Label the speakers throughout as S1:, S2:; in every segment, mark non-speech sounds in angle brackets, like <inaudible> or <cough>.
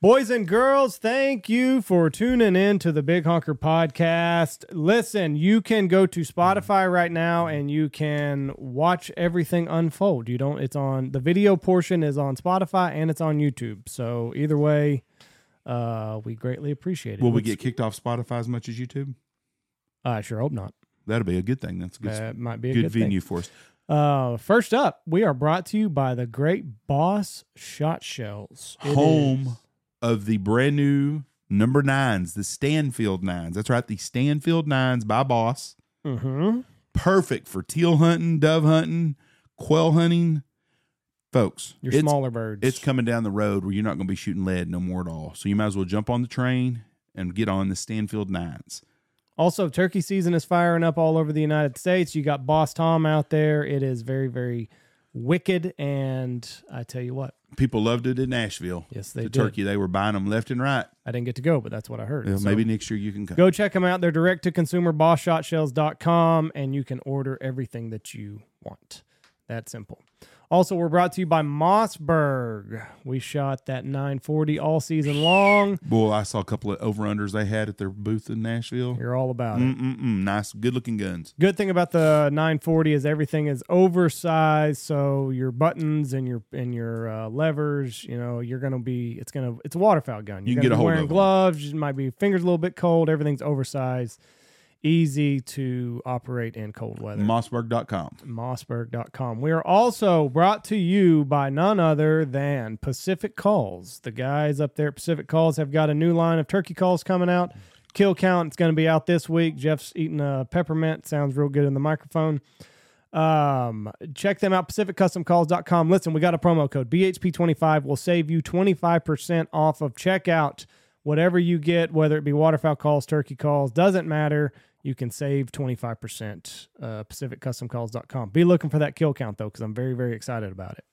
S1: Boys and girls, thank you for tuning in to the Big Honker Podcast. Listen, you can go to Spotify right now and you can watch everything unfold. You don't, it's on the video portion is on Spotify and it's on YouTube. So either way, uh, we greatly appreciate it.
S2: Will we
S1: Let's-
S2: get kicked off Spotify as much as YouTube?
S1: I sure hope not.
S2: That'll be a good thing. That's a good,
S1: That might be a
S2: good,
S1: good, thing.
S2: venue for us.
S1: Uh, first up, we are brought to you by the Great Boss Shot Shells. It
S2: Home
S1: is-
S2: Of the brand new number nines, the Stanfield nines. That's right, the Stanfield nines by Boss.
S1: Mhm.
S2: Perfect for teal hunting, dove hunting, quail hunting, folks.
S1: Your
S2: it's,
S1: smaller birds.
S2: It's coming down the road where you're not going to be shooting lead no more at all. So you might as well jump on the train and get on the Stanfield nines.
S1: also turkey season is firing up all over the United States. You got Boss Tom out there. It is very, very wicked. And I tell you what,
S2: People loved it in Nashville.
S1: yes, they
S2: the
S1: did.
S2: turkey they were buying them left and right.
S1: I didn't get to go, but that's what I heard.
S2: Yeah,
S1: So
S2: maybe next year you can come.
S1: go check them out. They're direct to consumer bosshotshells.com and you can order everything that you want. That simple. Also, we're brought to you by Mossberg. We shot that 940 all season long.
S2: Boy, I saw a couple of over unders they had at their booth in Nashville.
S1: You're all about it.
S2: Mm-mm-mm, nice, good looking guns.
S1: Good thing about the 940 is everything is oversized, so your buttons and your and your uh, levers, you know, you're gonna be it's gonna it's a waterfowl gun. You're gonna
S2: You can get a
S1: be
S2: hold
S1: wearing
S2: of 'em.
S1: gloves. You might be fingers a little bit cold. Everything's oversized, easy to operate in cold weather.
S2: Mossberg.com.
S1: Mossberg.com. We are also brought to you by none other than Pacific Calls. The guys up there at Pacific Calls have got a new line of turkey calls coming out. Kill count. It's going to be out this week. Jeff's eating a peppermint. Sounds real good in the microphone. Um, check them out, pacificcustomcalls.com. Listen, we got a promo code BHP25 will save you 25% off of checkout. Whatever you get, whether it be waterfowl calls, turkey calls, doesn't matter. You can save 25%. Uh, pacificcustomcalls.com. Be looking for that kill count, though, because I'm very, very excited about it.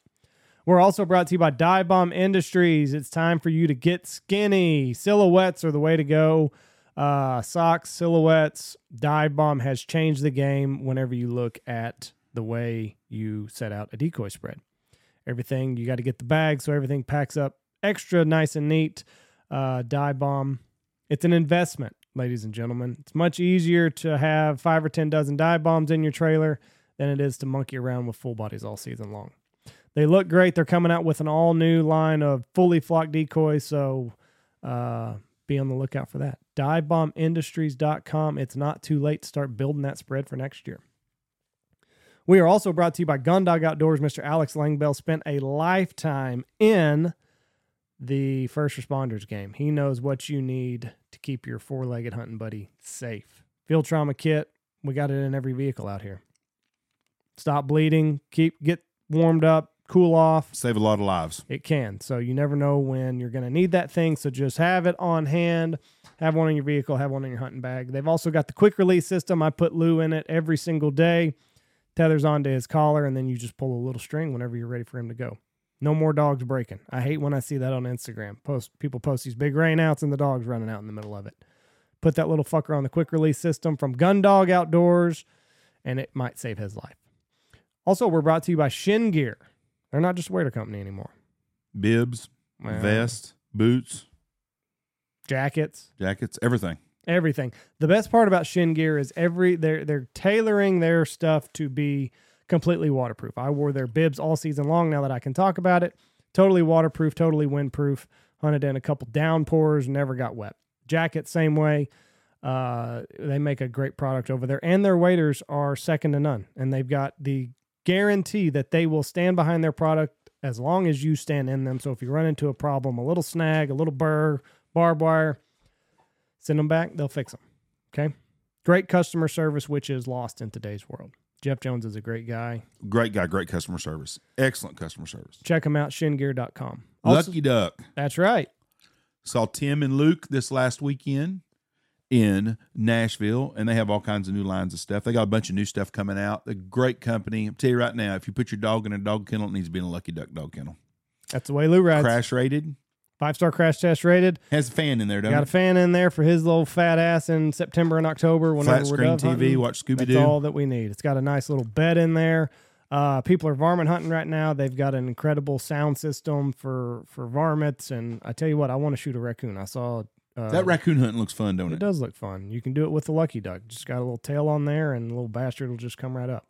S1: We're also brought to you by Dive Bomb Industries. It's time for you to get skinny. Silhouettes are the way to go. Uh, socks, silhouettes, Dive Bomb has changed the game whenever you look at the way you set out a decoy spread. Everything, you got to get the bag so everything packs up extra nice and neat. Uh, dive Bomb, it's an investment, ladies and gentlemen. It's much easier to have five or 10 dozen dive bombs in your trailer than it is to monkey around with full bodies all season long. They look great. They're coming out with an all new line of fully flocked decoys. So uh, be on the lookout for that. Divebombindustries.com. It's not too late to start building that spread for next year. We are also brought to you by Gundog Outdoors. Mr. Alex Langbell spent a lifetime in the first responders game. He knows what you need to keep your four legged hunting buddy safe. Field trauma kit. We got it in every vehicle out here. Stop bleeding. Keep get warmed up. Cool off.
S2: Save a lot of lives.
S1: It can. So you never know when you're going to need that thing. So just have it on hand. Have one in your vehicle, have one in your hunting bag. They've also got the quick release system. I put Lou in it every single day. Tethers onto his collar, and then you just pull a little string whenever you're ready for him to go. No more dogs breaking. I hate when I see that on Instagram. Post people post these big rainouts and the dogs running out in the middle of it. Put that little fucker on the quick release system from Gun Dog Outdoors, and it might save his life. Also, we're brought to you by Shin Gear. They're not just a waiter company anymore.
S2: Bibs,
S1: Well,
S2: vest, boots,
S1: jackets,
S2: jackets, everything.
S1: everything. The best part about shin gear is every they're they're tailoring their stuff to be completely waterproof. I wore their bibs all season long. Now that I can talk about it, totally waterproof, totally windproof. Hunted in a couple downpours, never got wet. Jacket same way. Uh, they make a great product over there, and their waiters are second to none. And they've got the guarantee that they will stand behind their product as long as you stand in them. So if you run into a problem, a little snag, a little burr, barbed wire, send them back. They'll fix them. Okay. Great customer service, which is lost in today's world. Jeff Jones is a great guy.
S2: Great guy, great customer service. Excellent customer service.
S1: Check him out, shingear.com. Also,
S2: Lucky Duck.
S1: That's right.
S2: Saw Tim and Luke this last weekend in Nashville, and they have all kinds of new lines of stuff. They got a bunch of new stuff coming out. They're great company. I'll tell you right now, if you put your dog in a dog kennel, it needs to be in a Lucky Duck dog kennel.
S1: That's the way Lou rides.
S2: Crash rated.
S1: Five star crash test rated.
S2: Has a fan in there, doesn't
S1: Got a
S2: it?
S1: fan in there for his little fat ass in September and October. Whenever
S2: Flat
S1: we're
S2: screen
S1: dove
S2: TV,
S1: hunting.
S2: watch Scooby
S1: That's
S2: Doo.
S1: all that we need. It's got a nice little bed in there. Uh, Uh, people are varmint hunting right now. They've got an incredible sound system for for varmints, and I tell you what, I want to shoot a raccoon. I saw uh,
S2: that raccoon hunting looks fun, don't
S1: It
S2: it?
S1: does look fun. You can do it with the lucky duck. Just got a little tail on there, and the little bastard will just come right up.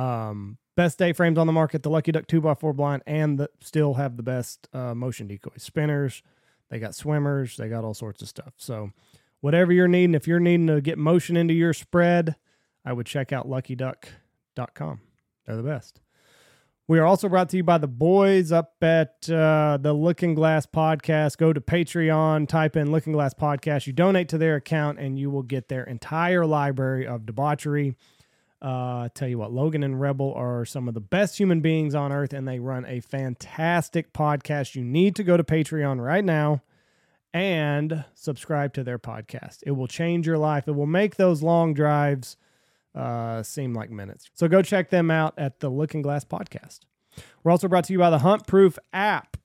S1: Um, best day frames on the market: the lucky duck two x four blind, and the, still have the best uh, motion decoys, spinners. They got swimmers. They got all sorts of stuff. So, whatever you're needing, if you're needing to get motion into your spread, I would check out luckyduck.com. They're the best. We are also brought to you by the boys up at uh, the Looking Glass Podcast. Go to Patreon, type in Looking Glass Podcast. You donate to their account, and you will get their entire library of debauchery. Uh, tell you what, Logan and Rebel are some of the best human beings on earth, and they run a fantastic podcast. You need to go to Patreon right now and subscribe to their podcast. It will change your life. It will make those long drives uh, seem like minutes. So go check them out at the Looking Glass Podcast. We're also brought to you by the Hunt Proof app.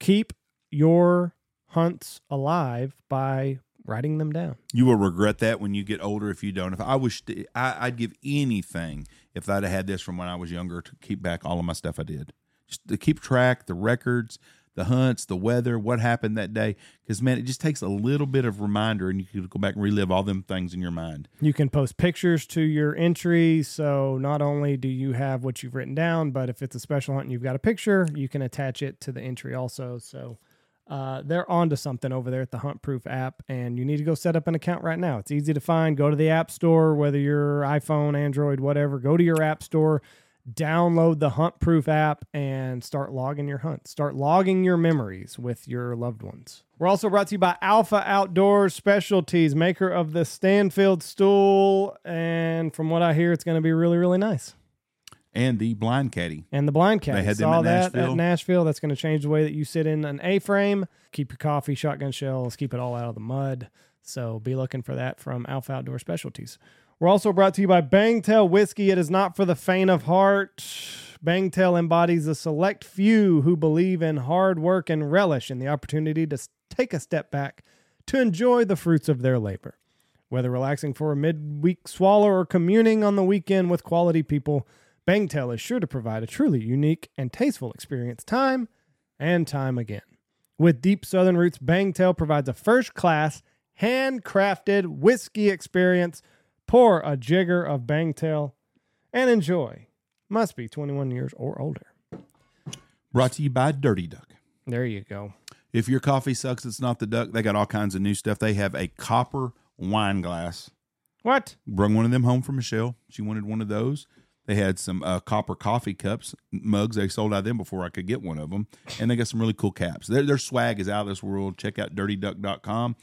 S1: Keep your hunts alive by writing them down.
S2: You will regret that when you get older if you don't. If I wish, to, I, I'd give anything if I'd have had this from when I was younger to keep back all of my stuff I did, just to keep track, the records, the hunts, the weather, what happened that day. Because man, it just takes a little bit of reminder, and you can go back and relive all them things in your mind.
S1: You can post pictures to your entry. So not only do you have what you've written down, but if it's a special hunt and you've got a picture, you can attach it to the entry also. So uh, they're onto something over there at the Hunt Proof app, and you need to go set up an account right now. It's easy to find. Go to the App Store, whether you're iPhone, Android, whatever. Go to your App Store, download the Hunt Proof app, and start logging your hunt. Start logging your memories with your loved ones. We're also brought to you by Alpha Outdoors Specialties, maker of the Stanfield stool, and from what I hear, it's going to be really, really nice.
S2: And the blind caddy.
S1: And the blind cat.
S2: They had them
S1: Saw
S2: at
S1: that
S2: Nashville.
S1: at Nashville. That's going to change the way that you sit in an A-frame. Keep your coffee, shotgun shells, keep it all out of the mud. So be looking for that from Alpha Outdoor Specialties. We're also brought to you by Bangtail Whiskey. It is not for the faint of heart. Bangtail embodies a select few who believe in hard work and relish in the opportunity to s- take a step back to enjoy the fruits of their labor. Whether relaxing for a midweek swallow or communing on the weekend with quality people, Bangtail is sure to provide a truly unique and tasteful experience time and time again. With deep southern roots, Bangtail provides a first class, handcrafted whiskey experience. Pour a jigger of Bangtail and enjoy. Must be 21 years or older.
S2: Brought to you by Dirty Duck.
S1: There you go.
S2: If your coffee sucks, it's not the duck. They got all kinds of new stuff. They have a copper wine glass.
S1: What?
S2: Brung one of them home for Michelle. She wanted one of those. They had some uh, copper coffee cups, mugs. They sold out of them before I could get one of them. And they got some really cool caps. Their, their swag is out of this world. Check out dirtyduck.com.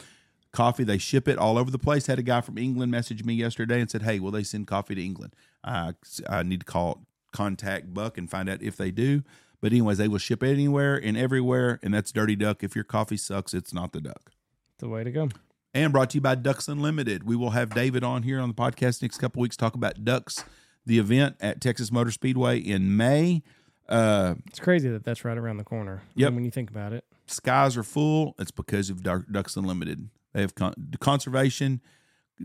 S2: Coffee, they ship it all over the place. Had a guy from England message me yesterday and said, Hey, will they send coffee to England? I, I need to call, contact Buck and find out if they do. But, anyways, they will ship anywhere and everywhere. And that's Dirty Duck. If your coffee sucks, it's not the duck
S1: The way to go.
S2: and brought to you by Ducks Unlimited. We will have David on here on the podcast next couple weeks talk about Ducks, the event at Texas Motor Speedway in May. Uh,
S1: It's crazy that that's right around the corner.
S2: Yep.
S1: When you think about it.
S2: skies are full. It's because of Dark Ducks Unlimited. They have con- conservation.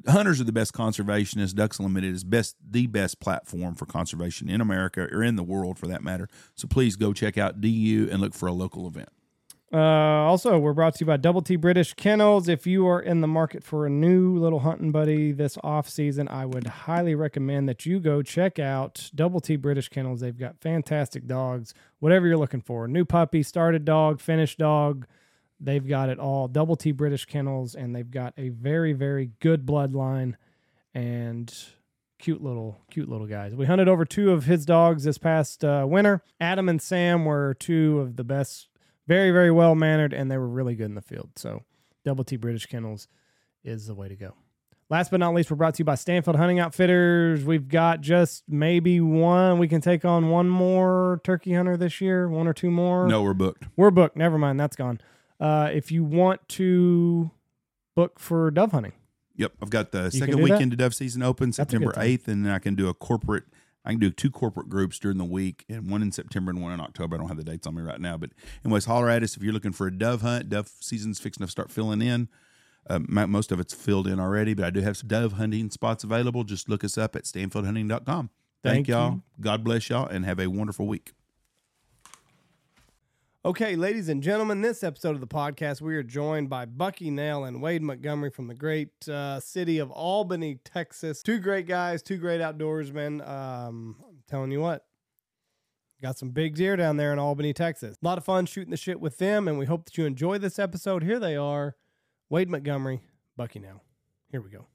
S2: Hunters are the best conservationists. Ducks Unlimited is best the best platform for conservation in America or in the world for that matter. So please go check out DU and look for a local event.
S1: Uh, also, we're brought to you by Double T British Kennels. If you are in the market for a new little hunting buddy this off season, I would highly recommend that you go check out Double T British Kennels. They've got fantastic dogs, whatever you're looking for. New puppy, started dog, finished dog. They've got it all. Double T British Kennels, and they've got a very, very good bloodline and cute little cute little guys. We hunted over two of his dogs this past uh, winter. Adam and Sam were two of the best, very very well mannered, and they were really good in the field. So, Double T British Kennels is the way to go. Last but not least, we're brought to you by Stanfield Hunting Outfitters. We've got just maybe one. We can take on one more turkey hunter this year, one or two more.
S2: No, we're booked.
S1: We're booked. Never mind. That's gone. Uh, if you want to book for dove hunting,
S2: Yep, I've got the
S1: can
S2: second
S1: do that?
S2: weekend of dove season open
S1: That's a good
S2: September
S1: time.
S2: eighth, and then I can do a corporate. I can do two corporate groups during the week, and one in September and one in October. I don't have the dates on me right now, but anyways, holler at us if you're looking for a dove hunt. Dove season's fixing to start filling in. Um, mo- most of it's filled in already, but I do have some dove hunting spots available. Just look us up at stanfieldhunting.com. Thank,
S1: Thank
S2: y'all.
S1: you.
S2: God bless y'all and have a wonderful week.
S1: Okay, ladies and gentlemen, this episode of the podcast, we are joined by Bucky Nail and Wade Montgomery from the great uh, city of Albany, Texas. Two great guys, two great outdoorsmen. Um, I'm telling you what, got some big deer down there in Albany, Texas. A lot of fun shooting the shit with them, and we hope that you enjoy this episode. Here they are Wade Montgomery, Bucky Nail. Here we go.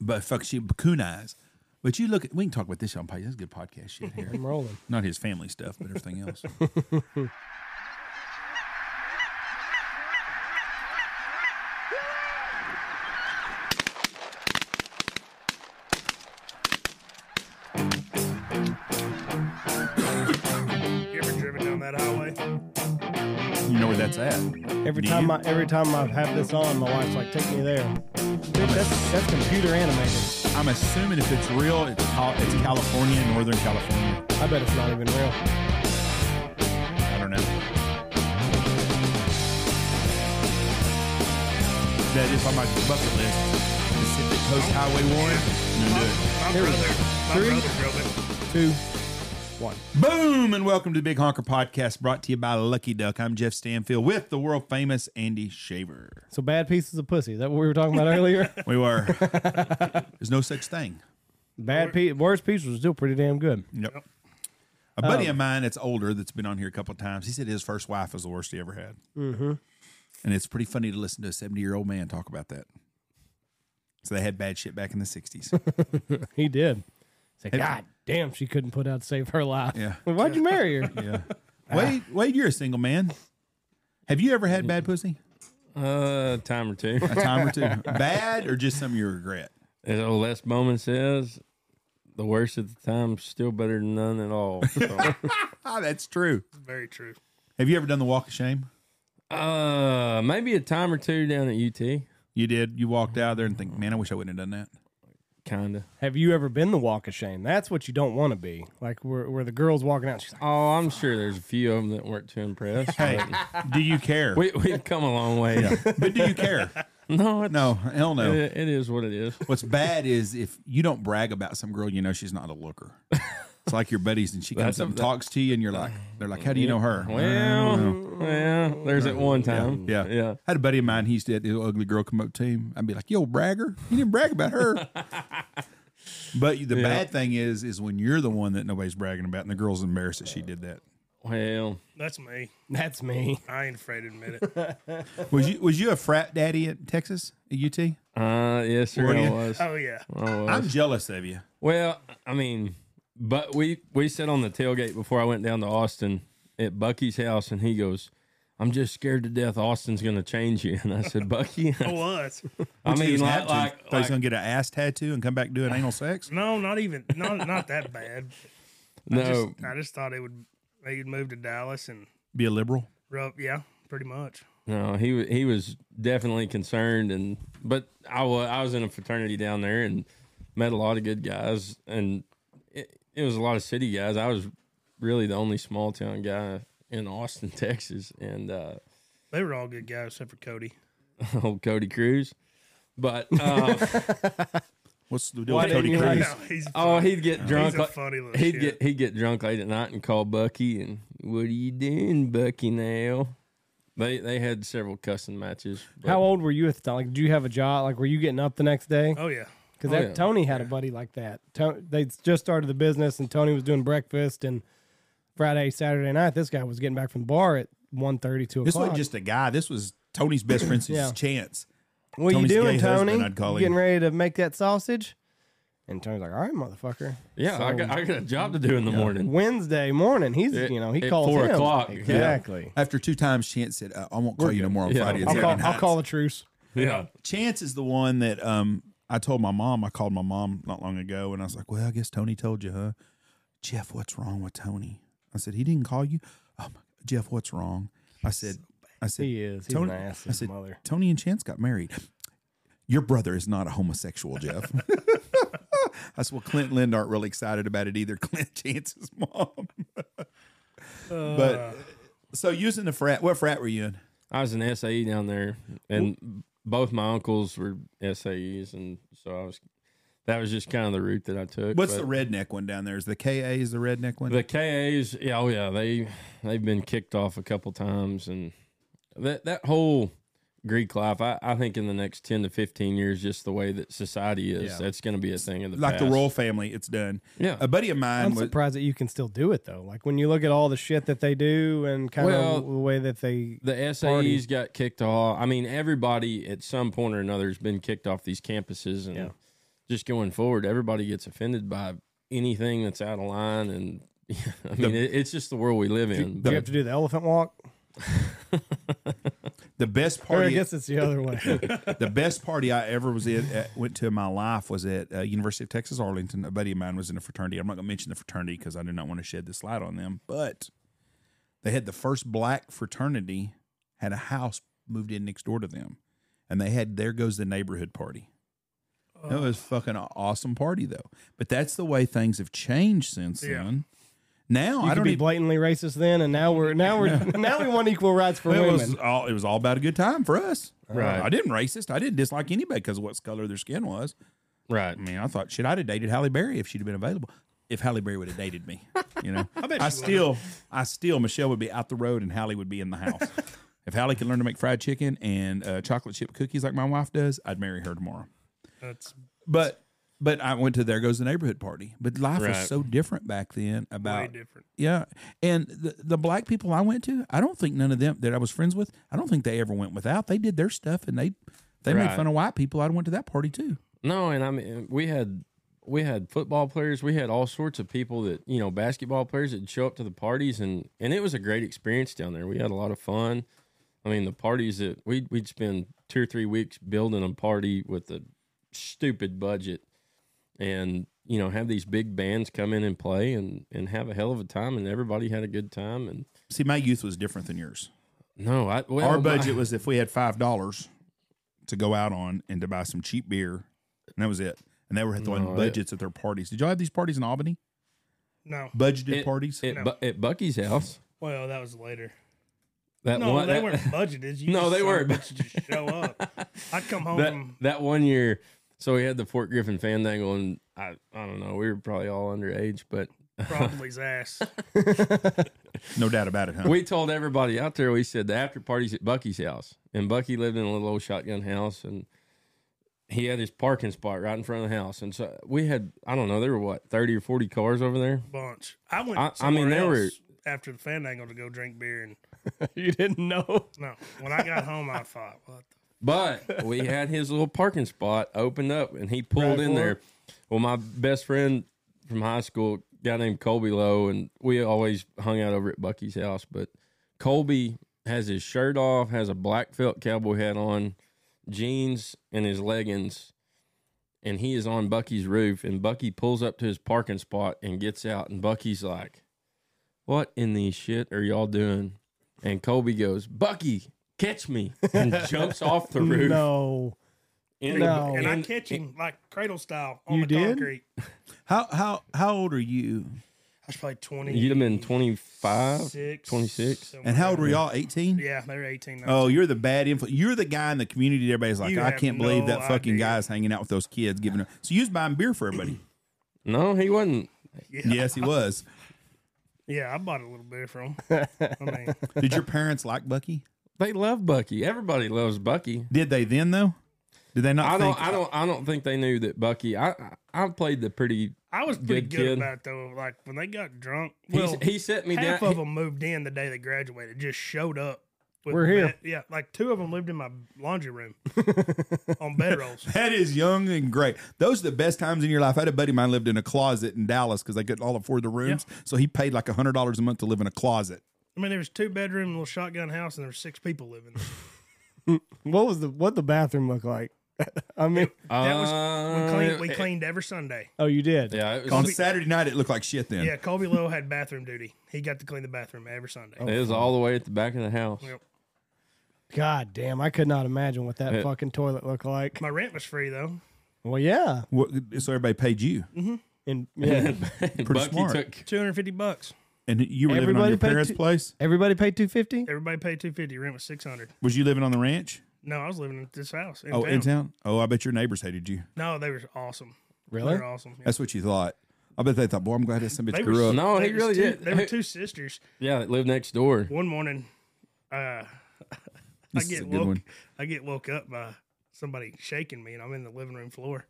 S2: But fuck she coon eyes. But you look at we can talk about this on podcast. That's good podcast shit here.
S1: <laughs> I'm rolling.
S2: Not his family stuff, but everything else.
S3: You ever driven down that highway?
S2: you know where that's at.
S1: Every
S2: Do
S1: time
S2: you?
S1: I every time I have this on, my wife's like, "Take me there." Dude, that's, that's computer animated.
S2: I'm assuming if it's real, it's Cal- it's California, Northern California.
S1: I bet it's not even real.
S2: I don't know. That is on my bucket list. Pacific Coast Highway One. No, do it.
S3: My
S1: Here we go.
S3: brother, my
S1: Three.
S3: brother drove it.
S1: Two, one.
S2: Boom, and welcome to the Big Honker Podcast brought to you by Lucky Duck. I'm Jeff Stanfield with the world famous Andy Shaver.
S1: So bad pieces of pussy. Is that what we were talking about earlier?
S2: <laughs>
S1: <laughs>
S2: We were. There's no such thing.
S1: Bad piece. Worst piece was still pretty damn good. <laughs>
S2: Yep. Um, A buddy of mine that's older that's been on here a couple of times, he said his first wife was the worst he ever had. Mm-hmm. And it's pretty funny to listen to a 70 year old man talk about that. So they had bad shit back in the <laughs> 60s.
S1: He did. It's like,
S2: Hey-
S1: God damn, she couldn't put out to save her life.
S2: Yeah.
S1: Well, <laughs> why'd you marry her?
S2: <laughs> yeah. Wade, Wade, you're a single man. Have you ever had bad pussy?
S4: Uh, time
S2: <laughs>
S4: or two.
S2: A time or two? Bad or just something you regret?
S4: As old Les Bowman says, the worst at the time is still better than none
S2: <laughs>
S4: at all. So,
S2: Ah, that's true.
S3: Very true.
S2: Have you ever done the walk of shame?
S4: uh, maybe a time or two down at UT,
S2: You did. You walked out there and think, man, I wish I wouldn't have done that.
S4: kinda.
S1: Have you ever been the walk of shame? That's what you don't want to be. Like where, where the girl's walking out, she's like,
S4: Oh, I'm sure there's a few of them that weren't too impressed.
S2: Hey,
S4: but
S2: do you care?
S4: we we've come a long way.
S2: But do you care?
S4: <laughs> No, it's,
S2: No, hell no.
S4: It, it is what it is.
S2: What's bad is if you don't brag about some girl, you know she's not a looker. It's like your buddies, and she comes
S4: That's
S2: up and
S4: a-
S2: talks to you, and you're like, they're like, "How do you know her?"
S4: Well, well, there's at one time.
S2: Yeah,
S4: yeah.
S2: I had a buddy of mine. He used to have the ugly girl come up to him. I'd be like, "Yo, bragger! You didn't brag about
S4: <laughs>
S2: her." but the bad thing is, is when you're the one that nobody's bragging about, and the girl's embarrassed that she did that.
S4: Well,
S3: That's me.
S1: "That's me."
S3: I ain't afraid to admit
S4: <laughs>
S3: it.
S2: Was you was you a frat daddy at Texas at UT?
S4: uh, yes, sir,
S2: Were
S4: I
S2: you?
S4: was.
S3: Oh yeah.
S4: I was.
S2: I'm jealous of you.
S4: Well, I mean, but we we sat on the tailgate before I went down to Austin at Bucky's house, and he goes, "I'm just scared to death. Austin's going to change you." <laughs> And I said,
S3: <laughs>
S4: "Bucky,
S3: I was.
S4: I mean,
S2: like,
S4: like, like,
S2: thought he's
S4: like
S2: gonna get an ass tattoo and come back doing anal sex.
S3: No, not even not not that bad. I
S4: no,
S3: just, I just thought it would they would move to Dallas and
S2: Be a liberal.
S3: rub yeah, pretty much.
S4: no, he wa- he was definitely concerned, and but I was I was in a fraternity down there and met a lot of good guys, and it, it was a lot of city guys. I was really the only small town guy in Austin, <laughs> Texas, and uh, <laughs>
S3: They were all good guys except for Cody.
S4: old Cody Cruz, but. Uh,
S2: What's the deal
S4: Why
S2: with Cody
S4: didn't you
S2: Cruz?
S4: like-
S3: No, he's
S4: Oh, he'd get drunk.
S3: He's a
S4: like-
S3: funny little
S4: he'd
S3: shit.
S4: get he'd get drunk late at night and call Bucky and what are you doing, Bucky? Now they they had several cussing matches. but-
S1: How old were you at the time? Like, did you have a job? Like, were you getting up the next day?
S3: Oh yeah.
S1: Because
S4: Oh,
S1: that
S4: yeah.
S1: Tony had a buddy like that. Tony, they just started the business, and Tony was doing breakfast and Friday, Saturday night. This guy was getting back from the bar at 1.30, 2
S2: This
S1: o'clock.
S2: wasn't just a guy. This was Tony's best friend's
S1: Yeah.
S2: chance.
S1: what
S2: Tony's
S1: you
S2: gay
S1: doing,
S2: husband,
S1: Tony?
S2: I'd call
S1: You
S2: him.
S1: Getting ready to make that sausage? And Tony's like, "All right, motherfucker."
S4: yeah, I
S1: So,
S4: got I got a job to do in the morning.
S1: Wednesday morning. He's
S4: At-
S1: you know he
S4: at
S1: calls
S4: four
S1: him.
S4: o'clock, yeah.
S1: exactly.
S2: After two times, Chance said, uh, "I won't call you no more on
S4: Yeah.
S2: Friday."
S4: I'll
S2: It's
S1: I'll
S2: Saturday
S1: call, I'll
S2: nights."
S1: call a truce.
S4: Yeah,
S2: Chance is the one that um, I told my mom. I called my mom not long ago, and I was like, "Well, I guess Tony told you, huh?" Jeff, what's wrong with Tony? I said, "He didn't call you." Oh, my, Jeff, what's wrong? I said, "I said
S1: He is. He's
S2: Tony-
S1: an ass.
S2: I
S1: His
S2: said,
S1: mother.
S2: Tony and Chance got married. Your brother is not a homosexual, Jeff. <laughs> That's what Clint and Lynn aren't really excited about it either. <laughs> Clint Chance's mom. <laughs>
S1: Uh.
S2: but so using the frat, what frat were you in?
S4: I was an SAE down there, and both my uncles were SAEs, and so I was. that was just kind of the route that I took.
S2: What's
S4: but-
S2: the redneck one down there? Is the KA is the redneck one?
S4: The KAs, yeah, oh yeah, they they've been kicked off a couple times, and that that whole Greek life, I, I think in the next ten to fifteen years, just the way that society is,
S2: Yeah.
S4: that's going to be a thing of the
S2: like the
S4: past.
S2: royal family, it's done.
S4: Yeah,
S2: A buddy of mine
S1: I'm
S2: was
S1: surprised that you can still do it though. Like when you look at all the shit that they do and kind
S4: Well,
S1: of the way that they
S4: the SAEs
S1: Party.
S4: got kicked off. I mean, everybody at some point or another has been kicked off these campuses, and
S1: Yeah.
S4: just going forward, everybody gets offended by anything that's out of line, and <laughs> I mean, it, it's just the world we live in.
S1: do you
S4: but-
S1: have to do the elephant walk.
S2: the best
S1: Or I
S2: party.
S1: guess it's the other way.
S2: the best party I ever was in, at, went to in my life was at uh, University of Texas Arlington. A buddy of mine was in a fraternity. I'm not going to mention the fraternity because I do not want to shed this light on them. But they had the first black fraternity had a house moved in next door to them, and they had there goes the neighborhood party. That was fucking an awesome party though. But that's the way things have changed since
S3: Yeah.
S2: then. Now
S1: You
S2: I
S1: could
S2: don't
S1: be
S2: even,
S1: blatantly racist then, and now we're now <laughs> we're now we want equal rights for
S2: Well, it
S1: women.
S2: was all it was all about a good time for us.
S4: Right.
S2: I didn't racist. I didn't dislike anybody because of what color their skin was.
S4: right.
S2: I mean, I thought shit, I'd have dated Halle Berry if she'd have been available. If Halle Berry would have dated me, you
S3: <laughs>
S2: know, I,
S3: bet she would've.
S2: still, I still, Michelle would be out the road and Halle would be in the house.
S4: <laughs>
S2: if Halle could learn to make fried chicken and uh, chocolate chip cookies like my wife does, I'd marry her tomorrow.
S3: That's
S2: But, but I went to there goes the neighborhood party. But life
S4: Right.
S2: was so different back then.
S3: way
S2: About
S3: different.
S2: yeah, and the, the black people I went to, I don't think none of them that I was friends with, I don't think they ever went without. They did their stuff and they they made
S4: Right.
S2: fun of white people. I went to that party too.
S4: No, and I mean we had we had football players, we had all sorts of people that you know basketball players that show up to the parties, and and it was a great experience down there. We had a lot of fun. I mean, the parties that we'd we'd spend two or three weeks building a party with a stupid budget, and you know have these big bands come in and play and and have a hell of a time, and everybody had a good time. And
S2: See, my youth was different than yours.
S4: no, I well, uh,
S2: Our
S4: my-
S2: budget was if we had five dollars to go out on and to buy some cheap beer, and that was it. And they were throwing
S4: No, it-
S2: budgets at their parties. Did y'all have these parties in Albany?
S3: No.
S2: Budgeted
S4: It-
S2: parties.
S4: at, Bu- at Bucky's house.
S3: Well, that was later.
S4: That
S3: No,
S4: one,
S3: they
S4: that-
S3: weren't budgeted. You
S4: <laughs> No,
S3: just
S4: they
S3: son of
S4: weren't.
S3: a bitch, Just show
S4: <laughs>
S3: up. I'd come home.
S4: that
S3: from-
S4: that one year, so we had the Fort Griffin Fandangle, and I I don't know, we were probably all underage, but
S3: probably his ass.
S2: No doubt about it, huh?
S4: we told everybody out there. We said the after party's at Bucky's house, and Bucky lived in a little old shotgun house, and he had his parking spot right in front of the house, and so we had I don't know, there were what thirty or forty cars over there.
S3: Bunch. I went.
S4: I- I
S3: somewhere
S4: mean, they were-
S3: else after the Fandango to go drink beer, and
S1: <laughs> you didn't know.
S3: no, when I got home, I thought, what? The,
S4: But we had his little parking spot opened up, and he pulled in there. Well, my best friend from high school, a guy named Colby Lowe, and we always hung out over at Bucky's house. But Colby has his shirt off, has a black felt cowboy hat on, jeans, and his leggings, and he is on Bucky's roof. And Bucky pulls up to his parking spot and gets out, and Bucky's like, "What in the shit are y'all doing?" And Colby goes, "Bucky." Catch me and
S3: <laughs>
S4: jumps off the
S1: <laughs>
S4: roof.
S1: No,
S4: In
S1: No.
S3: and, I
S4: in-
S3: catch him like cradle style on
S1: You
S3: the
S1: did?
S3: concrete.
S2: How how how old are you?
S3: I was probably twenty.
S4: You'd have been 25. 26.
S3: somewhere
S2: And how old were
S3: around
S2: y'all? Eighteen.
S3: there. Yeah, they were eighteen.
S2: Oh, you're the bad influence. You're the guy in the community. that Everybody's like,
S3: You
S2: I
S3: have
S2: can't believe
S3: no
S2: that fucking
S3: idea.
S2: guy's hanging out with those kids, giving them. So you was buying beer for everybody.
S4: No, he wasn't.
S3: yeah. yeah,
S2: yes, he was.
S3: I bought a little beer
S4: <laughs>
S3: from. 'em. I mean,
S2: Did your parents like Bucky?
S4: They love Bucky. Everybody loves Bucky.
S2: Did they then though? Did they not?
S4: I
S2: think,
S4: don't. I don't. I don't think they knew that Bucky. I. I I played the pretty.
S3: I was pretty
S4: Good
S3: good,
S4: kid.
S3: about it, though. Like when they got drunk,
S4: He,
S3: well,
S4: he set me
S3: half
S4: down.
S3: of them moved in the day they graduated. Just showed up. with
S1: We're here.
S3: bed- yeah, like two of them lived in my laundry
S4: <laughs>
S3: room on bedrolls.
S2: <laughs> That is young and great. Those are the best times in your life. I had a buddy of mine lived in a closet in Dallas because they couldn't all afford the rooms, so he paid like hundred dollars a month to live in a closet.
S3: I mean, there was two bedroom little shotgun house, and there were six people living. there.
S1: what was the what the bathroom look like? <laughs> I mean,
S3: That was we
S4: Uh,
S3: cleaned we
S2: eh,
S4: it-
S3: cleaned every Sunday.
S1: oh, you did.
S4: Yeah, it
S2: On
S4: was,
S2: Saturday night, it looked like shit. Then
S3: Yeah, Colby Lowe had bathroom duty. He got to clean the bathroom every Sunday.
S2: Oh.
S4: it was all the way at the back of the house.
S3: Yep.
S1: God damn, I could not imagine what that
S4: Yeah.
S1: fucking toilet looked like.
S3: My rent was free though.
S1: Well, yeah,
S2: What- so everybody paid you,
S1: and yeah,
S4: <laughs> Bucky
S2: smart.
S4: took.
S3: Two hundred fifty bucks.
S2: and you were living on
S1: Everybody
S2: your
S1: paid
S2: parents'
S1: two-
S2: place.
S1: everybody paid two <laughs> fifty.
S3: Everybody paid two fifty. Rent was six hundred.
S2: Was you living on the ranch?
S3: No, I was living at this house. In
S2: Oh,
S3: town.
S2: in town. Oh, I bet your neighbors hated you.
S3: No, they were awesome.
S1: Really?
S3: They're awesome. Yeah.
S2: That's what you thought. I bet they thought, boy, I'm glad this son of a
S3: They
S2: bitch
S3: were
S2: grew up.
S4: No, he
S3: There was
S4: really
S3: two-
S4: did.
S3: There were two sisters.
S4: Yeah, that lived next door.
S3: One morning, uh, I
S2: This is a
S3: get
S2: good
S3: woke.
S2: one.
S3: I get woke up by somebody shaking me, and I'm in the living room floor.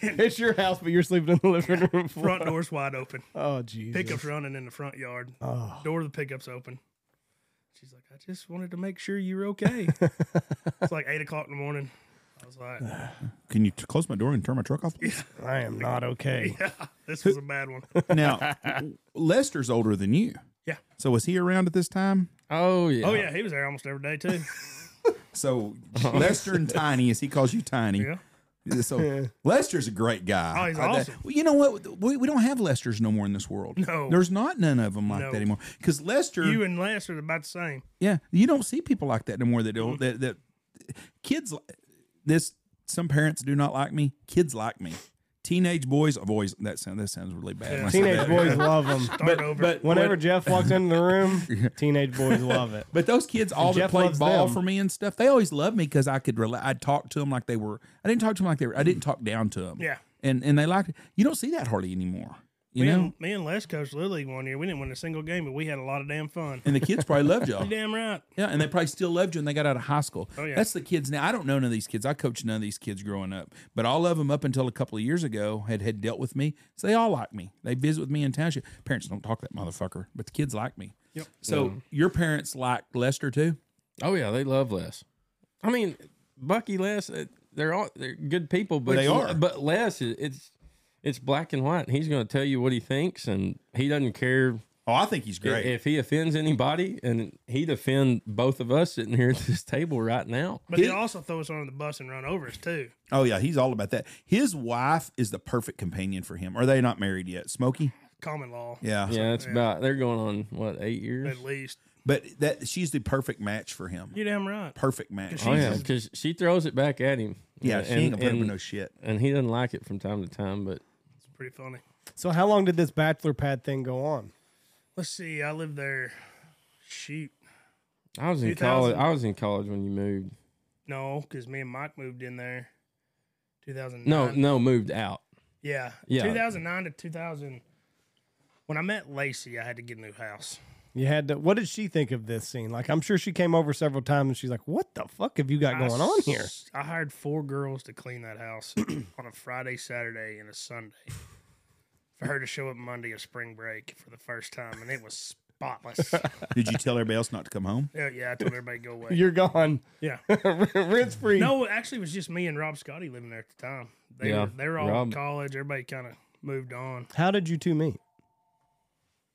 S1: It's your house, but you're sleeping in the living <laughs> room. floor.
S3: Front door's wide open.
S1: Oh, Jesus.
S3: Pickup's running in the front yard.
S1: Oh.
S3: Door of the pickup's open. She's like, I just wanted to make
S2: <laughs>
S3: sure you were okay. it's like eight o'clock in the morning. I was
S2: <sighs>
S3: like, <laughs>
S2: Can you t- close my door and turn my truck off?
S1: I am not okay.
S3: this was a bad one. <laughs>
S2: now, Lester's older than you.
S3: Yeah.
S2: So was he around at this time?
S4: Oh yeah.
S3: Oh yeah, he was there almost every
S2: <laughs>
S3: day too.
S2: So Lester and Tiny, as he calls you Tiny.
S3: Uh-huh. Yeah.
S2: So Lester's a great guy.
S3: Oh, he's
S2: I- that-
S3: awesome.
S2: well, you know what? We, we don't have Lesters no more in this world.
S3: No.
S2: there's not none of them like
S3: No.
S2: that anymore. Because Lester,
S3: You and Lance are about the same.
S2: yeah, you don't see people like that anymore. That don't that that kids li- this some parents do not like me. Kids like me. Teenage boys. I've always that sound that sounds really bad. when I say
S1: Teenage
S2: that.
S1: boys love <laughs> them.
S3: Start over.
S2: But
S1: Whenever Jeff walks into the <laughs> room, teenage boys love it.
S2: But those kids, all that
S1: Jeff
S2: played
S1: loves
S2: ball
S1: them.
S2: for me and stuff, they always loved me because I could relate. I'd talk to them like they were. I didn't talk to them like they were. I
S1: Mm.
S2: didn't talk down to them.
S3: Yeah.
S2: and and they liked it. You don't see that hardly anymore. You
S3: me,
S2: know,
S3: and, me and Les coached Little League one year. We didn't win a single game, but we had a lot of damn fun.
S2: and the kids probably loved y'all.
S3: You damn right.
S2: Yeah, and they probably still loved you when they got out of high school.
S4: Oh,
S3: yeah.
S2: That's the kids now. I don't know none of these kids. I coached none of these kids growing up, but all of them up until a couple of years ago had had dealt with me. So they all like me. They visit with me in township. Parents don't talk that motherfucker, but the kids like me. Yep. So your parents liked Lester too.
S4: Oh yeah, they love Les. I mean, Bucky Les, uh, they're all they're good people, but
S2: They are.
S4: But Les, i- it's it's black and white. He's going to tell you what he thinks, and he doesn't care
S2: Oh, I think he's
S4: i- if he offends anybody. And he'd offend both of us sitting here at this table right now.
S3: But he'd also throw us under the bus and run over us too.
S2: Oh yeah, he's all about that. His wife is the perfect companion for him. Are they not married yet, Smokey?
S3: Common law,
S2: Yeah.
S4: Yeah, it's about they're going on what eight years.
S3: at least.
S2: But that she's the perfect match for him.
S3: You damn right.
S2: Perfect match.
S4: Oh yeah, because she throws it back at him.
S2: Yeah, she ain't
S4: and,
S2: gonna put up with
S4: and,
S2: no shit.
S4: and he doesn't like it from time to time, but
S3: It's pretty funny.
S1: So, how long did this bachelor pad thing go on?
S3: Let's see. I lived there. Shoot,
S4: I was in
S3: 2000.
S4: college. I was in college when you moved.
S3: no, because me and Mike moved in there. 2009.
S4: No, no, moved out.
S3: Yeah.
S4: Yeah.
S3: 2009 to 2000. When I met Lacey, I had to get a new house.
S1: You had to. What did she think of this scene? Like, I'm sure she came over several times and she's like, "What the fuck have you got going
S3: I
S1: on here?"
S3: s- I hired four girls to clean that house on a Friday, Saturday, and a Sunday for her to show up Monday of spring break for the first time, and it was spotless.
S2: Did you tell everybody else not to come
S4: <laughs>
S2: home?
S3: yeah, yeah, I told everybody to go away.
S1: You're gone,
S3: Yeah.
S1: rinse free.
S3: No, actually, it was just me and Rob Scotty living there at the time. They
S4: Yeah,
S3: were they were all
S4: Rob-
S3: in college. Everybody kind of moved on.
S1: How did you two meet?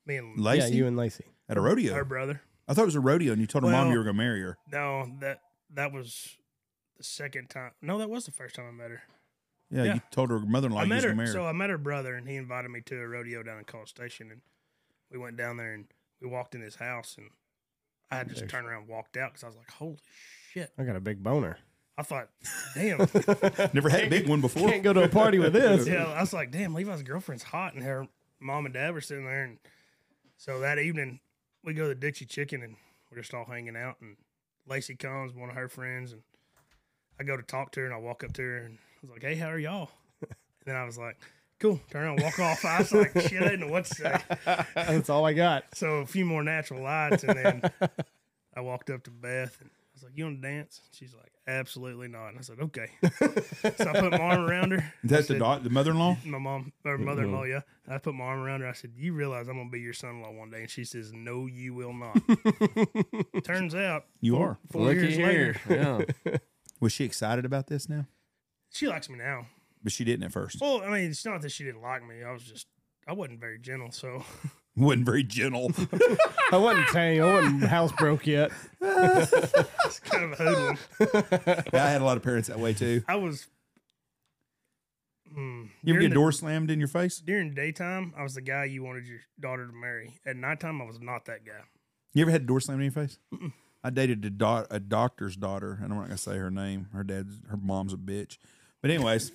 S3: Me and
S2: Lacey
S1: Yeah, you and Lacey.
S2: at a rodeo.
S3: her brother.
S2: I thought it was a rodeo, and you told her mom
S3: Well-
S2: you were gonna marry her.
S3: No, that that was the second time. No, that was the first time I met her.
S2: Yeah,
S3: Yeah.
S2: you told her mother-in-law
S3: I
S2: you was
S3: met
S2: gonna
S3: her.
S2: marry her.
S3: So I met her brother, and he invited me to a rodeo down in College Station, and we went down there and we walked in his house, and I had just turned around and walked out because I was like, "Holy shit!"
S1: I got a big boner.
S3: I thought,
S2: <laughs>
S3: "Damn."
S2: Never had a big
S3: <laughs>
S2: one before.
S1: Can't go to a party with this.
S3: yeah, I was like, "Damn, Levi's girlfriend's hot," and her mom and dad were sitting there, and so that evening we go to Dixie Chicken, and we're just all hanging out, and Lacey comes, one of her friends, and I go to talk to her, and I walk up to her, and I was like, "Hey, how are y'all?" And then I was like. Cool. Turn around, walk off. I was like, shit, I didn't know what to say.
S1: That's all I got.
S3: So a few more natural lights, and then I walked up to Beth and I was like, "You want to dance?" She's like, "Absolutely not." And I said, "Okay." <laughs> so I put my arm around her.
S2: That's the
S3: I said-
S2: daughter, the mother-in-law.
S3: My mom, or mother-in-law, yeah. I put my arm around her. I said, "You realize I'm gonna be your son-in-law one day?" And she says, "No, you will not." Turns out,
S2: You are.
S3: four
S4: Looky
S3: years
S4: here.
S3: later,
S4: Yeah.
S2: Was she excited about this now?
S3: she likes me now.
S2: But she didn't at first. <laughs>
S3: Well, I mean, it's not that she didn't like me. I was just, I wasn't very gentle. So <laughs>
S2: Wasn't very gentle. <laughs>
S1: I wasn't tame. I wasn't housebroke yet.
S3: it's kind of a hoodlum.
S2: I had a lot of parents that way too.
S3: I was. Hmm.
S2: You ever
S3: During
S2: get a
S3: the-
S2: door slammed in your face?
S3: during daytime, I was the guy you wanted your daughter to marry. At nighttime, I was not that guy.
S2: You ever had a door slammed in your face? I dated a, doc- a doctor's daughter, and I'm not gonna say her name. Her dad's, her mom's a bitch. But anyways,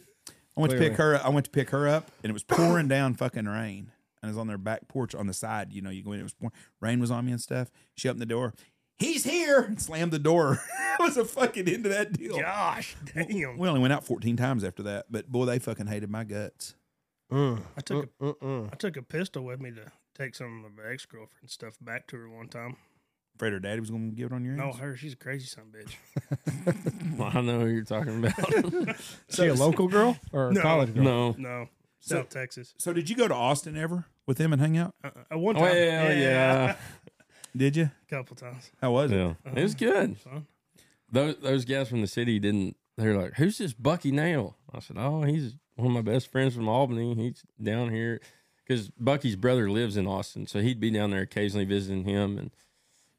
S2: I went to pick her. I went to pick her up, and it was pouring down fucking rain. And I was on their back porch on the side. You know, you go in. It was pouring. Rain was on me and stuff. She opened the door. he's here, and slammed the door. <laughs> I was a fucking into that deal.
S3: Gosh, damn.
S2: We only went out 14 times after that, but boy, they fucking hated my guts.
S3: I took a I took a pistol with me to take some of my ex girlfriend's stuff back to her one time.
S2: Afraid her daddy was going to give it on your
S3: No,
S2: hands.
S3: her, she's a crazy son of a
S2: <laughs>
S3: bitch.
S4: Well, I know who you're talking about. <laughs>
S1: Is she a local girl or a
S3: No.
S1: college girl?
S4: no.
S3: No,
S2: So-
S3: South Texas.
S2: So did you go to Austin ever with them and hang out?
S3: Uh, uh,
S2: Oh,
S3: one time,
S4: Well, yeah.
S2: Did you?
S3: a couple times.
S2: How was it?
S4: Yeah. It was good. Those, those guys from the city didn't, they're like, who's this Bucky Nail? I said, oh, he's one of my best friends from Albany. He's down here. Because Bucky's brother lives in Austin. So he'd be down there occasionally visiting him. And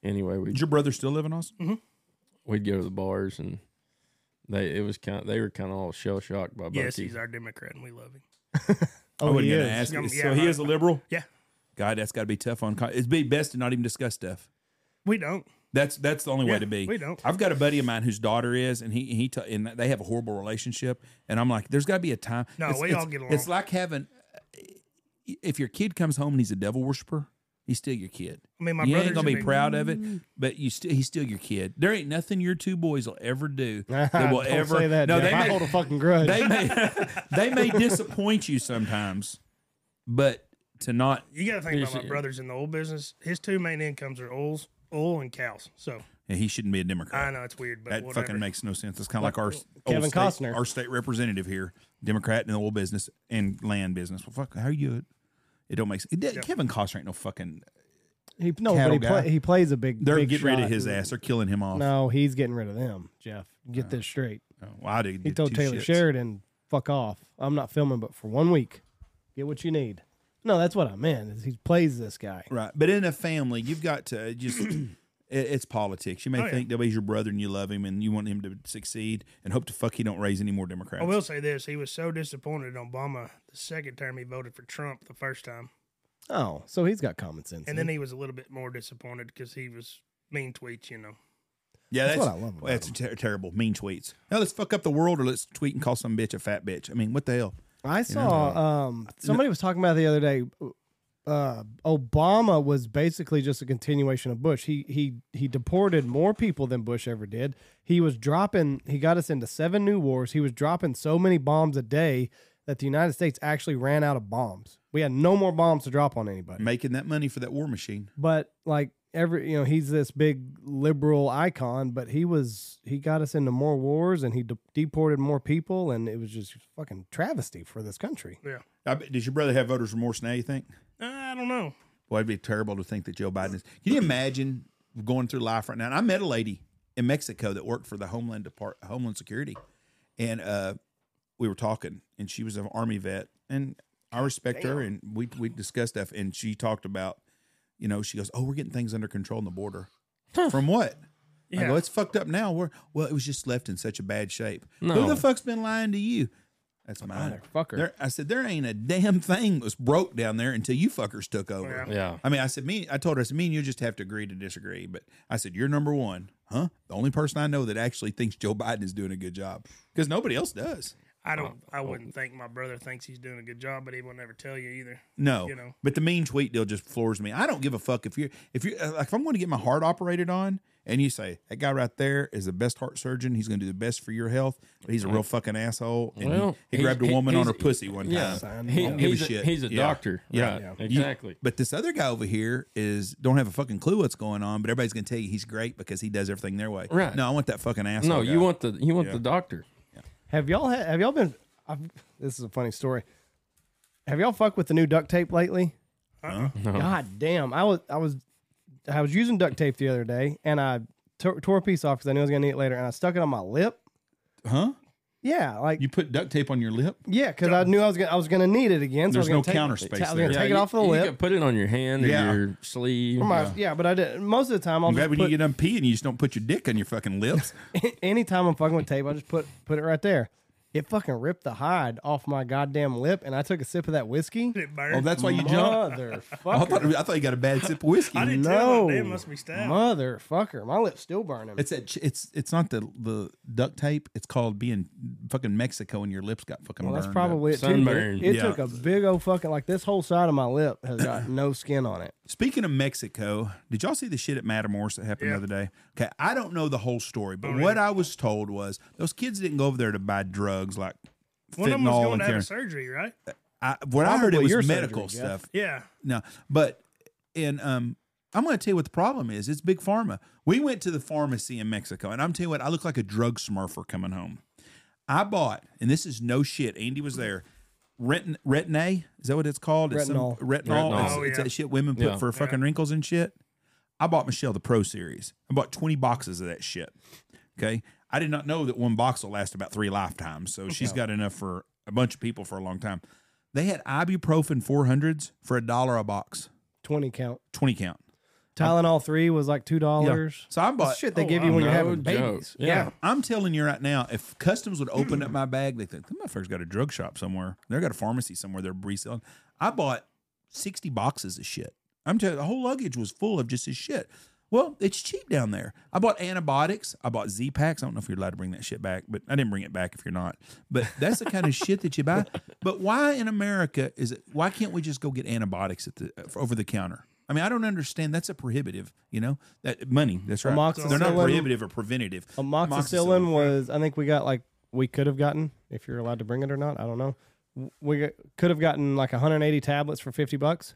S4: anyway, we
S2: Did your brother still live in Austin?
S3: Mm-hmm.
S4: we'd go to the bars and they it was kind of, they were kind of all shell shocked by Bucky.
S3: Yes, he's our Democrat, and we love him.
S2: I
S1: Oh,
S2: wasn't
S1: he
S2: going to
S1: is.
S2: ask.
S3: Yeah,
S2: you.
S3: yeah,
S2: so he
S3: right.
S2: is a liberal.
S3: Yeah,
S2: God, that's got to be tough on. con- It'd be best to not even discuss stuff.
S3: we don't.
S2: That's that's the only way
S3: Yeah,
S2: to be.
S3: we don't.
S2: I've got a buddy of mine whose daughter is, and he he t- and they have a horrible relationship. And I'm like, there's got to be a time.
S3: No, we all get along.
S2: It's like having if your kid comes home and he's a devil worshiper, he's still your kid.
S3: I mean, my
S2: you ain't
S3: brother's
S2: gonna
S3: a
S2: be
S3: big-
S2: proud of it, but you still he's still your kid. There ain't nothing your two boys will ever
S3: <laughs>
S2: do
S1: <laughs>
S2: that will
S1: Don't
S2: ever
S1: say that.
S2: No,
S1: Jeff.
S2: they
S1: I
S2: may-
S1: hold a fucking grudge.
S2: they may they may disappoint you sometimes, but to not
S3: You got to think about
S4: Yes,
S3: my
S4: yeah.
S3: brother's in the oil business. His two main incomes are oils, oil and cows. So
S2: yeah, he shouldn't be a Democrat.
S3: I know it's weird, but
S2: that
S3: whatever.
S2: fucking makes no sense. It's kind of like, our s-
S1: Kevin
S2: old state,
S1: Costner.
S2: our state representative here, Democrat in the oil business and land business. Well, fuck, how are you? It don't make sense. It- Kevin Costner ain't no fucking.
S1: he, no, but
S2: Cattle
S1: he,
S2: guy.
S1: play, he plays a big.
S2: They're
S1: big
S2: getting rid of
S1: shot.
S2: his ass. Uh. They're killing him off. Oh,
S1: No, he's getting rid of them, Jeff. Get this straight.
S2: Well, I did.
S1: He told Taylor Sheridan, "Fuck off. I'm not filming, but for one week, get what you need." No, that's what I meant. Is he plays this guy?
S2: Right, but in a family, you've got to just. <clears throat> it- It's politics. You may
S3: Oh, yeah.
S2: think that he's your brother and you love him and you want him to succeed and hope to fuck he don't raise any more Democrats.
S3: I will say this: he was so disappointed in Obama the second term he voted for Trump the first time,
S1: Oh, so he's got common sense.
S3: and
S2: Mm-hmm.
S3: then he was a little bit more disappointed because he was mean tweets. You know,
S2: Yeah, that's,
S1: That's what I love about
S2: That's ter- terrible. Mean tweets. Now let's fuck up the world, or let's tweet and call some bitch a fat bitch. I mean, what the hell?
S1: I saw um, somebody was talking about the other day. Uh, Obama was basically just a continuation of Bush. He he he deported more people than Bush ever did. He was dropping. He got us into seven new wars. He was dropping so many bombs a day that the United States actually ran out of bombs. We had no more bombs to drop on anybody.
S2: Making that money for that war machine.
S1: But like every you know, he's this big liberal icon. But he was he got us into more wars and he de- deported more people, and it was just fucking travesty for this country.
S3: yeah.
S2: I bet, does your brother have voters remorse now? You think?
S3: I don't know.
S2: Boy, it'd be terrible to think that Joe Biden is. Can you imagine going through life right now? And I met a lady in Mexico that worked for the Homeland Depart, Homeland Security, and uh, we were talking, and she was an Army vet, and I respect her, and we we discussed stuff, and she talked about, you know, she goes, "Oh, we're getting things under control on the border." From what? I
S3: Yeah.
S2: go, it's fucked up now. We're well, it was just left in such a bad shape. Who
S4: No.
S2: the fuck's been lying to you? That's mine.
S1: Motherfucker.
S2: There, I said there ain't a damn thing that was broke down there until you fuckers took over.
S3: Yeah.
S4: Yeah.
S2: I mean, I said, me, I told her, I said, me and you just have to agree to disagree. But I said, you're number one, huh? The only person I know that actually thinks Joe Biden is doing a good job because nobody else does.
S3: I don't.
S2: oh.
S3: I wouldn't think my brother thinks he's doing a good job, but he will never tell you either.
S2: No,
S3: You know.
S2: but the mean tweet deal just floors me. I don't give a fuck if you're, if you're, uh, like, if I'm going to get my heart operated on and you say, that guy right there is the best heart surgeon, he's going to do the best for your health, but he's a real fucking asshole. And he-
S4: Well,
S2: he,
S4: he's-
S2: grabbed a
S4: he-
S2: woman on her
S4: he's-
S2: pussy one time.
S1: Sign
S4: He-
S1: me up.
S2: give a
S4: he's, a,
S2: shit.
S4: he's a
S2: Yeah.
S4: doctor.
S2: Yeah.
S4: Right.
S1: Yeah.
S2: You-
S4: Exactly.
S2: but this other guy over here is don't have a fucking clue what's going on, but everybody's gonna tell you he's great because he does everything their way.
S4: Right.
S2: No, I want that fucking asshole.
S4: no, you
S2: guy.
S4: want the you want the doctor.
S1: Have y'all had, have y'all been? I've, this is a funny story. Have y'all fucked with the new duct tape lately? God damn! I was I was I was using duct tape the other day, and I tore tore a piece off because I knew I was gonna need it later, and I stuck it on my lip.
S2: Huh?
S1: Yeah, like
S2: You put duct tape on your lip?
S1: yeah, because I knew I was gonna I was gonna need it again. So I
S2: There's
S1: was gonna
S2: no
S1: take,
S2: counter space
S1: I was gonna
S2: there.
S1: take it
S4: you-
S1: off the
S4: you
S1: lip.
S4: could put it on your hand
S2: Yeah.
S4: or your sleeve.
S1: Or my- yeah. but I did most of the time. I'll
S2: I'm glad
S1: just
S2: when
S1: put,
S2: you get
S1: <laughs>
S2: done peeing, you just don't put your dick on your fucking lips.
S1: anytime I'm fucking with tape, I just put put it right there. It fucking ripped the hide off my goddamn lip, and I took a sip of that whiskey.
S3: Did <laughs> it burn?
S2: Oh, that's why you jumped. I
S1: Motherfucker.
S2: thought, I thought you got a bad sip of whiskey.
S3: I didn't tell
S1: no.
S3: him. Damn, must be stabbed.
S1: Motherfucker. My lip's still burning.
S2: It's that. ch- It's it's not the the duct tape. It's called being fucking Mexico and your lips got fucking.
S1: well, that's
S2: burned up.
S1: probably it, too. but
S4: Sunburn.
S1: It, it
S2: Yeah.
S1: took a big old fucking, like, this whole side of my lip has
S2: <coughs>
S1: got no skin on it.
S2: Speaking of Mexico, did y'all see the shit at Matamoros that happened
S3: Yeah. Oh,
S2: the other day? Okay, I don't know the whole story, but what I was told was those kids didn't go over there to buy drugs like
S3: One of them was
S2: fentanyl
S3: going
S2: and
S3: to have
S2: Karen.
S3: surgery, right?
S2: Uh, I, what I heard it
S1: Probably your
S2: was
S1: surgery,
S2: medical
S1: Jeff.
S2: stuff.
S3: Yeah.
S2: No, but and um, I'm going to tell you what the problem is. It's big pharma. We went to the pharmacy in Mexico, and I'm telling you what, I look like a drug smurfer coming home. I bought, and this is no shit. Andy was there. Retin retin is that what it's called? It's some-
S1: Retinol.
S2: retinol.
S4: Retinol.
S2: It's,
S3: Oh,
S2: it's
S3: yeah.
S2: that shit women put
S4: Yeah.
S2: for fucking wrinkles and shit. I bought Michelle the Pro Series. I bought 20 boxes of that shit. Okay. I did not know that one box will last about three lifetimes. So she's got enough for a bunch of people for a long time. They had ibuprofen 400s for a dollar a box,
S1: 20 count.
S2: 20 count.
S1: Tylenol 3 was like $2.
S2: So I bought.
S1: That's shit they
S3: Oh,
S1: give you when you're
S4: No
S1: having babies.
S4: joke. Yeah.
S2: I'm telling you right now, if customs would open up my bag, they think, that motherfucker's got a drug shop somewhere. They've got a pharmacy somewhere they're reselling. I bought 60 boxes of shit. I'm telling you, the whole luggage was full of just this shit. Well, it's cheap down there. I bought antibiotics. I bought Z Packs. I don't know if you're allowed to bring that shit back, but I didn't bring it back if you're not. But that's the kind of shit that you buy. But why in America is it? Why can't we just go get antibiotics at the over the counter? I mean, I don't understand. That's a prohibitive, you know, that money. That's right. They're not
S1: Amoxicillin.
S2: prohibitive or preventative.
S1: Amoxicillin was, I think we got like, we could have gotten, if you're allowed to bring it or not, I don't know. We got- could have gotten like 180 tablets for 50 bucks.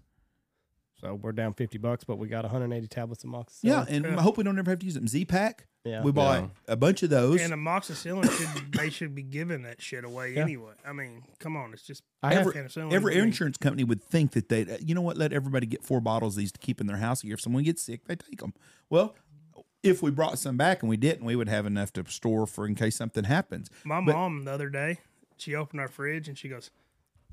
S1: So we're down 50 bucks, but we got 180 tablets of amoxicillin.
S2: Yeah, and I hope we don't ever have to use them. Z Pack.
S1: Yeah.
S2: We bought a bunch of those.
S3: And amoxicillin should be, they should be giving that shit away anyway. I mean, come on, it's just
S1: I have-
S2: every
S3: penicillin.
S2: every
S3: I mean,
S2: insurance company would think that they, you know what, let everybody get four bottles of these to keep in their house a year. If someone gets sick, they take them. Well, if we brought some back and we didn't, we would have enough to store for in case something happens.
S3: My
S2: But-
S3: mom the other day, she opened our fridge and she goes,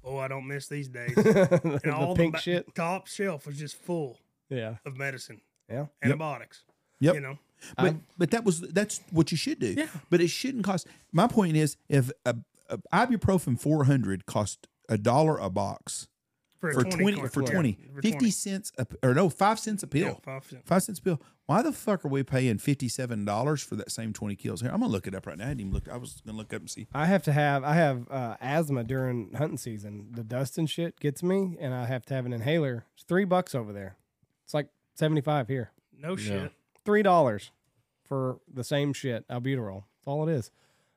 S3: "Oh, I don't miss
S2: <laughs>
S3: these days." and all
S1: pink
S3: ba-
S1: shit.
S3: top shelf was just full
S1: Yeah.
S3: of medicine,
S1: Yeah.
S3: antibiotics.
S2: Yep.
S3: You know,
S2: But but that was that's what you should do. But it shouldn't cost. My point is, if a, a ibuprofen four hundred cost a dollar a box
S3: for,
S2: for twenty,
S3: cart-
S2: for
S3: yeah,
S2: 20,
S3: for
S2: 50 cents a, or no five cents a pill.
S3: Yeah, five cents.
S2: five cents bill. Why the fuck are we paying fifty seven dollars for that same twenty kills? Here, I'm gonna look it up right now. I didn't even look. I was gonna look up and see.
S1: I have to have I have uh, asthma during hunting season. The dust and shit gets me, and I have to have an inhaler. It's three bucks over there. It's like seventy five here.
S3: No shit.
S1: Three dollars for the same shit. Albuterol. That's all it is.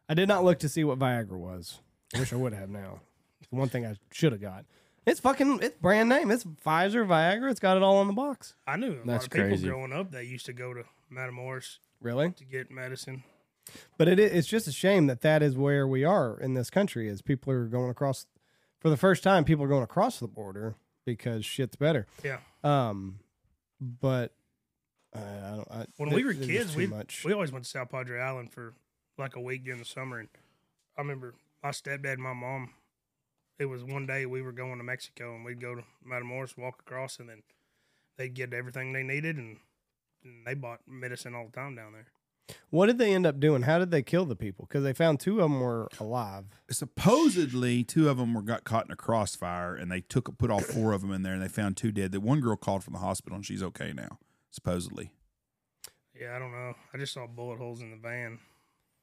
S1: I did not look to see what Viagra was. I wish I would have now. It's the one thing I should have got. It's fucking it's brand name. It's Pfizer Viagra. It's got it all on the box.
S3: I knew a
S4: That's
S3: lot of people
S4: crazy.
S3: growing up that used to go to Matamoros
S1: Really?
S3: to get medicine.
S1: But it, i- it's just a shame that that is where we are in this country. Is people are going across for the first time. People are going across the border because shit's better.
S3: Yeah.
S1: Um, but uh, I don't. I,
S3: When
S1: th-
S3: we were
S1: there's
S3: kids,
S1: too
S3: we
S1: much.
S3: we always went to South Padre Island for like a week during the summer, and I remember my stepdad and my mom. It was one day we were going to Mexico, and we'd go to Matamoros, walk across, and then they'd get everything they needed, and, and they bought medicine all the time down there.
S1: what did they end up doing? How did they kill the people? Because they found two of them were alive.
S2: Supposedly, two of them were got caught in a crossfire, and they took put all four of them in there, and they found two dead. The one girl called from the hospital, and she's okay now. Supposedly,
S3: Yeah, I don't know. I just saw bullet holes in the van.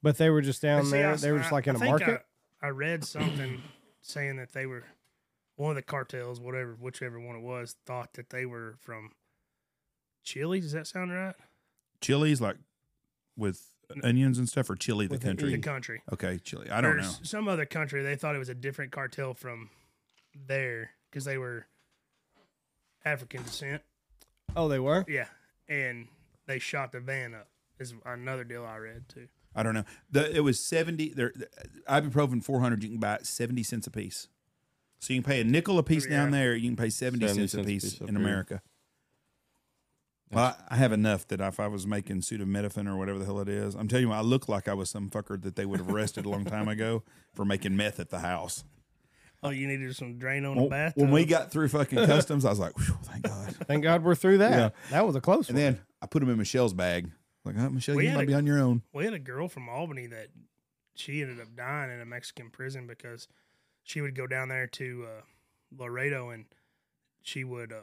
S1: But they were just down
S3: But see,
S1: there.
S3: I-
S1: they were just
S3: I-
S1: like in
S3: I
S1: a
S3: think
S1: market.
S3: I, I read something <coughs> saying that they were one of the cartels, whatever, whichever one it was, thought that they were from Chile. Does that sound right?
S2: chili's like with onions and stuff, or chili the
S1: With an
S2: country.
S3: The country.
S2: okay, chili. I don't
S3: or
S2: know.
S3: s- Some other country. They thought it was a different cartel from there because they were African descent.
S1: oh, they were.
S3: Yeah, and they shot the van up. Is another deal I read too.
S2: I don't know. The, it was seventy. There, ibuprofen four hundred. You can buy it seventy cents a piece. So you can pay a nickel a piece
S3: Yeah.
S2: down there. You can pay seventy,
S4: 70
S2: cents, a piece,
S4: up
S2: in
S4: here.
S2: America. Well, I, I have enough that if I was making pseudomethadone or whatever the hell it is, I'm telling you, what, I look like I was some fucker that they would have arrested a long time ago for making meth at the house.
S3: Oh, you needed some drain <laughs> on the
S2: When,
S3: bathtub.
S2: when we got through <laughs> fucking customs, I was like, "Whew, thank God.
S1: Thank God we're through that.
S2: Yeah.
S1: That was a close
S2: And
S1: one.
S2: then I put them in Michelle's bag. Like, huh, Michelle,
S3: We
S2: you
S3: had
S2: might
S3: a-
S2: be on your own.
S3: we had a girl from Albany that she ended up dying in a Mexican prison because she would go down there to uh, Laredo and she would uh,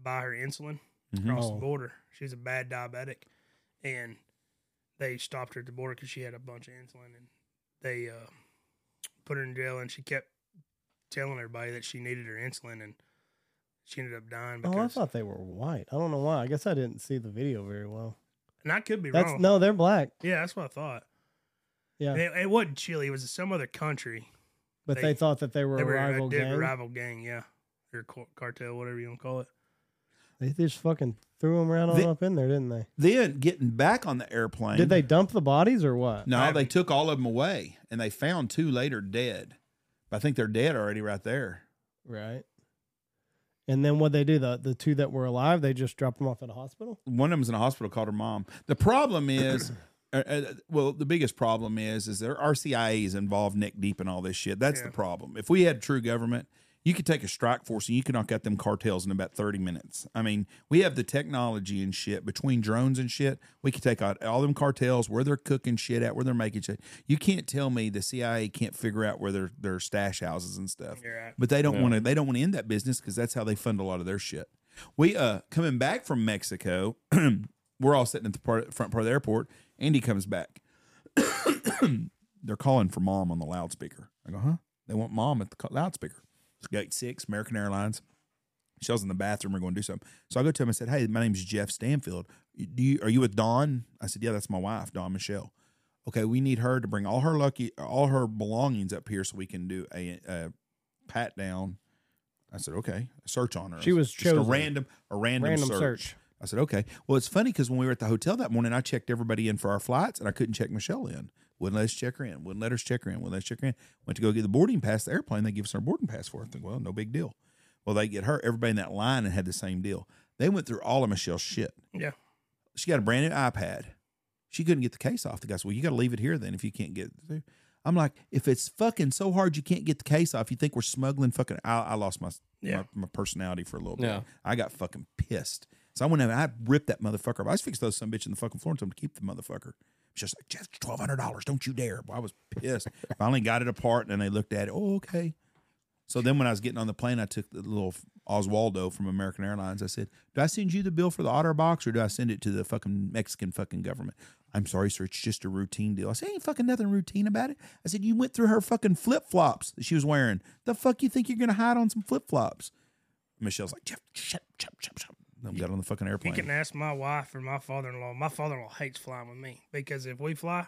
S3: buy her insulin across
S1: Oh.
S3: the border. She's a bad diabetic, and they stopped her at the border because she had a bunch of insulin, and they uh, put her in jail. And she kept telling everybody that she needed her insulin, and she ended up dying. Because,
S1: Oh, I thought they were white. I don't know why. I guess I didn't see the video very well.
S3: and I could be
S1: That's
S3: wrong.
S1: no, they're black.
S3: yeah, that's what I thought.
S1: Yeah.
S3: It, it wasn't Chile. It was some other country.
S1: But they,
S3: They-
S1: thought that they were
S3: They
S1: a
S3: were
S1: rival
S3: a di-
S1: gang.
S3: rival gang, yeah. Or co- cartel, whatever you want to call it.
S1: They just fucking threw them around all
S2: They-
S1: up in there, didn't they?
S2: Then getting back on the airplane.
S1: Did they dump the bodies or what?
S2: No, they took all of them away, and they found two later dead. But I think they're dead already right there.
S1: Right. And then what they do? The the two that were alive, they just dropped them off at a hospital.
S2: One of them's in a hospital called her mom. The problem is, uh, uh, well, the biggest problem is, is their RCIA is involved neck deep in all this shit. That's the
S3: Yeah.
S2: problem. If we had true government, you could take a strike force and you could knock out them cartels in about thirty minutes. I mean, we have the technology and shit between drones and shit. We could take out all them cartels where they're cooking shit at, where they're making shit. You can't tell me the CIA can't figure out where their their stash houses and stuff.
S3: You're right.
S2: But they don't
S4: Yeah.
S2: want to. They don't want to end that business because that's how they fund a lot of their shit. We uh coming back from Mexico, <clears throat> we're all sitting at the part, front part of the airport. Andy comes back. <coughs> They're calling for mom on the loudspeaker. I go, huh? They want mom at the co- loudspeaker. It's gate six, American Airlines. She was in the bathroom. We're going to do something. So I go to him and said, "Hey, my name's Jeff Stanfield. Do you are you with Dawn?" I said, "Yeah, that's my wife, Dawn Michelle." Okay, we need her to bring all her lucky, all her belongings up here so we can do a, a pat down. I said, "Okay, a search on her."
S1: She was
S2: just a
S1: chosen.
S2: random, a random,
S1: Random
S2: search.
S1: search.
S2: I said, "Okay." Well, it's funny because when we were at the hotel that morning, I checked everybody in for our flights, and I couldn't check Michelle in. Wouldn't let us check her in. Wouldn't let us check her in. Wouldn't let us check her in. Went to go get the boarding pass, the airplane. They give us our boarding pass for it. I think, well, no big deal. Well, they get her. Everybody in that line and had the same deal. They went through all of Michelle's shit.
S3: Yeah.
S2: She got a brand new iPad. She couldn't get the case off. The guy said, Well, you got to leave it here then if you can't get it. through." I'm like, if it's fucking so hard you can't get the case off, you think we're smuggling fucking. I, I lost my,
S3: Yeah.
S2: my my personality for a little bit.
S4: Yeah.
S2: I got fucking pissed. So I went out and I ripped that motherfucker up. I just fixed those some bitch in the fucking floor and told him to keep the motherfucker. She's just like, just $1,200. Don't you dare. Boy, I was pissed. <laughs> Finally got it apart and then they looked at it. Oh, okay. So then when I was getting on the plane, I took the little Oswaldo from American Airlines. I said, Do I send you the bill for the otter box or do I send it to the fucking Mexican fucking government? I'm sorry, sir. It's just a routine deal. I said, Ain't fucking nothing routine about it. I said, You went through her fucking flip flops that she was wearing. The fuck you think you're going to hide on some flip flops? Michelle's like, Chip, chip, chip, chip, chip. Then got on the fucking
S3: You
S2: airplane.
S3: can ask my wife or my father in law. My father in law hates flying with me because if we fly,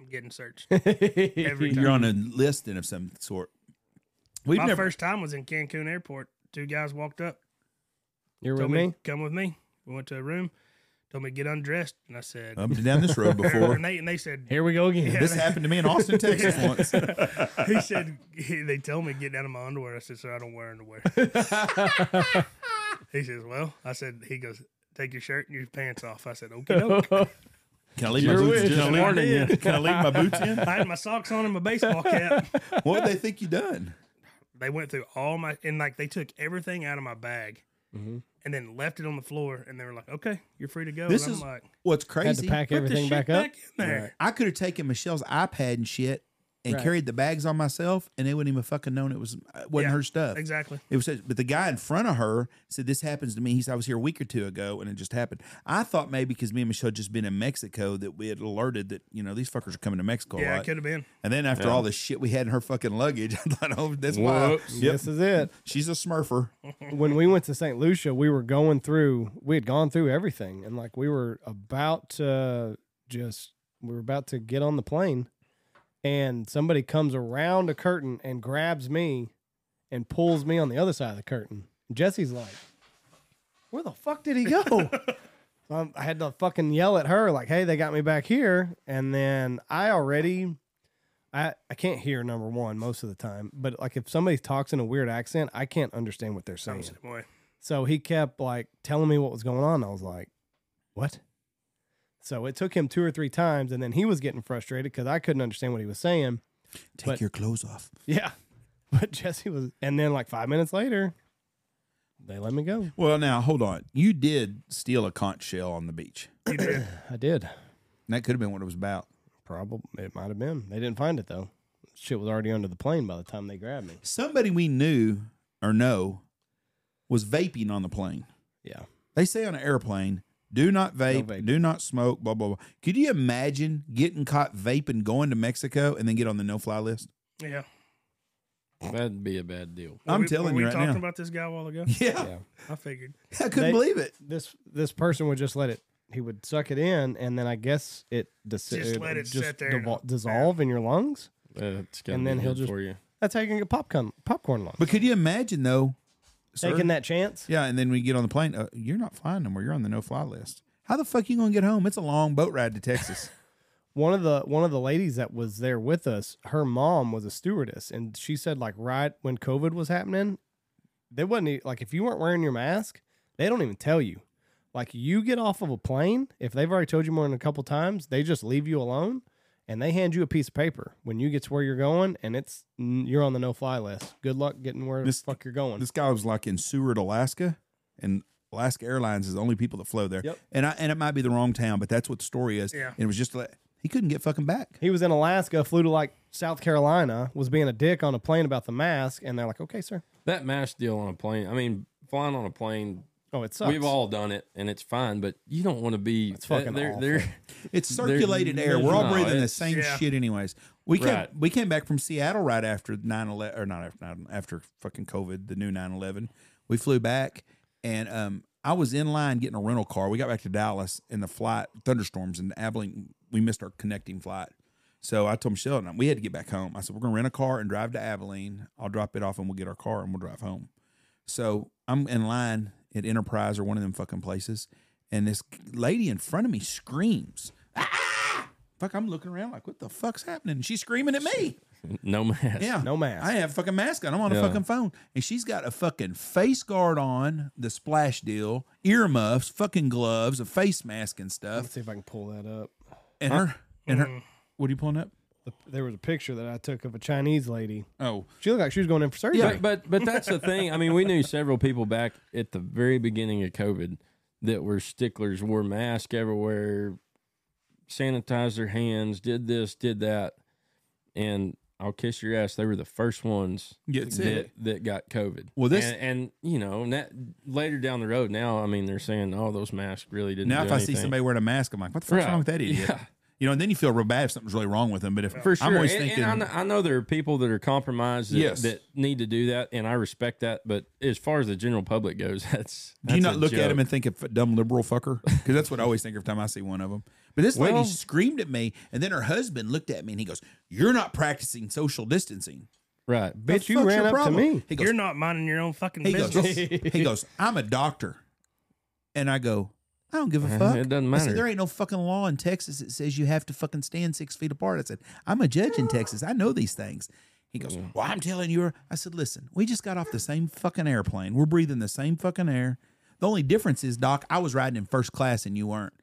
S3: I'm getting searched. Every time.
S2: You're on a list then of some sort. We've
S3: my
S2: never.
S3: first time was in Cancun Airport. Two guys walked up,
S1: <laughs> You're with
S3: told
S1: me.
S3: me, come with me. We went to a room, told me to get undressed, and I said,
S2: I've been down this road Uh, before. <laughs>
S3: <laughs> and they, and they said,
S1: Here we go again.
S2: this happened to me in Austin, Texas <laughs> once.
S3: he said, <laughs> they told me to get out of my underwear. I said, sir, I don't
S2: <laughs>
S3: wear underwear. he says, well, I said, he goes, take your shirt and your pants off. I said, okay,
S2: <laughs> Can I leave
S4: Your
S2: my boots
S4: wish
S2: just
S4: is
S2: on?
S4: warning you.
S2: Can I leave my boots in?
S3: I had my socks on and my baseball cap.
S2: <laughs> What would they think you done?
S3: They went through all my and like they took everything out of my bag
S2: Mm-hmm.
S3: and then left it on the floor and they were like, "Okay, you're free to go."
S2: This
S3: and
S2: is
S3: I'm like,
S2: what's crazy.
S1: Had to pack
S2: Put this
S1: everything
S2: shit
S1: back up.
S3: "Back in there."
S2: I could have taken Michelle's iPad and shit and
S1: Right.
S2: carried the bags on myself, and they wouldn't even fucking known it was it wasn't
S3: Yeah,
S2: her stuff.
S3: Exactly.
S2: It was, but the guy in front of her said, "This happens to me." He said, "I was here a week or two ago, and it just happened." I thought maybe because me and Michelle had just been in Mexico that we had alerted that you know these fuckers are coming to Mexico a
S3: Yeah, it
S2: lot.
S3: could have been.
S2: And then after all the shit we had in her fucking luggage, <laughs> I thought, "Oh, that's why."
S4: Whoops.
S2: Yep,
S1: This is it.
S2: she's a Smurfer.
S1: when we went to St. Lucia, we were going through, we had gone through everything. And like we were about to just, we were about to get on the plane. And somebody comes around a curtain and grabs me and pulls me on the other side of the curtain. Jesse's like, where the fuck did he go? um, I had to fucking yell at her, like, hey, they got me back here. And then I already I, I can't hear number one most of the time, but like if somebody talks in a weird accent, I can't understand what they're
S3: I'm
S1: saying.
S3: the same way.
S1: So he kept like telling me what was going on. I was like, what? So it took him two or three times, and then he was getting frustrated because I couldn't understand what he was saying.
S2: <laughs> Take
S1: But-
S2: your clothes off.
S1: Yeah. <laughs> But Jesse was, and then like five minutes later, they let me go.
S2: Well, now hold on. You did steal a conch shell on the beach.
S3: You did.
S2: <clears throat>
S1: I did.
S2: And that could have been what it was about.
S1: Probably it might have been. They didn't find it though. Shit was already under the plane by the time they grabbed me.
S2: Somebody we knew or know was vaping on the plane.
S1: Yeah.
S2: They say on an airplane, do not vape,
S1: vaping.
S2: do not smoke, blah, blah, blah. Could you imagine getting caught vaping, going to Mexico, and then get on the no fly list?
S3: Yeah.
S4: That'd be a bad deal.
S2: I'm
S3: Were we-
S2: telling
S3: were
S2: you
S3: we
S2: right
S3: talking
S2: now.
S3: about this guy a while ago?
S2: Yeah.
S1: Yeah.
S3: I figured.
S2: <laughs> I couldn't
S1: They-
S2: believe it.
S1: This this person would just let it. He would suck it in, and then I guess it dis-
S3: Just let it sit there and-
S1: divol- dissolve in your lungs.
S4: Uh, it's gotta
S1: And
S4: be
S1: then he'll
S4: good
S1: just-
S4: for you.
S1: That's how you can get popcorn popcorn lungs.
S2: But could you imagine, though? sir?
S1: Taking that chance.
S2: Yeah, and then we get on the plane. Uh, you're not flying no more. You're on the no fly list. How the fuck you gonna get home? It's a long boat ride to Texas.
S1: one of the one of the ladies that was there with us, her mom was a stewardess, and she said like right when COVID was happening, they wasn't e- like if you weren't wearing your mask, they don't even tell you. Like you get off of a plane, if they've already told you more than a couple times, they just leave you alone and they hand you a piece of paper when you get to where you're going, and it's n- you're on the no fly list. Good luck getting where
S2: This-
S1: the fuck you're going.
S2: <laughs> this guy was like in Seward, Alaska, and Alaska Airlines is the only people that flow there.
S1: Yep.
S2: And I and it might be the wrong town, but that's what the story is.
S3: Yeah.
S2: And it was just like he couldn't get fucking back.
S1: he was in Alaska, flew to like South Carolina, was being a dick on a plane about the mask, and they're like, "Okay, sir."
S4: That mask deal on a plane. I mean, flying on a plane.
S1: Oh, it sucks.
S4: We've all done it, and it's fine. But you don't want to be. It's
S1: fucking
S4: They're,
S1: awful.
S4: they're-
S2: It's circulated air.
S4: there's
S2: We're all
S4: no-
S2: breathing the
S4: it's-
S2: same
S3: yeah.
S2: shit, anyways. We came
S4: Right.
S2: we came back from Seattle right after nine eleven or not after 9/11, after fucking COVID, the new nine eleven. We flew back, and um, I was in line getting a rental car. We got back to Dallas, and the flight thunderstorms and Abilene. We missed our connecting flight, so I told Michelle and I, we had to get back home. I said we're gonna rent a car and drive to Abilene. I'll drop it off, and we'll get our car and we'll drive home. So I'm in line at Enterprise or one of them fucking places, and this lady in front of me screams. "Ah!" Fuck, I'm looking around like, what the fuck's happening? And she's screaming at me.
S4: <laughs> no mask.
S2: Yeah.
S1: No mask.
S2: I have a fucking mask on. I'm on a
S4: Yeah.
S2: fucking phone. And she's got a fucking face guard on, the splash deal, earmuffs, fucking gloves, a face mask and
S1: Let's
S2: stuff.
S1: see if I can pull that up.
S2: And her, and her, what are you pulling up?
S1: the, there was a picture that I took of a Chinese lady.
S2: Oh,
S1: She looked like she was going in for surgery.
S4: But, but but that's the thing. I mean, we knew several people back at the very beginning of COVID that were sticklers, wore masks everywhere, sanitized their hands, did this, did that, and I'll kiss your ass. They were the first ones
S2: That's
S4: that,
S2: it.
S4: that got COVID.
S2: Well, this-
S4: and, and, you know, and that later down the road. Now, I mean, they're saying, "Oh, those masks really didn't."
S2: now
S4: do
S2: if I see
S4: anything."
S2: somebody wearing a mask, I'm like, what the fuck's
S4: Right.
S2: wrong with that idiot?
S4: Yeah.
S2: You know, and then you feel real bad if something's really wrong with them. But if
S4: for sure,
S2: I'm always
S4: and,
S2: thinking,
S4: and I, kn- I know there are people that are compromised that,
S2: Yes.
S4: that need to do that, and I respect that. But as far as the general public goes, <laughs> that's,
S2: Do you
S4: that's
S2: not
S4: a
S2: look at him
S4: joke.
S2: and think of dumb liberal fucker? Because that's what I always think every time I see one of them. But this
S4: Well-
S2: lady screamed at me, and then her husband looked at me and he goes, "You're not practicing social distancing."
S4: right?
S2: The
S1: Bitch, you
S2: fuck's
S1: ran
S2: your
S1: up to
S2: problem?"
S1: me.
S2: He
S3: You're
S2: goes,
S3: not minding your own fucking
S2: he
S3: business.
S2: goes, <laughs> he goes, "I'm a doctor," and I go, "I don't give a
S4: Uh,
S2: fuck."
S4: it doesn't
S2: I said,
S4: matter.
S2: there ain't no fucking law in Texas that says you have to fucking stand six feet apart. I said, "I'm a judge in Texas. I know these things." He goes, "Well, I'm telling you." I said, "Listen, we just got off the same fucking airplane. We're breathing the same fucking air." The only difference is, Doc, I was riding in first class and you weren't.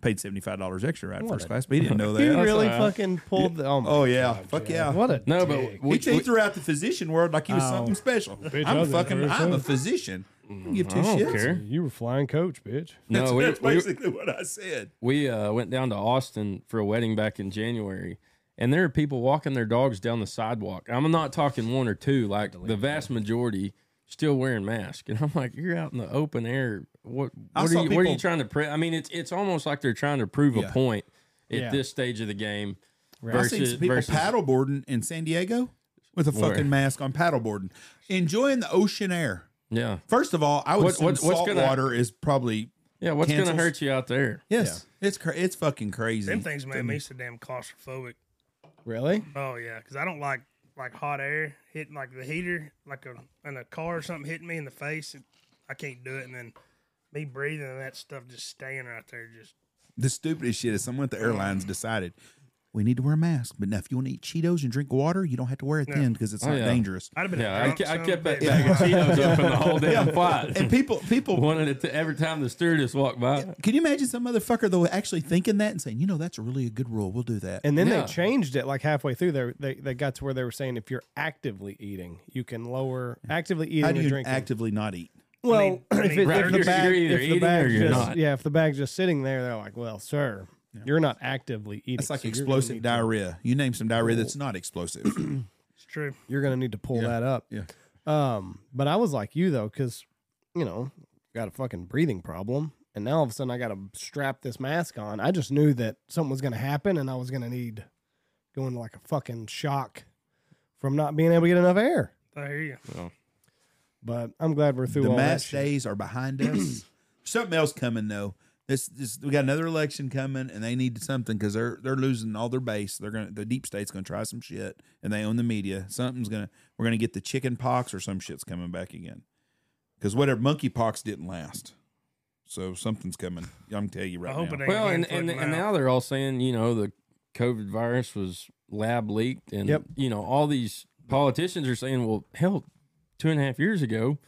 S2: Paid seventy five dollars extra ride first class, but he didn't know
S1: he
S2: that.
S1: really
S4: alright.
S1: fucking pulled the. Oh, my
S2: Oh yeah, fuck yeah.
S1: What a
S4: No, but
S1: dick.
S4: we,
S2: he, he threw out the physician word like he was something special.
S1: I
S2: I'm
S1: was
S2: fucking.
S1: there,
S2: I'm
S1: too.
S2: a physician. I don't give two
S4: I don't
S2: shits.
S4: care.
S1: you were flying coach, bitch.
S4: No,
S2: <laughs>
S4: we,
S2: That's
S4: we,
S2: basically what I said.
S4: we uh, went down to Austin for a wedding back in January, and there are people walking their dogs down the sidewalk. I'm not talking one or two, like the vast majority still wearing masks. <laughs> And I'm like, you're out in the open air. What,
S2: I
S4: what, are,
S2: saw
S4: you, what are you
S2: people-
S4: trying to pre? I mean, it's it's almost like they're trying to prove
S2: Yeah.
S4: a point at
S1: Yeah.
S4: this stage of the game.
S2: I've seen
S4: Versus,
S2: some people
S4: versus-
S2: paddleboarding in San Diego with a fucking
S4: Where?
S2: mask on, paddleboarding, enjoying the ocean air.
S4: yeah,
S2: First of all, I would
S4: What-
S2: assume
S4: what's- what's
S2: salt
S4: gonna-
S2: water is probably
S4: yeah. What's going to
S2: Cancels.
S4: hurt you out there?
S2: yes. It's cra- it's fucking crazy.
S3: Them things made me so damn claustrophobic.
S1: Really?
S3: Oh yeah, because I don't like like hot air hitting like the heater, like a in a car or something hitting me in the face. It, I can't do it, and then me breathing and that stuff just staying right there. Just
S2: The stupidest shit is someone at the airlines decided we need to wear a mask, but now if you want to eat Cheetos and drink water, you don't have to wear it then because it's
S4: Oh,
S2: not
S4: yeah.
S2: dangerous.
S3: I'd have been.
S4: Yeah,
S3: a
S4: I,
S3: drunk
S4: ke- I
S3: son of
S4: kept
S3: a
S4: that
S3: bitch.
S4: bag of
S2: <laughs>
S4: Cheetos open the whole damn flight. <laughs>
S2: And people people
S4: One at a t- every time the stewardess walked by.
S2: Can you imagine some motherfucker though actually thinking that and saying, you know, that's really a good rule. We'll do that.
S1: And then
S4: Yeah.
S1: they changed it like halfway through. There, they they got to where they were saying if you're actively eating, you can lower actively eating
S2: How do
S1: or
S2: you
S1: drinking.
S2: actively not eat?
S1: well,
S3: I mean,
S1: <clears throat> if, it,
S3: right,
S1: if
S4: you're-
S1: the bag,
S4: you're either
S1: if the
S4: eating or
S1: bag's
S4: you're
S1: just,
S4: not.
S1: yeah, if the bag's just sitting there, they're like, well, sir, You're not actively eating.
S2: It's like
S1: so you're gonna
S2: explosive
S1: need-
S2: diarrhea. You name some diarrhea that's
S1: <clears throat>
S2: not explosive.
S3: It's true.
S1: You're going to need to pull
S2: Yeah.
S1: that up.
S2: Yeah.
S1: Um, but I was like you though, because you know, got a fucking breathing problem, and now all of a sudden I got to strap this mask on. I just knew that something was going to happen, and I was going to need go into like a fucking shock from not being able to get enough air.
S3: I hear you.
S1: But I'm glad we're through
S2: the
S1: all that
S2: mask
S1: shit.
S2: days are behind
S1: <clears throat>
S2: us. Something else coming though. This, this we got another election coming, and they need something because they're they're losing all their base. They're gonna the deep state's gonna try some shit, and they own the media. Something's gonna we're gonna get the chicken pox or some shit's coming back again. Because whatever monkey pox didn't last, so something's coming. I'm tell you right
S3: I hope
S2: now.
S3: it ain't.
S4: Well,
S3: hand,
S4: and,
S3: foot,
S4: and, and
S3: mouth.
S4: now they're all saying, you know, the COVID virus was lab leaked. And,
S1: Yep.
S4: you know, all these politicians are saying, well, hell, two and a half years ago,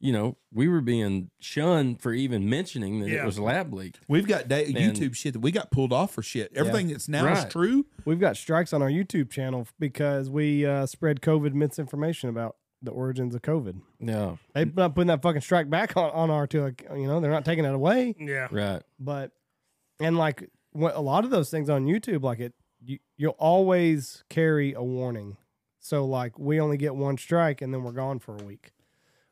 S4: you know, we were being shunned for even mentioning that
S3: Yeah.
S4: it was lab leaked.
S2: We've got da-
S4: And-
S2: YouTube shit that we got pulled off for shit. Everything that's now
S4: Right.
S2: is true.
S1: We've got strikes on our YouTube channel because we uh, spread COVID misinformation about the origins of COVID.
S4: Yeah.
S1: They're
S2: Mm.
S1: not putting that fucking strike back on, on our to like, you know, they're not taking it away.
S3: Yeah.
S4: Right.
S1: But and like what, a lot of those things on YouTube, like it, you, you'll always carry a warning. So like we only get one strike and then we're gone for a week.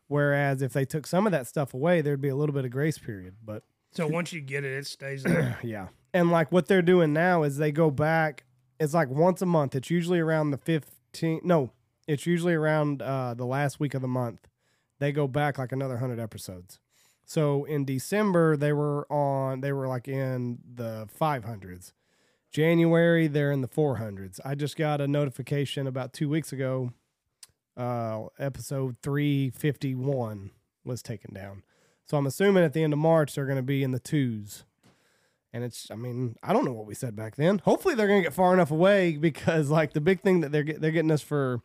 S1: Whereas if they took some of that stuff away, there'd be a little bit of grace period. But
S3: So once you get it, it stays there.
S1: yeah. And like what they're doing now is they go back. It's like once a month. It's usually around the 15th. No, it's usually around uh, the last week of the month. They go back like another 100 episodes. So in December, they were on, they were like in the 500s. January, they're in the 400s. I just got a notification about two weeks ago. Uh, episode 351 was taken down. So I'm assuming at the end of March, they're going to be in the twos. And it's, I mean, I don't know what we said back then. Hopefully, they're going to get far enough away <laughs> because, like, the big thing that they're get, they're getting us for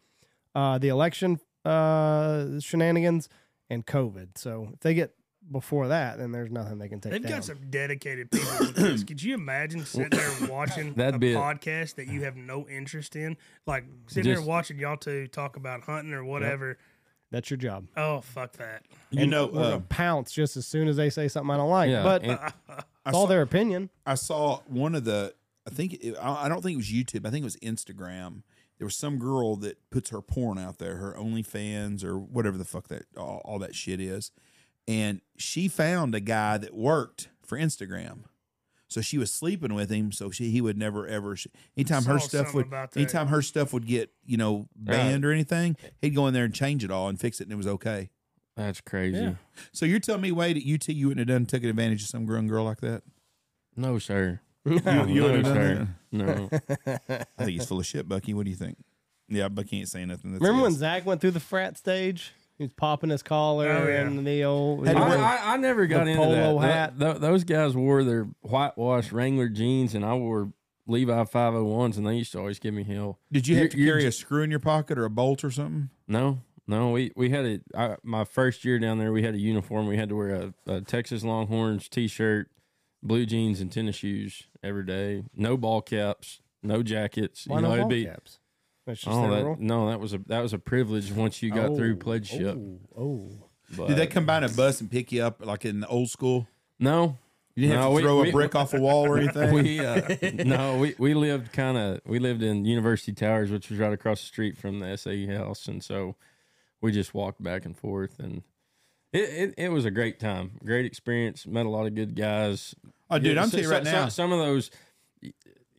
S1: uh, the election uh, shenanigans and COVID. So if they get before that, then there's nothing they can take.
S3: They've
S1: down.
S3: got some dedicated people with this. Could you imagine sitting
S4: <coughs>
S3: there watching
S4: That'd
S3: a
S4: be it.
S3: podcast that you have no interest in? Like sitting there
S4: Just-
S3: watching y'all two talk about hunting or whatever.
S1: That's your job.
S3: Oh fuck that.
S2: You know,
S1: we're
S2: uh,
S1: gonna pounce just as soon as they say something I don't like.
S4: Yeah.
S1: but uh,
S4: and-
S1: it's all their opinion.
S2: I saw one of the. I think it, I I don't think it was YouTube. I think it was Instagram. There was some girl that puts her porn out there, her OnlyFans or whatever the fuck that all, all that shit is, and she found a guy that worked for Instagram. So she was sleeping with him, so she he would never ever. sh- Anytime her
S3: Saw
S2: stuff
S3: something
S2: would,
S3: about that.
S2: anytime her stuff would get you know banned or anything, he'd go in there and change it all and fix it, and it was okay.
S4: That's crazy.
S2: Yeah. So you're telling me, Wade, at UT, you wouldn't have done taken advantage of some grown girl like that?
S4: No, sir.
S1: <laughs>
S2: You, you
S4: no,
S2: wouldn't have done
S4: sir.
S2: that?
S4: No.
S2: I think he's full of shit, Bucky. What do you think? Yeah, Bucky ain't saying nothing. That's
S1: Remember when
S2: yes.
S1: Zach went through the frat stage? He was popping his collar
S3: Oh,
S1: <laughs>
S3: yeah.
S1: and the old.
S2: Had
S4: I,
S2: to wear-
S4: I, I never got into
S1: polo
S4: that. Tho-
S1: hat.
S4: tho- those guys wore their whitewashed Wrangler jeans, and I wore Levi 501s, and they used to always give me hell.
S2: Did you have
S4: You're-
S2: to
S4: you're
S2: carry a screw in your pocket or a bolt or something?
S4: No, no, we we had it. I, my first year down there, we had a uniform. We had to wear a, a Texas Longhorns t-shirt, blue jeans, and tennis shoes every day. No ball caps, no jackets.
S1: Why
S4: you
S1: no
S4: know,
S1: ball
S4: it'd be
S1: caps? That's just
S4: oh,
S1: their
S4: that,
S1: rule.
S4: no, that was a that was a privilege once you got through
S1: Oh,
S4: pledge ship.
S1: Oh, oh.
S4: But
S2: Did they come by in a bus and pick you up like in the old school?
S4: no,
S2: You didn't have
S4: No,
S2: to
S4: we-
S2: throw a
S4: we-
S2: brick off a wall or anything.
S4: <laughs> we uh, no we, we lived kind of we lived in University Towers, which was right across the street from the SAE house, and so we just walked back and forth, and it it, it was a great time, great experience. Met a lot of good guys.
S2: oh, dude,
S4: Yeah,
S2: I'm
S4: so-
S2: telling you
S4: so-
S2: right
S4: so-
S2: now.
S4: some of those.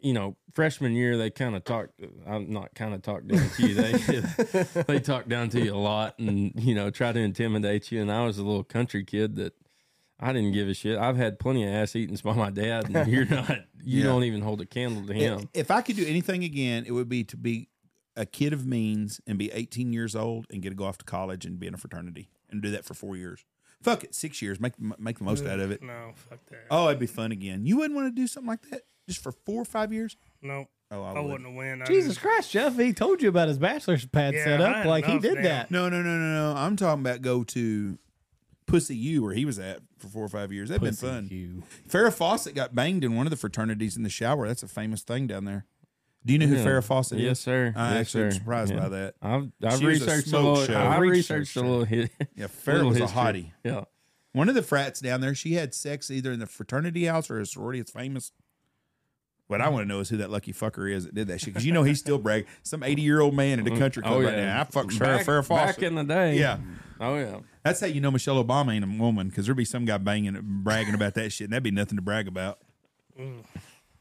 S4: You know, freshman year they kind of talked. I'm not kind of talked down to you. They <laughs> they talked down to you a lot, and you know, try to intimidate you. And I was a little country kid that I didn't give a shit. I've had plenty of ass eatings by my dad, and
S2: <laughs>
S4: you're not. You
S2: Yeah.
S4: don't even hold a candle to
S2: If-
S4: him.
S2: If I could do anything again, it would be to be a kid of means and be 18 years old and get to go off to college and be in a fraternity and do that for four years. Fuck it, six years. Make make the most out of it.
S3: No, fuck that.
S2: Oh, it'd be fun again. You wouldn't want to do something like that just for four or five years?
S3: no,
S2: Oh,
S3: I wouldn't have win. I
S1: Jesus
S3: just-
S1: Christ, Jeff! He told you about his bachelor's pad
S3: Yeah,
S1: set
S3: I
S1: up.
S3: had
S1: Like he
S3: enough
S1: did
S3: now.
S1: that.
S2: No, no, no, no, no. I'm talking about go to Pussy U where he was at for four or five years. That'd been fun.
S1: You.
S2: Farrah Fawcett got banged in one of the fraternities in the shower. That's a famous thing down there. Do you know who
S4: Yeah.
S2: Farrah Fawcett
S4: Yes,
S2: is?
S4: sir.
S2: I
S4: Yes,
S2: actually am
S4: sir.
S2: surprised
S4: Yeah.
S2: by that.
S4: I've I've
S2: She was a
S4: researched a,
S2: smoke
S4: little.
S2: show.
S4: I've
S1: Researched
S4: researched a
S1: her.
S4: little hit.
S2: <laughs> Yeah, Farrah
S4: little
S2: was a
S4: history.
S2: hottie.
S4: Yeah.
S2: One of the frats down there, she had sex either in the fraternity house or a sorority. It's famous.
S5: What I want to know is who that lucky fucker is that did that shit. Because you know he's still bragging. Some 80 year old man in a country club
S4: Oh,
S5: right
S4: yeah.
S5: now. I fucked Farrah,
S4: Back,
S5: Farrah Fawcett.
S4: back in the day.
S5: Yeah.
S4: Oh yeah.
S5: That's how you know Michelle Obama ain't a woman, because there'd be some guy banging, bragging about that shit, and that'd be nothing to brag about. Can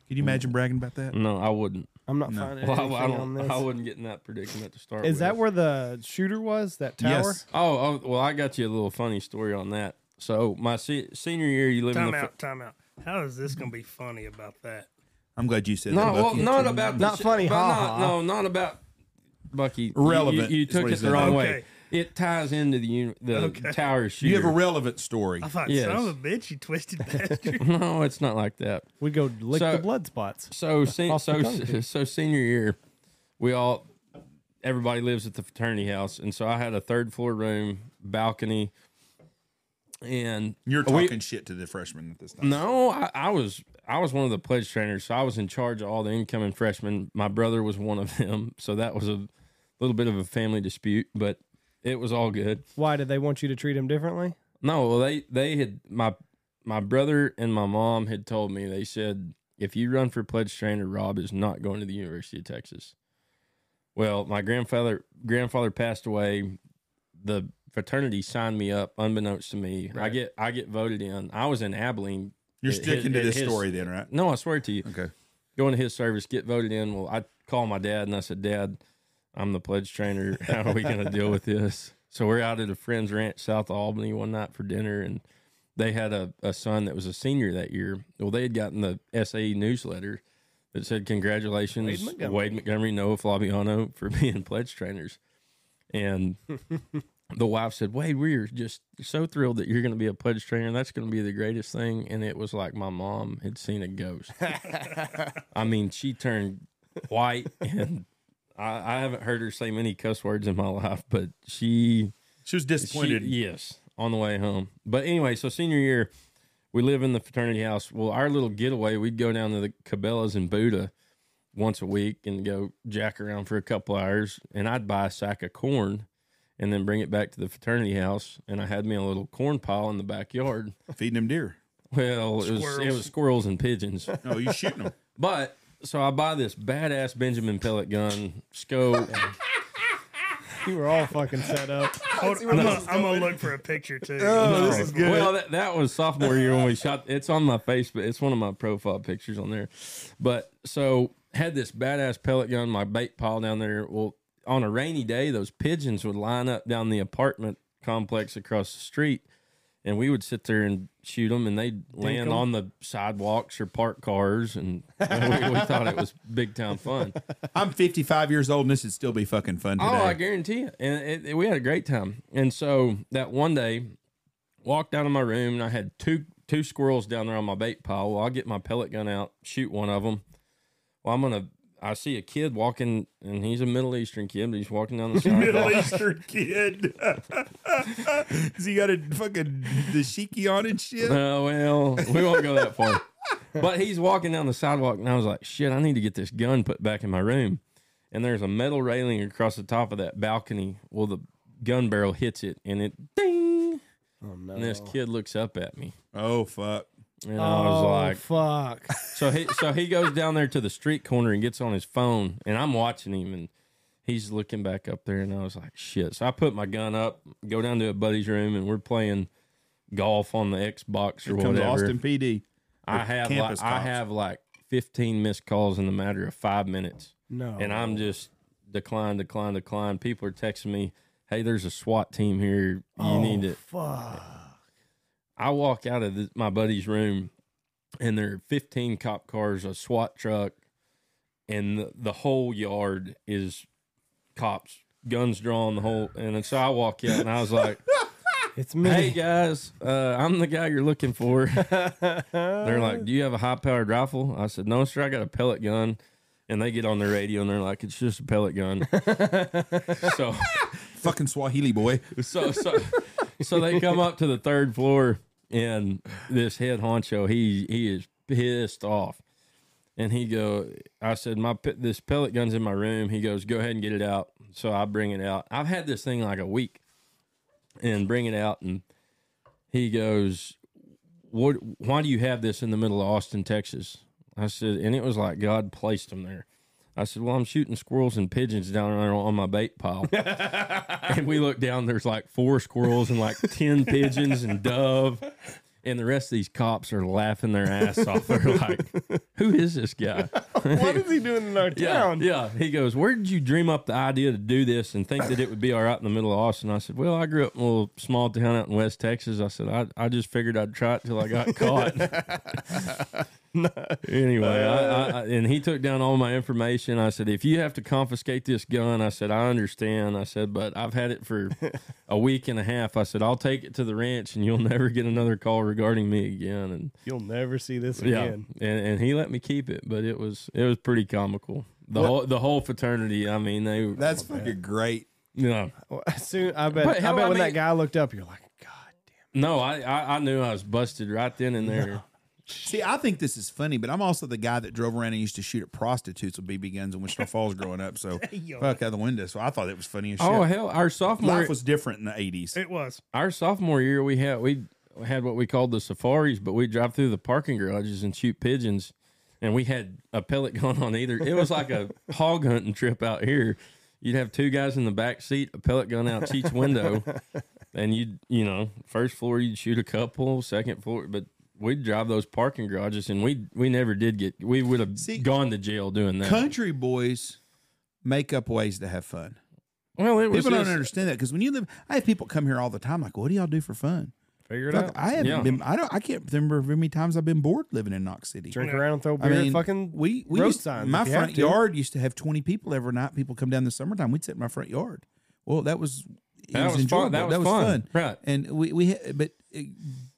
S5: you imagine bragging about that?
S4: No, I wouldn't.
S1: I'm not finding
S4: Well, I,
S1: anything
S4: I
S1: on
S4: don't.
S1: this.
S4: I wouldn't get in that predicament to start.
S1: Is
S4: with.
S1: that where the shooter was? That tower?
S5: Yes.
S4: Oh, oh, well, I got you a little funny story on that. So my se- senior year, you live in
S3: Time
S4: the.
S3: out, time out. How is this gonna be funny about that?
S5: I'm glad you said
S4: No,
S5: that.
S4: well,
S5: Bucky.
S4: not about the
S1: Not
S4: shi-
S1: funny,
S4: but
S1: ha-ha.
S4: not- No, not about Bucky. You-
S5: Relevant
S4: You, you
S5: is
S4: took
S5: what he
S4: it the
S5: said.
S4: wrong
S3: Okay.
S4: way. It ties into the uni- the
S3: Okay.
S4: tower shooter.
S5: you have a relevant story.
S3: I thought,
S4: Yes.
S3: son of a bitch, you
S4: <laughs>
S3: twisted bastard.
S4: no, it's not like that.
S1: We go lick
S4: So-
S1: the blood spots.
S4: So sen-
S1: Off the
S4: so
S1: tongue, dude.
S4: so senior year, we all everybody lives at the fraternity house, and so I had a third floor room balcony, and
S5: You're
S4: we-
S5: talking shit to the freshmen at this time.
S4: No, I, I was I was one of the pledge trainers, so I was in charge of all the incoming freshmen. My brother was one of them, so that was a little bit of a family dispute, but it was all good.
S1: Why did they want you to treat him differently?
S4: No, well they they had my my brother and my mom had told me they said if you run for pledge trainer, Rob is not going to the University of Texas. Well, my grandfather grandfather passed away. The fraternity signed me up, unbeknownst to me. I get I get voted in. I was in Abilene.
S5: You're
S4: It- it-
S5: sticking
S4: it-
S5: to this
S4: his-
S5: story then, right?
S4: No, I swear to you
S5: Okay.
S4: going to his service, get voted in. Well, I call my dad and I said, Dad, I'm the pledge trainer. <laughs> How are we going to deal with this? So we're out at a friend's ranch south of Albany one night for dinner, and they had a, a son that was a senior that year. Well, they had gotten the SAE newsletter that said, Congratulations, Wade
S1: Wade
S4: Montgomery,
S1: Montgomery.
S4: Noah Flaviano, for <laughs> being pledge trainers. And the wife said, Wade, we're just so thrilled that you're going to be a pledge trainer. That's going to be the greatest thing. And it was like my mom had seen a ghost. I mean, she turned white, and I, I haven't heard her say many cuss words in my life, but she,
S5: She was
S4: she-
S5: disappointed.
S4: yes, on the way home. But anyway, so senior year, we live in the fraternity house. Well, our little getaway, we'd go down to the Cabela's in Buda once a week and go jack around for a couple hours, and I'd buy a sack of corn. And then bring it back to the fraternity house, and I had me a little corn pile in the backyard.
S5: Feeding them deer.
S4: Well, it was it
S3: Squirrels.
S4: was squirrels and pigeons.
S5: No, you shooting them.
S4: But so I buy this badass Benjamin pellet gun, scope.
S1: You were all fucking set up.
S3: Hold, I'm, gonna, I'm gonna look for a picture too.
S4: Oh,
S5: this is good.
S4: well, that, that was sophomore year when we shot. It's on my Facebook. It's one of my profile pictures on there. But so had this badass pellet gun, my bait pile down there. Well, on a rainy day, those pigeons would line up down the apartment complex across the street, and we would sit there and shoot them, and they'd land on the sidewalks or parked cars, and <laughs> we, we thought it was big time fun.
S5: <laughs> I'm 55 years old and this would still be fucking fun today.
S4: Oh, I guarantee it. And it, it- we had a great time. And so that one day, walked down to my room and I had two two squirrels down there on my bait pile. Well, I get my pellet gun out, shoot one of them. Well, I'm gonna. I see a kid walking, and he's a Middle Eastern kid, but he's walking down the
S5: <laughs> Middle
S4: sidewalk.
S5: Eastern kid. <laughs> Has he got a fucking dashiki on
S4: <laughs>
S5: and shit?
S4: Oh well, we won't go that far. But he's walking down the sidewalk, and I was like, "Shit, I need to get this gun put back in my room." And there's a metal railing across the top of that balcony. Well, the gun barrel hits it, and it ding.
S1: Oh no.
S4: And this kid looks up at me,
S5: Oh, fuck.
S4: and I
S5: Oh.
S4: was like,
S1: Oh, fuck.
S4: "So he, so he goes down there to the street corner and gets on his phone, and I'm watching him, and he's looking back up there, and I was like, shit." So I put my gun up, go down to a buddy's room, and we're playing golf on the Xbox or
S5: Here comes
S4: whatever.
S5: Austin PD.
S4: I
S5: with
S4: have like,
S5: campus
S4: I
S5: cops.
S4: have like 15 missed calls in the matter of five minutes,
S5: Oh.
S1: No.
S4: <laughs> and I'm just decline, decline, decline. People are texting me, "Hey, there's a SWAT team here. You
S5: Oh.
S4: need it."
S1: Oh, Fuck.
S4: I walk out of the, my buddy's room, and there are 15 cop cars, a SWAT truck, and the, the whole yard is cops, guns drawn, the whole. And then so I walk out, and I was like,
S1: It's me.
S4: "Hey guys, uh, I'm the guy you're looking for." They're like, "Do you have a high-powered rifle?" I said, "No, sir. I got a pellet gun." And they get on their radio, and they're like, "It's just a pellet gun." so.
S5: Fucking Swahili boy.
S4: So so so they come up to the third floor and this head honcho he he is pissed off. And he go I said my pe- this pellet gun's in my room. He goes go ahead and get it out. So I bring it out. I've had this thing like a week and bring it out and he goes what why do you have this in the middle of Austin, Texas? I said, and it was like God placed them there. I said, well, I'm shooting squirrels and pigeons down there on my bait pile. <laughs> and we look down, there's like four squirrels and like 10 pigeons and dove. And the rest of these cops are laughing their ass off. They're like, who is this guy?
S1: <laughs> What is he doing in our
S4: <laughs> Yeah,
S1: town?
S4: yeah. He goes, "Where did you dream up the idea to do this and think that it would be all right in the middle of Austin?" I said, "Well, I grew up in a little small town out in West Texas." I said, "I, I just figured I'd try it till I got caught." <laughs> anyway, I, I, I, and he took down all my information. I said, "If you have to confiscate this gun," I said, "I understand." I said, "But I've had it for a week and a half." I said, "I'll take it to the ranch, and you'll <laughs> never get another call regarding me again." And
S1: You'll never see this
S4: yeah,
S1: again.
S4: and and he let me keep it, but it was it was pretty comical. The whole the whole fraternity. I mean, they
S2: That's fucking great.
S4: yeah.
S1: Well, soon, I bet.
S4: But
S1: I
S4: hell,
S1: bet
S4: I
S1: when that
S4: mean-
S1: guy looked up, you're like, God
S4: No, I, I I knew I was busted right then and there.
S2: See, I think this is funny, but I'm also the guy that drove around and used to shoot at prostitutes with BB guns in Wichita Falls growing up.
S4: <laughs>
S2: So fuck out the window. So I thought it was funny as shit.
S4: Oh hell, our sophomore
S2: Life was different in the 80s.
S3: It was.
S4: our sophomore year we had we had what we called the safaris, but we drive through the parking garages and shoot pigeons, and we had a pellet <laughs> gun on either. It was
S2: <laughs>
S4: like a hog hunting trip out here. You'd have two guys in the back seat, a pellet gun out each
S2: <laughs>
S4: window, and you'd you know first floor you'd shoot a couple, second floor, but we'd drive those parking garages, and we we never did get we would have
S2: See,
S4: gone to jail doing that.
S2: Country boys make up ways to have fun.
S4: well, it was
S2: People don't
S4: just-
S2: understand that because when you live, I have people come here all the time. Like, what do y'all do for fun?
S1: Figure it
S2: Fuck,
S1: out.
S2: I haven't
S4: Yeah.
S2: been. I don't. I can't remember how many times I've been bored living in Knox City.
S1: Drink
S3: Yeah.
S1: around, throw
S2: I
S1: beer,
S2: mean,
S1: fucking.
S2: we we
S1: road
S2: used,
S1: signs
S2: my
S1: if you have
S2: front
S1: to.
S2: yard used to have twenty people every night. People come down the summertime. We'd sit in my front yard. Well, that was it
S4: That was
S2: enjoyable.
S4: fun. That was fun. Right.
S2: And we we had- but uh,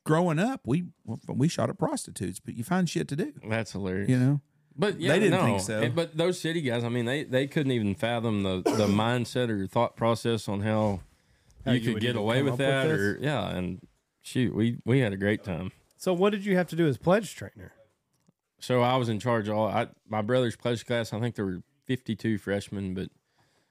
S2: growing up, we we shot at prostitutes. But you find shit to do.
S4: that's hilarious.
S2: You know.
S4: But yeah,
S2: They didn't
S4: no.
S2: think so.
S4: And- But those city guys, I mean, they, they couldn't even fathom the, the mindset or thought process on how, you,
S1: you
S4: could
S1: would
S4: get
S1: even
S4: away
S1: come
S4: with
S1: up with
S4: that.
S1: this?
S4: or yeah, and shoot, we we had a great time.
S1: So what did you have to do as pledge trainer?
S4: So I was in charge of all. I, my brother's pledge class. I think there were fifty two freshmen, but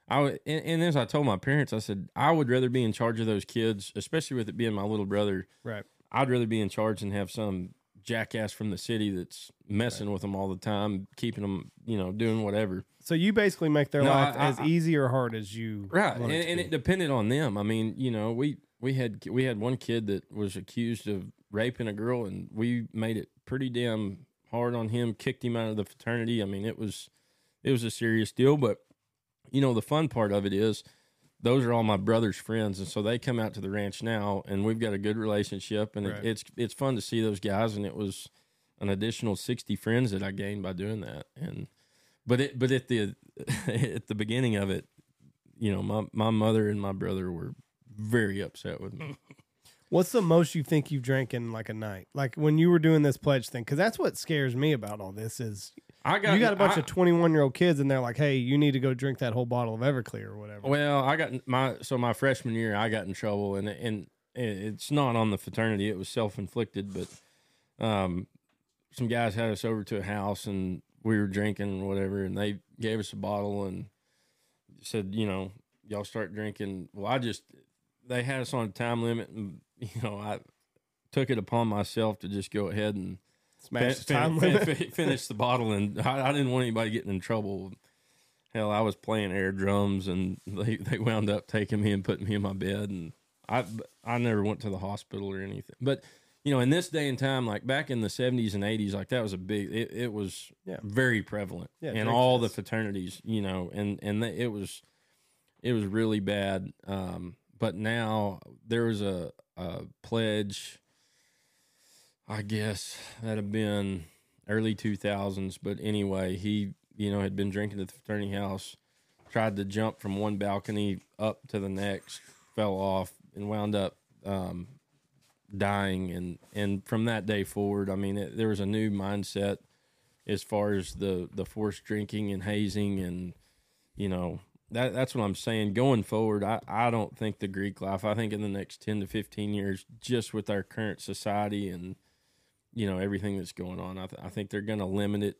S4: I wa- and, and as I told my parents, I said I would rather be in charge of those kids, especially with it being my little brother.
S1: Right.
S4: I'd rather be in charge than have some jackass from the city that's messing with them all the time, keeping them, you know, doing whatever.
S1: So you basically make their
S4: No,
S1: life
S4: I- I-
S1: as easy or hard as you
S4: right and,
S1: want it to
S4: and
S1: be.
S4: it depended on them i mean you know we we had we had one kid that was accused of raping a girl and we made it pretty damn hard on him kicked him out of the fraternity i mean it was it was a serious deal but you know the fun part of it is those are all my brother's friends and so they come out to the ranch now and we've got a good relationship and
S1: Right.
S4: it, it's it's fun to see those guys and it was an additional 60 friends that I gained by doing that and but it but at the <laughs> at the beginning of it you know my my mother and my brother were very upset with me
S1: What's the most you think you've drank in like a night? Like when you were doing this pledge thing, because that's what scares me about all this is
S4: <laughs> I
S1: you got a bunch
S4: I-
S1: of twenty one year old kids and they're like, hey, you need to go drink that whole bottle of Everclear or whatever.
S4: Well, I got my so my freshman year, I got in trouble, and and it's not on the fraternity; it was self inflicted. But um, some guys had us over to a house, and we were drinking and whatever, and they gave us a bottle and said, you know, y'all start drinking. Well, I just they had us on a time limit, and you know, I took it upon myself to just go ahead and
S1: Smash the
S4: fin-
S1: time
S4: fin- <laughs>
S1: limit.
S4: fin- finish the bottle, and I, I didn't want anybody getting in trouble. Hell, I was playing air drums, and they, they wound up taking me and putting me in my bed, and I I never went to the hospital or anything. But you know, in this day and time, like back in the seventies and eighties, like that was a big. It, it was
S1: Yeah.
S4: very prevalent
S1: Yeah,
S4: in
S1: drink
S4: all the
S1: fest.
S4: fraternities, you know, and and they, it was it was really bad. Um, but now there was a, a pledge, I guess that'd have been early two thousands. But anyway, he you know had been drinking at the fraternity house, tried to jump from one balcony up to the next, fell off, and wound up um, dying. And and from that day forward, I mean, it, there was a new mindset as far as the the forced drinking and hazing and you know that that's what I'm saying. Going forward, I, I don't think the Greek life. I think in the next ten to fifteen years, just with our current society and you know everything that's going on, I, th- I think they're going to limit it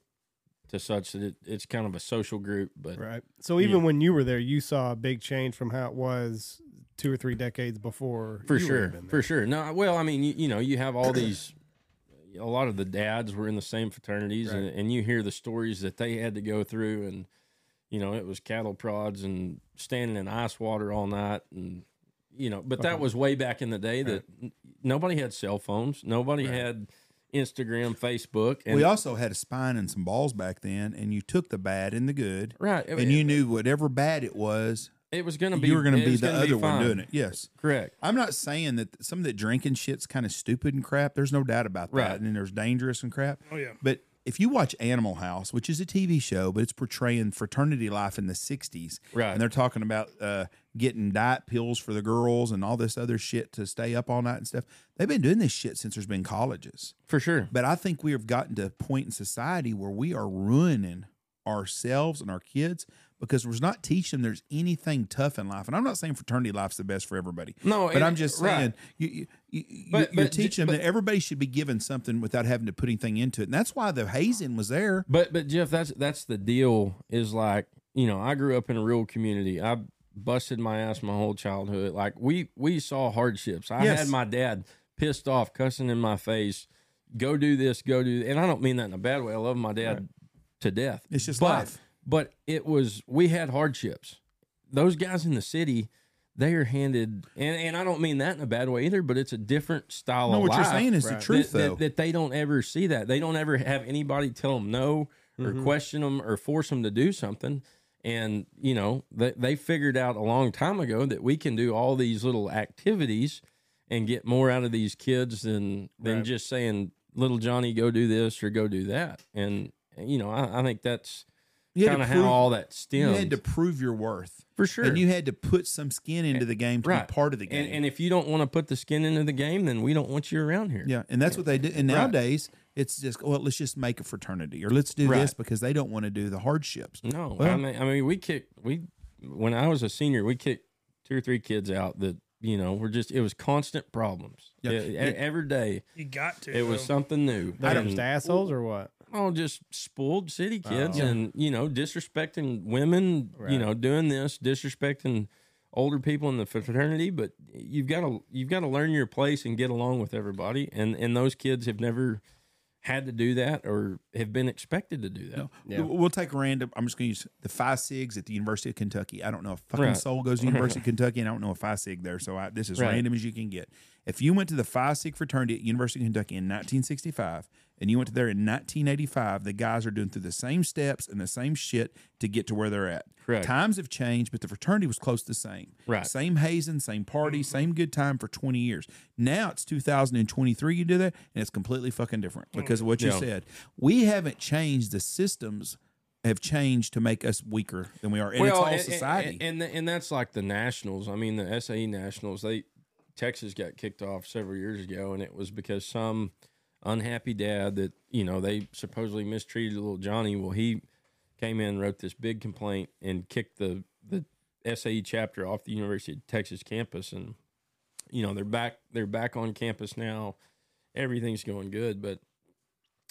S4: to such that it, it's kind of a social group. But
S1: Right. So even when you were there, you saw a big change from how it was two or three decades before.
S4: for
S1: you would've
S4: sure,
S1: been there.
S4: for sure. No, well, I mean, you, you know, you have all these, <clears throat> a lot of the dads were in the same fraternities, and, and you hear the stories that they had to go through, and you know it was cattle prods and standing in ice water all night, and you know, but
S2: Uh-huh.
S4: that was way back in the day that n- nobody had cell phones, nobody had Instagram, Facebook, and
S2: we also had a spine and some balls back then, and you took the bad and the good,
S4: right, it,
S2: and you knew whatever bad it was,
S4: it was going to be
S2: you were going
S4: it
S2: to be
S4: was
S2: the
S4: gonna
S2: other one
S4: fine.
S2: doing it. Yes.
S4: Correct.
S2: I'm not saying that some of that drinking shit's kind of stupid and crap. There's no doubt about that.
S4: Right.
S2: And then there's dangerous and crap.
S3: Oh, yeah.
S2: But if you watch Animal House, which is a TV show, but it's portraying fraternity life in the 60s.
S4: Right.
S2: And they're talking about uh, getting diet pills for the girls and all this other shit to stay up all night and stuff. They've been doing this shit since there's been colleges.
S4: For sure.
S2: But I think we have gotten to a point in society where we are ruining ourselves and our kids because we're not teaching them there's anything tough in life. And I'm not saying fraternity life's the best for everybody.
S4: No,
S2: but
S4: it-
S2: I'm just
S4: right.
S2: saying you, you, you,
S4: But-
S2: you're
S4: but-
S2: teaching them
S4: but-
S2: that everybody should be given something without having to put anything into it. And that's why the hazing was there.
S4: But but Jeff, that's that's the deal. Is like you know, I grew up in a rural community. I busted my ass my whole childhood. Like we we saw hardships. I
S2: Yes.
S4: had my dad pissed off, cussing in my face. Go do this. Go do. And I don't mean that in a bad way. I love my dad to death.
S2: It's just
S4: But-
S2: life.
S4: But it was we had hardships. Those guys in the city. They are handed, and, and I don't mean that in a bad way either, but it's a different style
S2: No,
S4: of
S2: what
S4: life
S2: you're saying is the truth,
S4: that,
S2: though.
S4: that- that they don't ever see that. They don't ever have anybody tell them no or
S2: Mm-hmm.
S4: question them or force them to do something. And you know, they they figured out a long time ago that we can do all these little activities and get more out of these kids than than just saying little Johnny go do this or go do that. And you know, I, I think that's
S2: You had
S4: kind
S2: to
S4: of how
S2: prove-
S4: all
S2: you
S4: that stems
S2: had to prove your worth.
S4: for sure.
S2: And you had to put some skin into the game to
S4: Right.
S2: be part of the game.
S4: and, and if you don't want to put the skin into the game, then we don't want you around here.
S2: Yeah, and that's what they do. And
S4: Right.
S2: nowadays, it's just well, let's just make a fraternity, or let's do this
S4: Right.
S2: because they don't want to do the hardships.
S4: No,
S2: Well-
S4: I mean, I mean, we kicked we when I was a senior, we kicked two or three kids out that you know were just it was constant problems.
S2: Yeah.
S4: Yeah, e- every day
S3: You got to.
S4: it was
S3: though.
S4: something new.
S1: They're
S4: And
S1: just assholes or what?
S4: all just spoiled city kids,
S1: Oh.
S4: and you know disrespecting women,
S1: Right.
S4: you know doing this, disrespecting older people in the fraternity. But you've got to you've got to learn your place and get along with everybody. And and those kids have never had to do that or have been expected to do that.
S2: We'll- We'll take random. I'm just going to use the Phi Sigs at the University of Kentucky. I don't know if fucking
S4: Right.
S2: soul goes to
S4: <laughs>
S2: University of Kentucky, and I don't know a Phi Sig there. So I, this is
S4: Right.
S2: random as you can get. If you went to the Phi Sig fraternity at University of Kentucky in 1965, and you went to there in 1985, the guys are doing through the same steps and the same shit to get to where they're at.
S4: Correct.
S2: Times have changed, but the fraternity was close to the same.
S4: Right.
S2: Same hazing, same party, same good time for 20 years. Now it's 2023. You do that, and it's completely fucking different because of what you
S4: Yeah.
S2: said. We haven't changed the systems have changed to make us weaker than we are. And it's all society.
S4: And, and and that's like the nationals. I mean, the SAE nationals. They Texas got kicked off several years ago, and it was because some unhappy dad that you know they supposedly mistreated little Johnny. Well, he came in, wrote this big complaint, and kicked the the SAE chapter off the University of Texas campus. And you know they're back they're back on campus now. Everything's going good, but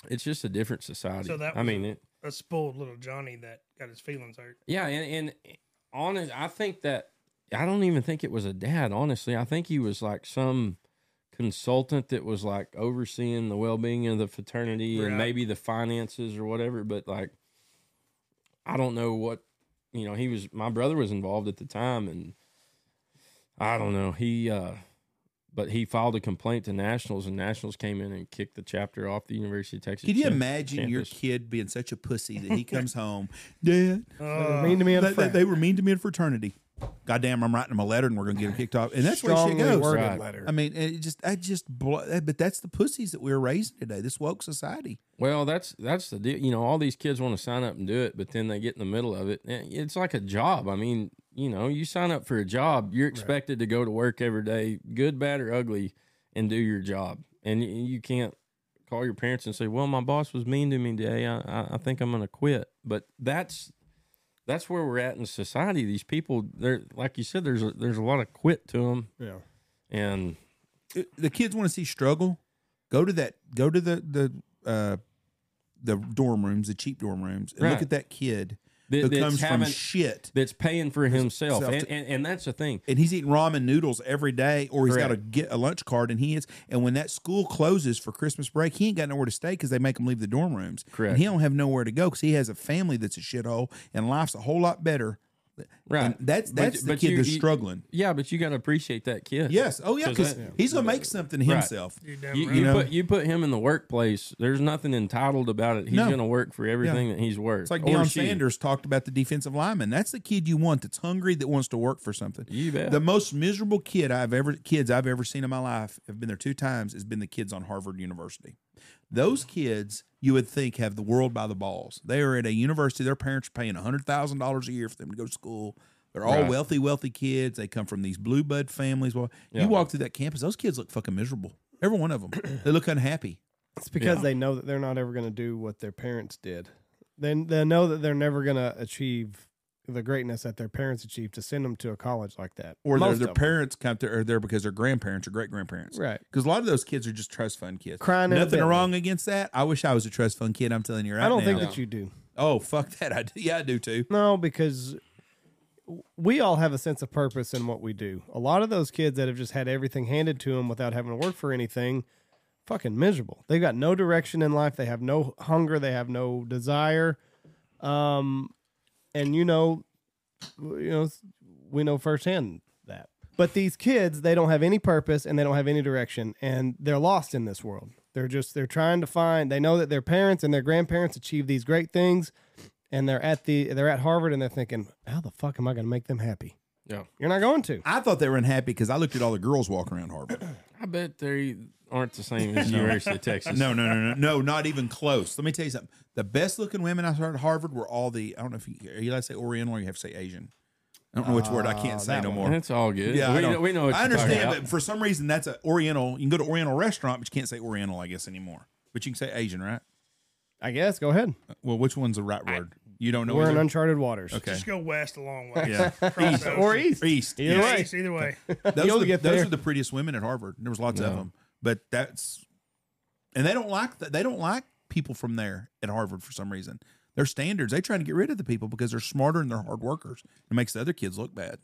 S4: it's just a different society.
S3: So that
S4: I
S3: was
S4: mean,
S3: a-
S4: it,
S3: a spoiled little Johnny that got his feelings hurt.
S4: yeah, and, and honest, I think that I don't even think it was a dad. Honestly, I think he was like some consultant that was like overseeing the well-being of the fraternity
S3: Right.
S4: and maybe the finances or whatever. But like, I don't know what you know. He was my brother was involved at the time, and I don't know he. uh but he filed a complaint to Nationals, and Nationals came in and kicked the chapter off the University of Texas.
S2: Can you
S4: champ-
S2: imagine your
S4: campus.
S2: kid being such a pussy that he comes home, Dad,
S3: Uh,
S1: mean to me
S2: they,
S1: and a
S2: they-
S1: friend.
S2: they were mean to me in fraternity. Goddamn, I'm writing him a letter and we're going to get him kicked off. And that's where
S1: Strongly
S2: shit goes.
S1: worded
S4: Right.
S1: letter.
S2: I mean, it just, I just, blo- but that's the pussies that we we're raising today. This woke society.
S4: Well, that's that's the deal. You know, all these kids want to sign up and do it, but then they get in the middle of it. And It's like a job. I mean, you know, you sign up for a job, you're expected to go to work every day, good, bad, or ugly, and do your job. And y- you can't call your parents and say, "Well, my boss was mean to me today. I, I, I think I'm going to quit." But that's that's where we're at in society. These people, they're like you said, there's a, there's a lot of quit to them,
S1: Yeah.
S4: and
S2: it- the kids want to see struggle, go to that, go to the the uh, the dorm rooms, the cheap dorm rooms, and look
S4: Right.
S2: at that kid
S4: That-
S2: who
S4: that's
S2: comes from
S4: having-
S2: shit.
S4: that's paying for himself,
S2: Self-
S4: and, and and that's the thing.
S2: And he's eating ramen noodles every day, or he's got to
S4: Correct.
S2: get a lunch card, and he is. And when that school closes for Christmas break, he ain't got nowhere to stay because they make him leave the dorm rooms.
S4: Correct.
S2: And he don't have nowhere to go because he has a family that's a shithole, and life's a whole lot better.
S4: Right.
S2: And that's
S4: But-
S2: that's the
S4: but
S2: kid
S4: you-
S2: that's
S4: you-
S2: struggling.
S4: Yeah, but you got to appreciate that kid.
S2: Yes. Oh yeah,
S4: So
S2: because
S4: that-
S2: he's gonna make something himself.
S3: You're damn
S4: You,
S3: right.
S4: you
S2: know?
S4: put you put him in the workplace. There's nothing entitled about it. He's
S2: No.
S4: going to work for everything that he's worth.
S2: It's like
S4: Or
S2: Deion
S4: she.
S2: Sanders talked about the defensive lineman. That's the kid you want that's hungry that wants to work for something.
S4: You bet.
S2: The most miserable kid I've ever kids I've ever seen in my life have been there two times has been the kids on Harvard University. Those kids you would think have the world by the balls. They are at a university. Their parents are paying hundred thousand dollars a year for them to go to school. They're all
S4: Right.
S2: wealthy, wealthy kids. They come from these blue blood families. Well,
S4: Yeah.
S2: you walk through that campus; those kids look fucking miserable. Every one of them. They look unhappy.
S1: It's because they know that they're not ever going to do what their parents did. Then they know that they're never going to achieve the greatness that their parents achieved to send them to a college like that.
S2: or their,
S1: Most
S2: their
S1: of 'em.
S2: parents come to are there because their grandparents or great grandparents,
S1: Right.
S2: Because a lot of those kids are just trust fund kids.
S1: Crying in a
S2: nothing
S1: Bentley.
S2: wrong against that. I wish I was a trust fund kid. I'm telling you right
S1: I don't
S2: now.
S1: think that you do.
S2: oh fuck that. I do. Yeah, I do too.
S1: No, because we all have a sense of purpose in what we do. A lot of those kids that have just had everything handed to them without having to work for anything, fucking miserable. They've got no direction in life. They have no hunger. They have no desire. Um, and you know, you know, we know firsthand that. But these kids, they don't have any purpose and they don't have any direction, and they're lost in this world. They're just they're trying to find. They know that their parents and their grandparents achieved these great things, and they're at the they're at Harvard and they're thinking, how the fuck am I going to make them happy?
S4: Yeah.
S1: You're not going to.
S2: I thought they were unhappy because I looked at all the girls walking around
S1: <coughs>
S2: Harvard.
S4: I bet they aren't the
S2: <laughs>
S4: same as University of Texas.
S2: No, no, no, no, no, not even close. Let me tell you something. The best looking women I saw at Harvard were all the I don't know if you are you allowed to say Oriental or you have to say Asian. I don't know which word I
S1: Ah,
S2: can't say no more.
S4: That's all good.
S2: Yeah,
S4: we,
S2: I don't-
S4: we know. What
S2: I
S4: you're talking
S2: understand,
S4: about.
S2: but for some reason, that's an Oriental. You can go to Oriental restaurant, but you can't say Oriental, I guess, anymore. But you can say Asian, right?
S1: I guess go ahead.
S2: Well, which one's the right word? you don't know.
S1: We're in
S2: either?
S1: uncharted waters.
S2: Oh, okay.
S3: Just go west a long way.
S2: Yeah.
S3: Cross the
S1: Or
S3: ocean.
S1: east.
S2: East.
S1: Either
S2: yeah.
S1: way.
S3: East, either way.
S2: Those,
S1: You'll
S2: are the,
S1: get
S2: those
S1: there.
S2: are the prettiest women at Harvard. There was lots of
S4: No.
S2: them, but that's and they don't like that. They don't like people from there at Harvard for some reason. Their standards. They try to get rid of the people because they're smarter and they're hard workers. It makes the other kids look bad.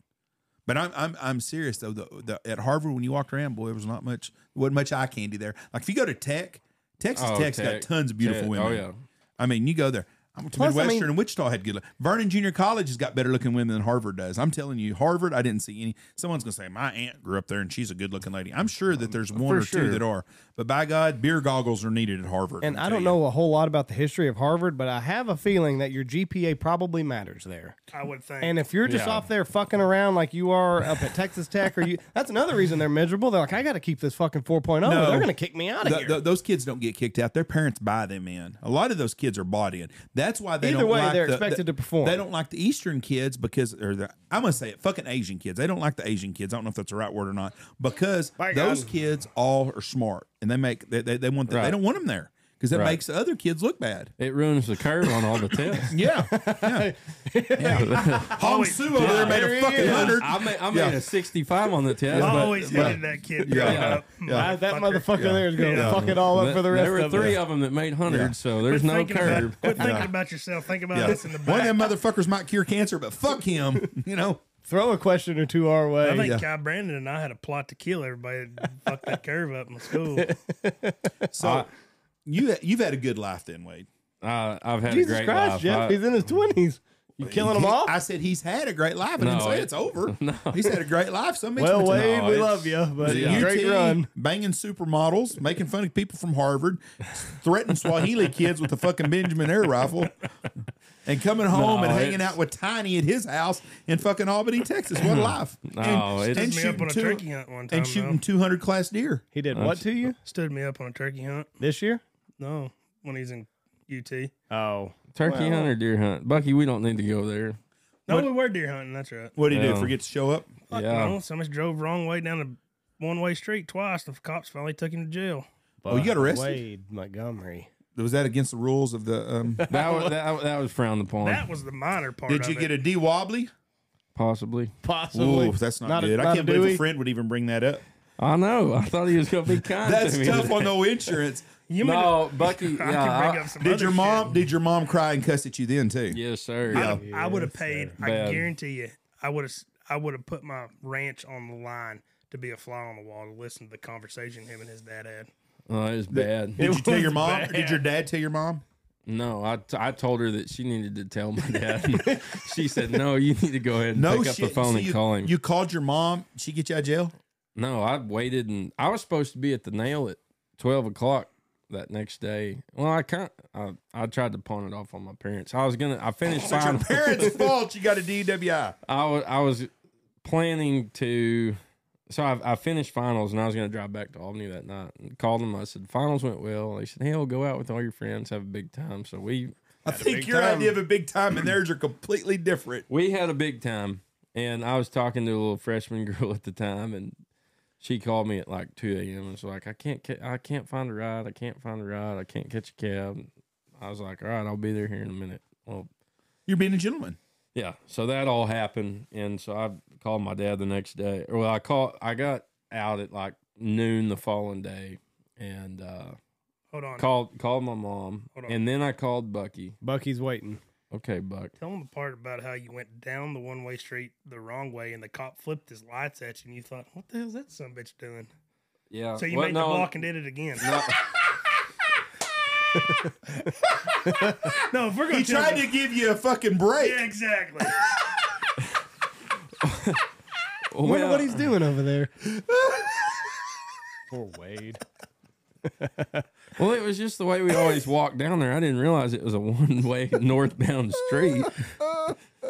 S2: But I'm I'm, I'm serious though. The, the at Harvard when you walked around, boy, there was not much wasn't much eye candy there. Like if you go to Tech, Texas
S4: Oh,
S2: Tech's got
S4: Tech.
S2: tons of beautiful
S4: Tech.
S2: women.
S4: Oh, yeah.
S2: I mean, you go there. I went to
S1: Plus, I
S2: Midwestern
S1: mean-
S2: and Wichita had good. Look. Vernon Junior College has got better looking women than Harvard does. I'm telling you, Harvard, I didn't see any. Someone's gonna say my aunt grew up there and she's a good looking lady. I'm sure that there's one or two
S4: sure.
S2: that are, but by God, beer goggles are needed at Harvard.
S1: And
S2: I'll
S1: I
S2: tell
S1: don't
S2: you.
S1: know a whole lot about the history of Harvard, but I have a feeling that your GPA probably matters there.
S3: I would think.
S1: And if you're just
S4: Yeah.
S1: off there fucking around like you are up at Texas Tech, or you, that's another reason they're miserable. They're like, I got to keep this fucking 4.0.
S2: No.
S1: They're going to kick me out of
S2: Th-
S1: here.
S2: th- those kids don't get kicked out. Their parents buy them in. A lot of those kids are bought in. That's why they
S1: Either
S2: don't
S1: way,
S2: like
S1: they're
S2: the-
S1: expected
S2: the-
S1: to perform.
S2: They don't like the Eastern kids because, or the, I'm gonna say it, fucking Asian kids. They don't like the Asian kids. I don't know if that's the right word or not because
S3: By God.
S2: those kids all are smart and they make they they, they want the, they
S4: Right.
S2: don't want them there because that
S4: Right.
S2: makes the other kids look bad.
S4: It ruins the curve on all
S2: <laughs>
S4: the tests.
S2: Yeah, yeah. Hong
S3: Always-
S2: Su over there made
S1: there
S2: a
S1: he
S2: fucking
S1: is.
S2: hundred.
S4: I made, I made
S2: Yeah.
S4: a 65 on the test.
S3: I
S4: but-
S3: always
S4: but
S3: hated that kid. growing
S2: Yeah.
S3: up.
S1: Ah, <laughs> that motherfucker
S2: Yeah.
S1: there is going to
S3: Yeah.
S1: fuck it all up
S4: th-
S1: for the rest
S4: There were
S1: of
S4: three oh.
S1: us.
S4: of them that made 100,
S2: Yeah.
S4: so there's no
S3: thinking
S4: curve.
S3: About, quit thinking about yourself. Think about
S2: Yeah.
S3: this in the
S2: One of
S3: back.
S2: them motherfuckers might cure cancer, but fuck him. <laughs> You know.
S1: Throw a question or two our way.
S3: I think
S2: yeah.
S3: Kai Brandon and I had a plot to kill everybody that fucked that curve up
S1: <laughs>
S3: in school.
S2: So you you've had a good life then, Wade.
S4: I, Uh, I've had a
S1: Jesus
S4: great
S1: Christ,
S4: life.
S1: Jeff,
S4: I-
S1: he's in his 20s. You killing
S2: He-
S1: them all?
S2: I said he's had a great life. I didn't
S4: No,
S2: say
S4: it-
S2: it's
S3: <laughs>
S2: over. He's had a great life. Some
S1: Well,
S2: mention-
S1: Wade, we
S4: it's-
S1: love you, but
S4: Yeah.
S1: great
S2: UT,
S1: run.
S2: banging supermodels, making fun of people from Harvard, threatening Swahili kids with a fucking Benjamin air rifle, and coming home
S4: No,
S2: and hanging
S4: it's-
S2: out with Tiny at his house in fucking Albany, Texas.
S3: <laughs>
S2: What a life!
S4: No,
S2: and,
S4: it's-
S2: and
S3: Stood me up
S2: shooting
S3: on a
S2: two-
S3: turkey hunt one time.
S2: and shooting
S3: though.
S2: two hundred class deer.
S1: He did what to you
S3: Stood me up on a turkey hunt.
S1: this year?
S3: No, when he's in UT.
S1: Oh,
S4: Turkey hunt or deer hunt? Bucky, we don't need to go there.
S3: No, we were deer hunting. That's right.
S2: What did he do?
S4: Yeah.
S2: Forget to show up?
S3: Fuck
S4: Yeah.
S3: no. Somebody drove wrong way down the one way street twice. The cops finally took him to jail.
S2: Oh, you got
S1: But
S2: arrested?
S1: Wade Montgomery.
S2: Was that against the rules of the?
S3: <laughs>
S2: Um,
S4: That was, that, that was frowned upon,
S3: That was the minor part.
S2: did
S3: of
S2: you
S3: it.
S2: get a D wobbly?
S4: possibly.
S1: Possibly.
S2: Ooh, that's not,
S1: a-
S2: good. I
S1: a
S2: can't believe
S1: Dewey.
S2: a friend would even bring that up.
S4: <laughs> I know. I thought he was going to be kind
S2: That's
S4: to me.
S2: tough on no insurance.
S3: You mean
S4: <laughs> No,
S3: <laughs>
S4: Bucky.
S3: I
S4: Yeah,
S3: can
S4: I-
S3: bring up some
S2: Did
S3: other
S2: your
S3: shit.
S2: mom? Did your mom cry and cuss at you then too?
S4: yes, sir.
S2: Yeah.
S3: I, would have paid.
S4: Bad.
S3: I guarantee you, I would have. I would have put my ranch on the line to be a fly on the wall to listen to the conversation him and his dad had.
S4: Oh, it was bad.
S2: Did you tell your mom? Or did
S3: bad.
S2: your dad tell your mom?
S4: No, I, t- I told her that she needed to tell my dad. she said, "No, you need to go ahead and
S2: No
S4: pick up
S2: shit.
S4: the phone
S2: So
S4: and
S2: you,
S4: call him."
S2: You called your mom. She get you out of jail.
S4: no, I waited and I was supposed to be at the nail at twelve o'clock that next day. Well, I can't. I, I tried to pawn it off on my parents. I was gonna. I finished
S2: It's your
S4: final. <laughs>
S2: parents' fault. You got a DWI.
S4: I was I was planning to. So I, I finished finals and I was going to drive back to Albany that night. And called them. I said finals went well. They said, "Hell, go out with all your friends, have a big time." So we
S2: I think your idea of a big time and theirs are completely different.
S4: we had a big time and i was talking to a little freshman <laughs> girl at the time and she called me at like 2 a.m and was like i can't ca- i can't find a ride i can't find a ride i can't catch a cab i was like all right i'll be there here in a minute well
S2: You're being a gentleman.
S4: yeah so that all happened and so i called my dad the next day or well i called i got out at like noon the following day and uh
S3: Hold on.
S4: called called my mom
S3: Hold on.
S4: and then i called bucky
S1: Bucky's waiting.
S4: okay buck
S3: Tell him the part about how you went down the one way street the wrong way and the cop flipped his lights at you and you thought, what the hell's that son bitch doing?
S4: yeah
S3: So you
S4: Well,
S3: made
S4: no,
S3: the walk and did it again.
S4: no,
S3: <laughs> no, if we're
S2: He
S3: going
S2: tried to give you a fucking break.
S3: <laughs> Yeah, exactly.
S1: Wonder
S4: well,
S1: what he's doing over there. <laughs> Poor Wade.
S4: Well, it was just the way we always walked down there. I didn't realize it was a <laughs> one way northbound street.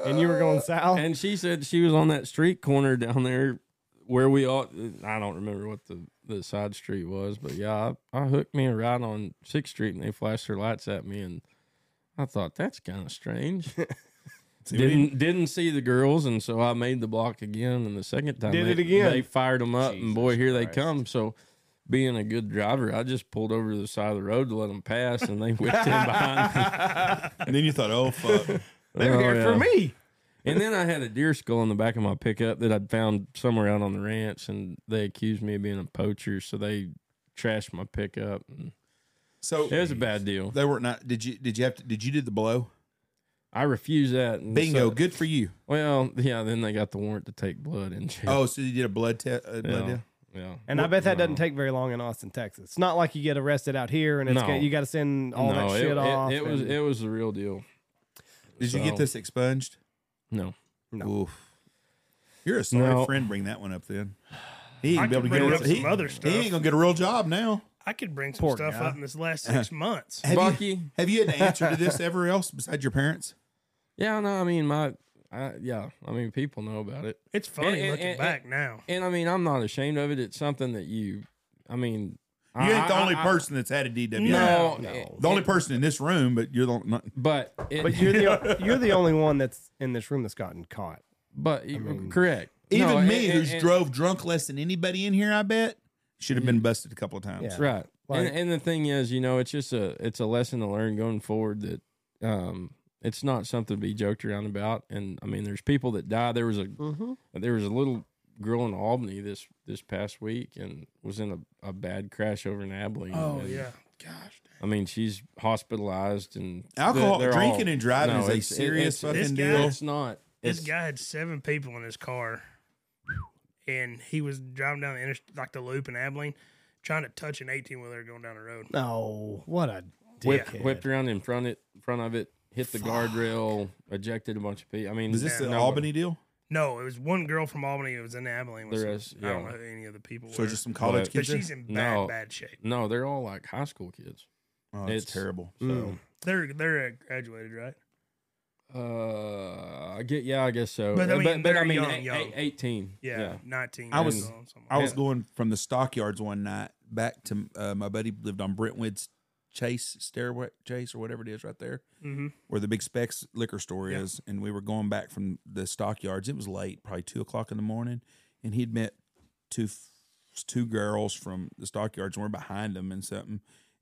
S1: And you were going <laughs> south.
S4: And she said she was on that street corner down there where we all, I don't remember what the, the side street was, but yeah, I, I hooked me a ride on 6th Street and they flashed their lights at me. And I thought, that's kind
S1: <laughs>
S4: of strange. <laughs> didn't didn't see the girls. And so I made the block again. And the second time,
S1: Did
S4: they,
S1: it again.
S4: they fired them up. and boy,
S6: Jesus
S4: here
S6: Christ.
S4: they come. So. Being a good driver, I just pulled over to the side of the road to let them pass, and they whipped in
S1: <laughs>
S4: behind me.
S2: And then you thought, oh fuck.
S4: <laughs>
S1: They're
S4: Oh,
S1: here
S4: yeah.
S1: for me.
S4: And then I had a deer skull in the back of my pickup that I'd found somewhere out on the ranch, and they accused me of being a poacher, so they trashed my pickup. and
S2: So
S4: It was a bad deal.
S2: they were not. Did you? Did you have to? Did you do the blow?
S4: I refused that. and
S2: Bingo.
S4: so-
S2: good for you.
S4: well, yeah. Then they got the warrant to take blood and jail.
S2: Oh, so you did a blood test? Uh, blood
S4: yeah.
S2: deal?
S4: yeah.
S1: And I bet that doesn't
S4: No.
S1: take very long in Austin, Texas. It's not like you get arrested out here and it's
S4: No.
S1: got- you got to send all
S4: no,
S1: that
S4: it-
S1: shit
S4: it,
S1: off.
S4: It was
S1: and-
S4: it was the real deal.
S2: Did you
S4: So-
S2: get this expunged?
S4: No.
S1: No.
S2: Oof. You're a sorry
S4: No.
S2: friend. Bring that one up then. He
S3: I
S2: ain't gonna be able to
S3: could
S2: get a
S3: bring
S2: real,
S3: up some
S2: he,
S3: other
S2: he ain't
S3: stuff.
S2: gonna get a real job now.
S3: I could bring some
S1: Poor
S3: stuff
S1: guy.
S3: up in this last six months.
S2: Have
S4: Bucky.
S2: you have you had an answer to this ever else besides your parents?
S4: Yeah. No. I mean my. I, yeah. I mean people know about it.
S3: It's funny
S4: And- and-
S3: looking
S4: and-
S3: back now.
S4: And I mean I'm not ashamed of it. It's something that you. I mean.
S2: You ain't the only
S4: person.
S2: person that's had a DWI.
S4: No,
S1: No.
S4: it-
S2: the only
S4: it-
S2: person in this room, but you're the only, not,
S4: but it,
S1: But you're the you're the only one that's in this room that's gotten caught.
S4: but correct.
S2: even
S4: No,
S2: me,
S4: and-
S2: who's
S4: and-
S2: drove drunk less than anybody in here. I bet should have been busted a couple of times.
S1: Yeah.
S4: right.
S1: Like-
S4: and, and the thing is, you know, it's just a it's a lesson to learn going forward that um it's not something to be joked around about. And I mean, there's people that die. There was a
S1: Mm-hmm.
S4: there was a little girl in Albany this this past week and was in a, a bad crash over in Abilene.
S3: Oh
S4: And,
S3: yeah, gosh,
S4: I mean, she's hospitalized and
S2: Alcohol,
S4: they're- they're
S2: drinking,
S4: all-
S2: and driving
S4: No,
S2: is a
S4: it's- it-
S2: serious
S4: it's-
S2: fucking
S3: This
S2: deal.
S3: guy-
S4: It's not.
S3: this
S4: It's-
S3: guy had seven people in his car, and he was driving down the inter- like the loop in Abilene, trying to touch an eighteen wheeler going down the road.
S1: No, Oh, what a
S4: Whip,
S1: dickhead.
S4: whipped around in front it in front of it, hit the guardrail, ejected a bunch of people. I mean,
S2: Is this the
S4: no,
S2: Albany deal?
S3: No, it was one girl from Albany who was in Abilene. With
S4: The
S3: some-
S4: rest,
S3: I don't
S4: yeah.
S3: know who any of the people
S2: So
S3: were.
S2: just some college
S4: But
S3: but
S2: kids. there?
S3: she's in bad,
S4: No.
S3: bad shape.
S4: No, they're all like high school kids.
S2: Oh, that's
S4: it's-
S2: terrible. So.
S1: Mm.
S3: They're they're uh, graduated, right?
S4: Uh, I get yeah, I guess so.
S3: But, I mean,
S4: but, I
S3: they're
S4: mean,
S3: young,
S4: eight-
S3: young.
S4: eight- eighteen.
S3: Yeah, nineteen.
S2: I
S3: years
S2: was-
S3: old, something
S2: I was
S3: like
S2: going from the stockyards one night back to uh, my buddy lived on Brentwood's Chase Stairway Chase or whatever it is right there,
S3: that. Mhm.
S2: where the big Specs liquor store
S3: Yeah.
S2: is, and we were going back from the stockyards. It was late, probably two o'clock in the morning, and he'd met two f- two girls from the stockyards, and we're behind him and something.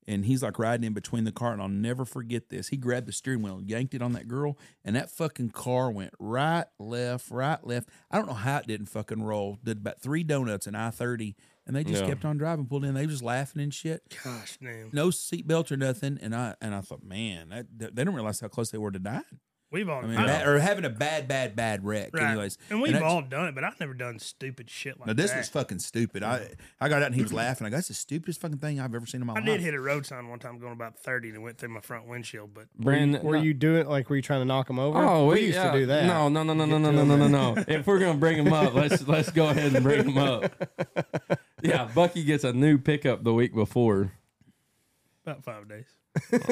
S2: And he's like riding in between the car, and I'll never forget this. He grabbed the steering wheel, yanked it on that girl, and that fucking car went right, left, right, left. I don't know how it didn't fucking roll. Did about three donuts in I thirty
S5: and they just
S4: Yeah.
S5: kept on driving, pulled in. They was just laughing and shit.
S3: Gosh, damn.
S5: No seatbelt or nothing. And I and I thought, man, that, they didn't realize how close they were to dying.
S3: We've all
S5: I mean,
S3: I-
S5: bad, or having a bad, bad, bad wreck.
S3: right.
S5: Anyways,
S3: and we've
S5: that-
S3: all done it, but I've never done stupid shit like
S2: Now this
S3: that.
S2: was fucking stupid. I I got out
S3: <clears throat>
S2: and he was laughing. I go, that's the stupidest fucking thing I've ever seen in my
S3: I
S2: life.
S3: did hit a road sign one time going about 30 and it went through my front windshield, but
S4: Brandon,
S1: were
S4: no-
S1: you doing like were you trying to knock them over?
S4: Oh,
S1: we used
S4: yeah.
S1: to do that.
S4: No, no, no, no, no, no, no, no, no, no. If we're gonna bring him up, let's let's go ahead and bring him up. Yeah, Bucky gets a new pickup the week before.
S3: about five days.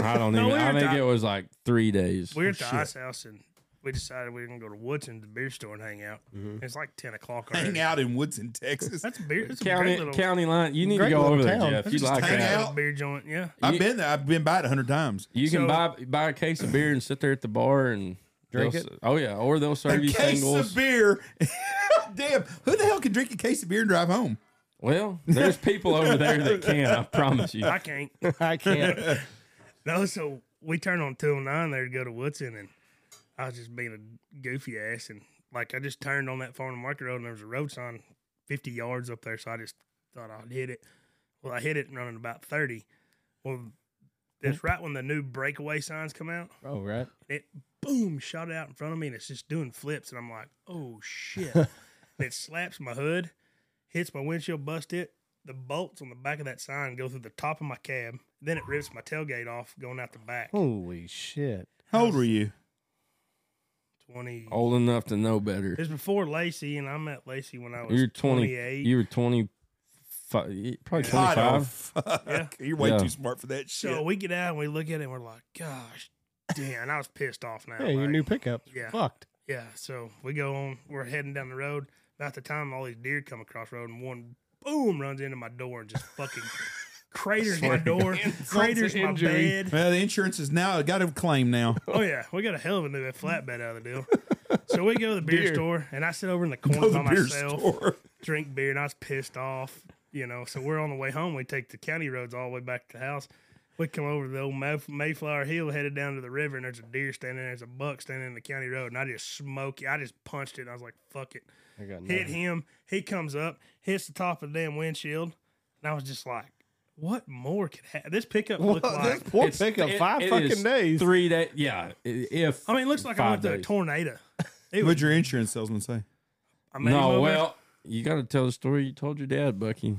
S4: I don't
S3: No,
S4: even.
S3: we
S4: I
S3: were
S4: think
S3: ti-
S4: it was like three days.
S2: Oh,
S3: We were at the ice house and we decided we were going to go to Woodson's, the beer store, and hang out. It's like 10 o'clock already.
S2: Mm-hmm. <laughs> Hang out in Woodson, Texas.
S3: That's a beer. It's a
S4: county
S3: great little
S4: county line. You need to
S1: Great
S4: go
S1: little
S4: over
S1: town.
S4: there, Jeff. You
S2: Just
S4: like
S2: hang
S4: that?
S2: out.
S3: beer joint. Yeah.
S2: I've been there. I've been by it a hundred times.
S4: You can
S3: So-
S4: buy buy a case of beer and sit there at the bar and
S1: Drink
S4: they'll
S1: it?
S4: s- Oh yeah, or they'll serve
S2: A
S4: you
S2: case
S4: singles.
S2: of beer. <laughs> Damn, who the hell can drink a case of beer and drive home?
S4: Well, there's people over there that can. I
S3: <laughs>
S4: promise you.
S3: I can't.
S1: <laughs> I
S4: <laughs>
S1: can't.
S3: No, so we turned on 209 there to go to Woodson, and I was just being a goofy ass. And like, I just turned on that farm and market road, and there was a road sign 50 yards up there. So I just thought I'd hit it. Well, I hit it running about 30. Well, that's right when the new breakaway signs come out.
S1: oh right.
S3: It boom shot it out in front of me, and it's just doing flips. And I'm like, oh shit. and it slaps my hood, hits my windshield, bust it. The bolts on the back of that sign go through the top of my cab. Then it rips my tailgate off going out the back.
S1: Holy shit.
S2: How old were you?
S3: 20.
S4: Old enough to know better.
S3: It's before Lacey, and I met Lacey when I was
S4: You're 20.
S3: 28.
S4: You were 25, probably
S2: God, oh,
S4: 25.
S2: fuck.
S3: Yeah.
S2: <laughs> You're way
S4: Yeah.
S2: too smart for that shit.
S3: so we get out and we look at it, and we're like, gosh, damn. I was pissed off now.
S1: Yeah, your
S3: like,
S1: new pickup.
S3: yeah.
S1: Fucked.
S3: Yeah, so we go on. We're heading down the road. About the time all these deer come across the road, and one boom runs into my door and just
S2: <laughs>
S3: fucking craters my door, craters
S2: <laughs>
S3: my bed.
S2: well, the insurance is now got a claim now.
S3: Oh yeah, we got a hell of a new flatbed out of the
S2: <laughs>
S3: deal. So we go to the beer store, and I sit over in the corner
S2: Go to
S3: by
S2: the beer
S3: myself,
S2: store.
S3: drink beer, and I was pissed off. You know, so we're on the way home. We take the county roads all the way back to the house. We come over the old Mayf- Mayflower Hill, headed down to the river, and there's a deer standing there. There's a buck standing in the county road, and I just smoke it. I just punched it, and I was like, "Fuck it."
S1: I got
S3: hit
S1: nothing.
S3: him. He comes up, hits the top of the damn windshield, and I was just like, "What more could happen?" This pickup looked like.
S1: That poor
S4: It's-
S1: pickup.
S4: it-
S1: Five
S4: it is
S1: fucking days.
S4: Three days. Yeah. i- If
S3: I mean, it looks like I went
S4: five
S3: through a
S4: days.
S3: tornado. It was,
S2: What'd your insurance salesman say?
S3: I made him
S4: no,
S3: over.
S4: well, you got to tell the story you told your dad, Bucky.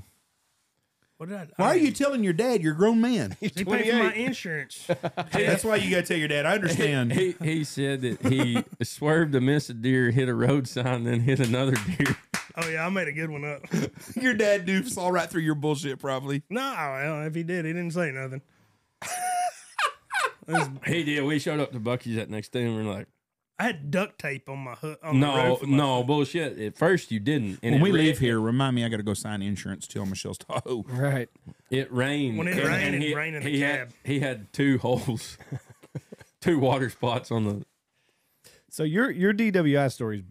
S3: what did I?
S2: Why
S3: I
S2: are you telling your dad you're a grown man?
S3: He paid for my insurance.
S2: <laughs> That's why you got to tell your dad. I understand.
S4: He he said that he <laughs> swerved to miss a deer, hit a road sign, then hit another deer. <laughs>
S3: oh yeah, I made a good one up.
S2: <laughs> your dad knew saw right through your bullshit, probably.
S3: No, well, if he did, he didn't say nothing.
S4: He did. We showed up to Bucky's that next day and we are like,
S3: I had duct tape on my hood. On the
S4: no,
S3: road for my-
S4: no, bullshit. At first you didn't.
S2: When
S4: And it
S2: we
S4: ra-
S2: leave here, remind me I got to go sign insurance to on Michelle's Tahoe.
S1: Right.
S4: It rained.
S3: When it
S4: and-
S3: rained,
S4: and
S3: it rained in the
S4: he
S3: cab.
S4: Had, he had two <laughs> holes, two water spots on the.
S1: So your your DWI story's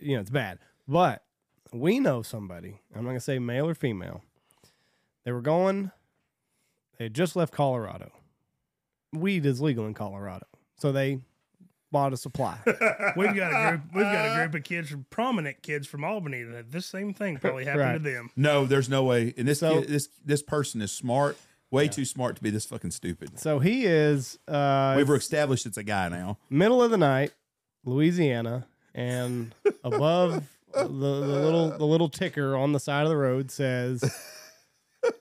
S1: you know, it's bad. But we know somebody, I'm not gonna say male or female. They were going, they had just left Colorado. Weed is legal in Colorado. So they bought a supply.
S3: We've got a group. We've
S4: <laughs>
S3: got a group of kids, from prominent kids from Albany, that this same thing probably happened to them.
S2: <laughs> No, there's no way. And this
S1: So-
S2: kid- this this person is smart, way too smart to be this fucking stupid.
S1: so he is uh
S2: We've established it's a guy now.
S1: middle of the night, Louisiana, and above the, the little the little ticker on the side of the road says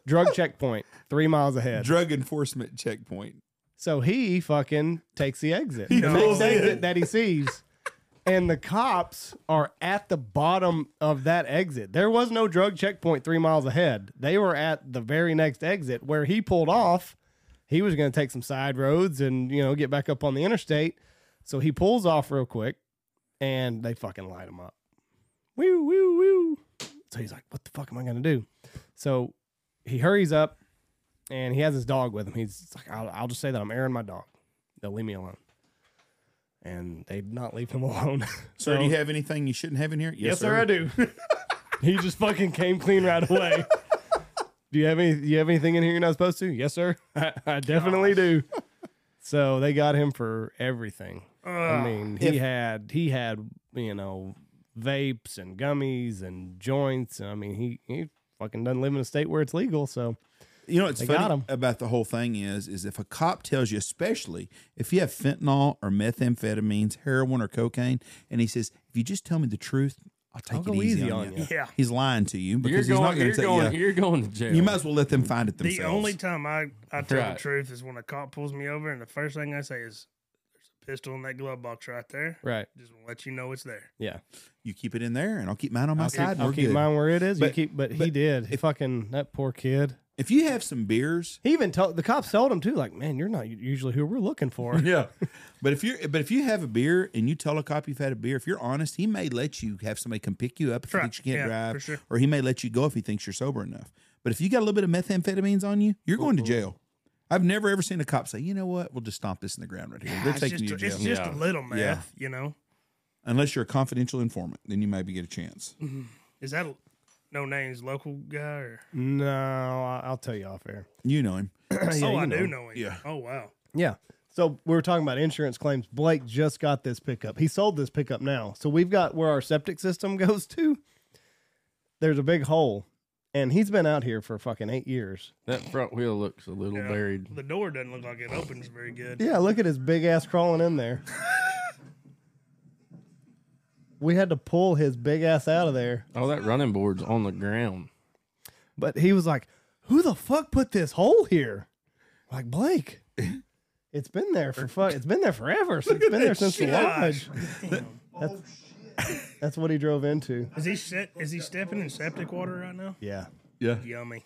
S1: drug checkpoint three miles ahead.
S2: Drug enforcement checkpoint.
S1: So he fucking takes the exit.
S2: He
S1: the
S2: pulls
S1: next
S2: in.
S1: exit that he sees. And the cops are at the bottom of that exit. There was no drug checkpoint three miles ahead. They were at the very next exit where he pulled off. He was going to take some side roads and, you know, get back up on the interstate. So he pulls off real quick and they fucking light him up. Woo, woo, woo. So he's like, what the fuck am I going to do? So he hurries up and he has his dog with him. He's like, I'll, I'll just say that I'm airing my dog. They'll leave me alone. And they did not leave him <laughs> alone.
S2: Sir, do you have anything you shouldn't have in here? Yes,
S1: do. <laughs> he just fucking came clean right away. do you have any? Do you have anything in here you're not supposed to? Yes, sir. <laughs> I, I definitely do. So they got him for everything. I mean, he had he had you know vapes and gummies and joints. And I mean, he he fucking doesn't live in a state where it's legal. So
S2: You know, it's
S1: They
S2: funny
S1: got 'em.
S2: about the whole thing is, is if a cop tells you, especially if you have fentanyl or methamphetamines, heroin or cocaine, and he says, "If you just tell me the truth, I'll take
S1: go
S2: it easy, on, you.
S3: Yeah.
S2: he's lying to you
S4: You're
S2: because he's not going
S4: going. You're
S2: to
S4: going.
S2: tell you.
S4: You're going to jail.
S2: You might as well let them find it themselves.
S3: The only time I, I tell
S4: Right.
S3: the truth is when a cop pulls me over, and the first thing I say is, "There's a pistol in that glove box right there.
S1: right,
S3: Just want to let you know it's there."
S1: yeah,
S2: you keep it in there, and I'll keep mine on my
S1: I'll
S2: side.
S1: keep,
S2: and
S1: I'll
S2: we're
S1: keep
S2: good.
S1: mine where it is. you
S2: But-
S1: keep, but he
S2: but
S1: did. He fucking that poor kid.
S2: If you have some beers,
S1: He even told the cops told him too. Like, man, you're not usually who we're looking <laughs> for.
S2: yeah. But if you're, but if you have a beer and you tell a cop you've had a beer, if you're honest, he may let you have somebody come pick you up if he
S3: Right.
S2: thinks you can't
S3: Yeah, for
S2: drive,
S3: sure.
S2: or he may let you go if he thinks you're sober enough. But if you got a little bit of methamphetamines on you, you're going to jail. I've never ever seen a cop say, "You know what? We'll just stomp this in the ground right here. They're
S3: It's
S2: taking
S3: just,
S2: you
S3: a,
S2: to jail."
S3: it's just
S4: Yeah.
S3: a little math, you know.
S2: Unless you're a confidential informant, then you maybe get a chance.
S3: Is that a, no names local guy or?
S1: No, I- I'll tell you off air.
S2: You know him.
S1: <clears throat> Yeah,
S3: oh,
S1: you
S3: I
S1: know.
S3: do know him.
S2: Yeah.
S3: Oh wow.
S1: Yeah. So we were talking about insurance claims. Blake just got this pickup. He sold this pickup now. So we've got where our septic system <laughs> goes to. There's a big hole, and he's been out here for fucking eight years.
S4: that front wheel looks a little
S3: Yeah.
S4: buried.
S3: The door doesn't look like it opens very good.
S1: Yeah, look at his big ass crawling in there. <laughs> we had to pull his big ass out of there,
S4: Oh, that running board's on the ground.
S1: but he was like, "Who the fuck put this hole here?" Like <laughs> Blake. It's been there for fuck. It's been there forever. It's been there since the lodge. <laughs>
S3: Gosh.
S1: That's, that's what he drove into.
S3: Is he set, is he stepping in septic water right now?
S1: Yeah.
S2: Yeah.
S3: Yummy.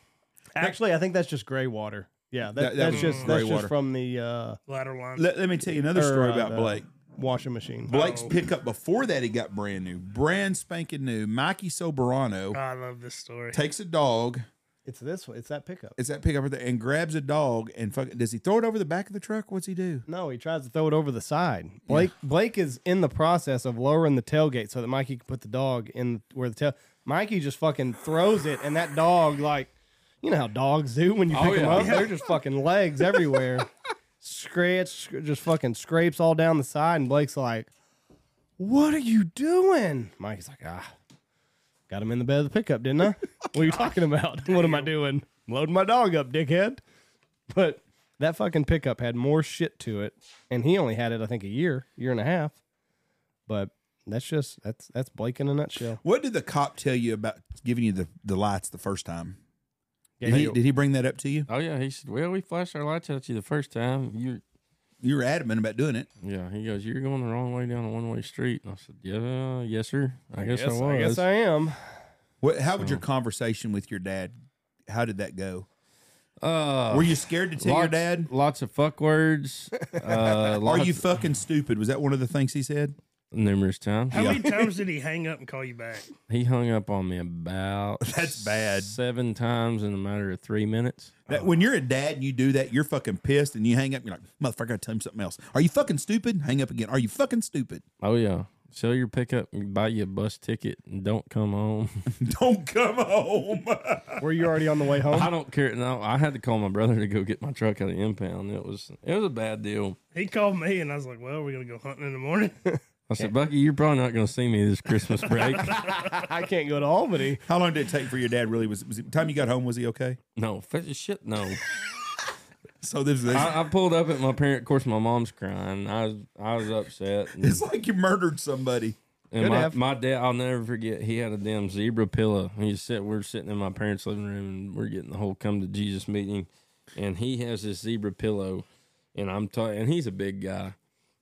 S1: Actually, I think that's just gray water. Yeah, that,
S2: That- that
S1: that's
S2: was
S1: just
S2: gray
S1: that's just
S2: water.
S1: from the uh,
S3: Ladder lines.
S2: Let, let me tell you another
S1: Or,
S2: story
S1: uh,
S2: about
S1: the-
S2: Blake.
S1: washing machine.
S2: Blake's
S3: Oh.
S2: pickup before that, he got brand new, brand spanking new. Mikey Soberano
S3: Oh, I love this story.
S2: takes a dog
S1: It's this one. It's that pickup.
S2: is that pickup right there and grabs a dog and fuck, does he throw it over the back of the truck? What's he do?
S1: No, he tries to throw it over the side. Blake Blake is in the process of lowering the tailgate so that Mikey can put the dog in where the tail. Mikey just fucking throws it, and that dog like, you know how dogs do when you
S4: Oh,
S1: pick them
S4: yeah.
S1: up, they're just fucking legs
S4: <laughs>
S1: everywhere, scratch, sc- just fucking scrapes all down the side, and Blake's like, "What are you doing?" Mikey's like, "Ah, got him in the bed of the pickup, didn't I? what are you talking about? what am I doing? I'm loading my dog up, dickhead." But that fucking pickup had more shit to it, and he only had it, I think, a year, year and a half. But that's just that's that's Blake in a nutshell.
S2: What did the cop tell you about giving you the, the lights the first time?
S1: Yeah,
S2: Did he,
S1: you-
S2: did he bring that up to you?
S4: Oh yeah, he said, "Well, we flashed our lights at you the first time. You,
S2: You were adamant about doing it.
S4: yeah." He goes, "You're going the wrong way down a one way street." And I said, "Yeah, yes, sir. I, guess, I was."
S1: I guess I am.
S2: What, how
S4: Oh.
S2: would your conversation with your dad? How did that go?
S4: uh,
S2: Were you scared to tell your dad?
S4: Lots of
S2: <laughs>
S4: fuck words. Uh,
S2: Are
S4: lots,
S2: you fucking stupid? Was that one of the things he said?
S4: numerous times?
S3: How many times did he hang up and call you back?
S4: He hung up on me <laughs> about
S2: That's bad.
S4: seven times in a matter of three minutes.
S2: That when you're a dad and you do that, you're fucking pissed and you hang up. You're like, motherfucker, I tell him something else. Are you fucking stupid? Hang up again. Are you fucking stupid? <laughs>
S4: Oh yeah, sell your pickup, buy you a bus ticket, and don't come home.
S2: Don't come home. <laughs>
S1: Were you already on the way home?
S4: <laughs> I don't care. No, I had to call my brother to go get my truck out of the impound. It was it was a bad deal.
S3: He called me and I was like, "Well, we're gonna go hunting in the morning."
S4: I said, Bucky, you're probably not going to see me this Christmas break.
S1: <laughs>
S4: <laughs>
S1: I can't go to Albany.
S2: How long did it take for your dad? Really was, was it, time you got home? Was he okay?
S4: no, f- shit, no.
S2: So this, this
S4: I, I pulled up at my parent. Of course, my mom's crying. I was I was upset. And,
S2: it's like you murdered somebody.
S4: and
S1: Good
S4: my,
S1: F.
S4: my dad, I'll never forget. He had a damn zebra pillow. He sit. We're sitting in my parents' living room, and we're getting the whole come to Jesus meeting. And he has this zebra pillow, and I'm ta- and he's a big guy,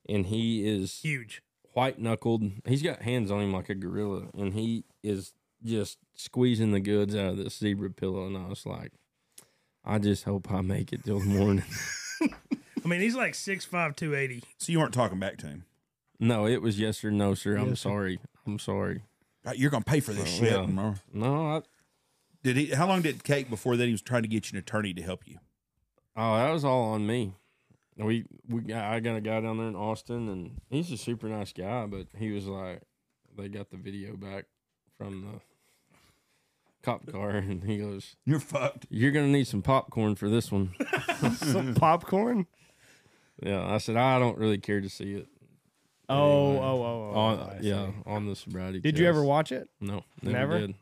S4: and he is
S3: Huge.
S4: white knuckled. He's got hands on him like a gorilla, and he is just squeezing the goods out of this zebra pillow. And I was like, I just hope I make it till the morning. <laughs>
S3: I mean, he's like six five, two eighty.
S2: So you aren't talking back to him.
S4: no, it was yes or no, sir. I'm
S1: Yes, sir.
S4: sorry. I'm sorry.
S2: Right, you're gonna pay for this shit.
S4: yeah.
S2: Mar.
S4: No, I,
S2: Did he? How long did it take before then he was trying to get you an attorney to help you?
S4: oh, that was all on me. We we got, I got a guy down there in Austin, and he's a super nice guy, but he was like, they got the video back from the cop car, <laughs> and he goes,
S2: You're fucked.
S4: "You're gonna need some popcorn for this one." <laughs>
S1: Some popcorn.
S4: Yeah, I said I don't really care to see it.
S1: Oh, oh, oh, oh.
S4: on
S1: I see.
S4: yeah on the sobriety.
S1: Did you ever
S4: test.
S1: watch it?
S4: No,
S1: Never?
S4: Did.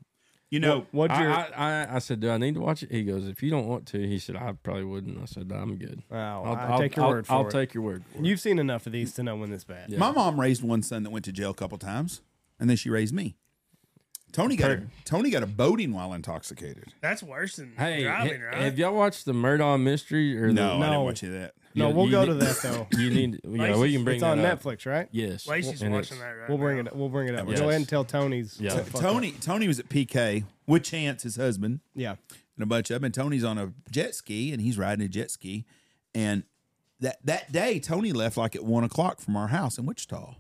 S7: You know,
S1: What
S4: I,
S1: your?
S4: I, I, I said, do I need to watch it? He goes, if you don't want to, he said, I probably wouldn't. I said, I'm good.
S1: Wow,
S4: I'll,
S1: I
S4: I'll-
S1: take your
S4: I'll-
S1: word for
S4: I'll
S1: it.
S4: take your word for it.
S1: You've seen enough of these to know when this bad.
S4: Yeah.
S2: My mom raised one son that went to jail a couple times, and then she raised me. Tony got a, Tony got a boating while intoxicated.
S3: That's worse than
S4: Hey,
S3: driving,
S4: ha-
S3: right?
S4: have y'all watched the Murdaugh mystery? Or
S2: No, I
S1: No.
S2: didn't watch you that.
S4: the,
S1: No,
S4: you-
S1: we'll
S4: you
S1: go
S4: need-
S1: to that <laughs> though.
S4: You need. Yeah, we
S3: Lacey's-
S4: can <laughs> bring
S1: It's on
S4: that up.
S1: Netflix, right?
S4: Yes,
S3: Lacey's
S4: and
S3: watching that
S4: it's-
S3: right
S1: We'll bring
S3: now.
S1: it. We'll bring it up.
S4: Yes.
S1: Go ahead and tell Tony's.
S4: Yeah.
S1: to fuck up.
S2: Tony Tony was at PK with Chance, his husband,
S1: Yeah.
S2: and a bunch of them. And Tony's on a jet ski, and he's riding a jet ski. And that that day, Tony left like at one o'clock from our house in Wichita.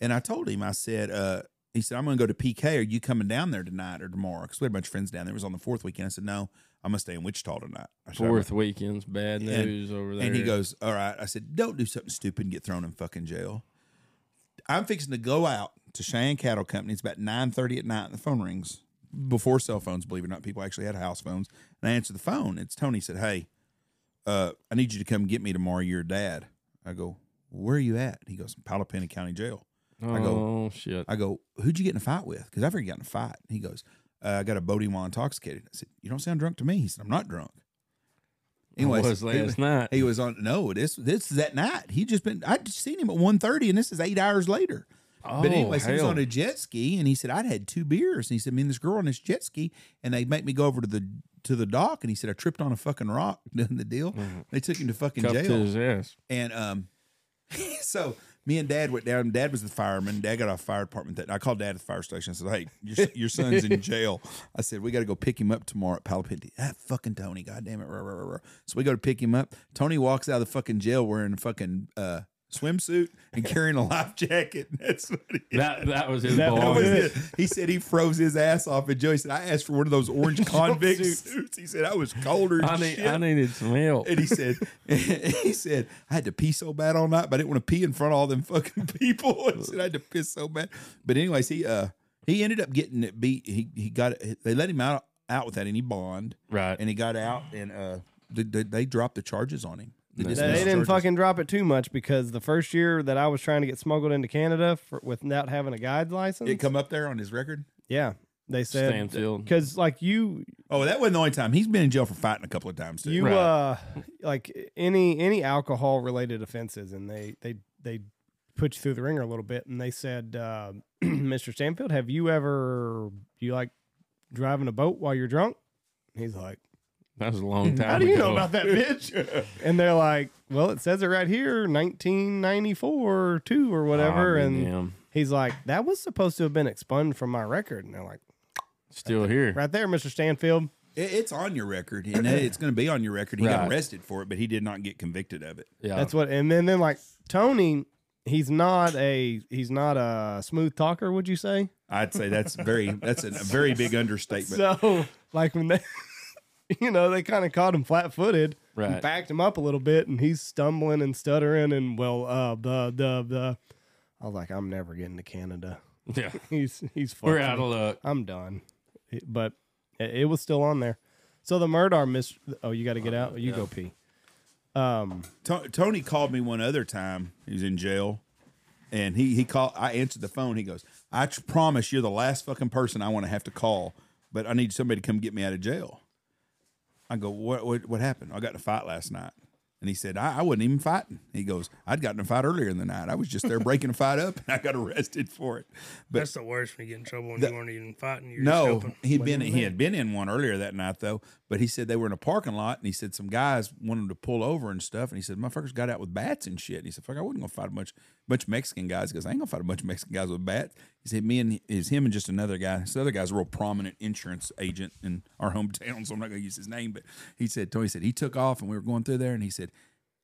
S2: And I told him, I said, uh, he said, I'm going to go to PK. Are you coming down there tonight or tomorrow? Because we had a bunch of friends down there. It was on the fourth weekend. I said, no, I'm going to stay in Wichita tonight. I said, "I'm
S4: Fourth weekend's bad
S2: And-
S4: news over there.
S2: And he goes, All right. I said, Don't do something stupid and get thrown in fucking jail. I'm fixing to go out to Cheyenne Cattle Company. It's about 9.30 at night and the phone rings. Before cell phones, believe it or not, people actually had house phones. And I answer the phone. It's Tony said, Hey, uh, I need you to come get me tomorrow, your dad. I go, Where are you at? He goes, Palapena County Jail.
S4: oh
S2: I go-
S4: shit.
S2: I go, Who'd you get in a fight with? Because I've already gotten in a fight. He goes, uh, I got a boating while intoxicated. I said, You don't sound drunk to me. He said, I'm not drunk.
S4: I
S2: Anyways, <laughs>
S4: was
S2: he-
S4: last night.
S2: he was on no, this this is that night. He just been I'd just seen him at 1.30 and this is eight hours later.
S4: oh,
S2: but anyways, he was
S4: hell.
S2: on a jet ski and he said, I'd had two beers. And he said, Me and this girl on this jet ski, and they make me go over to the to the dock and he said, I tripped on a fucking rock <laughs> doing the deal.
S4: Mm-hmm.
S2: They took him to fucking
S4: cup
S2: jail.
S4: to his ass.
S2: And um, <laughs> so me and Dad went down. Dad was the fireman. Dad got off fire department. That I called Dad at the fire station. I said, "Hey, your, your son's
S4: <laughs>
S2: in jail." I said, "We got to go pick him up tomorrow at Palapinti." Ah, fucking Tony, goddamn it! Rah, rah, rah, rah. So we go to pick him up. Tony walks out of the fucking jail wearing a fucking uh, swimsuit and carrying a life jacket. <laughs> That's what he
S4: That that was his
S1: That- that
S2: <laughs> that
S4: belongings.
S2: was
S1: Yeah.
S2: it. He said he froze his ass off. And Joey said, "I asked for one of those
S4: <laughs>
S2: orange convict suits." <laughs> He said, "I was colder." than
S4: <laughs> I need
S2: shit.
S4: I needed some help.
S2: And he said, <laughs> he said, I had to pee so bad all night, but I didn't want to pee in front of all them fucking <laughs> people. I said I had to piss so bad. But anyways, he uh he ended up getting it beat. He he got they let him out out without any bond,
S4: Right.
S2: and he got out and uh they, they, they dropped the charges on him. They
S1: They
S2: dismissed the
S1: didn't
S2: charges.
S1: fucking drop it too much because the first year that I was trying to get smuggled into Canada for, without having a guide license,
S2: It come up there on his record.
S1: yeah, they said
S4: Stanfield.
S1: because like you,
S2: Oh, that wasn't the only time. He's been in jail for fighting a couple of times too.
S1: you <laughs>
S4: Right.
S1: uh, like any any alcohol related offenses, and they they they put you through the ringer a little bit, and they said, uh, <clears throat> Mister Stanfield, have you ever you like driving a boat while you're drunk? And He's like,
S4: That was a long time.
S1: How do you
S4: ago.
S1: know about that bitch? and they're like, well, it says it right here, 1994 or two or whatever.
S4: Oh,
S1: and
S4: damn.
S1: he's like, that was supposed to have been expunged from my record. And they're like,
S4: still here.
S1: right there, Mr. Stanfield.
S2: It- it's on your record, and it's going to be on your record. He got
S4: Right.
S2: arrested for it, but he did not get convicted of it.
S4: Yeah.
S1: That's what. And then, then like Tony, he's not a he's not a smooth talker. Would you say?
S2: I'd say that's very that's a, a very big understatement.
S1: So like when they. <laughs> You know, they kind of caught him flat footed,
S4: Right.
S1: backed him up a little bit, and he's stumbling and stuttering. And well, uh, blah, blah, blah. I was like, I'm never getting to Canada.
S4: <laughs>
S1: <laughs>
S4: yeah.
S1: he's he's fucked.
S4: We're out of luck.
S1: I'm done. It- but it, it was still on there. So the murder mis. Oh, you got to get out. You go pee. Um.
S2: To- Tony called me one other time. He was in jail, and he he called. I answered the phone. He goes, "I tr- promise you're the last fucking person I want to have to call, but I need somebody to come get me out of jail." I go, "What what, what happened? I got in a fight last night." And he said, I, I wasn't even fighting. He goes, I'd gotten in a fight earlier in the night. I was just there breaking a fight up and I got arrested for it. But
S3: That's the worst when you get in trouble and you weren't even fighting. You're just
S2: No,
S3: helping.
S2: he'd been he had been in one earlier that night though. But he said they were in a parking lot, and he said some guys wanted to pull over and stuff. And he said, "Motherfuckers got out with bats and shit." And he said, "Fuck, I wasn't gonna fight a bunch bunch of Mexican guys because I ain't gonna fight a bunch of Mexican guys with bats." He said, "Me and is him and just another guy. This other guy's a real prominent insurance agent in our hometown, so I'm not gonna use his name." But he said, Tony said he took off, and we were going through there, and he said.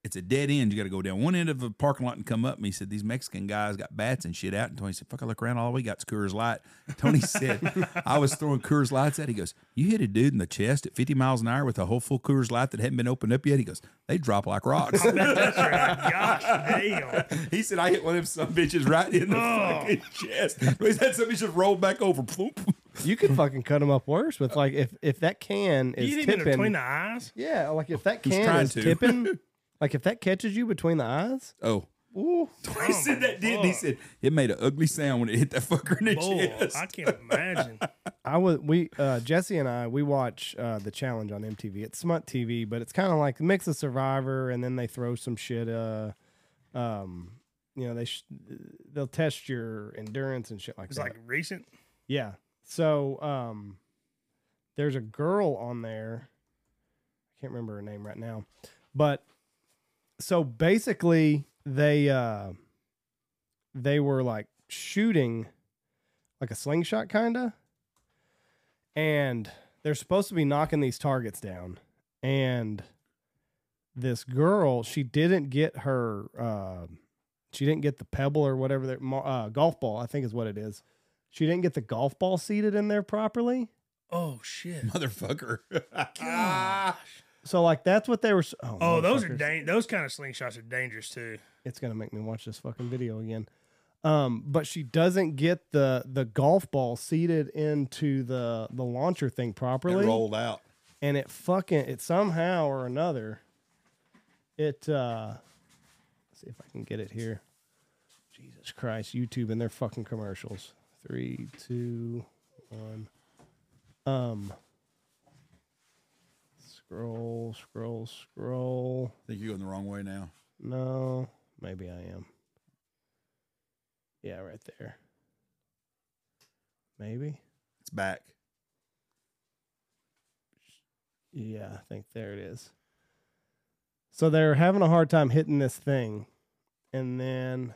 S2: It's a dead end. You got to go down one end of a parking lot and come up. And he said, These Mexican guys got bats and shit out. And Tony said, Fuck, I look around. All we got's Coors Light. <laughs> Tony said, I was throwing Coors Lights at. He goes, You hit a dude in the chest at 50 miles an hour with a whole full Coors Light that hadn't been opened up yet. He goes, They drop like rocks.
S3: <laughs> That's right. Gosh,
S2: <laughs>
S3: damn.
S2: he said, I hit one of them some bitches right in the fucking chest. He said, Some bitch just rolled back over. Ploop.
S1: You could fucking cut him up worse with like if if that can
S3: You
S1: is
S3: hit him in between
S1: tipping.
S3: the eyes.
S1: Yeah, like
S2: <laughs>
S1: if that
S2: trying
S1: can is
S2: to.
S1: tipping.
S2: <laughs>
S1: Like if that catches you between the eyes.
S2: Oh.
S1: Ooh.
S2: He said that did. He said, It made an ugly sound when it hit that fucker in the
S3: Boy,
S2: chest.
S3: I can't imagine.
S1: I I was we uh, Jesse and I we watch uh, the challenge on MTV. It's Smut TV, but it's kind of like a mix of Survivor, and then they throw some shit. Uh, um, you know they sh- they'll test your endurance and shit like
S3: It's
S1: that.
S3: like recent.
S1: Yeah. So um there's a girl on there. I can't remember her name right now. But so basically they uh they were like shooting like a slingshot kinda. And they're supposed to be knocking these targets down. And this girl, she didn't get her uh she didn't get the pebble or whatever that mar- uh, golf ball, I think is what it is she didn't get the golf ball seated in there properly.
S3: Oh
S2: <laughs>
S3: shit.
S2: motherfucker. <laughs>
S1: So like that's what they were. s- Oh,
S3: Oh, those are
S1: motherfuckers.
S3: dang- those kind of slingshots are dangerous too.
S1: It's gonna make me watch this fucking video again. Um, but she doesn't get the the golf ball seated into the the launcher thing
S2: It
S1: properly,
S2: rolled out.
S1: and it fucking it somehow or another. It uh, let's see if I can get it here. Jesus Christ, YouTube and their fucking commercials. Three, two, one. Um. Scroll, scroll, scroll.
S2: I think you're going the wrong way now.
S1: No, maybe I am. Yeah, right there. Maybe.
S2: It's back.
S1: Yeah, I think there it is. So they're having a hard time hitting this thing. And then,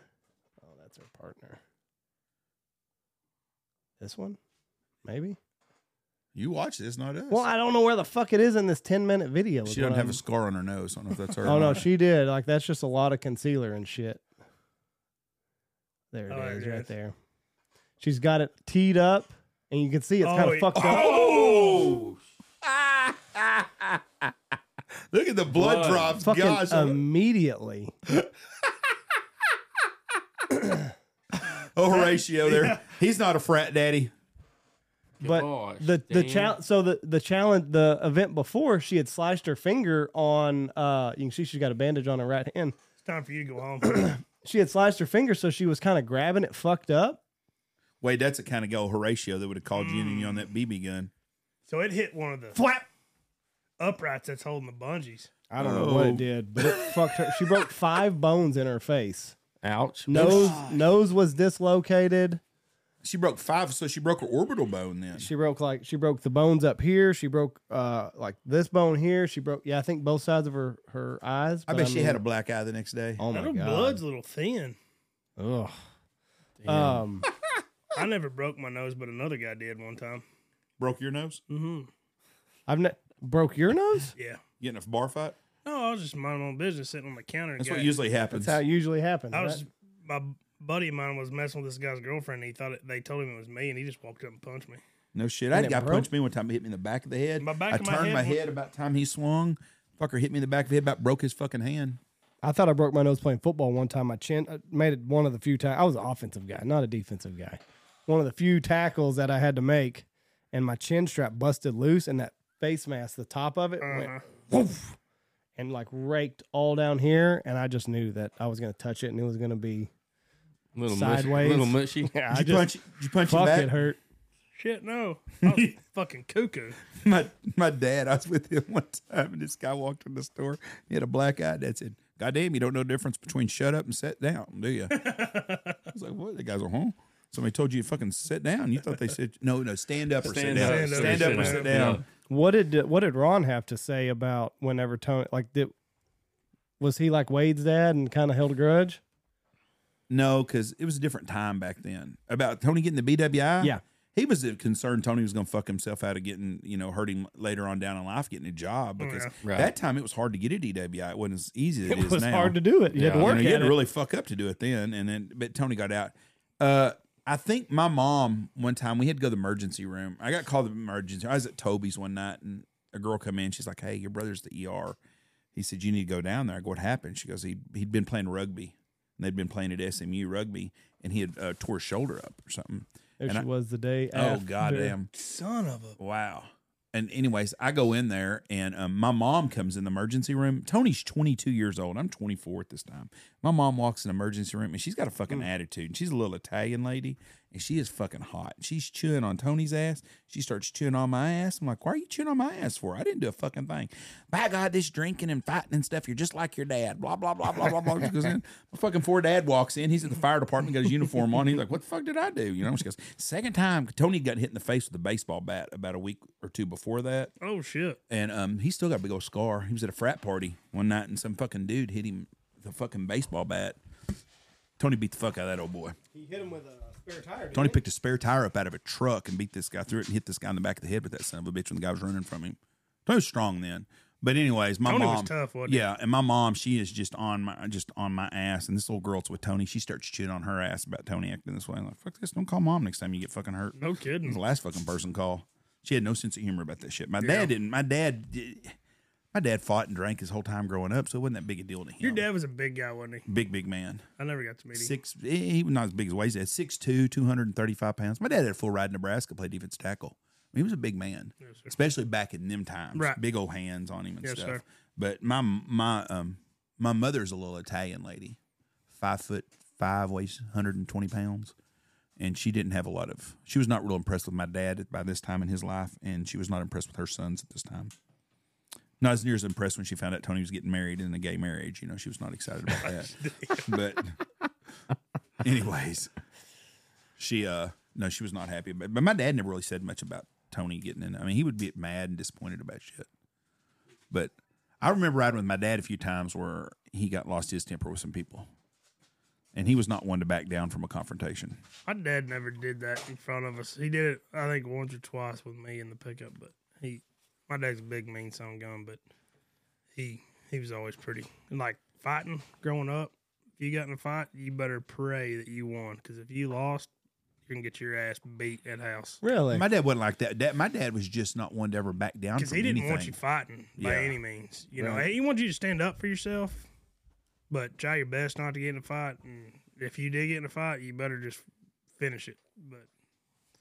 S1: oh, that's our partner. This one? Maybe.
S2: You watch this, not us.
S1: Well, I don't know where the fuck it is in this 10 minute video. is
S2: she
S1: what
S2: doesn't have
S1: I'm-
S2: a scar on her nose. I don't know if that's her.
S1: Oh,
S2: or
S1: no,
S2: not.
S1: she did. Like, that's just a lot of concealer and shit. There it is,
S3: Oh, there it
S1: right
S3: is.
S1: there. She's got it teed up, and you can see it's
S3: Oh,
S1: kind of
S3: it-
S1: fucked up.
S2: Oh! <laughs> Look at the blood,
S4: Blood.
S2: drops.
S1: fucking
S2: Gosh.
S1: immediately.
S2: oh, Horatio there. He's not a frat daddy.
S1: But
S4: Gosh,
S1: the the
S4: damn.
S1: challenge, so the the challenge, the event before, she had sliced her finger on. Uh, you can see she's got a bandage on her right hand.
S3: It's time for you to
S1: <clears throat>
S3: go home.
S1: She had sliced her finger, so she was kind of grabbing it, fucked up.
S2: Wait, that's the kind of guy Horatio that would have called you in and you on that BB gun.
S3: so it hit one of the flap uprights that's holding the bungees.
S1: I don't know what
S2: Oh.
S1: it did, but it <laughs> fucked her. She broke five bones in her face.
S4: Ouch.
S1: Nose nose was dislocated.
S2: She broke five, so she broke her orbital bone then.
S1: She broke like she broke the bones up here. She broke uh like this bone here. She broke yeah, I think both sides of her her eyes.
S2: I
S1: but
S2: bet she
S1: mean-
S2: had a black eye the next day.
S1: Oh my
S3: That
S1: god.
S3: blood's a little thin.
S1: Ugh.
S4: Damn.
S1: Um,
S3: I never broke my nose, but another guy did one time.
S2: Broke your nose?
S3: Mm-hmm.
S1: I've ne- broke your nose.
S3: Yeah.
S2: Getting a bar fight?
S3: No, I was just minding my own business, sitting on the counter. And
S2: That's
S3: got-
S2: what usually happens.
S1: That's how it usually happens.
S3: I was
S1: right?
S3: my buddy of mine was messing with this guy's girlfriend. And he thought it, they told him it was me, and he just walked up and punched me.
S2: No shit. I had a
S1: it
S2: guy
S1: broke?
S2: punch me one time. He hit me in the back of the head.
S3: My back
S2: I
S3: of my
S2: turned
S3: head
S2: my
S3: was-
S2: head about the time he swung. Fucker hit me in the back of the head, about broke his fucking hand.
S1: I thought I broke my nose playing football one time. My chin I made it one of the few times. I was an offensive guy, not a defensive guy. One of the few tackles that I had to make, and my chin strap busted loose, and that face mask, the top of it, went
S3: Uh-huh.
S1: woof, and like raked all down here. And I just knew that I was going to touch it, and it was going to be.
S4: little
S1: sideways.
S4: Mushy, little mushy. <laughs>
S1: Yeah,
S2: Did you punch? Did you punch him
S1: Fuck,
S2: back?
S1: it hurt.
S3: Shit, no, I
S1: <laughs>
S3: was fucking cuckoo.
S2: <laughs> my my dad, I was with him <laughs> one time, and this guy walked in the store. He had a black eye. Dad said, "God damn, you don't know the difference between shut up and sit down, do you?" <laughs> I was like, "What?" The guy's like, "Huh." Somebody told you to fucking sit down. You thought they said no, no, stand up or
S4: Stand
S2: sit
S4: up,
S2: down.
S3: sit
S2: Stand up
S3: down.
S2: or sit down.
S1: What did what did Ron have to say about whenever Tony like did was he like Wade's dad and kind of held a grudge?
S2: No, because it was a different time back then. About Tony getting the BWI.
S1: Yeah.
S2: He was concerned Tony was going to fuck himself out of getting, you know, hurting later on down in life, getting a job because
S3: Yeah.
S4: Right.
S2: that time it was hard to get a DWI. It wasn't as easy as it
S1: It
S2: is
S1: was
S2: now.
S1: hard to do it. You had
S4: Yeah,
S1: to
S4: I
S1: work
S2: you, know, you
S1: at
S2: had
S1: it.
S2: to really fuck up to do it then. And then, but Tony got out. Uh, I think my mom one time we had to go to the emergency room. I got called to the emergency. I was at Toby's one night, and a girl come in. She's like, "Hey, your brother's the ER." He said, "You need to go down there." I go, "What happened?" She goes, "He he'd been playing rugby, and they'd been playing at SMU rugby, and he had uh, tore his shoulder up or something."
S1: There
S2: And
S1: she
S2: I-
S1: was the day.
S2: Oh
S1: after.
S2: goddamn!
S3: Son of a.
S2: Wow. And anyways, I go in there and um, my mom comes in the emergency room. Tony's 22 years old. I'm
S3: Mm.
S2: 24 at this time. My mom walks in the emergency room and she's got a fucking attitude. And she's a little Italian lady and she is fucking hot. She's chewing on Tony's ass. She starts chewing on my ass. I'm like, why are you chewing on my ass for? I didn't do a fucking thing. By God, this drinking and fighting and stuff, you're just like your dad. Blah, blah, blah, blah, blah, blah. She goes in. My fucking four dad walks in. He's at the fire department, got his uniform on. He's like, what the fuck did I do? You know, she goes, second time. Tony got hit in the face with a baseball bat about a week or two before that
S3: Oh shit!
S2: and um, he still got a big old scar. He was at a frat party one night, and some fucking dude hit him with a fucking baseball bat. Tony beat the fuck out of that old boy.
S1: He hit him with a spare tire.
S2: Tony picked a spare tire up out of a truck and beat this guy through it and hit this guy in the back of the head with that son of a bitch when the guy was running from him. Tony was strong then. But anyways, my
S3: Tony was
S2: mom
S3: tough, wasn't he?
S2: Yeah, and my mom, she is just on my just on my ass. And this little girl's with Tony. She starts chewing on her ass about Tony acting this way. I'm like, fuck this, don't call mom next time you get fucking hurt.
S3: No
S2: It was
S3: kidding.
S2: the last fucking person call. She had no sense of humor about that shit. My dad didn't. My dad, did- my dad fought and drank his whole time growing up, so it wasn't that big a deal to him.
S3: Your dad was a big guy, wasn't he?
S2: big big man,
S3: I never got to meet him.
S2: six. eh, He was not as big as what he said. Six two, two hundred and thirty five pounds. My dad had a full ride in Nebraska, played defense tackle. I mean, he was a big man, especially back in them times.
S3: Right.
S2: big old hands on him and
S3: Yes,
S2: stuff.
S3: sir.
S2: But my my um my mother's a little Italian lady, five foot five, weighs hundred and twenty pounds and she didn't have a lot of she was not real impressed with my dad by this time in his life and she was not impressed with her sons at this time not as near as impressed when she found out tony was getting married in a gay marriage you know she was not excited about
S3: <laughs>
S2: that but anyways she uh no she was not happy but, but my dad never really said much about tony getting in i mean he would get mad and disappointed about shit but i remember riding with my dad a few times where he got lost his temper with some people and he was not one to back down from a confrontation
S3: My dad never did that in front of us. He did it, I think, once or twice with me in the pickup. But he, my dad's a big, mean son of a gun, but he he was always pretty and like fighting growing up. If you got in a fight, you better pray that you won, because if you lost, you're gonna get your ass beat at house.
S1: Really?
S2: My dad wasn't like that. Dad, my dad was just not one to ever back down.
S3: Because
S2: Because
S3: he didn't want you fighting by
S2: Yeah.
S3: any means. You know,
S1: Right.
S3: he wanted you to stand up for yourself, but try your best not to get in a fight. And if you did get in a fight, you better just finish it. But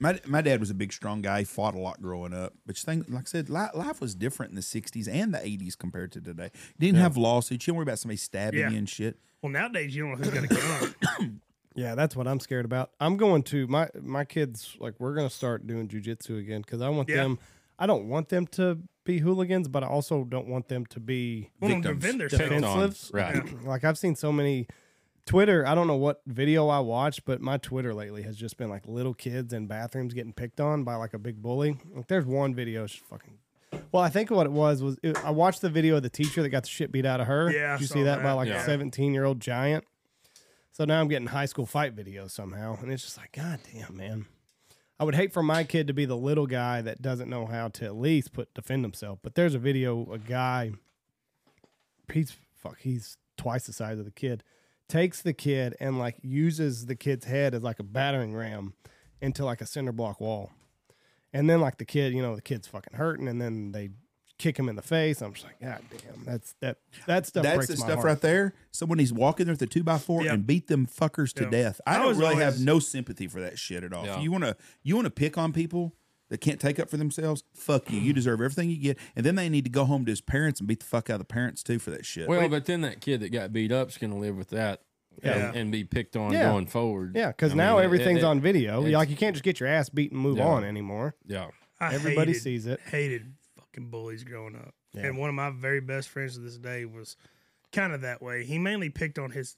S2: My my dad was a big, strong guy. He fought a lot growing up. But you think, like I said, li- life was different in the '60s and the '80s compared to today. You didn't have lawsuits. You didn't worry about somebody stabbing
S3: Yeah.
S2: you and shit.
S3: well, nowadays you don't know who's got a gun.
S1: Yeah, that's what I'm scared about. I'm going to my my kids like we're gonna start doing jujitsu again because I want
S3: Yeah.
S1: them. I don't want them to be hooligans, but I also don't want them to be
S3: Well, to
S2: Victims.
S3: defend themselves.
S4: Picked on.
S1: defensive.
S4: Right.
S1: <clears throat> like I've seen so many Twitter. I don't know what video I watched, but my Twitter lately has just been like little kids in bathrooms getting picked on by like a big bully. Like there's one video, it's just fucking. Well, I think what it was was it, I watched the video of the teacher that got the shit beat out of her.
S3: Yeah, I
S1: Did you see
S3: saw
S1: that, by
S3: that.
S1: like
S3: Yeah.
S1: a 17 year old giant. So now I'm getting high school fight videos somehow, and it's just like, God damn, man. I would hate for my kid to be the little guy that doesn't know how to at least put defend himself. But there's a video, a guy, he's fuck, he's twice the size of the kid, takes the kid and like uses the kid's head as like a battering ram into like a cinder block wall. And then like the kid, you know, the kid's fucking hurting, and then they kick him in the face. I'm just like, God damn, that's that that stuff.
S2: That's
S1: breaks my
S2: the stuff
S1: heart.
S2: right there. Someone he's walking there with a two by four
S3: Yeah.
S2: and beat them fuckers to
S3: Yeah.
S2: death.
S3: I
S2: I don't
S3: was
S2: really have
S3: always-
S2: no sympathy for that shit at all.
S4: Yeah.
S2: If you want to, you want to pick on people that can't take up for themselves. Fuck you. You deserve everything you get, and then they need to go home to his parents and beat the fuck out of the parents too for that shit.
S4: Well, but then that kid that got beat up's going to live with that
S3: Yeah.
S4: and, and be picked on
S1: Yeah.
S4: going forward.
S1: Yeah, because
S4: I
S1: now
S4: mean, it-
S1: everything's
S4: it-
S1: on video.
S4: it's-
S1: Like you can't just get your ass beat and move
S4: Yeah.
S1: on anymore.
S4: Yeah.
S3: I
S1: Everybody
S3: hated-
S1: sees it.
S3: Hated fucking bullies growing up.
S1: Yeah.
S3: And one of my very best friends to this day was kind of that way. He mainly picked on his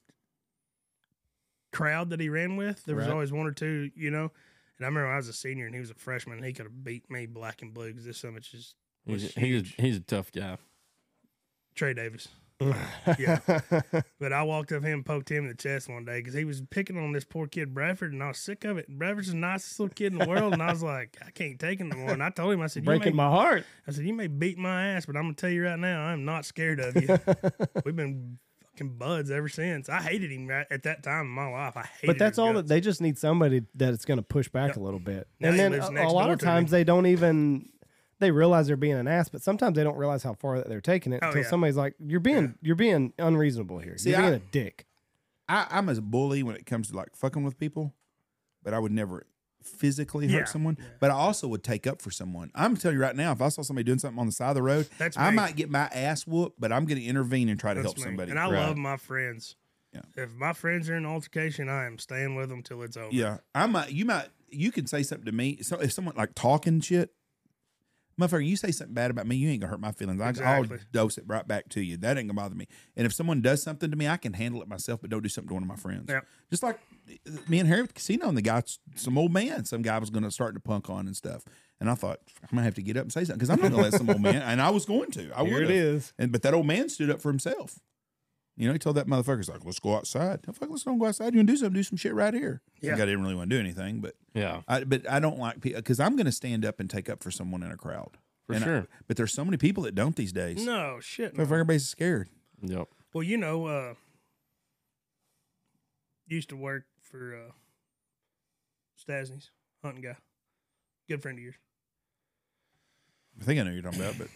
S3: crowd that he ran with. There was
S1: Right.
S3: always one or two, you know. And I remember when I was a senior and he was a freshman. He could have beat me black and blue because this so much is
S4: He's,
S3: was
S4: he's,
S3: huge.
S4: he's a tough guy.
S3: Trey Davis. yeah. But I walked up to him and poked him in the chest one day because he was picking on this poor kid Bradford, and I was sick of it. Bradford's the nicest little kid in the world, and I was like, I can't take him no more. And I told him, I said, you may,
S1: <laughs> Breaking my heart.
S3: I said, you may beat my ass, but I'm gonna tell you right now, I'm not scared of
S1: <laughs>
S3: you. We've been fucking buds ever since. I hated him right at that time in my life. I hated.
S1: But that's
S3: his
S1: all that
S3: guts.
S1: they just need somebody that it's going to push back a little bit.
S3: Now
S1: and
S3: he
S1: then
S3: lives
S1: a, a
S3: next
S1: lot
S3: door
S1: of
S3: to me.
S1: times they don't even they realize they're being an ass, but sometimes they don't realize how far that they're taking it
S3: Oh,
S1: until
S3: yeah.
S1: somebody's like, "You're being you're being unreasonable here.
S2: See,
S1: you're
S2: I-
S1: being a dick."
S2: I, I'm as bully when it comes to like fucking with people, but I would never physically
S3: Yeah.
S2: hurt someone. But I also would take up for someone. I'm telling you right now, if I saw somebody doing something on the side of the road,
S3: That's
S2: I
S3: me.
S2: might get my ass whooped, but I'm going to intervene and try to
S3: That's
S2: help
S3: me.
S2: somebody.
S3: And I
S2: Right.
S3: love my friends. If my friends are in an altercation, I am staying with them till it's over.
S8: Yeah,
S2: I might, you might, you can say something to me. So if someone like talking shit, motherfucker, you say something bad about me, you ain't gonna hurt my feelings. I,
S3: Exactly.
S2: I'll dose it right back to you. That ain't gonna bother me. And if someone does something to me, I can handle it myself, but don't do something to one of my friends.
S3: Yeah.
S2: Just like me and Harry at the casino and the guy, some old man, some guy was gonna start to punk on and stuff. And I thought, I'm gonna have to get up and say something because I'm not gonna let some old man. And I was going to. I
S1: Here
S2: would
S1: it is.
S2: and but that old man stood up for himself. You know, he told that motherfucker, he's like, let's go outside. No, fuck, let's don't go outside. You want to do something, do some shit right here.
S3: Yeah.
S2: Like, I didn't really want to do anything, but
S4: Yeah,
S2: I but I don't like people because I'm going to stand up and take up for someone in a crowd.
S4: for
S2: And I-
S4: sure.
S2: but there's so many people that don't these days.
S3: No shit.
S2: Motherfucker, Everybody's scared.
S4: Yep.
S3: Well, you know, uh, used to work for uh, Stasny's hunting guy, good friend of yours,
S2: I think I know who you're talking about, but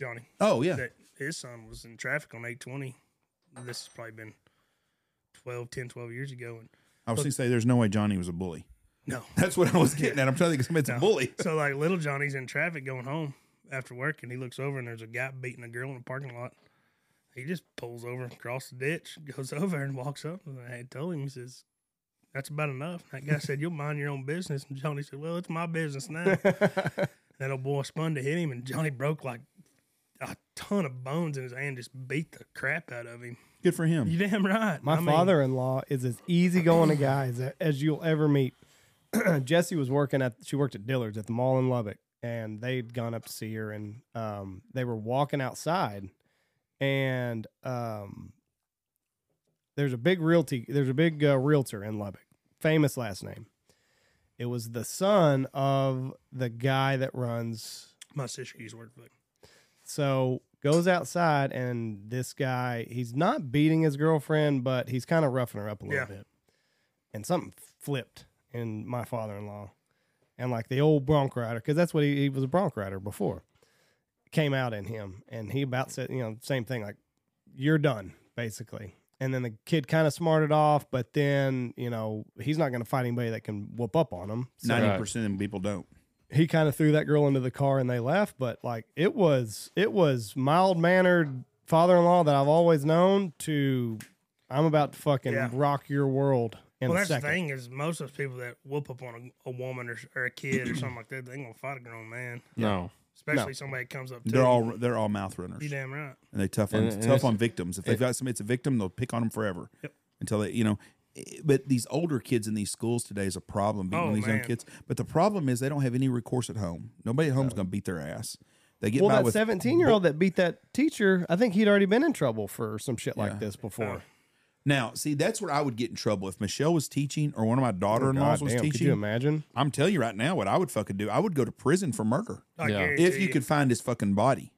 S3: Johnny.
S2: oh yeah,
S3: That his son was in traffic on 820. This has probably been 12, 10, 12 years ago, and
S2: I was going to say there's no way Johnny was a bully. <laughs>
S3: no,
S2: That's what I was getting at. I'm trying to think of somebody's a
S3: No.
S2: bully.
S3: <laughs> So like little Johnny's in traffic going home after work, and he looks over and there's a guy beating a girl in the parking lot. He just pulls over across the ditch, <laughs> goes over and walks up. And I had told him, he says, "That's about enough." That guy said, "You'll mind your own business." And Johnny said, "Well, it's my business now." that old boy spun to hit him, and Johnny broke like a ton of bones in his hand, just beat the crap out of him.
S2: Good for him.
S3: You damn right.
S1: My
S3: I mean,
S1: father-in-law is as easygoing a guy as, as you'll ever meet. <clears throat> Jesse was working at she worked at Dillard's at the mall in Lubbock, and they'd gone up to see her, and um, they were walking outside, and um, there's a big realty there's a big uh, realtor in Lubbock, famous last name. It was the son of the guy that runs
S3: my sister used to work for. him.
S1: so goes outside and this guy, he's not beating his girlfriend, but he's kind of roughing her up a little
S3: Yeah.
S1: bit. And something flipped in my father-in-law, and like the old bronc rider, because that's what he, he was a bronc rider before, came out in him, and he about said, you know, same thing, like you're done basically. And then the kid kind of smarted off, but then you know he's not going to fight anybody that can whoop up on him. So
S2: Ninety percent of people don't.
S1: he kind of threw that girl into the car and they left. But like it was, it was mild mannered father in law that I've always known to. I'm about to fucking
S3: Yeah.
S1: rock your world in
S3: well,
S1: a
S3: that's
S1: second.
S3: the thing is most of those people that whoop up on a, a woman or, or a kid or something like that, they ain't gonna fight a grown man,
S4: No.
S3: especially somebody that comes up to
S2: They're
S3: you.
S2: all they're all mouth runners.
S3: You damn right.
S2: and they tough on
S4: And- and
S2: tough
S4: it's-
S2: on victims. If they've got somebody that's a victim, they'll pick on them forever until they, you know. eh, But these older kids in these schools today is a problem beating
S3: Oh,
S2: these young
S3: man.
S2: kids. But the problem is they don't have any recourse at home. Nobody at home's going to beat their ass. They get by
S1: well, that
S2: with
S1: 17 year old that beat that teacher, I think he'd already been in trouble for some shit like
S2: Yeah.
S1: this
S3: Oh.
S1: before.
S2: now. See, that's where I would get in trouble if Michelle was teaching or one of my daughter-in-laws
S1: God
S2: was
S1: damn, could you
S2: teaching.
S1: imagine?
S2: I'm telling you right now, what I would fucking do, I would go to prison for murder.
S3: I
S4: Yeah.
S3: guarantee
S2: if you could find his fucking body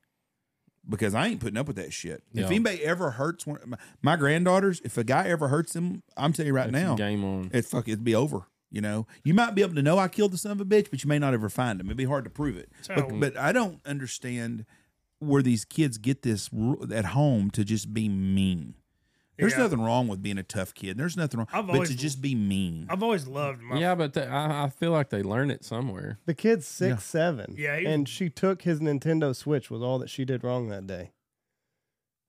S2: because I ain't putting up with that shit. If
S4: Yeah.
S2: anybody ever hurts one, my, my granddaughters, if a guy ever hurts them, I'm telling you right now,
S4: Game on.
S2: it fuck, it'd be over. You know, you might be able to know I killed the son of a bitch, but you may not ever find him. It'd be hard to prove it.
S3: So-
S2: But, but I don't understand where these kids get this ru- at home to just be mean. There's
S3: Yeah.
S2: nothing wrong with being a tough kid. There's nothing wrong,
S3: I've
S2: but
S3: always-
S2: to just be mean.
S3: I've always loved my.
S4: Yeah, but they, I, I feel like they learn it somewhere.
S1: The kid's six seven,
S3: Yeah, he was-
S1: and she took his Nintendo Switch. Was all that she did wrong that day.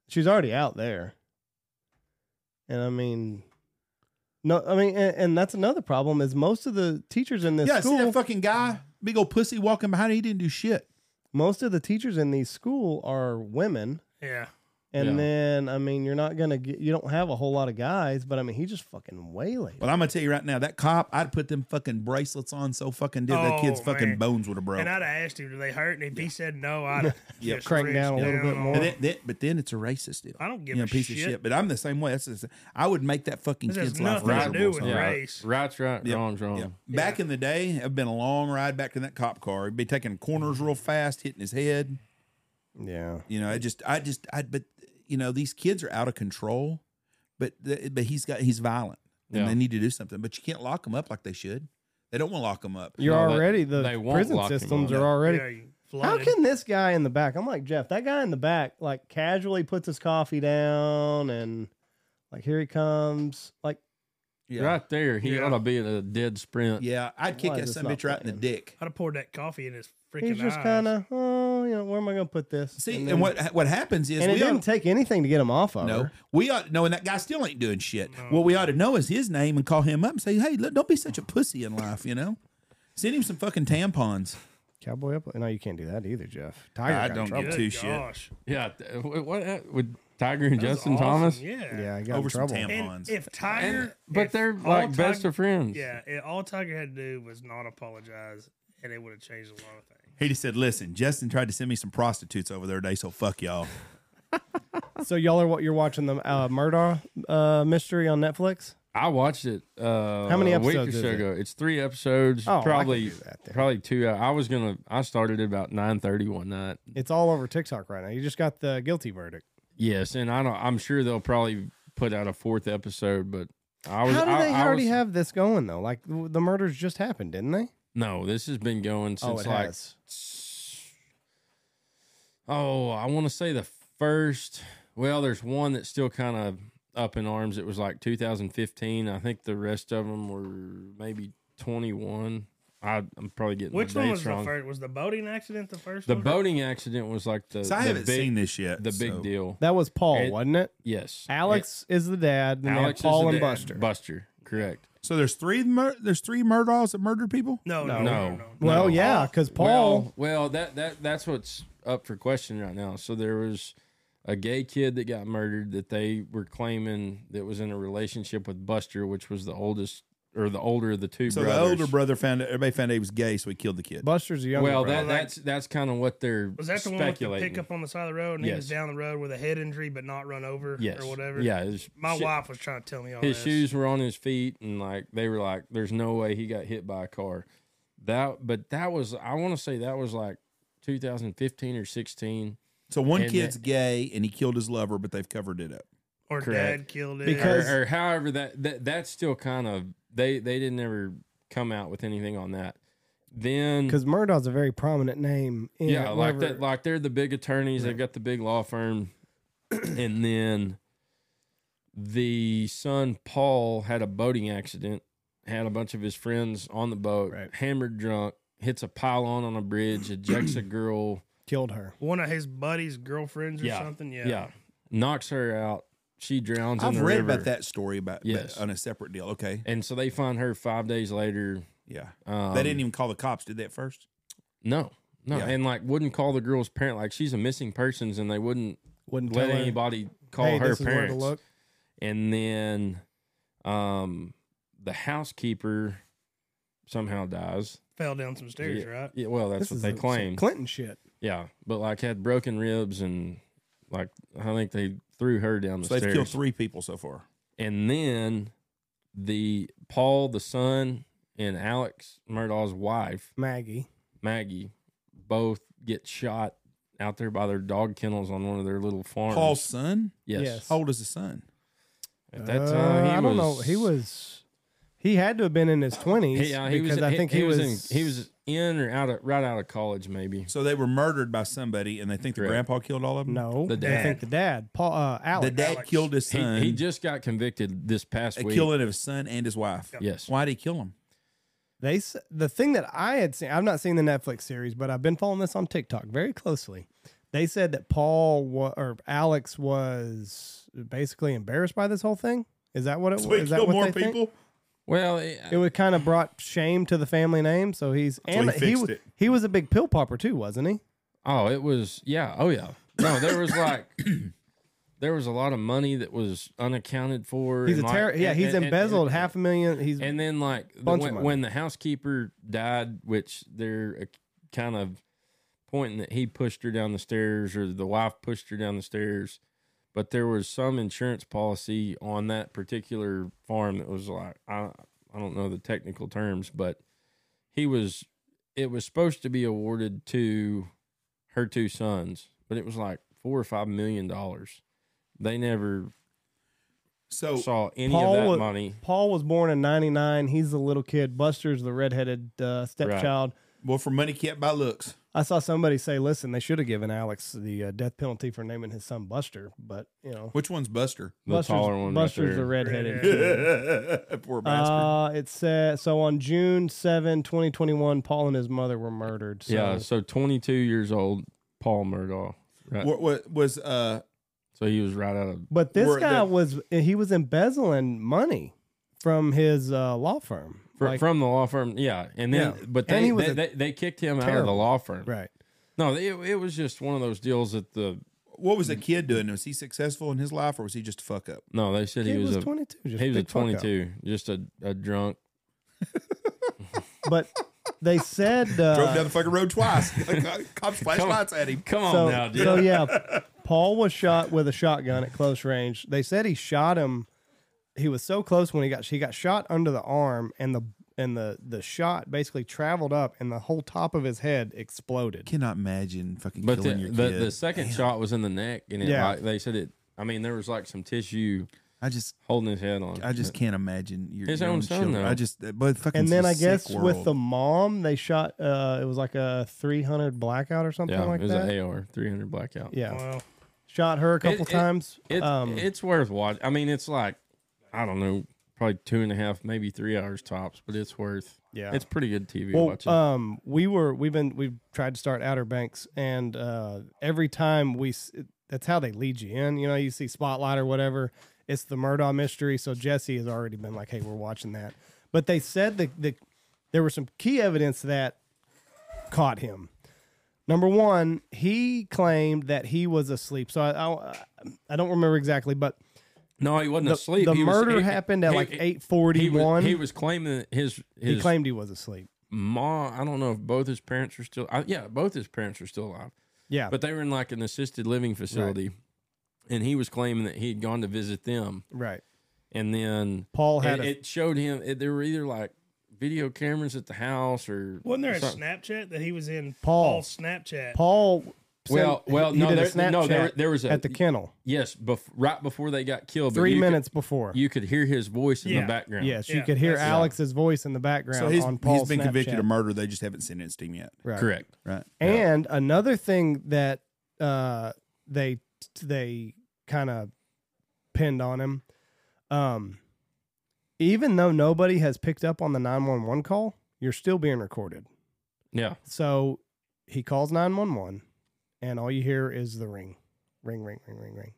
S1: She's already out there, and I mean, no, I mean, and, and that's another problem is most of the teachers in this
S2: yeah, see
S1: school,
S2: that fucking guy, big old pussy walking behind. him, He didn't do shit.
S1: most of the teachers in these school are women,
S3: Yeah.
S1: and
S4: Yeah.
S1: then I mean, you're not gonna get, you don't have a whole lot of guys, but I mean, he just fucking waylaid.
S2: Well, I'm gonna tell you right now, that cop, I'd put them fucking bracelets on so fucking did that
S3: Oh,
S2: kid's fucking
S3: man.
S2: bones would have broke.
S3: And I'd have asked him, do they hurt? And if he said no, I'd yeah.
S1: Crank down a little bit more.
S2: And then- then- but then it's a racist deal.
S3: I don't
S2: you
S3: give
S2: know,
S3: a
S2: piece of
S3: shit.
S2: shit. But I'm the same way. That's just, I would make that fucking
S3: This has
S2: kid's life
S3: nothing to do
S2: miserable.
S3: with
S2: son.
S3: Yeah.
S4: Yeah.
S3: Race.
S4: Right's right. Wrong's wrong.
S2: Yeah. Back in the day, I've been a long ride back to that cop car. He'd be taking corners real fast, hitting his head.
S1: Yeah,
S2: You know, I just, I just, I. But you know, these kids are out of control. But the, but he's got he's violent, and
S4: Yeah.
S2: they need to do something. But you can't lock them up like they should. They don't want to lock them up.
S1: you're
S4: No, they-
S1: already
S4: they
S1: the
S4: won't
S1: prison
S4: lock him
S1: systems
S4: up.
S1: are already
S3: Yeah, you
S1: How
S3: flooded.
S1: can this guy in the back? I'm like Jeff. That guy in the back, like casually puts his coffee down and like here he comes. Like
S2: Yeah.
S4: Right there, he
S3: Yeah.
S4: ought to be at a dead sprint.
S2: Yeah, I'd kick
S1: Why
S2: that
S1: is this
S2: son of a
S1: not
S2: bitch right in the
S1: playing?
S2: dick.
S3: I'd have poured that coffee in his freaking
S1: he's just
S3: eyes.
S1: kind of oh you know, where am I going to put this?
S5: See, and,
S1: then-
S5: what what happens is
S1: and it
S5: we
S1: didn't
S5: ought,
S1: take anything to get him off of
S5: no,
S1: her.
S5: we ought no, and that guy still ain't doing shit. What we ought to know is his name and call him up and say, "Hey, look, don't be such a pussy in life," you know. Send him some fucking tampons.
S1: Cowboy up. No, you can't do that either, Jeff. Tiger
S5: I
S1: got in
S5: don't
S1: trouble.
S5: get
S3: Good
S5: two shit.
S3: gosh.
S4: Yeah, th- what, what with Tiger and
S3: That was
S4: Justin
S3: awesome.
S4: Thomas?
S3: Yeah.
S1: Yeah, I got
S5: Over
S1: in
S5: some
S1: trouble.
S5: tam-
S3: And
S5: Bonds.
S3: if Tiger,
S4: And- but
S3: if
S4: they're
S3: all
S4: like best
S3: Tiger-
S4: of friends.
S3: Yeah, it, all Tiger had to do was not apologize, and it would have changed a lot of things.
S5: He just said, "Listen, Justin tried to send me some prostitutes over there today, so fuck y'all."
S1: So y'all are what you're watching the uh, murder uh, mystery on Netflix.
S4: I watched it. Uh,
S1: How many
S4: A week or
S1: episodes is
S4: so
S1: it?
S4: ago. It's three episodes.
S1: Oh, I could
S4: probably
S1: do that then.
S4: probably two. uh, I was gonna. I started at about nine thirty one night.
S1: It's all over TikTok right now. You just got the guilty verdict.
S4: Yes, and I don't. I'm sure they'll probably put out a fourth episode, but I was.
S1: How do
S4: I-
S1: they
S4: I
S1: already
S4: was-
S1: have this going though? Like w- the murders just happened, didn't they?
S4: No, this has been going
S1: Oh,
S4: since
S1: it
S4: like.
S1: has.
S4: Oh, I want to say the first. Well, there's one that's still kind of up in arms. It was like 2015. I think the rest of them were maybe 21. I, I'm probably getting
S3: Which
S4: the
S3: one
S4: dates
S3: was
S4: wrong.
S3: the first? Was the boating accident the first?
S4: The
S3: one?
S4: boating accident was like the,
S5: So I
S4: the
S5: haven't
S4: big,
S5: seen this yet.
S4: the big
S5: so-
S4: deal.
S1: That was Paul,
S4: It-
S1: wasn't it?
S4: Yes,
S1: Alex is the dad.
S4: It-
S1: Then
S4: Alex
S1: Alex Paul
S4: is
S1: and
S4: the dad.
S1: Buster.
S4: Buster, correct.
S5: So there's three mur- there's three murders that murdered people.
S3: No, no,
S4: No.
S3: no. no, no.
S1: well,
S4: No.
S1: yeah, because Paul.
S4: Well, well, that that that's what's up for question right now. So there was a gay kid that got murdered that they were claiming that was in a relationship with Buster, which was the oldest or the older of the two
S5: So
S4: brothers.
S5: the older brother found out, everybody found out he was gay, so he killed the kid.
S1: Buster's a young.
S4: well,
S1: brother.
S4: that, that's that's kind of what they're
S3: Was that the one with the
S4: speculating.
S3: pickup on the side of the road and he was
S4: Yes.
S3: down the road with a head injury but not run over
S4: yes,
S3: or whatever?
S4: Yeah, his,
S3: My
S4: shi-
S3: wife was trying to tell me all
S4: His
S3: this.
S4: shoes were on his feet, and like they were like, "There's no way he got hit by a car." That, but that was I want to say that was like 2015 or 16.
S5: So one
S4: And
S5: kid's gay and he killed his lover, but they've covered it up.
S3: Or
S4: Correct.
S3: dad killed it.
S1: Because-
S4: or, or however that, that that's still kind of they they didn't ever come out with anything on that. Then
S1: because Murdoch's a very prominent name. In
S4: yeah, like
S1: whatever-
S4: that like they're the big attorneys. They've got the big law firm, and then the son Paul had a boating accident. Had a bunch of his friends on the boat,
S1: Right.
S4: hammered drunk, hits a pylon on a bridge, ejects a girl.
S1: killed her.
S3: one of his buddies' girlfriends or
S4: Yeah.
S3: something.
S4: Yeah. knocks her out. She drowns. in
S5: I've
S4: the
S5: read
S4: river.
S5: about that story about but
S4: Yes.
S5: on a separate deal. Okay,
S4: and so they find her five days later.
S5: yeah,
S4: Um,
S5: they didn't even call the cops. Did that first?
S4: No, no,
S5: Yeah.
S4: and like wouldn't call the girl's parent. Like she's a missing persons, and they wouldn't
S1: Wouldn't
S4: let
S1: tell her,
S4: anybody call
S1: "Hey,
S4: her
S1: this is where to
S4: parents.
S1: look."
S4: And then, um, the housekeeper somehow dies.
S3: Fell down some stairs,
S4: yeah,
S3: right?
S4: yeah, well, that's
S1: This
S4: what
S1: is
S4: they
S1: some
S4: claim.
S1: Clinton shit.
S4: yeah, but like had broken ribs and like I think they threw her down the
S5: So they've
S4: stairs.
S5: killed three people so far.
S4: and then the Paul, the son, and Alex Murdaugh's wife
S1: Maggie.
S4: Maggie both get shot out there by their dog kennels on one of their little farms.
S5: Paul's son.
S4: yes.
S1: Yes.
S5: How old is the son?
S4: At that
S1: Uh,
S4: time, he
S1: I
S4: was,
S1: don't know. He was. He had to have been in his twenties
S4: He, uh, he
S1: because
S4: was,
S1: I think he, was.
S4: in, he was in or out of right out of college, maybe.
S5: So they were murdered by somebody, and they think the
S4: Correct.
S5: grandpa killed all of them.
S1: no.
S4: The
S1: I think
S4: dad.
S1: the dad. Paul. Uh, Alex.
S5: the dad
S3: Alex.
S5: killed his
S4: He,
S5: son.
S4: he just got convicted this past
S5: a
S4: week.
S5: killing of his son and his wife.
S4: Yes,
S5: Why did he kill him?
S1: They s- the thing that I had seen. I've not seen the Netflix series, but I've been following this on TikTok very closely. They said that Paul wa- or Alex was basically embarrassed by this whole thing. Is that what it was? Is that what they think?
S4: Well, it,
S1: It would kind of brought shame to the family name, so he's and
S5: he
S1: he
S5: fixed
S1: wa-
S5: it.
S1: he was a big pill popper too, wasn't he?
S4: oh, it was yeah, oh yeah. No, there was like
S1: <coughs>
S4: there was a lot of money that was unaccounted for.
S1: He's a
S4: and like-
S1: terror. Yeah,
S4: and-
S1: he's
S4: and- and-
S1: embezzled
S4: and-
S1: half a million. He's
S4: And then like the,
S1: Bunch of
S4: when,
S1: money.
S4: when the housekeeper died, which they're uh, kind of pointing that he pushed her down the stairs or the wife pushed her down the stairs, but there was some insurance policy on that particular farm that was like I I don't know the technical terms, but he was it was supposed to be awarded to her two sons, but it was like four or five million dollars. They never
S5: So
S4: saw any
S1: Oh, Paul
S4: of that
S1: was-
S4: money.
S1: Paul was born in '99. He's the little kid. Buster's the redheaded uh, stepchild.
S5: well, for money kept by looks.
S1: I saw somebody say, "Listen, they should have given Alex the uh, death penalty for naming his son Buster." But you know,
S5: Which
S1: <laughs>
S5: one's Buster?
S4: The
S1: Buster's,
S4: taller one. right
S1: Buster's the
S2: <laughs>
S4: there.
S1: redheaded.
S3: Yeah.
S1: kid.
S5: <laughs> Poor bastard.
S1: Uh, it says so on June 7, 2021, Paul and his mother were murdered. So
S4: Yeah, so 22 years old, Paul Murdaugh. Right.
S2: What, what was uh
S4: so he was right out of
S1: But this
S2: Were
S1: guy
S2: the-
S1: was he was embezzling money from his uh, law firm.
S4: fr-
S1: Like-
S4: from the law firm. Yeah, and then
S1: Yeah.
S4: but
S1: And
S4: they
S1: he was
S4: they,
S1: a-
S4: they, they kicked him out of the
S1: Terrible.
S4: law firm.
S1: right.
S4: No, it, it was just one of those deals that the
S2: what was the kid doing? Was he successful in his life or was he just a fuck up?
S4: no they said
S1: He,
S4: he,
S1: was,
S4: was, a
S1: 22. Just
S4: he was a
S1: big fuck up.
S4: twenty two, just a, a drunk.
S1: But they said uh,
S2: Drove down the fucking road twice. <laughs> uh, Cops flashlights at him.
S4: Come on
S1: so,
S4: now, dude. <laughs>
S1: so yeah, Paul was shot with a shotgun at close range. They said he shot him. He was so close when he got he got shot under the arm, and the and the the shot basically traveled up, and the whole top of his head exploded.
S2: Cannot imagine fucking
S4: But the,
S2: killing your
S4: the,
S2: kid.
S4: the second shot was in the neck, and it,
S1: Yeah.
S4: like, they said it. I mean, there was like some tissue
S2: I just
S4: holding his head on.
S2: I just can't imagine your,
S4: His
S2: your
S4: own son,
S2: children.
S4: though.
S2: I just uh, but fucking
S1: And then
S2: it's a
S1: I guess
S2: sick
S1: with
S2: world.
S1: the mom, they shot. Uh, it was like a three hundred blackout or something
S4: yeah,
S1: like
S4: it was
S1: that.
S4: an AR three hundred blackout.
S1: yeah,
S3: Well,
S1: shot her a couple
S4: it-
S1: times.
S4: It,
S1: um,
S4: it's worth watching. I mean, it's like I don't know, probably two and a half, maybe three hours tops, but it's worth.
S1: yeah,
S4: It's pretty good TV
S1: well,
S4: watching.
S1: um, we were we've been we've tried to start Outer Banks, and uh, every time we s- that's how they lead you in. You know, you see Spotlight or whatever. It's the Murdaugh mystery. So Jesse has already been like, "Hey, we're watching that," but they said that the there was some key evidence that caught him. Number one, he claimed that he was asleep. So I I, I don't remember exactly, but
S4: no, he wasn't
S1: the,
S4: asleep.
S1: the
S4: He was-
S1: murder
S4: he-
S1: happened at
S4: he-
S1: like
S4: he-
S1: eight
S4: He
S1: forty
S4: was,
S1: one.
S4: he was claiming that his his
S1: He claimed he was asleep.
S4: ma. I don't know if both his parents are still. I, yeah, both his parents are still alive.
S1: Yeah,
S4: but they were in like an assisted living facility and he was claiming that he had gone to visit them
S1: right.
S4: and then
S1: Paul had
S4: it,
S1: a
S4: it showed him it, there were either like video cameras at the house or
S3: wasn't there a
S4: something.
S3: Snapchat that he was in?
S1: Paul.
S3: Paul's Snapchat.
S1: Paul.
S4: Well-
S1: sent-
S4: well,
S1: he
S4: no,
S1: did a
S4: there- no, there-
S1: Snapchat
S4: there was a-
S1: at the kennel
S4: yes bef- right before they got killed but
S1: three
S4: you
S1: minutes before.
S4: could, you could hear his voice in
S3: Yeah.
S4: the background
S1: yes, you
S3: Yeah,
S1: could hear
S3: that's-
S1: Alex's voice in the background
S2: so he's,
S1: on Paul's
S2: he's been convicted
S1: Snapchat.
S2: of murder. They just haven't sentenced him yet.
S1: Right.
S4: correct
S2: Right.
S1: And another thing that uh, they they kind of pinned on him, um, even though nobody has picked up on the nine one one call, you're still being recorded.
S4: yeah
S1: So he calls 911, and all you hear is the ring ring, ring, ring, ring, ring.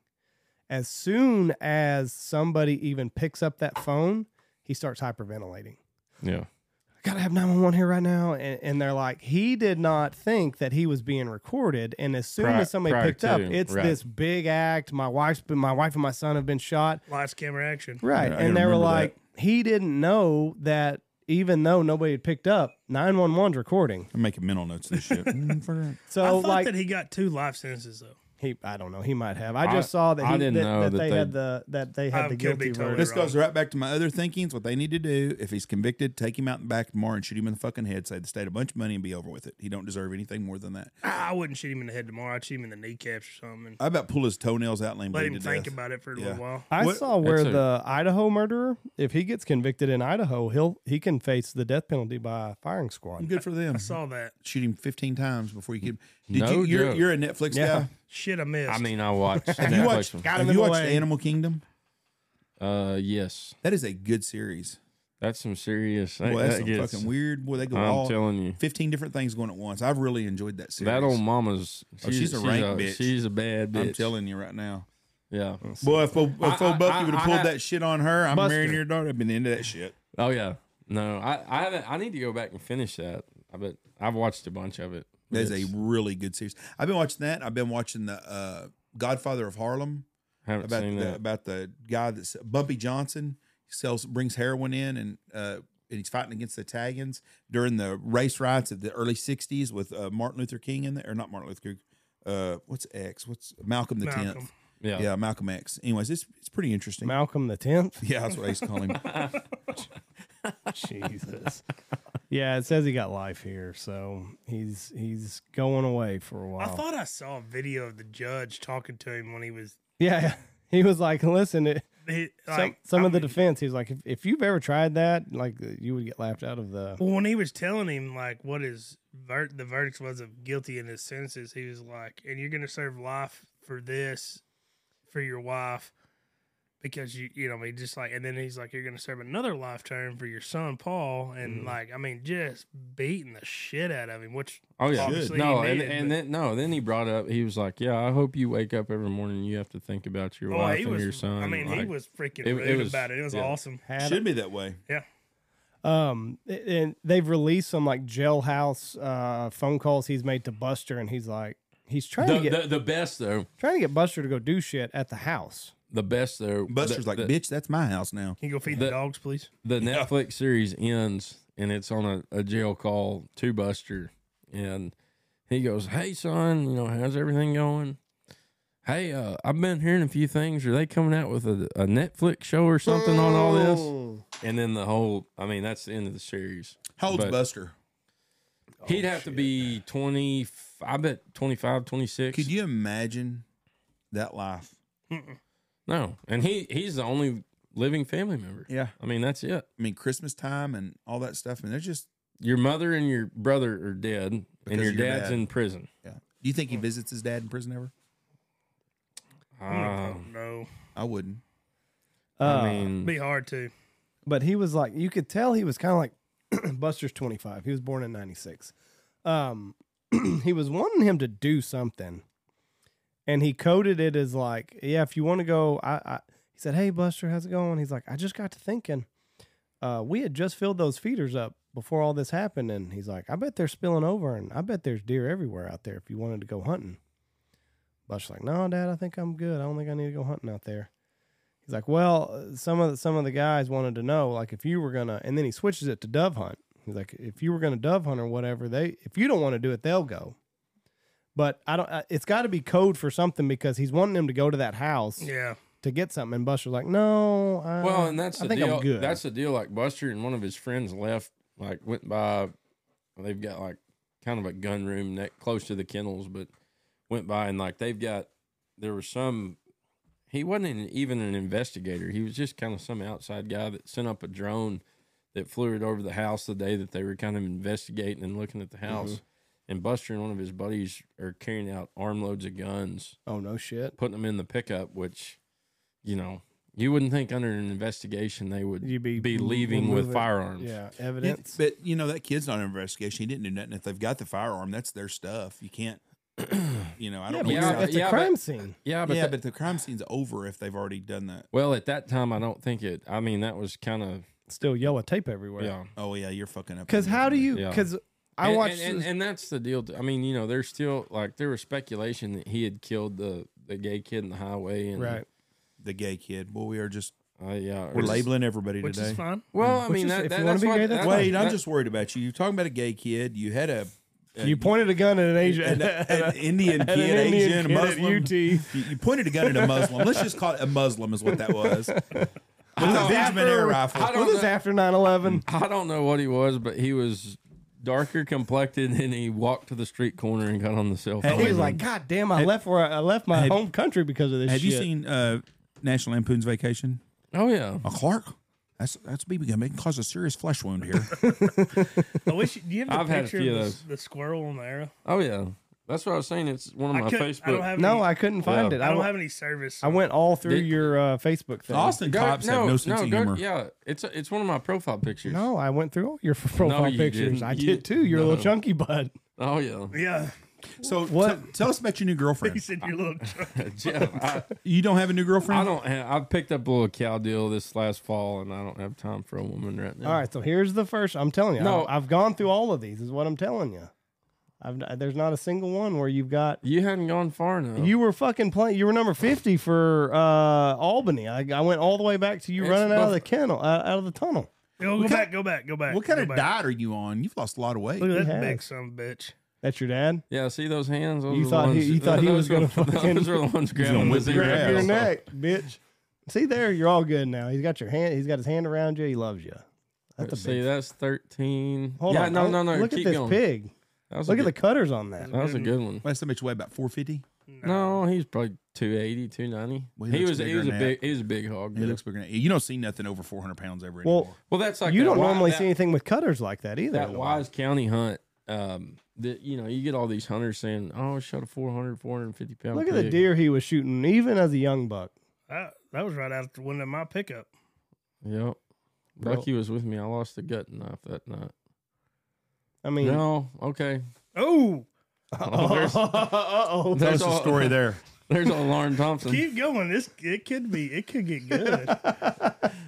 S1: As soon as somebody even picks up that phone, he starts hyperventilating.
S4: yeah
S1: I gotta have 911 here right now. And, and they're like, he did not think that he was being recorded. And as soon
S4: Prior-
S1: as somebody
S4: prior
S1: picked up,
S4: to,
S1: it's
S4: right.
S1: this big act. My wife's been, my wife and my son have been shot.
S3: Lights, camera, action.
S1: Right.
S2: Yeah, I
S1: and they were
S2: remember
S1: like, he didn't know that even though nobody had picked up, 911's recording.
S5: I'm making mental notes of
S2: <laughs>
S5: this shit.
S2: Mm,
S1: So
S3: I thought
S1: like
S3: that he got two life sentences though.
S1: He, I don't know. He might have. I
S4: I-
S1: just saw that. He,
S4: I didn't
S1: that,
S4: know
S1: that
S4: that
S1: they,
S4: they-
S1: had the that they had
S3: I
S1: the
S3: could be
S1: guilty
S3: totally
S1: verdict.
S2: This goes right back to my other thinkings. What they need to do, if he's convicted, take him out in the back tomorrow and shoot him in the fucking head. Say the state a bunch of money and be over with it. He don't deserve anything more than that.
S3: I I wouldn't shoot him in the head tomorrow. I'd shoot him in the kneecaps or something. And
S2: I about pull his toenails out and let him
S3: let
S2: bleed
S3: him
S2: to
S3: think
S2: death.
S3: about it for a
S2: Yeah.
S3: little while.
S1: I
S2: What-
S1: saw where
S4: That's
S1: the
S4: a-
S1: Idaho murderer, if he gets convicted in Idaho, he'll he can face the death penalty by a firing
S4: <laughs>
S1: squad.
S2: Good for them.
S3: I saw that.
S2: Shoot him fifteen times before you can. Did
S4: No
S2: you? You're,
S4: joke.
S2: you're a Netflix
S1: Yeah.
S2: guy.
S3: Shit, I missed.
S4: i mean i
S2: <laughs>
S4: watched
S2: Have
S4: Netflix
S2: you watched?
S4: one.
S1: him
S2: Have
S1: in
S2: you
S1: the
S2: watched
S1: leg.
S2: Animal Kingdom?
S4: uh yes
S2: That is a good series.
S4: that's some serious that,
S2: Boy, that's
S4: that
S2: some
S4: gets-
S2: fucking weird. Boy, they go
S4: i'm
S2: all
S4: telling you
S2: 15 different things going at once. I've really enjoyed that series.
S4: that old mama's she's,
S2: Oh, she's a rank bitch.
S4: she's a bad bitch
S2: I'm telling you right now.
S4: yeah
S2: Boy, if, old- if
S4: I-
S2: old
S4: I-
S2: Bucky would
S4: I-
S2: have
S4: I
S2: pulled
S4: had-
S2: that shit on her, I'm
S1: Buster.
S2: marrying your daughter. I've been into that shit.
S4: Oh yeah, no, I I haven't. I need to go back and finish that. I bet I've watched a bunch of it.
S2: That's a
S4: It's-
S2: really good series. I've been watching that. I've been watching the uh, Godfather of Harlem
S4: haven't
S2: about
S4: seen
S2: the,
S4: that.
S2: about the guy that's Bumpy Johnson sells brings heroin in and uh, and he's fighting against the Italians during the race riots of the early '60s with uh, Martin Luther King in there, or not Martin Luther King. Uh, what's X? What's Malcolm the
S3: Malcolm.
S2: Tenth?
S4: Yeah.
S2: yeah, Malcolm X. Anyways, it's it's pretty interesting.
S1: Malcolm the
S4: <laughs>
S1: tenth.
S2: yeah, that's what I used to call him.
S1: Jesus. <laughs> Yeah, it says he got life here, so he's he's going away for a
S3: I
S1: while.
S3: thought I saw a video of the judge talking to him when he was
S1: yeah, <laughs> yeah. he was like, listen, it,
S3: he,
S1: some
S3: like
S1: some
S3: I
S1: of the
S3: mean,
S1: defense. He's like, if, if you've ever tried that, like you would get laughed out of the.
S3: Well, when he was telling him like what his ver- the verdict was of guilty in his sentences, he was like, "And you're going to serve life for this, for your wife, because you you know I mean just like and then he's like you're gonna serve another life term for your son Paul
S4: Mm.
S3: and like I mean just beating the shit out of him which
S4: Oh yeah,
S3: obviously he
S4: no,
S3: needed,
S4: and, and
S3: but-
S4: then no, then he brought up. He was like, "Yeah, I hope you wake up every morning. and You have to think about your
S3: oh,
S4: wife
S3: he
S4: and
S3: was
S4: your son."
S3: I mean he
S4: like-
S3: was freaking
S4: it- it
S3: rude
S4: was-
S3: about it it was
S4: yeah.
S3: awesome
S1: Had
S2: Should be that way.
S3: yeah
S1: Um, and they've released some like jailhouse uh, phone calls he's made to Buster, and he's like, he's trying
S4: the,
S1: to get
S4: the, the best though.
S1: trying to get Buster to go do shit at the house.
S4: The best though.
S2: Buster's
S4: the,
S2: like,
S4: the,
S2: bitch, that's my house now.
S3: can you go feed
S4: The-
S3: the dogs please
S4: the Netflix series ends and it's on a, a jail call to Buster. And he goes, Hey, son, you know, how's everything going? Hey, uh, I've been hearing a few things. Are they coming out with a, a Netflix show or something on all this?
S2: Mm.
S4: And then the whole, I mean, that's the end of the series.
S2: How old's
S4: But-
S2: Buster? Oh,
S4: He'd have to be 20, I bet 25, 26.
S2: Could you imagine that life?
S4: No. And he he's the only living family member.
S2: Yeah.
S4: I mean, that's it.
S2: I mean, Christmas time and all that stuff. And they're just,
S4: Your mother and your brother are dead, and
S2: Because
S4: your
S2: of your
S4: dad's
S2: dad.
S4: in prison.
S2: yeah. Do you think he visits his dad in prison ever?
S3: I
S4: Um,
S3: don't know
S2: I wouldn't.
S1: Uh,
S4: I mean,
S3: be hard to
S1: but he was like, you could tell he was kind of like <clears throat> Buster's twenty five. He was born in ninety six. Um, <clears throat> he was wanting him to do something, and he coded it as like, yeah, if you want to go, I, I. He said, hey Buster, how's it going? He's like, I just got to thinking. Uh, we had just filled those feeders up before all this happened, and he's like, I bet they're spilling over, and I bet there's deer everywhere out there. If you wanted to go hunting, Buster's like, no, Dad, I think I'm good. I don't think I need to go hunting out there. He's like, well, uh, some of the, some of the guys wanted to know, like, if you were gonna, and then he switches it to dove hunt. He's like, if you were gonna dove hunt or whatever, they, if you don't want to do it, they'll go. But I don't. uh, It's got to be code for something because he's wanting him to go to that house
S3: yeah
S1: to get something, and Buster's like, no. I,
S4: well, and that's
S1: Uh, I
S4: the
S1: think
S4: deal.
S1: I'm good.
S4: That's the deal. Like Buster and one of his friends left, like went by. They've got like kind of a gun room neck close to the kennels, but went by and like they've got. There was some. He wasn't an, even an investigator. He was just kind of some outside guy that sent up a drone that flew it over the house the day that they were kind of investigating and looking
S1: Mm-hmm.
S4: at the house. And Buster and one of his buddies are carrying out armloads of guns
S1: oh no shit.
S4: putting them in the pickup, which, you know, you wouldn't think under an investigation they would
S1: You'd be
S4: be, leaving with
S1: removing-
S4: firearms.
S1: Yeah,
S2: Yeah,
S1: evidence.
S2: but you know that kid's not an investigation. He didn't do nothing. If they've got the firearm, that's their stuff.
S1: <clears throat>
S2: You can't. You know, I don't. know
S4: yeah,
S2: what's out
S1: it's
S4: yeah,
S1: a
S4: but-
S1: crime scene.
S4: Yeah,
S2: there.
S4: but,
S2: yeah,
S4: that-
S2: but the crime scene's over if they've already done that.
S4: well, at that time, I don't think it. I mean, that was kind of
S1: Still yellow tape everywhere.
S4: yeah.
S2: Oh yeah, you're fucking up.
S1: Because how do you?
S4: Yeah.
S1: Because I
S4: and,
S1: watched.
S4: and, and, and that's the deal. I mean, you know, there's still like there was speculation that he had killed the the gay kid in the highway, and
S1: right.
S2: the gay kid? Well, we are just
S4: uh, yeah, or
S2: we're
S4: just-
S2: labeling everybody
S3: which
S2: today.
S3: is fine
S4: Well, I
S1: Which
S4: mean,
S1: is-
S4: that,
S1: if
S4: that,
S1: you wanna
S4: that's
S1: be
S4: what,
S1: gay, that's fine.
S2: Wait, I'm
S4: that-
S2: just worried about you. You're talking about a gay kid. You had a
S1: You pointed a gun at an Asian, <laughs>
S2: an,
S1: at
S2: an
S1: a-
S2: Indian
S1: at
S2: kid,
S1: an Indian
S2: Asian,
S1: kid at
S2: Muslim.
S1: UT.
S2: You, you pointed a gun at a Muslim. Let's just call it a Muslim is what
S1: <laughs>
S2: that was. With a Benjamin air rifle.
S4: I don't
S1: Well, this is
S4: know.
S1: after 9-11.
S4: <laughs> I don't know what he was, but he was darker complected, and he walked to the street corner and got on the cell phone.
S1: He was like, "God damn! I left where I, I left my
S2: have-
S1: home country because of this."
S2: Have you
S1: shit."
S2: seen uh, National Lampoon's Vacation?
S4: "Oh yeah,
S2: A Clark? That's that's a BB gun. It can cause a serious flesh wound here.
S3: I wish do you have the
S4: I've had a
S3: picture
S4: few of
S3: of the,
S4: those.
S3: the squirrel on the arrow
S4: Oh yeah, that's what I was saying. It's one of
S3: I
S4: my
S3: couldn't
S4: Facebook.
S3: I don't have
S1: No,
S3: any,
S1: I couldn't find
S4: Yeah.
S1: it.
S3: I
S1: I,
S3: don't
S1: went-
S3: have any service
S1: I went all through
S4: Did-
S1: your uh, Facebook thing.
S2: <laughs> Austin
S4: Go-
S2: cops have no sense of
S4: go-
S2: humor.
S4: Yeah, it's a, it's one of my profile pictures.
S1: No, I went through all your <laughs> f- profile
S4: you
S1: pictures.
S4: didn't.
S1: I
S4: You-
S1: did too. You're a little chunky bud. <laughs>
S4: Oh yeah,
S3: yeah <laughs>
S2: So
S1: What-
S2: t- tell us about your new
S3: he
S2: <laughs> girlfriend.
S3: said your little
S4: Jeff, I,
S2: You don't have a new girlfriend?
S4: I don't. Have, I picked up a little cow deal this last fall, and I don't have time for a woman right now.
S1: All right, so here's the first. I'm telling you,
S4: No.
S1: I've, I've gone through all of these. Is what I'm telling you. I've, there's not a single one where you've got.
S4: you hadn't gone far enough.
S1: You were fucking playing. You were number fifty for uh, Albany. I, I went all the way back to you
S4: It's
S1: running out of
S4: both-
S1: the kennel, out, out of the tunnel.
S3: Yo, go
S2: What
S3: back, go back, go back.
S2: What kind
S3: go
S2: of
S3: back.
S2: diet are you on? You've lost a lot of weight.
S3: Look
S1: He
S3: at
S1: has.
S3: that big son of a bitch.
S1: That's your dad.
S4: yeah, see those hands. Those
S1: You
S4: are the
S1: thought he-
S4: ones-
S1: you thought he
S4: <laughs> those
S1: was
S4: were-
S1: gonna fucking-
S4: Those are the ones grabbing
S2: gonna
S4: the
S2: whip your
S4: zebra
S1: Grab
S2: ass.
S1: your
S4: tail.
S1: neck, bitch. See there, you're all good now. He's got your hand. He's got his hand around you. He loves you. That's a
S4: See,
S1: big.
S4: that's thirteen.
S1: Hold
S4: yeah,
S1: on.
S4: no,
S1: I'll-
S4: no, no.
S1: Look
S4: keep
S1: at this
S4: going.
S1: pig.
S4: That was a
S1: Look at the
S4: good-
S1: cutters on that.
S4: That was a good one.
S2: Last time you weighed about 450?
S4: No, he's probably 280, 290.
S2: Well, he
S4: he
S2: looks
S4: was he
S2: bigger
S4: was a
S2: than that.
S4: big he was a big hog.
S2: He
S4: yeah.
S2: looks bigger than You don't see nothing over 400 pounds ever anymore.
S1: Well,
S4: well, that's like
S1: you
S4: that
S1: don't
S4: wi-
S1: normally
S4: that-
S1: see anything with cutters like that either.
S4: that Wise County hunt, um, that you know, you get all these hunters saying, "Oh, shot a 400, 450 pound."
S1: Look at the
S4: pig."
S1: deer he was shooting, even as a young buck.
S3: That, that was right out the window of my pickup.
S4: Yep. Bucky was with me. I lost the gut knife that night.
S1: I mean,
S4: No, okay.
S3: Oh,
S4: <laughs> Oh, there's,
S1: oh,
S2: Tell
S4: there's
S2: us the
S4: a-
S2: story there.
S4: There's alarm Thompson.
S3: keep going. This it could be. It could
S2: <laughs>
S3: get good.
S1: <laughs>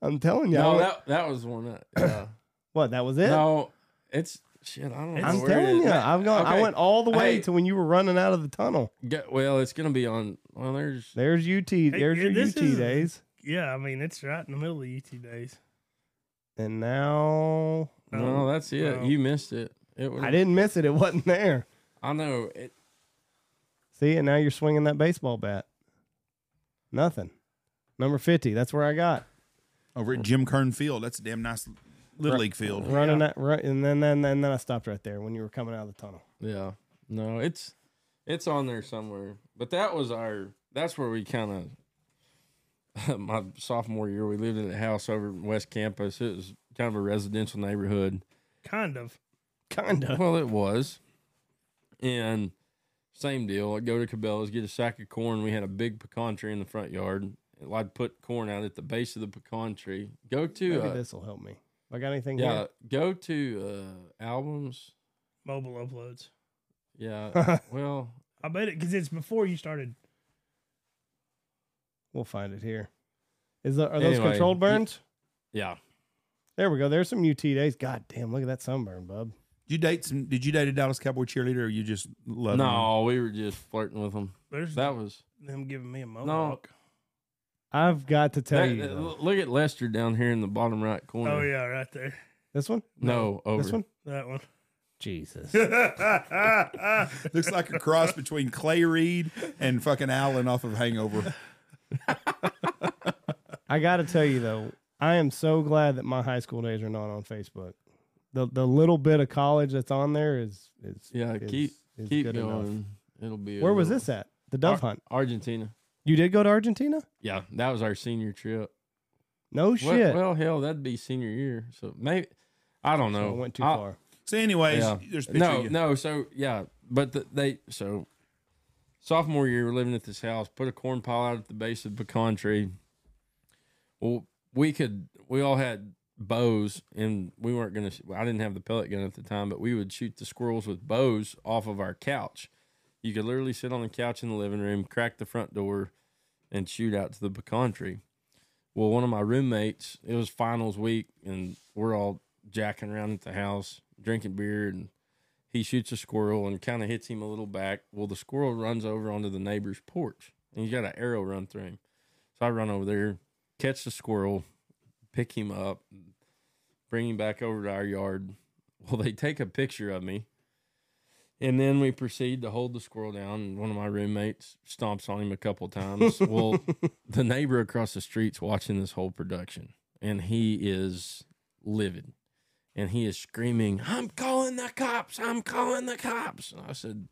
S1: I'm telling you, I
S4: <laughs> no,
S1: went-
S4: that that was one. That, yeah.
S1: what that was it.
S4: no, it's shit. I don't know.
S1: I'm
S4: where it
S1: telling
S4: is.
S1: you, I've gone. I
S4: Okay.
S1: went all the way
S4: Hey.
S1: to when you were running out of the tunnel.
S4: Get- well, it's gonna be on. Well, there's
S1: There's UT. There's
S3: yeah,
S1: your
S3: this
S1: UT
S3: is-
S1: days,
S3: yeah, I mean it's right in the middle of UT days.
S1: and now
S4: no. That's it.
S3: no.
S4: You missed it. It was.
S1: I didn't miss it. It wasn't there.
S4: I know. It,
S1: See, and now you're swinging that baseball bat. Nothing. Number fifty. That's where I got
S2: Over at Jim Kern Field. That's a damn nice little league field.
S1: running that. Run, and then then then then I stopped right there when you were coming out of the tunnel. <laughs>
S4: yeah. No, it's it's on there somewhere. But that was our. That's where we kind of. <laughs> my sophomore year, we lived in a house over in West Campus. It was kind of a residential neighborhood.
S3: Kind of.
S1: Kinda.
S4: Well, it was. And same deal. I'd go to Cabela's, get a sack of corn. We had a big pecan tree in the front yard. I'd put corn out at the base of the pecan tree. Go to,
S1: Maybe
S4: uh,
S1: this will help me. If I got anything
S4: yeah, go to uh, albums.
S3: Mobile uploads.
S1: <laughs>
S4: Yeah.
S1: here,
S4: well,
S3: I bet it because it's before you started.
S1: we'll find it here. Is the, are those
S4: Anyway,
S1: controlled
S4: you-
S1: burns?
S4: yeah.
S1: There we go. There's some UT days. God damn! Look at that sunburn, bub.
S2: Did you date some? Did you date a Dallas Cowboy cheerleader, or you just love?
S4: No, we were just flirting with them.
S3: There's
S4: That was.
S3: them giving me a mohawk.
S1: I've got to tell
S4: That,
S1: you.
S4: that-
S1: though.
S4: look at Lester down here in the bottom right corner.
S3: Oh yeah, right there.
S1: This one?
S4: No, over.
S1: This one?
S3: That
S4: <laughs>
S3: one. <laughs>
S1: Jesus.
S2: Looks like a
S4: <laughs>
S2: cross between Clay Reed and fucking Allen off of Hangover.
S1: I got to tell you though, I am so glad that my high school days are not on Facebook. The the little bit of college that's on there is is
S4: Yeah,
S1: is-
S4: keep
S1: is
S4: keep
S1: good enough.
S4: going. It'll be. a
S1: Where was
S4: little-
S1: this at? The dove hunt.
S4: Argentina.
S1: You did go to Argentina?
S4: Yeah, that was our senior trip.
S1: No
S4: Well,
S1: shit.
S4: well, hell, that'd be senior year. So maybe I don't know.
S1: I Oh, went too
S4: I-
S1: far.
S2: So, anyways,
S4: Yeah.
S2: there's a picture
S4: No,
S2: of you.
S4: no. So yeah, but the, they so sophomore year, we're living at this house. Put a corn pile out at the base of the pecan tree. Well, we could. We all had bows, and we weren't gonna. sh- I didn't have the pellet gun at the time, but we would shoot the squirrels with bows off of our couch. You could literally sit on the couch in the living room, crack the front door, and shoot out to the pecan tree. Well, one of my roommates, it was finals week, and we're all jacking around at the house, drinking beer, and he shoots a squirrel and kind of hits him a little back. Well, the squirrel runs over onto the neighbor's porch, and he's got an arrow run through him. So I run over there, catch the squirrel, pick him up, bring him back over to our yard. <laughs> Well, they take a picture of me, and then we proceed to hold the squirrel down. And one of my roommates stomps on him a couple times. well, the neighbor across the street's watching this whole production, and he is livid and he is screaming, I'm calling the cops, I'm calling the cops. And I said,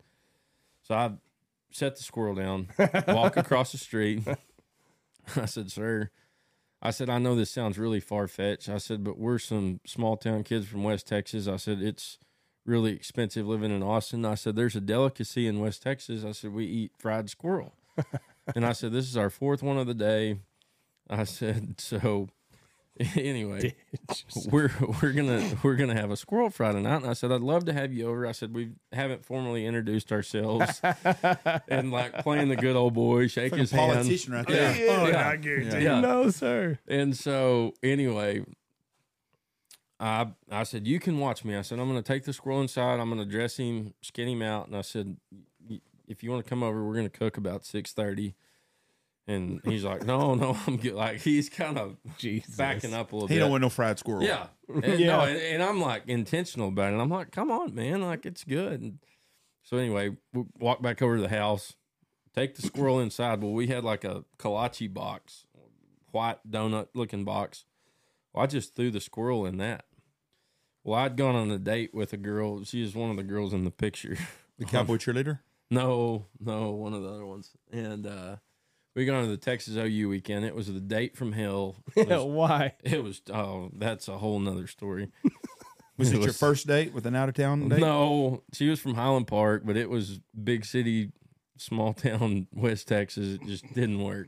S4: So I set the squirrel down, walk across the street. I said, Sir, I said, I know this sounds really far fetched. I said, but we're some small town kids from West Texas. I said, it's really expensive living in Austin. I said, there's a delicacy in West Texas. I said, we eat fried squirrel. and I said, this is our fourth one of the day. I said, so <laughs> anyway, <laughs> we're we're gonna we're gonna have a squirrel fry tonight. And I said, I'd love to have you over. I said, we haven't formally
S2: <laughs>
S4: introduced ourselves and like playing the good old boy, shake
S2: Fucking
S4: his hand.
S2: politician right
S4: Yeah.
S2: there.
S3: Oh yeah,
S4: Yeah.
S3: I guarantee.
S4: <laughs> Yeah.
S1: No, sir.
S4: And so anyway, I I said you can watch me. I said I'm going to take the squirrel inside. I'm going to dress him, skin him out, and I said "Y- if you want to come over, we're going to cook about six thirty. And he's like, no, no, I'm good. Like he's
S2: <laughs>
S4: kind of
S1: Jesus.
S4: backing up a little
S2: He
S4: bit.
S2: don't want no fried squirrel.
S4: Yeah. And,
S1: Yeah.
S4: No, and, and I'm like intentional about it. I'm like, come on, man. Like, it's good. And so, anyway, we walk back over to the house, take the squirrel inside. Well, we had like a kolache box, white donut looking box. Well, I just threw the squirrel in that. Well, I'd gone on a date with a girl. She was one of the girls in the picture. <laughs>
S2: The cowboy cheerleader.
S4: No, no, one of the other ones. And uh, we got on the Texas OU weekend. It was the date from hell. It
S1: <laughs>
S4: was, <laughs>
S1: Why?
S4: it was oh, that's a whole nother story.
S2: Was
S4: <laughs>
S2: it,
S4: It
S2: your
S4: was-
S2: first date with an out of town date?
S4: No, she was from Highland <laughs> Park, but it was big city, small town, West Texas. It just didn't work.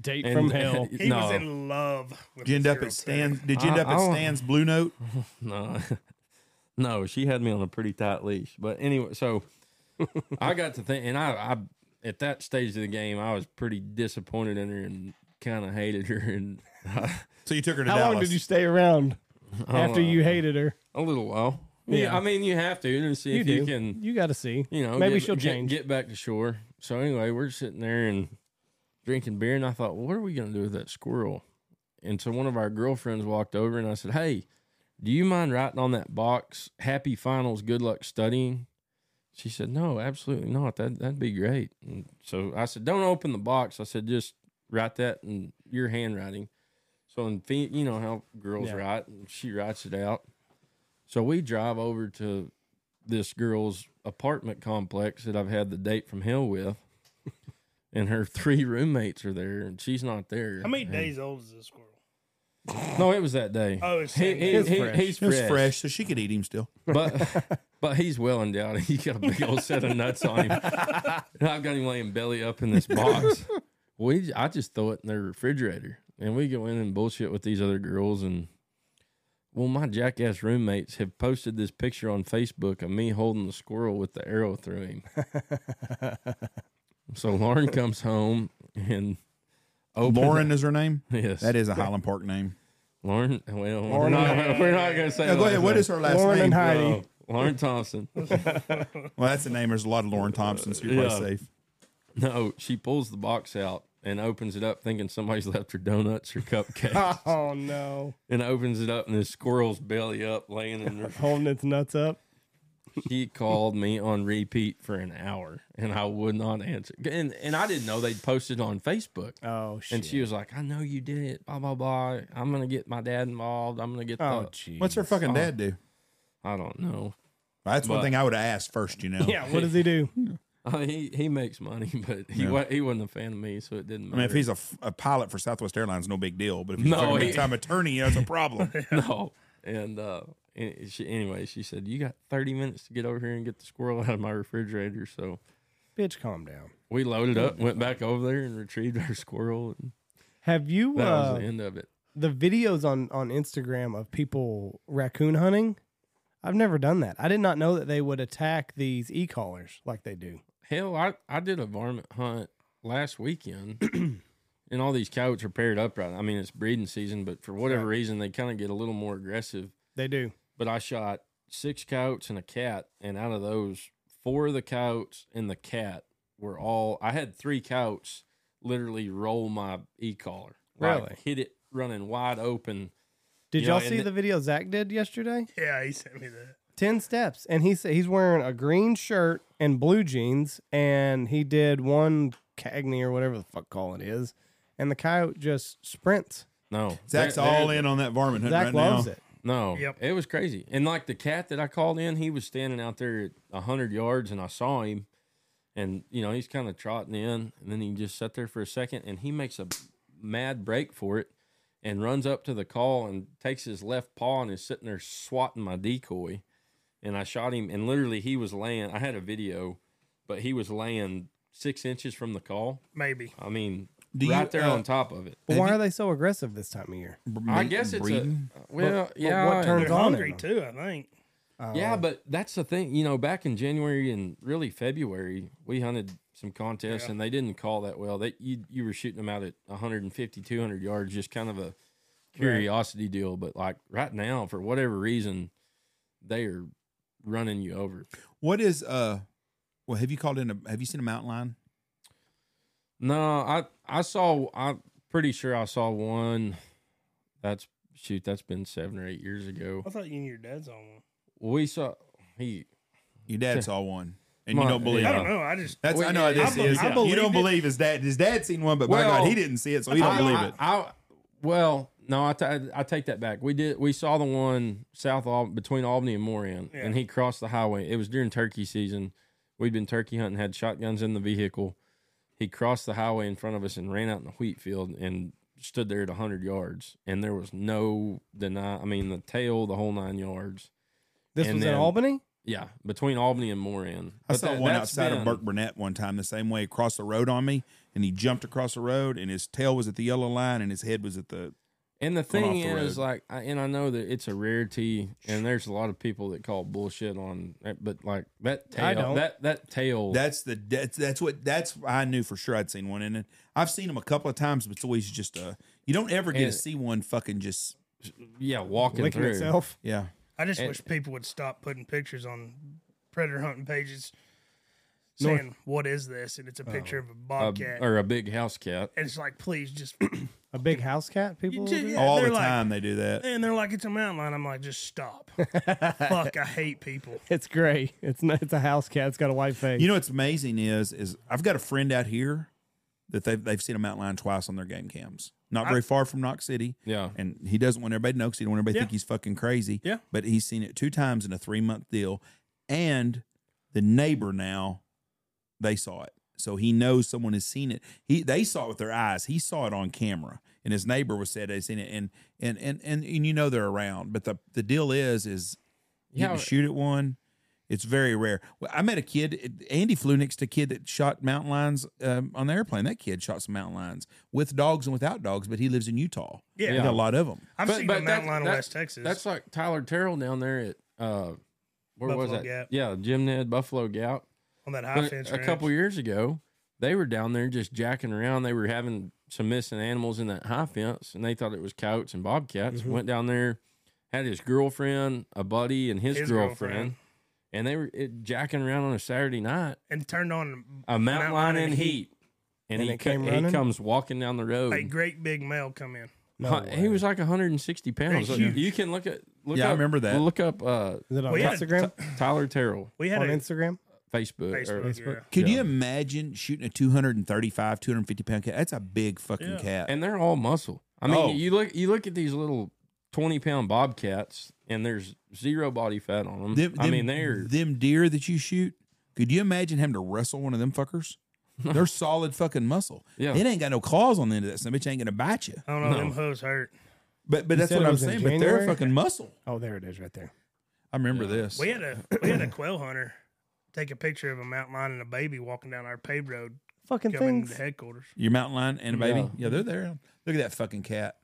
S1: Date <laughs>
S4: And- <laughs>
S1: from hell.
S3: He
S4: no,
S3: was in love. With
S2: Did you end
S3: the
S2: up
S3: serial
S2: at
S3: killer.
S2: Stan's? Did you end
S4: I-
S2: up at
S4: I don't-
S2: Stan's Blue Note?
S4: no, <laughs> no. She had me on a pretty tight leash. But
S1: <laughs>
S4: anyway, so I got to think, and I, I at that stage of the game, I was pretty disappointed in her and kind of hated her, <laughs> and I,
S2: So you took her to
S1: How
S2: Dallas.
S1: long did you stay
S4: <laughs>
S1: around after you hated her?
S4: a little while. Yeah.
S1: Yeah.
S4: I mean, you have to to see
S1: You
S4: if
S1: do.
S4: you
S1: You,
S4: can,
S1: got to see.
S4: you know,
S1: maybe
S4: get,
S1: she'll
S4: get-
S1: change.
S4: Get back to shore. So anyway, we're sitting there and drinking beer, and I thought, well, what are we gonna do with that squirrel? And so one of our girlfriends walked over, and I said, hey, do you mind writing on that box happy finals good luck studying she said no absolutely not that, that'd be great and so i said don't open the box i said just write that in your handwriting so in Phoen- you know how girls
S1: Yeah.
S4: write and she writes it out so we drive over to this girl's apartment complex that i've had the date from hell with <laughs> and her three roommates are there and she's not there
S3: How many
S4: And-
S3: days old is this squirrel?
S4: no it was that day
S3: Oh, it's
S4: he,
S3: same
S4: he-
S3: day.
S1: It's
S4: he-
S1: fresh.
S4: he's
S2: It was fresh, so she could eat him still. <laughs>
S4: but but he's well endowed. <laughs> He got a big old set of nuts on him. And I've got him laying belly up in this box. We I just throw it in their refrigerator, and we go in and bullshit with these other girls. And well, my jackass roommates have posted this picture on Facebook of me holding the squirrel with the arrow through
S2: <laughs>
S4: him. so Lauren comes home and opens-
S2: Lauren is her name.
S4: Yes,
S2: That is a Highland Park name.
S4: Lauren. Well,
S1: Lauren-
S4: we're not, we're not going to say.
S2: Now, go
S4: last
S2: ahead. What
S4: name.
S2: is her last
S1: Lauren
S2: name?
S1: and Heidi.
S4: Oh,
S2: <laughs>
S4: Lauren Thompson.
S2: Well, that's the name. There's a lot of Lauren Thompsons. So you're
S4: Yeah.
S2: probably safe.
S4: <laughs> No, she pulls the box out and opens it up, thinking somebody's <laughs> left her donuts
S2: <laughs>
S4: or cupcakes,
S1: <laughs> Oh no,
S4: and opens it up, and this squirrel's belly up, laying in there.
S1: holding its nuts up.
S4: <laughs> She called me on repeat for an hour, and I would not answer. And and I didn't know they'd posted on Facebook.
S1: Oh shit.
S4: And she was like, "I know you did it. Blah blah blah. I'm gonna get my dad involved. I'm gonna get
S1: oh
S4: the.
S1: gee.
S2: What's her fucking dad do?
S4: I don't know.
S2: That's one
S4: But-
S2: thing I would have asked first. You know.
S1: Yeah. What does he
S4: <laughs>
S1: do?
S4: I mean, Uh, he he makes money, <laughs> but he
S2: Yeah.
S4: wa- he wasn't a fan of me, so it didn't. Matter.
S2: I mean, if he's a, f- a pilot for Southwest Airlines, no big deal. But if he's
S4: No,
S2: a fucking
S4: he-
S2: big-time attorney, that's a
S4: <laughs>
S2: problem.
S4: no. And uh, and she, anyway, she said, "You got thirty minutes to get over here and get the squirrel <laughs> out of my refrigerator." So
S1: Bitch, calm down.
S4: we loaded up, went back over there, and retrieved our <laughs> squirrel. And
S1: Have you
S4: that
S1: uh,
S4: was the end of it.
S1: the videos on on Instagram of people raccoon hunting? I've never done that. I did not know that they would attack these e collars like they do.
S4: Hell, I I did a varmint hunt last weekend, and all these coyotes are paired up right. now. I mean, it's breeding season, but for whatever reason, they kind of get a little more aggressive.
S1: They do.
S4: But I shot six coyotes and a cat, and out of those, four of the coyotes and the cat were all. I had three coyotes literally roll my e collar,
S1: Really?
S4: hit it running wide open.
S1: Did
S4: You know,
S1: y'all
S4: and
S1: see
S4: th-
S1: the video Zach did yesterday?
S3: Yeah, he sent me that.
S1: Ten steps, and he said he's wearing a green shirt and blue jeans, and he did one cagney or whatever the fuck call it is, and the coyote just sprints.
S4: No,
S2: Zach's
S4: They're-
S2: all
S4: they're-
S2: in on that varmint hunt
S1: Zach
S2: right now.
S1: loves it.
S4: No,
S3: Yep.
S4: it was crazy. And like the cat that I called in, he was standing out there at hundred yards, and I saw him, and you know he's kind of trotting in, and then he just sat there for a second, and he makes a mad break for it, and runs up to the call and takes his left paw and is sitting there swatting my decoy, and I shot him, and literally he was laying. I had a video, but he was laying six inches from the call.
S3: Maybe.
S4: I mean,
S2: Do you,
S4: right there
S2: uh,
S4: on top of it.
S1: But why are they so aggressive this time of year?
S4: I guess it's a, uh,
S2: breeding?
S4: well,
S1: But- but
S4: yeah.
S1: what turns
S3: They're
S1: on
S3: hungry
S1: him.
S3: too, I think.
S4: Yeah, but that's the thing. You know, back in January and really February, we hunted some contests and they didn't call that well. That you you were shooting them out at 150, 200 yards, just kind of a curiosity deal. But like right now, for whatever reason, they are running you over.
S2: What is uh? Well, have you called in? A, have you seen a mountain lion?
S4: No, I I saw. I'm pretty sure I saw one. That's shoot. That's been seven or eight years ago.
S3: I thought you and your dad's on one.
S4: We saw he.
S2: Your dad saw one, and you
S4: My-
S2: don't believe.
S4: yeah.
S3: I
S2: it.
S3: don't know. I just
S2: That's
S4: Well,
S2: I know how
S4: yeah,
S2: this
S3: I be-
S2: is.
S3: I
S2: you
S3: believed
S2: don't
S3: it.
S2: believe his dad. His dad seen one, but
S4: Well-
S2: by God, he didn't see it, so he don't
S4: I-
S2: believe
S4: I-
S2: it.
S4: I- well, no, I, ta- I take that back. We did. We saw the one south Al- between Albany and Moran,
S3: Yeah.
S4: and he crossed the highway. It was during turkey season. We'd been turkey hunting, had shotguns in the vehicle. He crossed the highway in front of us and ran out in the wheat field and stood there at hundred yards, and there was no deny. I mean, the tail, the whole nine yards.
S1: This
S4: And
S1: was in
S4: then-
S1: Albany.
S4: Yeah, between Albany and Moran.
S2: I
S4: But
S2: saw
S4: that-
S2: one
S4: that's
S2: outside
S4: been-
S2: of Burke Burnett one time the same way across the road on me, and he jumped across the road, and his tail was at the yellow line, and his head was at the.
S4: And the
S2: going
S4: thing
S2: off the
S4: is,
S2: road.
S4: like, I, and I know that it's a rarity, and there's a lot of people that call bullshit on, it, but like that
S1: I
S4: tail,
S1: don't.
S4: that that tail,
S2: That's the that's that's what that's I knew for sure I'd seen one, and I've seen them a couple of times, but it's always just a you don't ever get to
S4: And-
S2: see one fucking just
S4: yeah, walking
S1: Licking
S4: through.
S1: itself.
S2: yeah.
S3: I just
S4: And-
S3: wish people would stop putting pictures on predator hunting pages
S1: Nor-
S3: saying, What is this? And it's a picture of a
S4: Oh. A- er
S3: bobcat.
S4: or a big house cat.
S3: and it's like, Please just. <clears throat>
S1: A big house cat. People.
S3: ju-
S1: will do?
S3: yeah.
S2: All
S3: they're
S2: the
S3: like-
S2: time they do that.
S3: and they're like, It's a mountain lion. I'm like, Just
S1: <laughs>
S3: stop. Fuck, I hate people.
S1: It's gray. It's not, it's a house cat. It's got a white face.
S2: You know what's amazing is is I've got a friend out here that they've they've seen a mountain lion twice on their game cams, not very far from Knox City.
S4: Yeah,
S2: and he doesn't want everybody to know because he don't want everybody to think he's fucking crazy.
S3: Yeah.
S2: But he's seen it two times in a three month deal, and the neighbor now they saw it, so he knows someone has seen it. He they saw it with their eyes. He saw it on camera, and his neighbor was said they seen it, and and and and, and you know they're around. But the the deal is is you
S4: Yeah.
S2: can shoot at one. It's very rare. Well, I met a kid. Andy flew next to a kid that shot mountain lions um, on the airplane. That kid shot some mountain lions with dogs and without dogs, but he lives in Utah.
S3: Yeah.
S2: They got a lot of them.
S3: I've
S4: But-
S3: seen
S4: but
S3: a mountain
S4: that-
S3: lion in
S4: that-
S3: West Texas.
S4: that's like Tyler Terrell down there at uh, where was
S3: Buffalo
S4: that?
S3: Gap.
S4: Yeah, Jim Ned Buffalo Gap.
S3: on that high
S4: But
S3: fence.
S4: a
S3: ranch.
S4: couple years ago, they were down there just jacking around. They were having some missing animals in that high fence, and they thought it was coyotes and bobcats. Went down there, had his girlfriend, a buddy, and his,
S3: His
S4: girlfriend,
S3: girlfriend.
S4: and they were it, jacking around on a Saturday night,
S3: and turned on
S4: a mountain lion in heat, and,
S1: And
S4: he
S1: it
S4: co-
S1: came
S4: he
S1: running?
S4: comes walking down the road.
S3: a great big male come in.
S1: No
S4: Hu- he was like 160 pounds.
S3: They're
S4: You-
S3: huge.
S4: You can look at look
S2: Yeah, I
S4: up,
S2: remember that.
S4: Look up uh,
S1: Is it on
S3: We had a
S1: Instagram?
S4: Tyler Terrell
S3: We had
S1: On
S3: a
S1: Instagram?
S4: Facebook. or-
S3: Facebook, yeah.
S2: Could
S4: Yeah.
S2: you imagine shooting a 235, 250 pound cat? That's a big fucking
S3: Yeah.
S2: cat.
S4: and they're all muscle. I mean,
S2: Oh.
S4: you look you look at these little twenty pound bobcats, and there's zero body fat on them.
S2: them,
S4: I
S2: them-
S4: mean, they're
S2: them deer that you shoot. Could you imagine having to wrestle one of them fuckers? They're solid fucking muscle.
S4: Yeah.
S2: It ain't got no claws on the end of that. So bitch ain't gonna bite you.
S3: I don't know, them hoes hurt.
S2: But but that's
S1: said
S2: what
S1: it
S2: I'm
S1: was in
S2: saying. But they're
S1: January?
S2: fucking muscle.
S1: Oh, there it is right there.
S2: I remember
S4: Yeah.
S2: this.
S3: We had a we had a quail hunter take a picture of a mountain lion and a baby walking down our paved road
S1: Fucking
S3: coming
S1: things.
S3: to headquarters.
S2: Your mountain lion and a baby.
S4: Yeah.
S2: Yeah. they're there. Look at that fucking cat.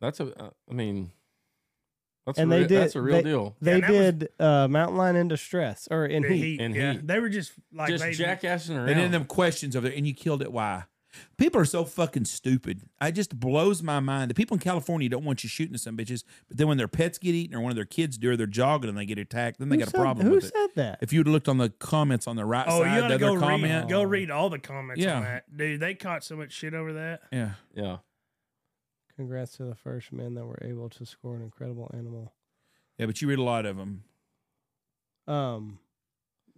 S4: that's a. uh, I mean, that's
S1: And
S4: a
S1: they
S4: real,
S1: did-
S4: that's a real
S1: they-
S4: deal.
S1: They
S3: and that was-
S1: did uh, mountain lion in distress or in
S3: The
S1: heat.
S3: heat,
S4: In
S3: yeah.
S4: heat.
S3: They were just like
S4: Just
S3: they,
S4: jackassing around.
S2: And then them questions over there, and you killed it. Why? People are so fucking stupid. It just blows my mind. The people in California don't want you shooting at some bitches, but then when their pets get eaten or one of their kids do or they're jogging and they get attacked, then they
S1: Who
S2: got
S1: said-
S2: a problem
S1: Who
S2: with it.
S1: said that?
S2: If you would looked on the comments on the right
S3: Oh, you
S2: side, the
S3: gotta
S2: other
S3: go
S2: comment.
S3: read go read all the comments
S2: Yeah.
S3: on that. Dude, they caught so much shit over that.
S2: Yeah.
S4: yeah,
S1: Congrats to the first men that were able to score an incredible animal.
S2: Yeah, but you read a lot of them.
S1: Um,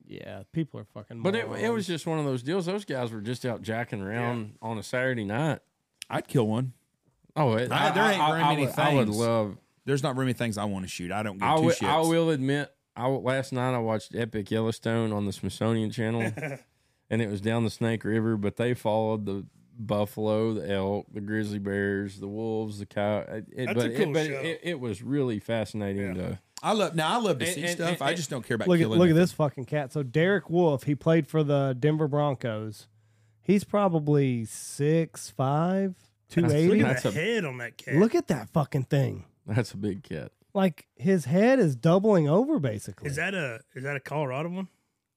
S1: yeah, people are fucking.
S4: but it, it was
S1: morons.
S4: just one of those deals. Those guys were just out jacking around on a Saturday night.
S2: I'd kill one.
S4: Oh, it,
S2: I- there ain't very many
S4: would, I would
S2: things.
S4: love.
S2: There's not very many things I want to shoot. I don't give
S4: I
S2: two
S4: will,
S2: shits.
S4: I will admit, I w- last night I watched Epic Yellowstone on the
S2: <laughs>
S4: Smithsonian Channel,
S3: <laughs>
S4: and it was down the Snake River. But they followed the buffalo, the elk, the grizzly bears, the wolves, the cow. It, it-
S3: That's
S4: but
S3: a
S4: it-
S3: cool
S4: but
S3: show.
S4: It, it was really fascinating. To,
S2: I love now. I love to
S4: And-
S2: see
S4: and-
S2: stuff.
S4: and-
S2: I just don't care about
S1: look at
S2: killing.
S1: look at
S2: it.
S1: this fucking cat. So Derek Wolf, he played for the Denver Broncos. He's probably six five, two
S3: Look
S1: eighty.
S3: at
S4: That's
S3: the
S4: a-
S3: head on that cat.
S1: Look at that fucking thing.
S4: that's a big cat.
S1: Like his head is doubling over basically.
S3: is that a is that a Colorado one?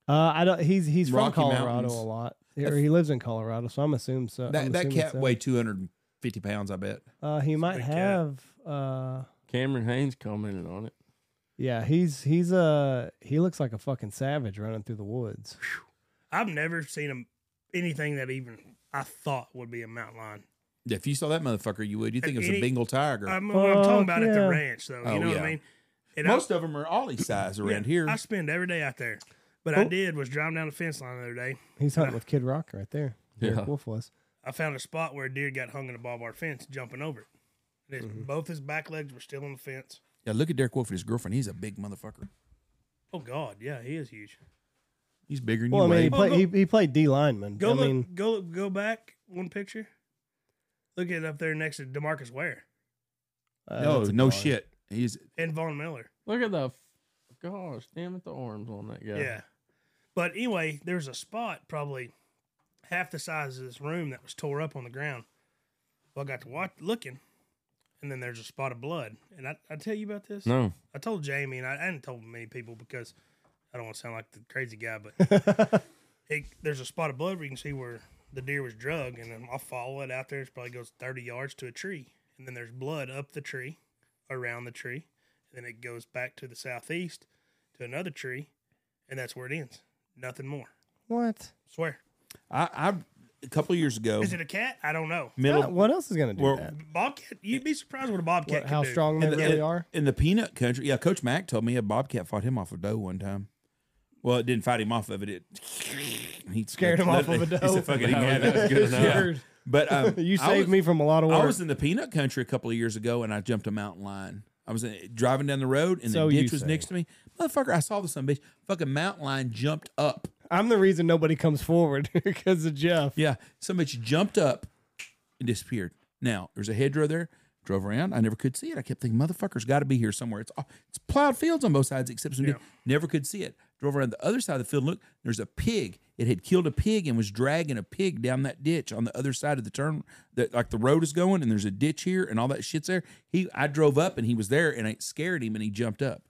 S1: Uh, I don't. He's he's from
S2: Rocky
S1: Colorado
S2: Mountains.
S1: a lot, or he lives in Colorado, so I'm assuming so. I'm
S2: That, that
S1: assuming
S2: cat
S1: so.
S2: weighed 250 pounds. I bet.
S1: Uh, he might
S3: big cat.
S1: have. Uh,
S4: Cameron Haynes commented on it.
S1: yeah, he's he's uh he looks like a fucking savage running through the woods.
S3: I've never seen a, anything that even I thought would be a mountain lion.
S2: If you saw that motherfucker, you would. You think it was a
S3: Any-
S2: Bengal tiger.
S1: um,
S3: I mean, what I'm talking
S1: Fuck
S3: about at the
S1: yeah.
S3: ranch, though. You
S2: Oh,
S3: know what
S2: yeah.
S3: I mean? And I-
S2: Most of them are ollie size around
S3: yeah,
S2: here.
S3: I spend every day out there. But I
S1: Oh.
S3: did was driving down the fence line the other day.
S1: He's hunting with Kid Rock right there. Derek
S4: Yeah.
S1: Wolf was.
S3: I found a spot where a deer got hung in a barbed wire fence, jumping over it. And his, Both his back legs were still on the fence.
S2: yeah, look at Derek Wolf and his girlfriend. He's a big motherfucker.
S3: Oh God, yeah, he is huge.
S2: He's bigger than
S1: Well, I
S2: you.
S1: mean, he,
S2: Wade.
S1: play,
S3: go-
S1: he, he played D lineman.
S3: Go
S1: I
S3: look,
S1: mean,
S3: go go back one picture. Look at up there next to Demarcus Ware
S1: uh,
S2: no,
S1: that's a
S2: no
S1: dog.
S2: shit. He's
S3: and Vaughn Miller.
S4: Look at the. f- gosh, damn it, the arms on that guy.
S3: Yeah. But anyway, there's a spot probably half the size of this room that was tore up on the ground. Well, I got to watch looking, and then there's a spot of blood. And I, I tell you about this.
S4: No.
S3: I told Jamie, and I, I hadn't told many people because I don't want to sound like the crazy guy, but
S1: <laughs>
S3: it, there's a spot of blood where you can see where the deer was drugged, and then I follow it out there. It probably goes 30 yards to a tree, and then there's blood up the tree, around the tree, and then it goes back to the southeast to another tree, and that's where it ends. Nothing more.
S1: What?
S3: Swear.
S5: I, I a couple years ago,
S3: Is it a cat? I don't know.
S1: God, what else is going to do
S5: Well,
S1: that?
S3: Bobcat. You'd be surprised what a
S1: What,
S3: bobcat. can
S1: how
S3: do.
S1: strong they
S5: in the,
S1: really
S5: in-
S1: are?
S5: in the peanut country. Yeah, Coach Mack told me a bobcat fought him off a doe one time. Well, it didn't fight him off of it. It he <laughs>
S1: Scared him off of a
S5: He
S1: doe.
S5: said,
S1: <laughs>
S5: "Fuck it, he can
S4: That
S5: have
S4: was-
S5: it."
S4: that was good
S5: Yeah.
S1: enough.
S5: But um,
S1: <laughs> You
S5: I
S1: saved
S5: was-
S1: me from a lot of work.
S5: I was in the peanut country a couple of years ago, and I jumped a mountain lion. I was in, driving down the road, and
S1: So
S5: the
S1: you
S5: ditch was
S1: say.
S5: next to me. Motherfucker, I saw this son of a bitch. Fucking mountain lion jumped up.
S1: I'm the reason nobody comes forward <laughs> because of Jeff.
S5: Yeah, some bitch jumped up and disappeared. Now there's a hedgerow there. Drove around. I never could see it. I kept thinking, motherfucker's got to be here somewhere. It's all- it's plowed fields on both sides, except some. ditch. Never could see it. Drove around the other side of the field. Look, there's a pig. It had killed a pig and was dragging a pig down that ditch on the other side of the turn. That like the road is going, and there's a ditch here, and all that shit's there. He, I drove up, and he was there, and it scared him, and he jumped up.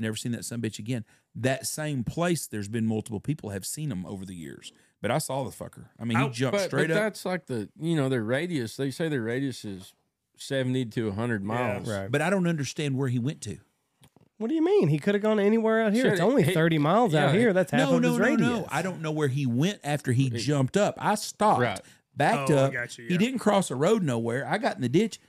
S5: Never seen that son bitch again. That same place. There's been multiple people have seen him over the years, but I saw the fucker. I mean, he
S3: Ow.
S5: jumped
S4: But,
S5: straight
S4: but
S5: up.
S4: that's like the you know their radius. They say their radius is seventy to hundred miles.
S1: Right.
S5: But I don't understand where he went to.
S1: What do you mean? He could have gone anywhere out here.
S4: Shit,
S1: it's only
S4: it-
S1: 30 miles out
S4: yeah,
S1: here. That's half
S5: no,
S1: of
S5: no,
S1: his
S5: no,
S1: radius.
S5: no. I don't know where he went after he jumped up. I stopped,
S4: Right.
S5: backed
S3: Oh, I
S5: up.
S3: got you,
S5: He
S3: yeah.
S5: didn't cross a road nowhere. I got in the ditch,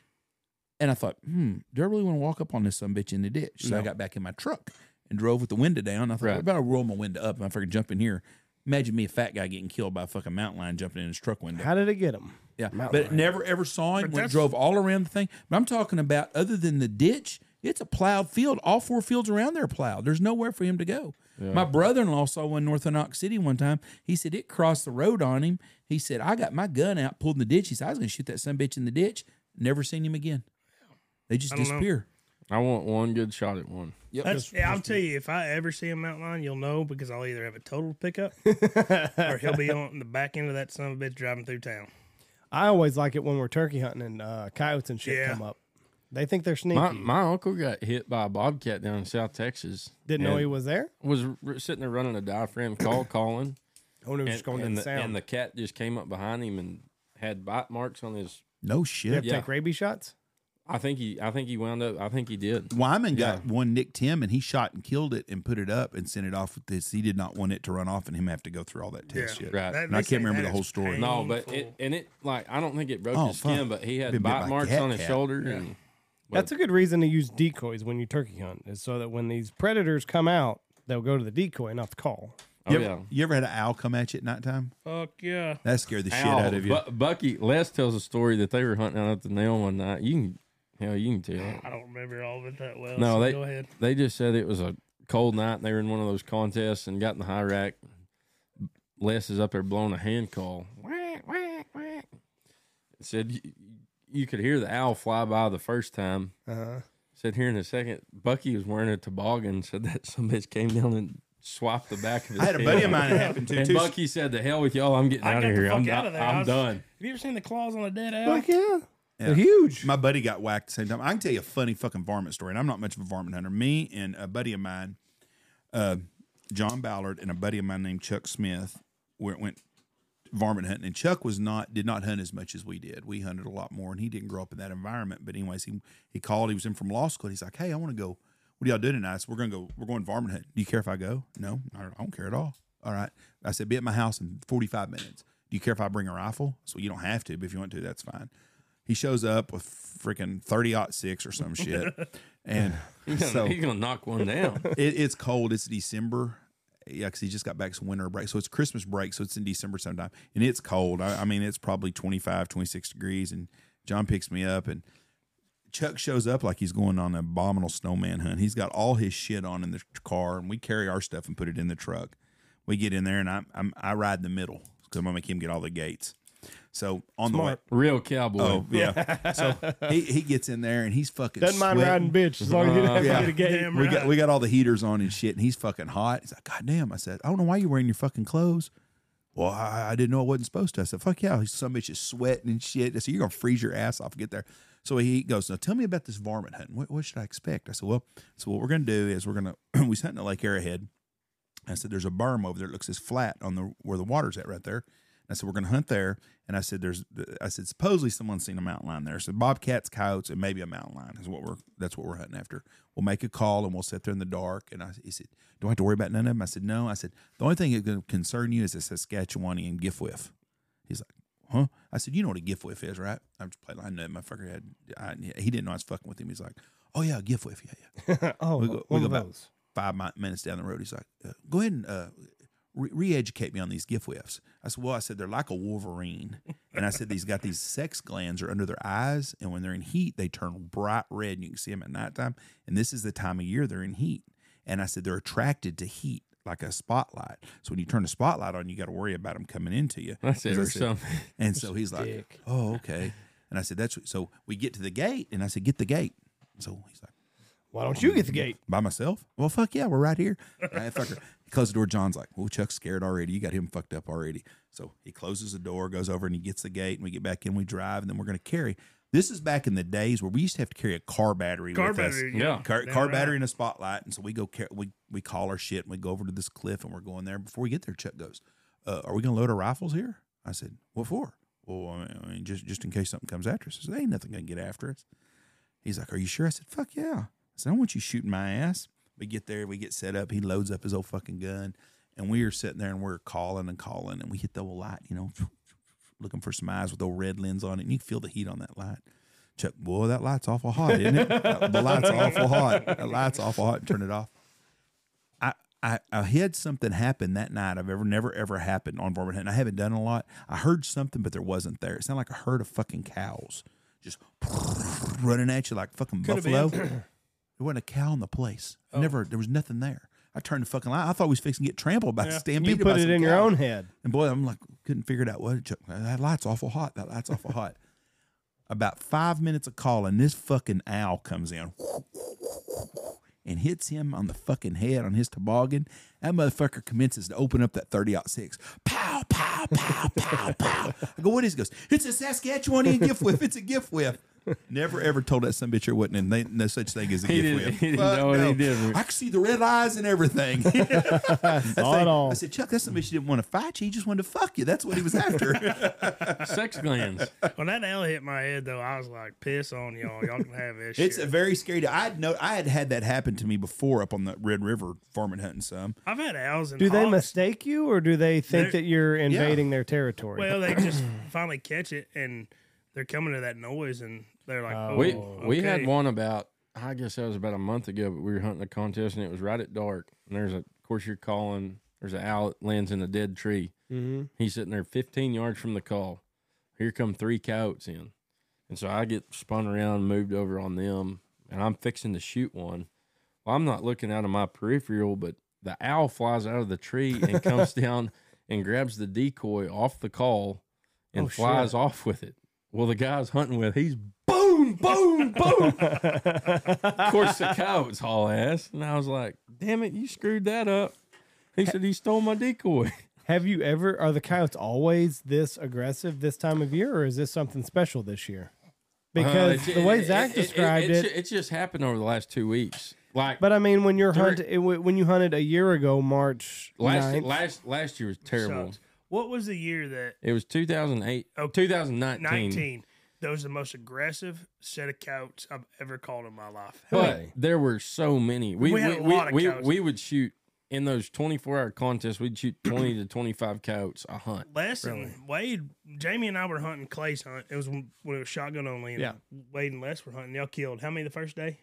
S5: and I thought, hmm, do I really want to walk up on this some bitch in the ditch? So I got back in my truck and drove with the window down. I thought,
S4: Right.
S5: what about I roll my window up and I freaking jump in here? Imagine me a fat guy getting killed by a fucking mountain lion jumping in his truck window.
S1: How did it get him?
S5: Yeah,
S1: Mountain
S5: but never ever saw him.
S3: But
S5: Went,
S3: that's-
S5: drove all around the thing. But I'm talking about other than the ditch, it's a plowed field. All four fields around there are plowed. There's nowhere for him to go. My brother-in-law saw one north of Knox City one time. He said it crossed the road on him. He said I got my gun out, pulled in the ditch. He said I was going to shoot that son bitch in the ditch. Never seen him again. They just
S3: I don't know.
S5: disappear.
S4: I want one good shot at one.
S5: Yep.
S3: That's, yeah, I'll tell you, if I ever see a mountain lion, you'll know because I'll either have a total
S2: <laughs>
S3: pickup or he'll be on the back end of that son of a bitch driving through town.
S1: I always like it when we're turkey hunting and uh, coyotes and shit
S3: Yeah.
S1: come up. They think they're sneaky.
S4: My my uncle got hit by a bobcat down in South Texas.
S1: Didn't know
S4: And
S1: he was there.
S4: was r- sitting there running a diaphragm call
S1: <coughs>
S4: calling,
S1: I wonder if
S4: and,
S1: it's going to
S4: and the,
S1: the sound.
S4: and the cat just came up behind him and had bite marks on his.
S5: No
S1: you
S5: shit.
S1: have
S4: yeah.
S1: to take rabies shots?
S4: I think he I think he wound up. I think he did.
S2: Wyman got one nicked him and he shot and killed it and put it up and sent it off with this. He did not want it to run off and him have to go through all that test
S3: Yeah.
S2: shit.
S4: Right.
S3: That-
S2: And I
S3: they say
S2: can't remember
S3: that
S2: the whole
S3: is
S2: story.
S4: No, but it
S3: painful.
S4: and it like I don't think it broke
S2: Oh,
S4: his skin,
S2: fuck.
S4: but he had
S2: Been bit by
S4: bite
S2: a
S4: marks
S2: cat
S4: on his
S2: cat.
S4: shoulder. And
S1: That's a good reason to use decoys when you turkey hunt, is so that when these predators come out, they'll go to the decoy, not the call.
S4: oh
S2: You,
S4: yeah,
S2: ever, you ever had an owl come at you at nighttime?
S3: Fuck yeah.
S2: That scared the shit
S4: Ow.
S2: out of you.
S4: Bu- Bucky Les tells a story that they were hunting out at the nail one night. You can hell, you can tell. it.
S3: I don't remember all of it that well.
S4: No,
S3: so
S4: they-
S3: go ahead.
S4: They just said it was a cold night and they were in one of those contests and got in the high rack. Les is up there blowing a hand call. Whack, whack, whack. It said you, you could hear the owl fly by the first time.
S1: Uh-huh.
S4: Said here in a second, Bucky was wearing a toboggan. <laughs> Said that some bitch came down and swiped the back of his
S2: I had a <laughs>
S4: head.
S2: buddy of mine that happened to
S4: And
S2: too.
S4: Bucky said, "The hell with y'all! I'm getting
S3: I
S4: out
S3: got
S4: of
S3: the
S4: here.
S3: fuck
S4: I'm,
S3: out
S4: done.
S3: of there. I
S4: I'm
S3: was-
S4: done." <laughs>
S3: Have you ever seen the claws on a dead owl?
S1: Like, yeah.
S2: Yeah.
S1: They're huge.
S2: My buddy got whacked at the same time. I can tell you a funny fucking varmint story, and I'm not much of a varmint hunter. Me and a buddy of mine, uh, John Ballard, and a buddy of mine named Chuck Smith, went went varmint hunting. And Chuck was not did not hunt as much as we did. We hunted a lot more, and he didn't grow up in that environment. But anyways, he he called. He was in from law school. And he's like, "Hey, I want to go. What do y'all do tonight?" I said, "We're gonna go. We're going varmint hunting. Do you care if I go?" No, I don't, I don't care at all. All right. I said, "Be at my house in 45 minutes. Do you care if I bring a rifle?" So you don't have to, but if you want to, that's fine. He shows up with freaking 30 six or some shit. and
S4: He's gonna,
S2: so
S4: he's gonna knock
S2: <laughs>
S4: one down.
S2: it, it's cold. It's December. Yeah, because he just got back from winter break. So it's Christmas break. So it's in December sometime. And it's cold. I, I mean, it's probably 25, 26 degrees. And John picks me up. And Chuck shows up like he's going on an abominable snowman hunt. He's got all his shit on in the car. And we carry our stuff and put it in the truck. We get in there and I, I'm, I ride the middle because I'm going to make him get all the gates. So on
S3: Smart.
S4: Real cowboy.
S2: the way, oh yeah.
S1: <laughs>
S2: So he, he gets in there and he's fucking
S1: Doesn't mind
S2: sweating.
S1: riding bitch as long as you don't have
S4: Uh-huh.
S2: Yeah.
S1: to get a game.
S3: Damn
S2: We
S3: right.
S2: got we got all the heaters on and shit, and he's fucking hot. He's like, God damn. I said, I don't know why you're wearing your fucking clothes. Well, I, I didn't know I wasn't supposed to. I said, fuck yeah. He's some bitch is sweating and shit. I said, you're gonna freeze your ass off. and Get there. So he goes, now tell me about this varmint hunting. What, what should I expect? I said, well, so what we're gonna do is we're gonna <clears throat> we was hunting at Lake Arrowhead. I said, there's a berm over there. It looks as flat on the where the water's at right there. And I said, we're gonna hunt there. And I said, there's I said supposedly someone's seen a mountain lion there. So bobcats, coyotes, and maybe a mountain lion is what we're that's what we're hunting after. We'll make a call and we'll sit there in the dark. And I he said, do I have to worry about none of them? I said, no. I said, the only thing that's gonna concern you is a Saskatchewanian giffwiff. He's like. Huh? I said, you know what a giffwiff is, right? I'm just playing. I know my fucker had. I, he didn't know I was fucking with him. He's like, oh yeah, giffwiff, yeah, yeah
S1: <laughs> Oh,
S2: We go- we
S1: one
S2: go
S1: of
S2: back.
S1: those.
S2: five mi- minutes down the road. He's like, uh, go ahead and uh, re- re-educate me on these gift whiffs. I said, well, I said, they're like a wolverine. And I said, these got these sex glands are under their eyes. And when they're in heat, they turn bright red. And you can see them at nighttime. And this is the time of year they're in heat. And I said, they're attracted to heat like a spotlight. So when you turn the spotlight on, you got to worry about them coming into you.
S4: That's it
S2: As I
S4: or
S2: said-
S4: something.
S2: <laughs> and so he's like,
S1: dick.
S2: oh, okay. And I said, that's so we get to the gate. And I said, get the gate. So he's like,
S1: Why don't you get the gate?
S2: by myself? Well, fuck yeah, we're right here. I fucker. He closed the door. John's like, well, Chuck's scared already. You got him fucked up already. So he closes the door, goes over and he gets the gate, and we get back in, we drive, and then we're going to carry. This is back in the days where we used to have to carry a car battery
S3: Car
S2: with us.
S3: battery.
S4: Yeah.
S2: Car,
S3: Damn
S2: car
S3: right.
S2: battery and a spotlight. And so we go, car- we, we call our shit and we go over to this cliff and we're going there. Before we get there, Chuck goes, uh, Are we going to load our rifles here? I said, What for? Well, I mean- I mean, just, just in case something comes after us. I said, Ain't nothing going to get after us. He's like, Are you sure? I said, Fuck yeah. I said, I don't want you shooting my ass. We get there, we get set up. He loads up his old fucking gun. And we are sitting there and we're calling and calling. And we hit the old light, you know, <sniffs> looking for some eyes with the old red lens on it. And you can feel the heat on that light. Chuck, boy, that light's awful hot, isn't it? That- the light's awful hot. That light's awful hot. Turn it off. I, I, I had something happen that night I've ever never ever happened on Varmint Hunt. I haven't done it a lot. I heard something, but there wasn't there. It sounded like a herd of fucking cows just <laughs> running at you like fucking
S3: Coulda
S2: buffalo.
S3: been. <laughs>
S2: there wasn't a cow in the place. Never there was nothing there. I turned the fucking light. I thought we was fixing to get trampled by
S3: Yeah.
S2: stampede.
S1: You put it in your own head.
S2: And boy, I'm like, couldn't figure it out. What Chuck, that light's awful hot. That light's
S4: <laughs>
S2: awful hot. About five minutes of calling, this fucking owl comes in and hits him on the fucking head on his toboggan. That motherfucker commences to open up that 30 six. Pow, pow, pow, pow, pow. I go, what is it? He goes, it's a Saskatchewanian gift whip. It's a gift whip. Never ever told that some bitch it wasn't, and they, no such thing as a
S4: He
S2: gift
S4: didn't-
S2: whip.
S4: he didn't
S2: Fuck
S4: know
S2: no.
S4: any different.
S2: I could see the red eyes and everything.
S4: <laughs>
S2: I
S1: Not
S2: said-
S1: all.
S2: I said, Chuck, that's somebody she didn't want to fight you. He just wanted to fuck you. That's what he was after.
S4: Sex glands.
S3: When that L hit my head though, I was like, piss on y'all. Y'all can have this
S2: it's a
S3: shit.
S2: very scary. I'd know. I had had that happen to me before up on the Red River farming hunting some.
S3: I've had owls and
S1: Do they
S3: hawks.
S1: mistake you, or do they think
S3: They're-
S1: that you're invading their territory?
S3: Well, they just finally catch it and they're coming to that noise and they're like,
S1: Oh.
S3: oh,
S4: We
S1: Oh,
S4: we had
S3: okay.
S4: one about I guess that was about a month ago, but we were hunting a contest and it was right at dark. And there's a of course you're calling there's an owl that lands in a dead tree.
S1: Mhm.
S4: He's sitting there 15 yards from the call. Here come three coyotes in. And so I get spun around, moved over on them, and I'm fixing to shoot one. Well, I'm not looking out of my peripheral, but the owl flies out of the tree and
S1: <laughs>
S4: comes down and grabs the decoy off the call and
S1: Oh, shit.
S4: flies off with it. Well, the guy's hunting with, he's boom, boom, boom.
S1: Mm-hmm. <laughs>
S4: of course, the coyotes haul ass. And I was like, damn it, you screwed that up. He said, he stole my decoy.
S1: Have you ever? Are the coyotes always this aggressive this time of year, or is this something special this year?
S4: Well,
S1: Because
S4: Uh, it's-
S1: the way
S4: it-
S1: Zach
S4: it-
S1: described it,
S4: it, ju- just happened over the last two weeks. Like
S1: but I mean, when you're
S4: During-
S1: hunt, it, when you hunted a year ago, March
S4: last
S1: 9th,
S4: last last year was terrible.
S3: Sucks. What was the year that
S4: It was 2008,
S3: Oh,
S4: 2019.
S3: 19? That was the most aggressive set of coats I've ever called in my life.
S4: But there were so many. We
S3: We had
S4: we
S3: a
S4: we,
S3: lot of
S4: we,
S3: cows.
S4: we would shoot in those 24 hour contests. We'd shoot <clears throat> 20 to 25 coyotes a hunt.
S3: Les and Wade, Jamie and I were hunting Clay's hunt. It was when when it was shotgun only. And
S1: Yeah.
S3: Wade and Les were hunting. Y'all killed how many the first day?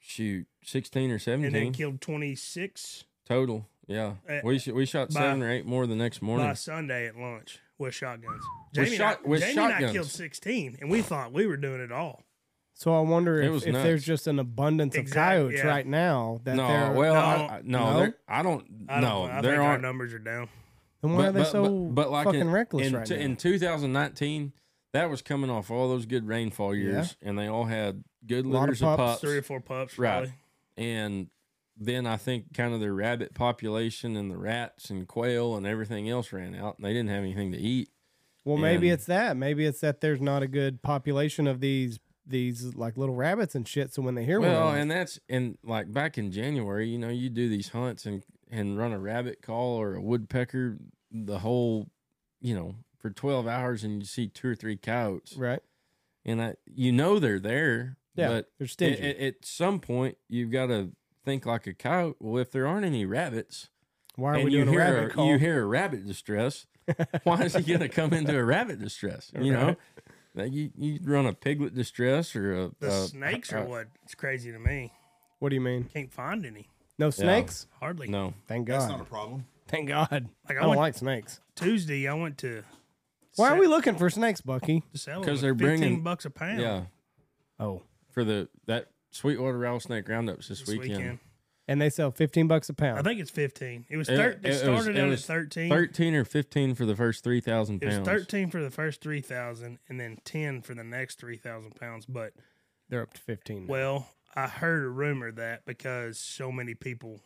S4: Shoot 16 or
S3: And then
S4: 17
S3: killed 26
S4: total. Yeah,
S3: Uh,
S4: we sh- we shot
S3: by-
S4: seven or eight more the next
S3: by
S4: morning.
S3: Sunday at lunch with shotguns.
S4: With
S3: Jamie,
S4: shot-
S3: and, I,
S4: with
S3: Jamie and I
S4: shotguns.
S3: killed 16, and we thought we were doing it all.
S1: so I wonder
S4: It
S1: if,
S4: was
S1: if
S4: nuts.
S1: there's just an abundance of
S3: Exact-
S1: coyotes
S3: yeah.
S1: right now that
S4: No,
S1: they're
S4: well,
S3: No.
S4: I, I, no,
S1: No?
S4: there- I don't.
S3: I don't
S4: no,
S3: know. I
S4: there
S3: think our
S4: aren't.
S3: numbers are down.
S1: And why are they so fucking
S4: in-
S1: reckless
S4: in,
S1: right
S4: t-
S1: now?
S4: in 2019, that was coming off all those good rainfall years, and they all had good
S1: Lot of
S4: litters of
S1: pups.
S4: pups.
S3: Three or four pups,
S4: Right.
S3: probably.
S4: and then I think kind of their rabbit population and the rats and quail and everything else ran out, and they didn't have anything to eat.
S1: Well, maybe
S4: And-
S1: it's that. Maybe it's that there's not a good population of these these like little rabbits and shit. So when they hear
S4: Well,
S1: one,
S4: and that's and like back in January, you know, you do these hunts and and run a rabbit call or a woodpecker the whole, you know, for twelve hours, and you see two or three coyotes,
S1: right?
S4: and I, you know they're there,
S1: Yeah,
S4: but
S1: they're
S4: a-
S1: stingy.
S4: a- at some point you've got to think like a coyote. Well, if there aren't any rabbits,
S1: why are
S4: and
S1: we
S4: you
S1: doing a
S4: hear
S1: rabbit
S4: a,
S1: call?
S4: you hear a
S1: <laughs>
S4: rabbit distress, why is he going to come into a rabbit distress? You know, Like, you you run a piglet distress or a
S3: The
S4: a-
S3: snakes
S4: a-
S3: are what? It's crazy to me.
S1: what do you mean?
S3: Can't find any.
S1: No snakes?
S3: Hardly.
S4: No,
S1: Thank
S2: That's not
S1: God.
S2: a problem.
S1: Thank God.
S3: Like,
S1: I
S3: I
S1: don't
S3: went-
S1: like snakes.
S3: Tuesday, I went to
S1: Why are
S3: Sa-
S1: we looking for snakes, Bucky?
S3: to sell
S4: 'Cause
S3: because
S4: they're
S3: they're fifteen
S4: bringing-
S3: bucks a pound.
S4: yeah,
S1: Oh,
S4: for the that Sweetwater rattlesnake roundups this,
S3: this weekend.
S4: weekend.
S1: and they sell fifteen bucks a pound.
S3: I think it's fifteen. It was
S4: It-
S3: thir-
S4: it
S3: it,
S4: was-
S3: started
S4: it
S3: out at
S4: was
S3: thirteen.
S4: Thirteen or fifteen for the first three thousand
S3: It was
S4: pounds.
S3: thirteen for the first three thousand, and then ten for the next three thousand pounds. But
S1: They're up to fifteen. now.
S3: well, I heard a rumor that because so many people,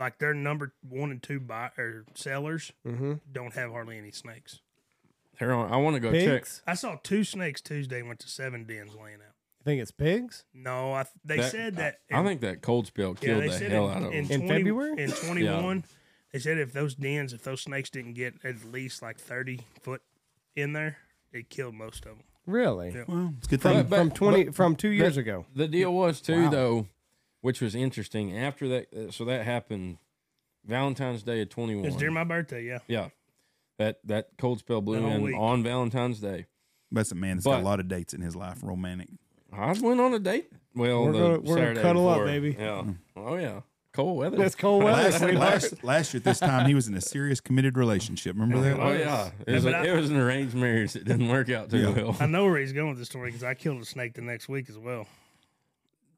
S3: like their number one and two buy or sellers,
S4: Mm-hmm.
S3: don't have hardly any snakes.
S4: They're on- I want to go check.
S1: Pigs?
S3: I saw two snakes Tuesday. and Went to seven dens laying out.
S1: You think it's pigs?
S3: No, I, they
S4: That-
S3: said that.
S4: I, I think that cold spell
S3: Yeah,
S4: killed
S3: they
S4: the
S3: said
S4: hell
S3: in,
S4: out of them.
S3: in,
S1: In
S3: 20
S1: February?
S3: in 21 they said if those dens if those snakes didn't get at least like 30 foot in there it killed most of them
S1: Really?
S3: Yeah.
S2: Well, it's a good
S4: But-
S2: thing.
S4: but-
S1: from twenty
S4: but
S1: from two years
S4: <laughs>
S1: ago.
S4: The deal was too though, which was interesting. After that, uh, so that happened Valentine's Day of twenty
S3: it was during
S4: one.
S3: my birthday yeah
S4: Yeah, that that cold spell blew
S3: That whole
S4: in
S3: week.
S4: on Valentine's Day.
S2: That's a man that's got
S4: but-
S2: a lot of dates in his life. Romantic.
S4: I went on a date. Well,
S1: We're
S4: the
S1: gonna- we're gonna
S4: Saturday
S1: cuddle up,
S4: before.
S1: baby.
S4: Yeah. Oh yeah. Cold weather.
S1: That's cold weather.
S2: Last, <laughs>
S1: sweetheart.
S2: last, last year at this time, he was in a serious committed relationship. Remember that?
S4: Oh yeah, it was,
S3: but
S4: a-
S3: I-
S4: it was an arranged marriage that didn't work out too
S2: Yeah.
S4: well.
S3: i know where he's going with this story because i killed a snake the next week as well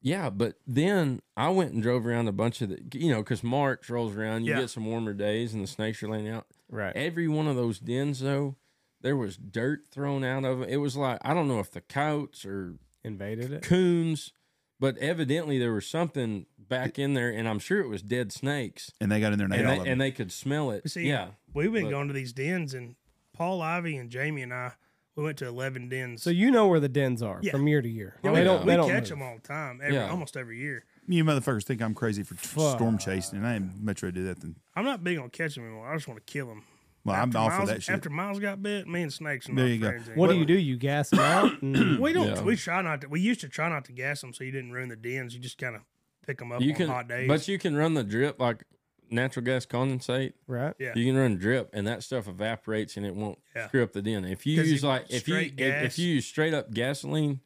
S4: Yeah, but then I went and drove around a bunch of the, you know, because March rolls around, you
S3: Yeah.
S4: get some warmer days, and the snakes are laying out.
S1: Right.
S4: Every one of those dens, though, there was dirt thrown out of it. It was like I don't know if the coyotes or
S1: Invaded
S4: <laughs>
S1: it.
S4: coons, but evidently there was something back in there, and I'm sure it was dead snakes,
S2: And they got in there and, ate
S4: and
S2: all of
S4: they,
S2: them.
S4: and they could smell it.
S3: see
S4: yeah,
S3: we've been
S4: But-
S3: going to these dens and paul ivy and jamie and i we went to 11 dens
S1: So you know where the dens are
S3: Yeah.
S1: from year to year.
S4: Yeah,
S1: they
S4: we-
S1: don't.
S4: we
S1: they
S3: we
S1: don't
S3: catch
S1: move.
S3: them all the time every,
S4: Yeah.
S3: almost every year
S2: you motherfuckers think I'm crazy for t-
S1: Fuck.
S2: storm chasing, and I ain't much rather do that than.
S3: i'm not big on catching them anymore i just want to kill them
S2: Well, I'm all for that shit.
S3: after miles got bit me and snakes are
S2: There
S3: not
S2: you go.
S3: friends anymore.
S1: What do you do? You gas them out? and-
S3: We don't.
S4: Yeah.
S3: We try not to. We used to try not to gas them, so you didn't ruin the dens. You just kind of pick them up
S4: you
S3: on
S4: can,
S3: hot days.
S4: but you can run the drip like natural gas condensate.
S1: right.
S3: yeah,
S4: You can run drip, and that stuff evaporates, and it won't
S3: Yeah.
S4: screw up the den. If you
S3: 'Cause
S4: use
S3: you-
S4: like if you
S3: straight
S4: if, if
S3: gas.
S4: you use straight up gasoline,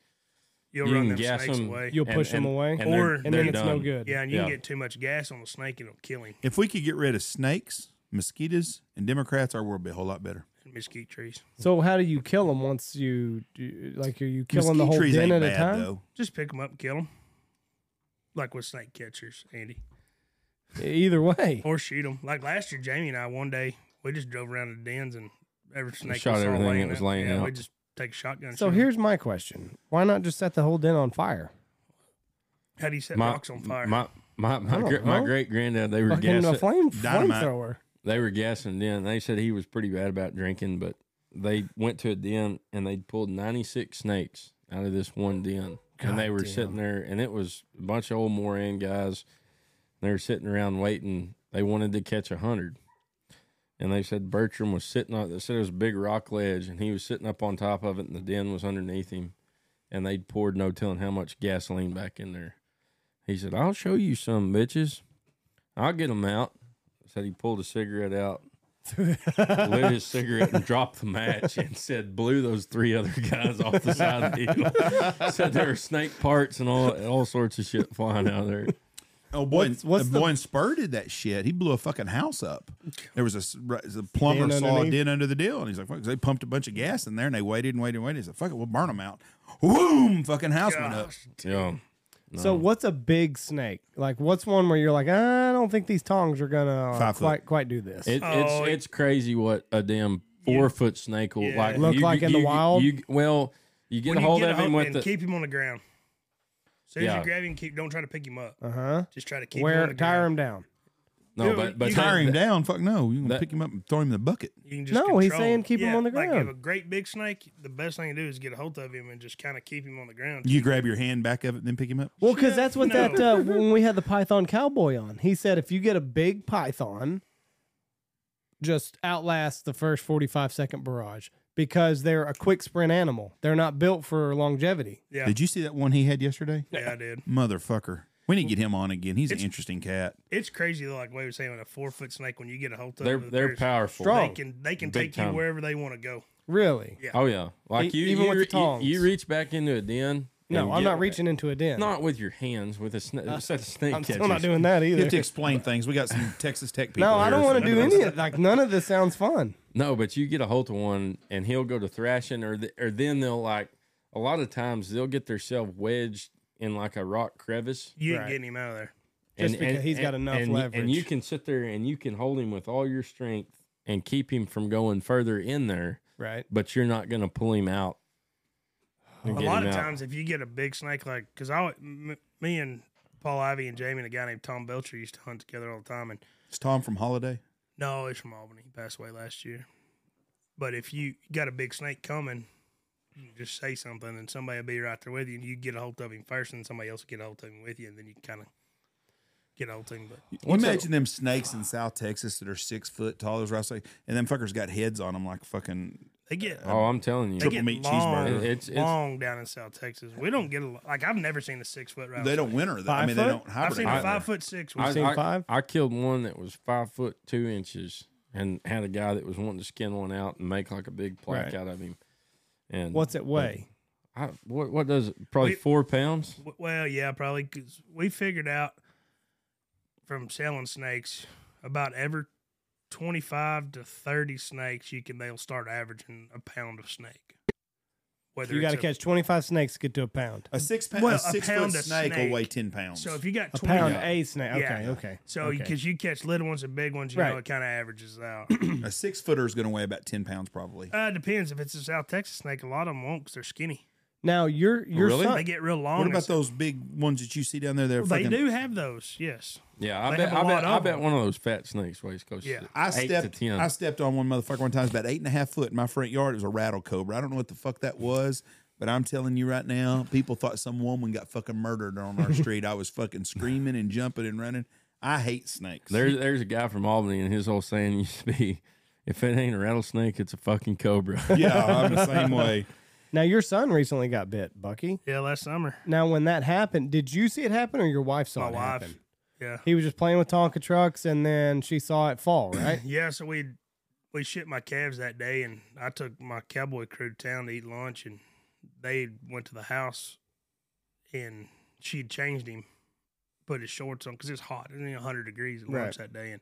S3: you'll
S4: you
S3: run
S4: can
S3: them
S4: gas
S3: snakes
S4: them.
S3: away.
S1: You'll push them away, and,
S4: and they're-
S3: Or-
S4: they're
S1: then it's no
S4: done.
S1: good.
S3: yeah, and you
S4: yeah.
S3: can get too much gas on the snake, and it'll kill him.
S2: if we could get rid of snakes, mosquitoes, and Democrats, our world would be a whole lot better.
S3: Mesquite trees.
S1: So how do you kill them once you do, like? Are you killing
S2: Mesquite
S1: the whole
S2: trees
S1: den at
S2: ain't
S1: a
S2: bad,
S1: time?
S2: though.
S3: Just pick them up, and kill them, like with snake catchers, Andy,
S1: Either way,
S3: or shoot them. Like last year, Jamie and I, one day, we just drove around to the dens and every snake
S4: shot
S3: we saw
S4: everything
S3: laying
S4: that was
S3: out-
S4: laying
S3: yeah,
S4: out.
S3: We just take a shotgun. and
S1: So
S3: shoot 'em.
S1: here's my question: Why not just set the whole den on fire?
S3: how do you set
S4: my
S3: rocks on fire?
S4: my my my,
S1: don't
S4: gr- my
S1: know.
S4: great granddad they were
S1: Fucking a
S4: gassing
S1: flame
S2: Dynamite.
S1: flamethrower.
S4: they were gassing den. They said he was pretty bad about drinking, but they went to a den and they pulled ninety six snakes out of this one den, and they were sitting there, and it was a bunch of old Moran guys. They were sitting around waiting. They wanted to catch a hundred. And they said Bertram was sitting on. They said it was a big rock ledge, and he was sitting up on top of it, and the den was underneath him. And they poured no telling how much gasoline back in there. He said, "I'll show you some bitches. I'll get them out." Said he pulled a cigarette out, <laughs> lit his cigarette, and dropped the match, and said blew those three other guys off the side of the hill. <laughs> said there were snake parts and all all sorts of shit flying out of there.
S2: Oh boy,
S1: What's- what's
S2: the,
S1: the-
S2: boy in Spur did that shit. He blew a fucking house up. There was a, s- r- a plumber
S1: Den
S2: saw a
S1: underneath?
S2: den under the deal, and he's like, "Fuck!" 'cause They pumped a bunch of gas in there, and they waited and waited and waited. He's like, "Fuck it, we'll burn them out." Whoom! Fucking house went up.
S3: Gosh,
S4: Yeah,
S1: So what's a big snake? Like what's one where you're like, "Ah, I don't think these tongs are gonna uh,
S2: Five foot.
S1: quite quite do this.
S4: It,
S3: Oh,
S4: it's
S3: it-
S4: it's crazy what a damn four foot snake will
S3: Yeah.
S4: like
S1: Look
S4: you-
S1: like in
S4: you-
S1: the wild?
S4: You, well, you get
S3: When
S4: a
S3: you
S4: hold
S3: get
S4: of
S3: a
S4: him
S3: hold-
S4: with
S3: and
S4: the
S3: keep him on the ground. As soon as
S4: Yeah.
S3: you grab him, keep don't try to pick him up.
S1: uh huh.
S3: Just try to keep him
S1: Where
S3: on the
S1: tire
S3: ground.
S1: him down.
S4: no,
S3: you-
S4: but but
S3: you
S2: Tire him
S4: that-
S2: down. Fuck no. You can
S4: that-
S2: pick him up and throw him in the bucket.
S3: You can just
S1: No, he's
S3: control
S1: saying
S3: him.
S1: keep him
S3: Yeah,
S1: on the
S3: Like
S1: ground.
S3: if a great big snake, the best thing to do is get a hold of him and just kind of keep him on the ground.
S2: You grab your hand back of it and then pick him up.
S1: Well, because that's what
S3: No.
S1: that uh, when we had the python cowboy on, he said if you get a big python, just outlast the first forty-five second barrage because they're a quick sprint animal. They're not built for longevity.
S3: yeah,
S2: Did you see that one he had yesterday?
S3: yeah, I did.
S2: Motherfucker. We need to get him on again. He's an
S3: It's-
S2: interesting cat.
S3: It's crazy, like Wade was saying, with a four foot snake. When you get a hold of,
S4: they're
S3: it,
S4: they're
S3: there's-
S4: powerful.
S1: Strong.
S3: They can they can take
S4: Big time.
S3: you wherever they want to go.
S1: Really?
S4: Oh yeah, like
S1: E-
S4: you
S1: even
S4: you,
S1: with the
S4: re-
S1: tongs.
S4: you you reach back into a den.
S1: No,
S4: and
S1: I'm
S4: get-
S1: not reaching into a den.
S4: Not with your hands with a
S1: <laughs>
S4: snake. a snake
S1: I'm still
S4: catches.
S1: not doing that
S2: You have to
S1: either.
S2: explain things. We got some Texas Tech people.
S1: No, I don't want to do any
S2: anything.
S1: of like none of this sounds fun.
S4: No, but you get a hold of one and he'll go to thrashing, or the, or then they'll like a lot of times they'll get themselves wedged in like a rock crevice.
S3: You ain't
S1: Right.
S3: getting him out of there.
S1: Just because he's got enough
S4: and, y- and you
S1: leverage.
S4: can sit there and you can hold him with all your strength and keep him from going further in there,
S1: Right.
S4: but you're not going to pull him out. and
S3: A
S4: get
S3: lot
S4: him
S3: of
S4: out.
S3: times, if you get a big snake, like because I, m- me and Paul Ivy and Jamie and a guy named Tom Belcher used to hunt together all the time, and
S2: It's Tom from Holiday.
S3: No, he's from Albany. He passed away last year. But if you got a big snake coming, you can just say something and somebody will be right there with you and you get a hold of him first and somebody else will get a hold of him with you and then you kind of get a hold of him. But
S2: Imagine them snakes in South Texas that are six foot tall as Ross, and them fuckers got heads on them like fucking.
S3: they get,
S4: Oh, I'm telling you,
S3: they
S2: Uh, Triple
S3: get
S2: meat
S3: long,
S2: cheeseburger.
S4: It's- it's-
S3: long down in South Texas. We don't get a lot. Like, I've never seen a six foot rattlesnake.
S2: They don't winter. though. I
S1: Five
S2: mean, they
S1: foot?
S2: don't
S3: I've
S2: hibernate.
S3: seen a
S2: either.
S3: five foot six. one.
S4: I-
S1: seen
S4: I,
S1: five?
S4: I killed one that was five foot two inches and had a guy that was wanting to skin one out and make like a big plaque
S1: Right.
S4: out of him. And
S1: What's it weigh?
S4: I, what, what does it? Probably
S3: We-
S4: four pounds.
S3: W- Well, yeah, probably because we figured out from selling snakes about every twenty-five to thirty snakes you can they'll start averaging a pound of snake. Whether
S1: You got to
S3: it's a-
S1: catch 25 snakes to get to a pound.
S2: A six pound,
S3: Well,
S2: a
S3: a
S2: six foot
S3: pound of
S2: snake, will
S3: snake.
S2: weigh ten pounds.
S3: so if you got
S1: A
S3: 20,
S1: pound
S2: Yeah.
S1: a snake. Okay,
S3: Yeah.
S1: okay.
S3: so
S1: okay.
S3: because you catch little ones and big ones, you know
S1: Right.
S3: it kind of averages out. <clears throat>
S2: a six footer is going to weigh about ten pounds probably.
S3: uh, depends if it's a South Texas snake. A lot of them won't 'cause they're skinny.
S1: now your your
S2: Really?
S1: son,
S3: They get real long.
S2: What
S3: and
S2: about
S3: stuff.
S2: those big ones that you see down there? They're
S3: They
S2: fucking,
S3: do have those. Yes.
S4: Yeah, I
S3: They
S4: bet.
S3: have a
S4: I
S3: lot
S4: bet, I
S3: of
S4: bet
S3: them.
S4: one of those fat snakes weighs close
S3: Yeah.
S4: to
S2: I
S4: eight to
S2: stepped.
S4: ten.
S2: I stepped on one motherfucker one time. It's about eight and a half foot in my front yard. It was a rattle cobra. I don't know what the fuck that was, but I'm telling you right now, people thought some woman got fucking murdered on
S4: <laughs>
S2: our street. I was fucking screaming and jumping and running. I hate snakes.
S4: there's there's a guy from Albany, and his old saying used to be, "If it ain't a rattlesnake, it's a fucking cobra." <laughs>
S2: yeah, I'm
S3: <laughs>
S2: the same way.
S1: now your son recently got bit, Bucky.
S3: Yeah, last summer.
S1: Now when that happened, did you see it happen or your wife saw
S3: My
S1: it
S3: wife.
S1: happen?
S3: Yeah.
S1: He was just playing with Tonka trucks and then she saw it fall,
S3: <laughs>
S1: right?
S3: Yeah, so we we shipped my calves that day, and I took my cowboy crew to town to eat lunch, and they went to the house, and she had changed him, put his shorts on because it's hot, it was hundred degrees at lunch that day, and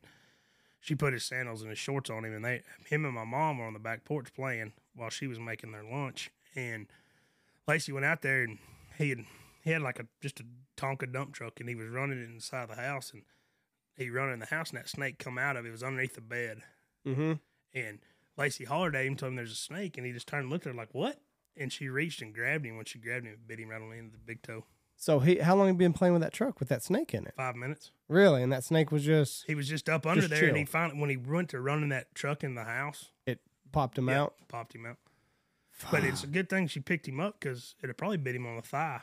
S3: she put his sandals and his shorts on him, and they him and my mom were on the back porch playing while she was making their lunch, and Lacey went out there and he had he had like a just a Tonka dump truck, and he was running it inside the house, and he run in the house, and that snake come out of it. It was underneath the bed,
S1: mm-hmm.
S3: and Lacey hollered at him, told him there's a snake, and he just turned and looked at her like, what? And she reached and grabbed him. When she grabbed him, it bit him right on the end of the big toe.
S1: So he, how long have you been playing with that truck with that snake in it?
S3: Five minutes.
S1: Really? And that snake was just
S3: He was just up under
S1: Just
S3: there, and he
S1: chill.
S3: finally, when he went to running that truck in the house,
S1: it popped him
S3: yeah,
S1: out.
S3: popped him out. But it's a good thing she picked him up because it had probably bit him on the thigh.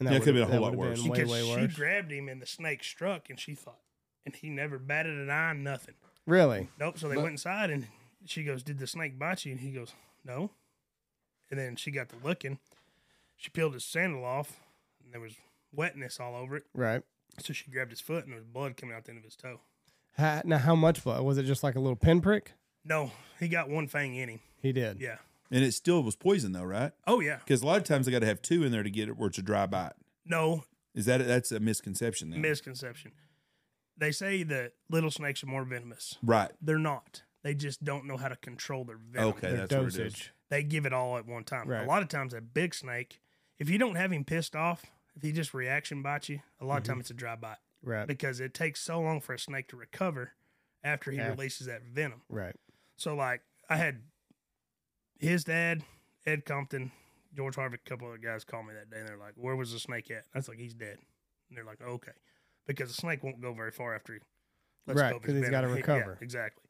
S1: And
S2: Yeah, it could've
S1: would've-
S2: been a whole
S1: that
S2: lot
S1: would've
S2: worse.
S1: been
S3: Because
S1: way, way
S3: she
S1: worse.
S3: grabbed him, and the snake struck, and she thought, and he never batted an eye, nothing.
S1: Really?
S3: Nope. So they went inside, and she goes, "Did the snake bite you?" And he goes, "No." And then she got to looking. She peeled his sandal off, and there was wetness all over it.
S1: Right.
S3: So she grabbed his foot, and there was blood coming out the end of his toe.
S1: How, now, how much blood? Was it just like a little pinprick?
S3: No, he got one fang in him.
S1: He did.
S3: Yeah.
S2: And it still was poison though, right?
S3: Oh yeah.
S2: Because a lot of times they got to have two in there to get it where it's a dry bite.
S3: No
S2: Is that that's a misconception? Then?
S3: misconception. They say that little snakes are more venomous.
S2: right?
S3: They're not. They just don't know how to control their venom.
S2: Okay,
S1: Their
S2: that's what it is.
S1: dosage.
S3: They give it all at one time.
S1: Right.
S3: A lot of times, a big snake, if you don't have him pissed off, if he just reaction bites you, a
S1: Mm-hmm.
S3: lot of time it's a dry bite
S1: Right.
S3: because it takes so long for a snake to recover after he
S1: Yeah.
S3: releases that venom.
S1: Right.
S3: So like I had his dad, Ed Compton, George Harvick, a couple other guys called me that day and they're like, Where was the snake at? That's like he's dead. And they're like, Okay. Because the snake won't go very far after he
S1: Right,
S3: go of
S1: 'cause
S3: his
S1: he's gotta
S3: venom.
S1: recover.
S3: <laughs> Yeah, exactly.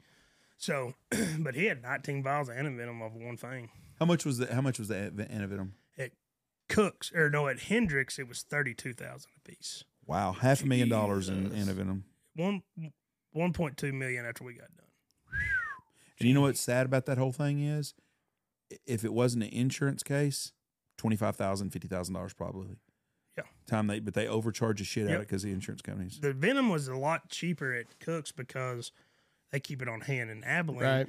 S3: So <clears throat> but he had nineteen vials of antivenom of one thing.
S2: How much was the How much was the an- antivenom?
S3: Cooks or no, at Hendrix it was thirty two thousand apiece.
S2: Wow, half a million dollars in
S3: Jesus.
S2: antivenom.
S3: One one point two million after we got done.
S2: And you know what's sad about that whole thing is, I- if it wasn't an insurance case, twenty five thousand, fifty thousand dollars probably.
S3: Yeah.
S2: Time they but they overcharge the shit out of
S3: Yep.
S2: it because the insurance companies.
S3: The venom was a lot cheaper at Cooks because they keep it on hand. In Abilene,
S1: Right.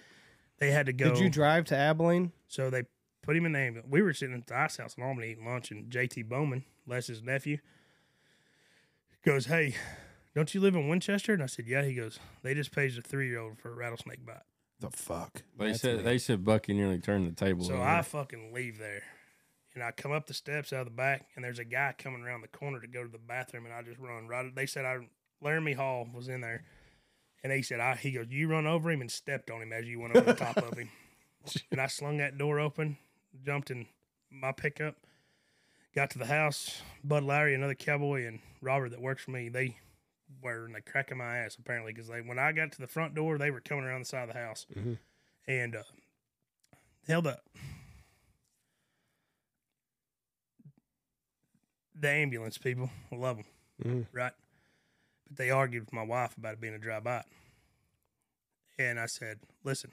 S3: they had to go.
S1: Did you drive to Abilene?
S3: So they put him in the ambulance. We were sitting at the ice house in Albany eating lunch, and JT Bowman, Les's nephew, goes, Hey, don't you live in Winchester? And I said, Yeah. He goes, They just paged a three year old for a rattlesnake bite.
S2: The fuck.
S4: They said they said Bucky nearly turned the table.
S3: So
S4: over.
S3: I fucking leave there. And I come up the steps out of the back, and there's a guy coming around the corner to go to the bathroom, and I just run right. They said I Laramie Hall was in there, and he said I. He goes, you run over him and stepped on him as you went over the top
S4: <laughs>
S3: of him, and I slung that door open, jumped in my pickup, got to the house. Bud Lowry, another cowboy, and Robert that works for me, they were in the crack of my ass apparently because they when I got to the front door, they were coming around the side of the house,
S4: Mm-hmm.
S1: Mhm.
S3: and uh, held up. The ambulance people, I love them,
S1: Mhm.
S3: right? But they argued with my wife about it being a dry bite, and I said, "Listen,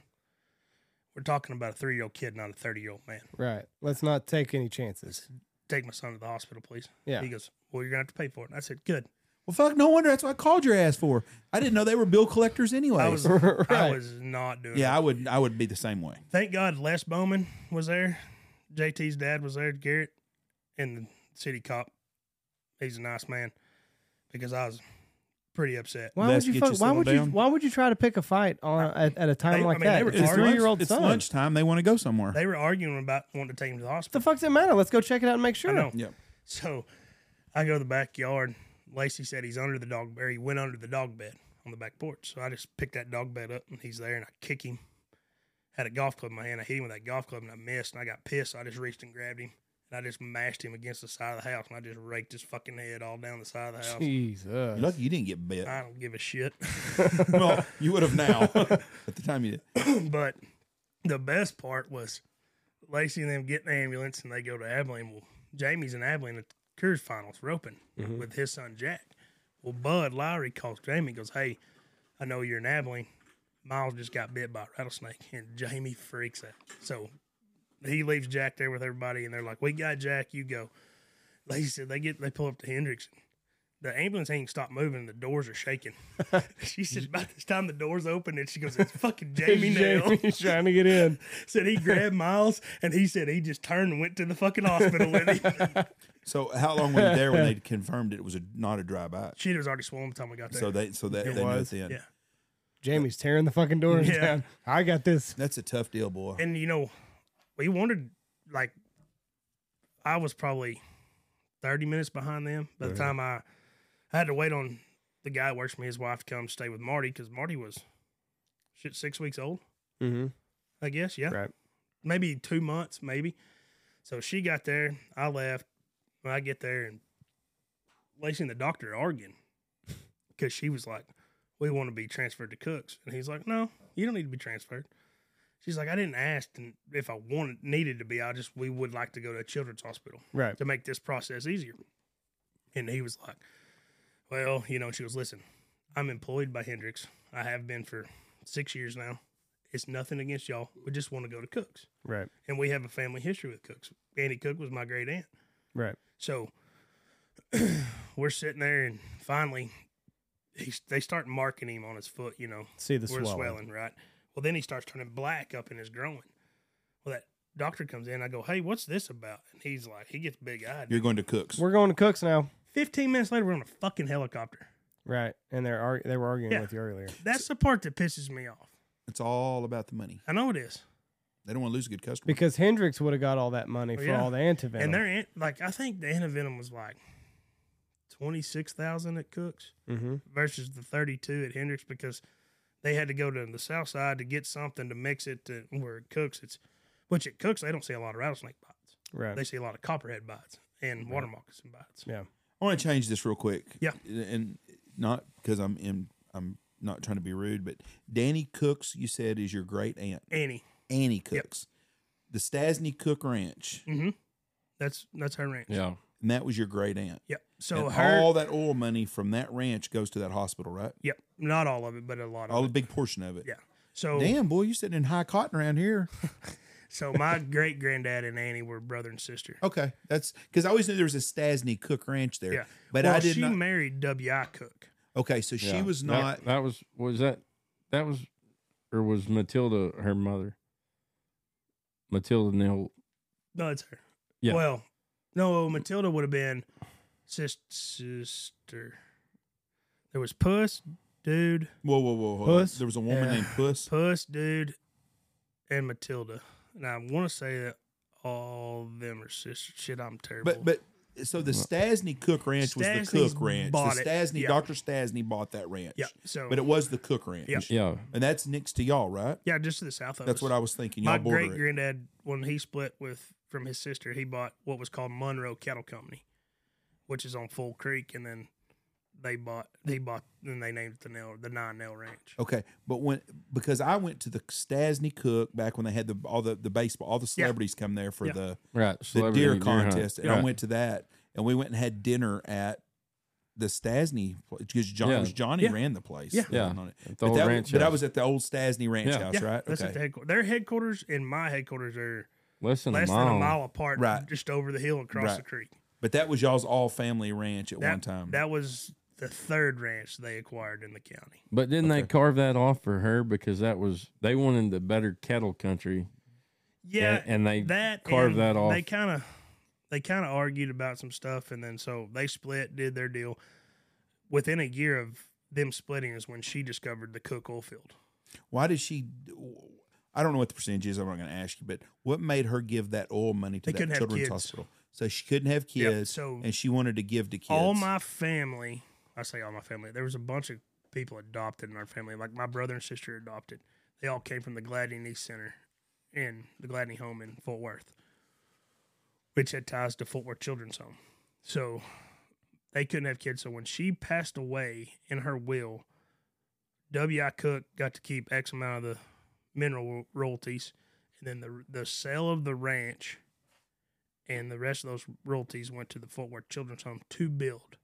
S3: we're talking about a three-year-old kid, not a thirty-year-old man.
S1: Right. Let's not take any chances.
S3: Take my son to the hospital, please."
S1: Yeah.
S3: He goes, "Well, you're gonna have to pay for it." And I said, "Good."
S2: Well, fuck. No wonder that's what I called your ass for. I didn't know they were bill collectors anyway.
S3: I was, I
S1: <laughs> Right.
S3: was not doing.
S2: yeah,
S3: it.
S2: I would. I would be the same way.
S3: Thank God, Les Bowman was there. JT's dad was there, Garrett, and the city cop. He's a nice man because I was pretty upset.
S1: Why
S2: Let's
S1: would you?
S2: get you
S1: Fuck, why would
S2: settled
S1: you?
S2: down.
S1: Why would you try to pick a fight on at, at a time
S3: They- I
S1: like
S3: mean, they
S1: that?
S3: were
S1: It's Your
S3: cars.
S1: three year old
S2: it's
S1: son. What
S2: lunchtime. They want to go somewhere.
S3: They were arguing about wanting to take him to the
S1: the
S3: hospital.
S1: fuck's it matter? Let's go check it out and make sure.
S3: I know.
S2: Yep.
S3: So I go to the backyard. Lacey said he's under the dog bed. He went under the dog bed on the back porch. So I just picked that dog bed up and he's there and I kick him. Had a golf club in my hand. I hit him with that golf club and I missed and I got pissed. I just reached and grabbed him and I just mashed him against the side of the house and I just raked his fucking head all down the side of the house.
S1: Jesus.
S2: You're lucky you didn't get bit.
S3: I don't give a shit.
S2: <laughs>
S3: <laughs>
S2: well, you would have now. <laughs> At the time you did.
S3: but the best part was Lacey and them get in the ambulance and they go to Abilene. Well, Jamie's in Abilene at the Coors Finals roping with his son Jack. Well, Bud Lowry calls Jamie and goes, Hey, I know you're in Abilene. Miles just got bit by a rattlesnake. And Jamie freaks out. So he leaves Jack there with everybody and they're like, We got Jack, you go. Lacey said they get they pull up to Hendricks. The ambulance ain't stopped moving. The doors are shaking. she said, "About this time, the doors open." And she goes, "It's fucking Jamie now."
S1: <laughs> Jamie's <laughs> trying to get in.
S3: said he grabbed Miles and he said he just turned and went to the fucking hospital with him.
S2: So how long were you there when they confirmed it was a, not a dry bite?
S3: Shit was already swollen by the time we got there.
S2: So they so that
S1: It
S2: they knew
S1: was.
S2: it then.
S3: yeah.
S1: Jamie's tearing the fucking doors
S3: Yeah.
S1: down. I got this.
S2: That's a tough deal, boy.
S3: And you know, we wanted like I was probably thirty minutes behind them by the time I I had to wait on the guy that works for me, his wife, to come stay with Marty because Marty was shit six weeks old,
S1: Mm-hmm.
S3: I guess. Yeah.
S1: Right.
S3: Maybe two months, maybe. So she got there, I left. When I get there and Lacey and the doctor are arguing because she was like, "We want to be transferred to Cooks," and he's like, "No, you don't need to be transferred." She's like, "I didn't ask and if I wanted needed to be. I just we would like to go to a children's hospital
S1: Right.
S3: to make this process easier." And he was like, "Well, you know," she goes, "Listen, I'm employed by Hendrix. I have been for six years now. It's nothing against y'all. We just want to go to Cooks,
S1: Right.
S3: and we have a family history with Cooks. Annie Cook was my great aunt."
S1: Right.
S3: So <clears throat> we're sitting there, and finally, he's, they start marking him on his foot. You know,
S1: See the
S3: we're
S1: swelling.
S3: swelling, right? Well, then he starts turning black up in his groin. Well, that doctor comes in. I go, "Hey, what's this about?" And he's like, he gets big eyed.
S2: You're going to Cooks.
S1: We're going to Cooks now.
S3: Fifteen minutes later, we're on a fucking helicopter.
S1: Right. And they're arg- they were arguing
S3: Yeah.
S1: with you earlier.
S3: That's the part that pisses me off.
S2: It's all about the money.
S3: I know it is,
S2: They don't want to lose a good customer.
S1: Because Hendrix would have got all that money
S3: Oh,
S1: for
S3: yeah.
S1: all the antivenom.
S3: and they're in, like, I think the antivenom was like twenty six thousand at Cooks
S1: Mm-hmm.
S3: versus the thirty two at Hendricks because they had to go to the south side to get something to mix it to where it cooks. It's which at Cooks they don't see a lot of rattlesnake bites.
S1: Right.
S3: They see a lot of copperhead bites and water moccasin bites.
S1: yeah.
S2: I want to change this real quick.
S3: Yeah.
S2: and not because I'm in. I'm not trying to be rude, but Danny Cooks, you said, is your great aunt
S3: Annie,
S2: Annie Cooks, the Stasny Cook Ranch,
S3: Mm-hmm. that's that's her ranch.
S4: Yeah.
S2: and that was your great aunt.
S3: Yep. So
S2: and
S3: her.
S2: all that oil money from that ranch goes to that hospital, right?
S3: yep. Not all of it, but a lot of
S2: All a
S3: it.
S2: big portion of it.
S3: Yeah.
S4: Oh.
S3: So
S2: Damn, boy, you're sitting in high cotton around here.
S3: so my great granddad and Annie were brother and sister.
S2: Okay, that's because I always knew there was a Stasny Cook Ranch there.
S3: Yeah.
S2: but
S3: well,
S2: I did
S3: she
S2: not.
S3: married W.I. Cook.
S2: okay, so she
S4: Yeah.
S2: was
S4: That-
S2: not.
S4: That, was was that that was or was Matilda her mother? Matilda Neil.
S3: No, it's her.
S4: Yeah.
S3: Well, no, Matilda would have been sis- sister. There was Puss, dude,
S2: Whoa, whoa, whoa! hold on.
S1: Puss?
S2: There was a woman
S3: Yeah.
S2: named Puss.
S3: Puss, dude, and Matilda. And I want to say that all of them are sisters. Shit, I'm terrible.
S2: But but so the Stasny Cook Ranch was the
S3: Stasny's
S2: Cook Ranch. The
S3: bought it.
S2: Stasny,
S3: Yeah.
S2: Doctor Stasny bought that ranch.
S3: yeah, so
S2: But it was the Cook Ranch.
S3: Yeah.
S4: Yeah.
S2: And that's next to y'all, right?
S3: yeah, just to the south of
S2: That's
S3: us.
S2: what I was thinking. Y'all
S3: My
S2: border
S3: great
S2: it.
S3: granddad, when he split with from his sister, he bought what was called Monroe Cattle Company, which is on Full Creek, and then they bought they bought then they named it the nail the Nine Nail Ranch.
S2: Okay, but when because I went to the Stasny Cook back when they had the all the, the baseball, all the celebrities come there for
S3: Yeah.
S2: the
S4: Right.
S2: the
S4: Celebrity
S2: deer
S4: hunt.
S2: contest, and I
S4: Right.
S2: went to that, and we went and had dinner at the Stasny because John
S4: Yeah.
S2: it was Johnny
S3: Yeah.
S2: ran the place.
S3: Yeah.
S4: Yeah.
S2: On it.
S4: At
S2: But,
S4: the old
S2: that,
S4: ranch
S2: but I
S4: house.
S2: was at the old Stasny Ranch
S4: Yeah.
S2: house, right?
S3: That's at the headquarters. Their headquarters and my headquarters are
S4: less than
S3: less
S4: a mile.
S3: than a mile apart,
S2: Right.
S3: just over the hill across
S2: Right.
S3: the creek.
S2: But that was y'all's all family ranch at
S3: That,
S2: one time.
S3: That was the third ranch they acquired in the county.
S4: But didn't they carve that off for her because that was they wanted the better cattle country.
S3: Yeah,
S4: And, and they
S3: that
S4: carved
S3: and
S4: that off.
S3: They kind of they kind of argued about some stuff, and then so they split, did their deal. Within a year of them splitting is when she discovered the Cook oil field.
S2: Why did she? I don't know what the percentage is. I'm not going to ask you, but what made her give that oil money to
S3: They
S2: that
S3: couldn't have
S2: children's
S3: kids.
S2: hospital? So she couldn't have kids,
S3: so-
S2: and she wanted to give to kids.
S3: All my family, I say all my family. There was a bunch of people adopted in our family. Like my brother and sister adopted. They all came from the Gladney Knee Center in the Gladney home in Fort Worth, which had ties to Fort Worth Children's Home. So they couldn't have kids. So when she passed away in her will, W.I. Cook got to keep X amount of the mineral royalties, and then the the sale of the ranch, and the rest of those royalties went to the Fort Worth Children's Home to build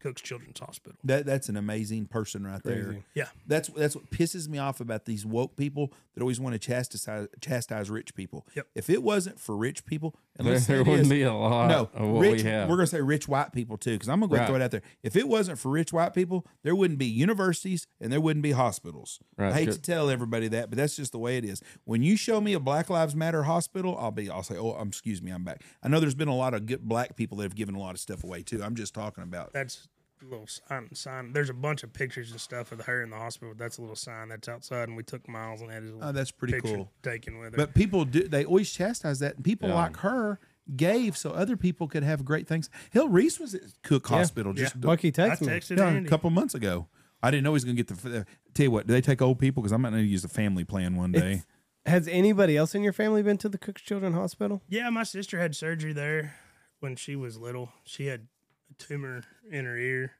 S3: Cook's Children's Hospital.
S2: that that's an amazing person right there.
S1: Crazy.
S3: Yeah.
S2: That's that's what pisses me off about these woke people that always want to chastise chastise rich people.
S3: Yep.
S2: If it wasn't for rich people, and
S4: <laughs> There,
S2: let's say
S4: there
S2: it
S4: wouldn't
S2: is,
S4: be a lot
S2: no,
S4: of what
S2: rich,
S4: we have.
S2: are gonna say rich white people too, because I'm gonna go
S4: Right.
S2: throw it out there. If it wasn't for rich white people, there wouldn't be universities and there wouldn't be hospitals.
S4: Right,
S2: I hate
S4: good.
S2: to tell everybody that, but that's just the way it is. When you show me a Black Lives Matter hospital, I'll be, I'll say, oh, um, excuse me, I'm back. I know there's been a lot of good black people that have given a lot of stuff away too. I'm just talking about.
S3: That's a little sign. sign. There's a bunch of pictures and stuff of her in the hospital. That's a little sign that's outside, and we took Miles and had his little
S2: Oh, that's pretty
S3: picture
S2: cool.
S3: taken with her.
S2: But people do, they always chastise that, and people
S4: Yeah.
S2: like her gave so other people could have great things. Hell, Reese was at Cook Hospital just
S1: Bucky
S3: I
S1: takes me.
S3: texted
S2: Yeah,
S3: Andy.
S2: a couple months ago. I didn't know he was going to get the. uh, Tell you what, do they take old people? Because I might need to use the family plan one day.
S1: Has anybody else in your family been to the Cook's Children's Hospital?
S3: Yeah, my sister had surgery there when she was little. She had a tumor in her ear,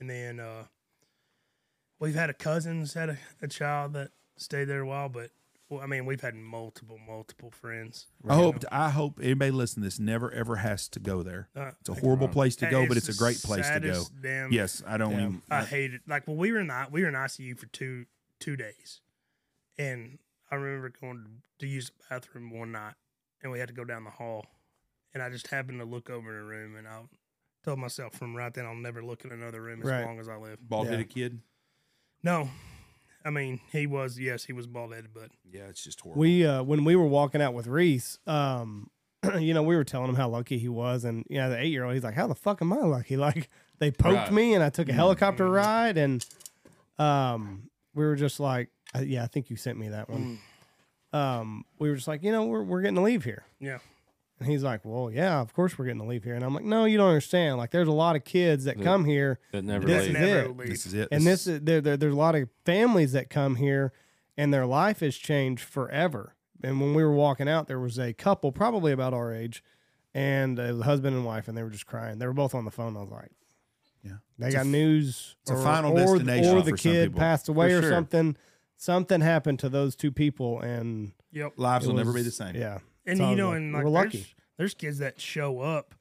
S3: and then uh, we've had a cousin's had a, a child that stayed there a while. But well, I mean, we've had multiple, multiple friends.
S2: I hope. I hope anybody listening to this never ever has to go there.
S3: Uh,
S2: It's a horrible place to go, but it's a
S3: the
S2: great place to go.
S3: saddest Damn,
S2: Yes, I don't. Even,
S3: I hate it. Like, well, we were in the, we were in ICU for two two days, and I remember going to use the bathroom one night, and we had to go down the hall, and I just happened to look over in a room, and I told myself from right then I'll never look in another room as
S1: Right.
S3: long as I live.
S2: bald
S1: Yeah.
S2: headed kid.
S3: No, I mean he was yes he was bald headed, but
S2: Yeah, it's just horrible.
S1: We uh, when we were walking out with Reese, um, <clears throat> you know, we were telling him how lucky he was, and you know, the eight year old, he's like, "How the fuck am I lucky?" <laughs> Like they poked
S4: Right.
S1: me, and I took a helicopter ride, and um, we were just like, uh, "Yeah, I think you sent me that one." Um, we were just like, you know, we're we're getting to leave here,
S3: yeah
S1: And he's like, well, yeah, of course we're getting to leave here. And I'm like, no, you don't understand. Like, there's a lot of kids that come here
S4: That never
S1: This
S4: leaves.
S1: is
S3: never
S1: it.
S3: leaves.
S2: This is it.
S1: and this is there, there there's a lot of families that come here and their life has changed forever and when we were walking out there was a couple probably about our age and it was a husband and wife and they were just crying they were both on the phone i was like
S2: Yeah.
S1: they got news
S2: it's a final destination
S1: or the
S2: for some
S1: kid
S2: people.
S1: passed away
S4: For
S1: or
S4: sure.
S1: something something happened to those two people and
S3: Yep.
S2: lives
S1: it
S2: will never
S1: was-
S2: be the same.
S1: yeah
S3: And
S1: So I
S3: you
S1: was
S3: know,
S1: like,
S3: and like
S1: we're
S3: there's,
S1: lucky.
S3: there's kids that show up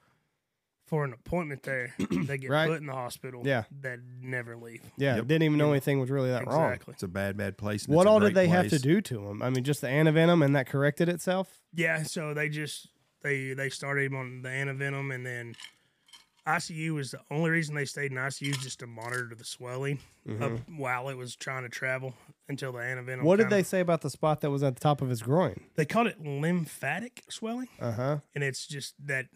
S3: for an appointment
S1: <clears throat>
S3: there. they get
S1: Right.
S3: put in the hospital.
S1: Yeah.
S3: That never leave.
S1: yeah
S2: Yep.
S1: didn't even know anything was really that wrong
S3: exactly.
S2: It's a bad, bad place. and
S1: what
S2: it's a
S1: all did
S2: great
S1: they have to
S2: place.
S1: do to them i mean just the antivenom and that corrected itself
S3: Yeah, so they just they they started him on the antivenom, and then ICU was the only reason they stayed in ICU is just to monitor the swelling up while it was trying to travel until the antivenom.
S1: Mm-hmm. what did
S3: kinda-
S1: they say about the spot that was at the top of his groin
S3: They called it lymphatic swelling,
S1: uh-huh
S3: and it's just that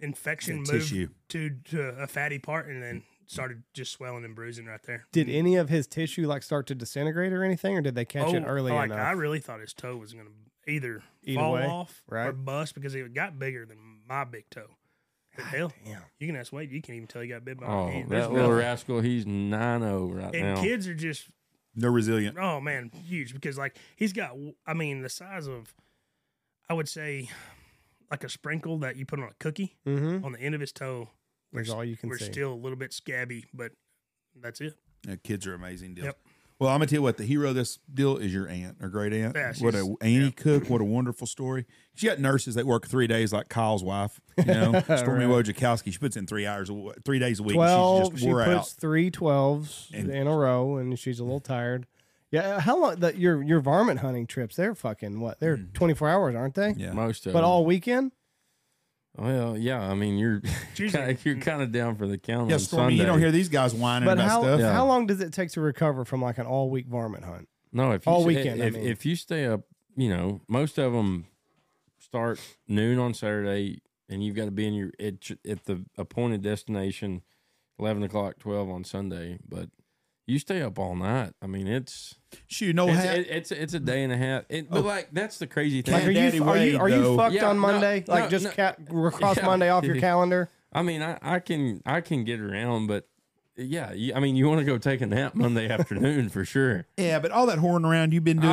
S3: infection
S2: That
S3: moved
S2: tissue.
S3: to to a fatty part, and then started just swelling and bruising right there.
S1: Did any of his tissue like start to disintegrate or anything, or did they catch it early
S3: Oh, like,
S1: enough?
S3: I really thought his toe was going to either
S1: Either
S3: fall
S1: way,
S3: off
S1: right.
S3: or bust because it got bigger than my big toe. But hell, you can ask Wade. You can't even tell you got bit by
S4: Oh,
S3: a hand. There's
S4: that little
S3: nothing.
S4: rascal, he's 9 0 right
S3: And
S4: now.
S3: kids are just
S2: They're resilient.
S3: oh man, huge because like he's got. I mean, the size of I would say like a sprinkle that you put on a cookie
S1: mm-hmm.
S3: on the end of his toe.
S1: That's all you can
S3: We're
S1: see.
S3: still a little bit scabby, but that's it.
S2: Yeah, kids are amazing deals.
S3: Yep.
S2: Well, I'm gonna tell you what the hero of this deal is your aunt, or great aunt.
S3: Yeah,
S2: what
S3: she's-
S2: a Annie Cook. What a wonderful story. She got nurses that work three days, like Kyle's wife. You know, Stormy Wojciechowski. She puts in three hours, a w- three days a week. and she's
S1: Twelve.
S2: just
S1: She
S2: wore
S1: puts
S2: out.
S1: three 12s
S2: And-
S1: in a row, and she's a little tired. Yeah, uh, how long? The, your your varmint hunting trips? They're fucking what? They're twenty four hours, aren't they?
S2: Mm. Yeah.
S4: Most of
S1: But
S4: them.
S1: all weekend.
S4: Well, yeah. I mean, you're
S3: Usually-
S4: <laughs> kinda, you're kind of down for the count.
S2: Yeah,
S4: on
S2: Stormy. You don't
S4: Sunday.
S2: hear these guys whining
S1: But
S2: about
S1: how
S2: stuff.
S1: how long does it take to recover from like an all week varmint hunt?
S4: No, if you
S1: All
S4: stay-
S1: weekend, I
S4: If,
S1: mean.
S4: if you stay up, you know, most of them start noon on Saturday, and you've got to be in your at, at the appointed destination, eleven o'clock, twelve on Sunday. But you stay up all night. I mean, it's
S2: Shoot, no
S4: it's
S2: hat.
S4: it, it's, it's a day and a half. It, but like that's the crazy thing.
S1: Oh, Like, are
S2: Daddy
S1: you are
S2: Wade,
S1: you are you
S2: though.
S1: fucked
S4: Yeah,
S1: on
S4: no,
S1: Monday? like
S4: no,
S1: just
S4: no.
S1: ca- cross
S4: Yeah.
S1: Monday off your calendar.
S4: I mean, I, I can I can get around, but yeah, you, I mean, you want to go take a
S1: <laughs>
S4: nap Monday afternoon for sure.
S2: yeah, but all that horn around you've been doing.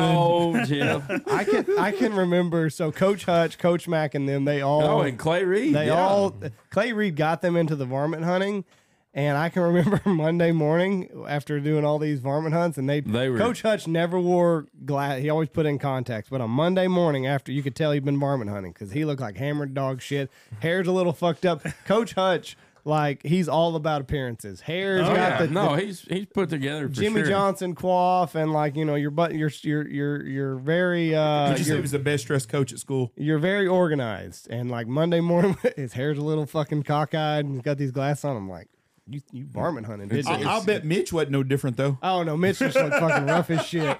S1: <laughs>
S4: Oh, Jeff.
S1: I can I can remember. So Coach Hutch, Coach Mack, and them they all
S4: Oh, and Clay Reed.
S1: They
S4: yeah.
S1: all Clay Reed got them into the varmint hunting, and I can remember <laughs> Monday morning after doing all these varmint hunts, and they,
S4: They were-
S1: Coach Hutch never wore glass. He always put in contacts, but on Monday morning after, you could tell he'd been varmint hunting because he looked like hammered dog shit. Hair's a little fucked up. Coach Hutch. Like he's all about appearances. Hair's
S4: Oh,
S1: got
S4: yeah.
S1: the,
S4: no, he's he's put together for
S1: Jimmy
S4: sure.
S1: Johnson quaff, and like you know, your butt, your your your your very uh,
S2: Did you say he was the best dressed coach at school?
S1: you're very organized and like Monday morning <laughs> his hair's a little fucking cockeyed and he's got these glasses on. I'm like, you you varmint hunting, did
S2: I,
S1: you?
S2: I'll bet Mitch wasn't no different though.
S1: I don't know. Mitch just looked fucking rough as
S3: <laughs>
S1: shit.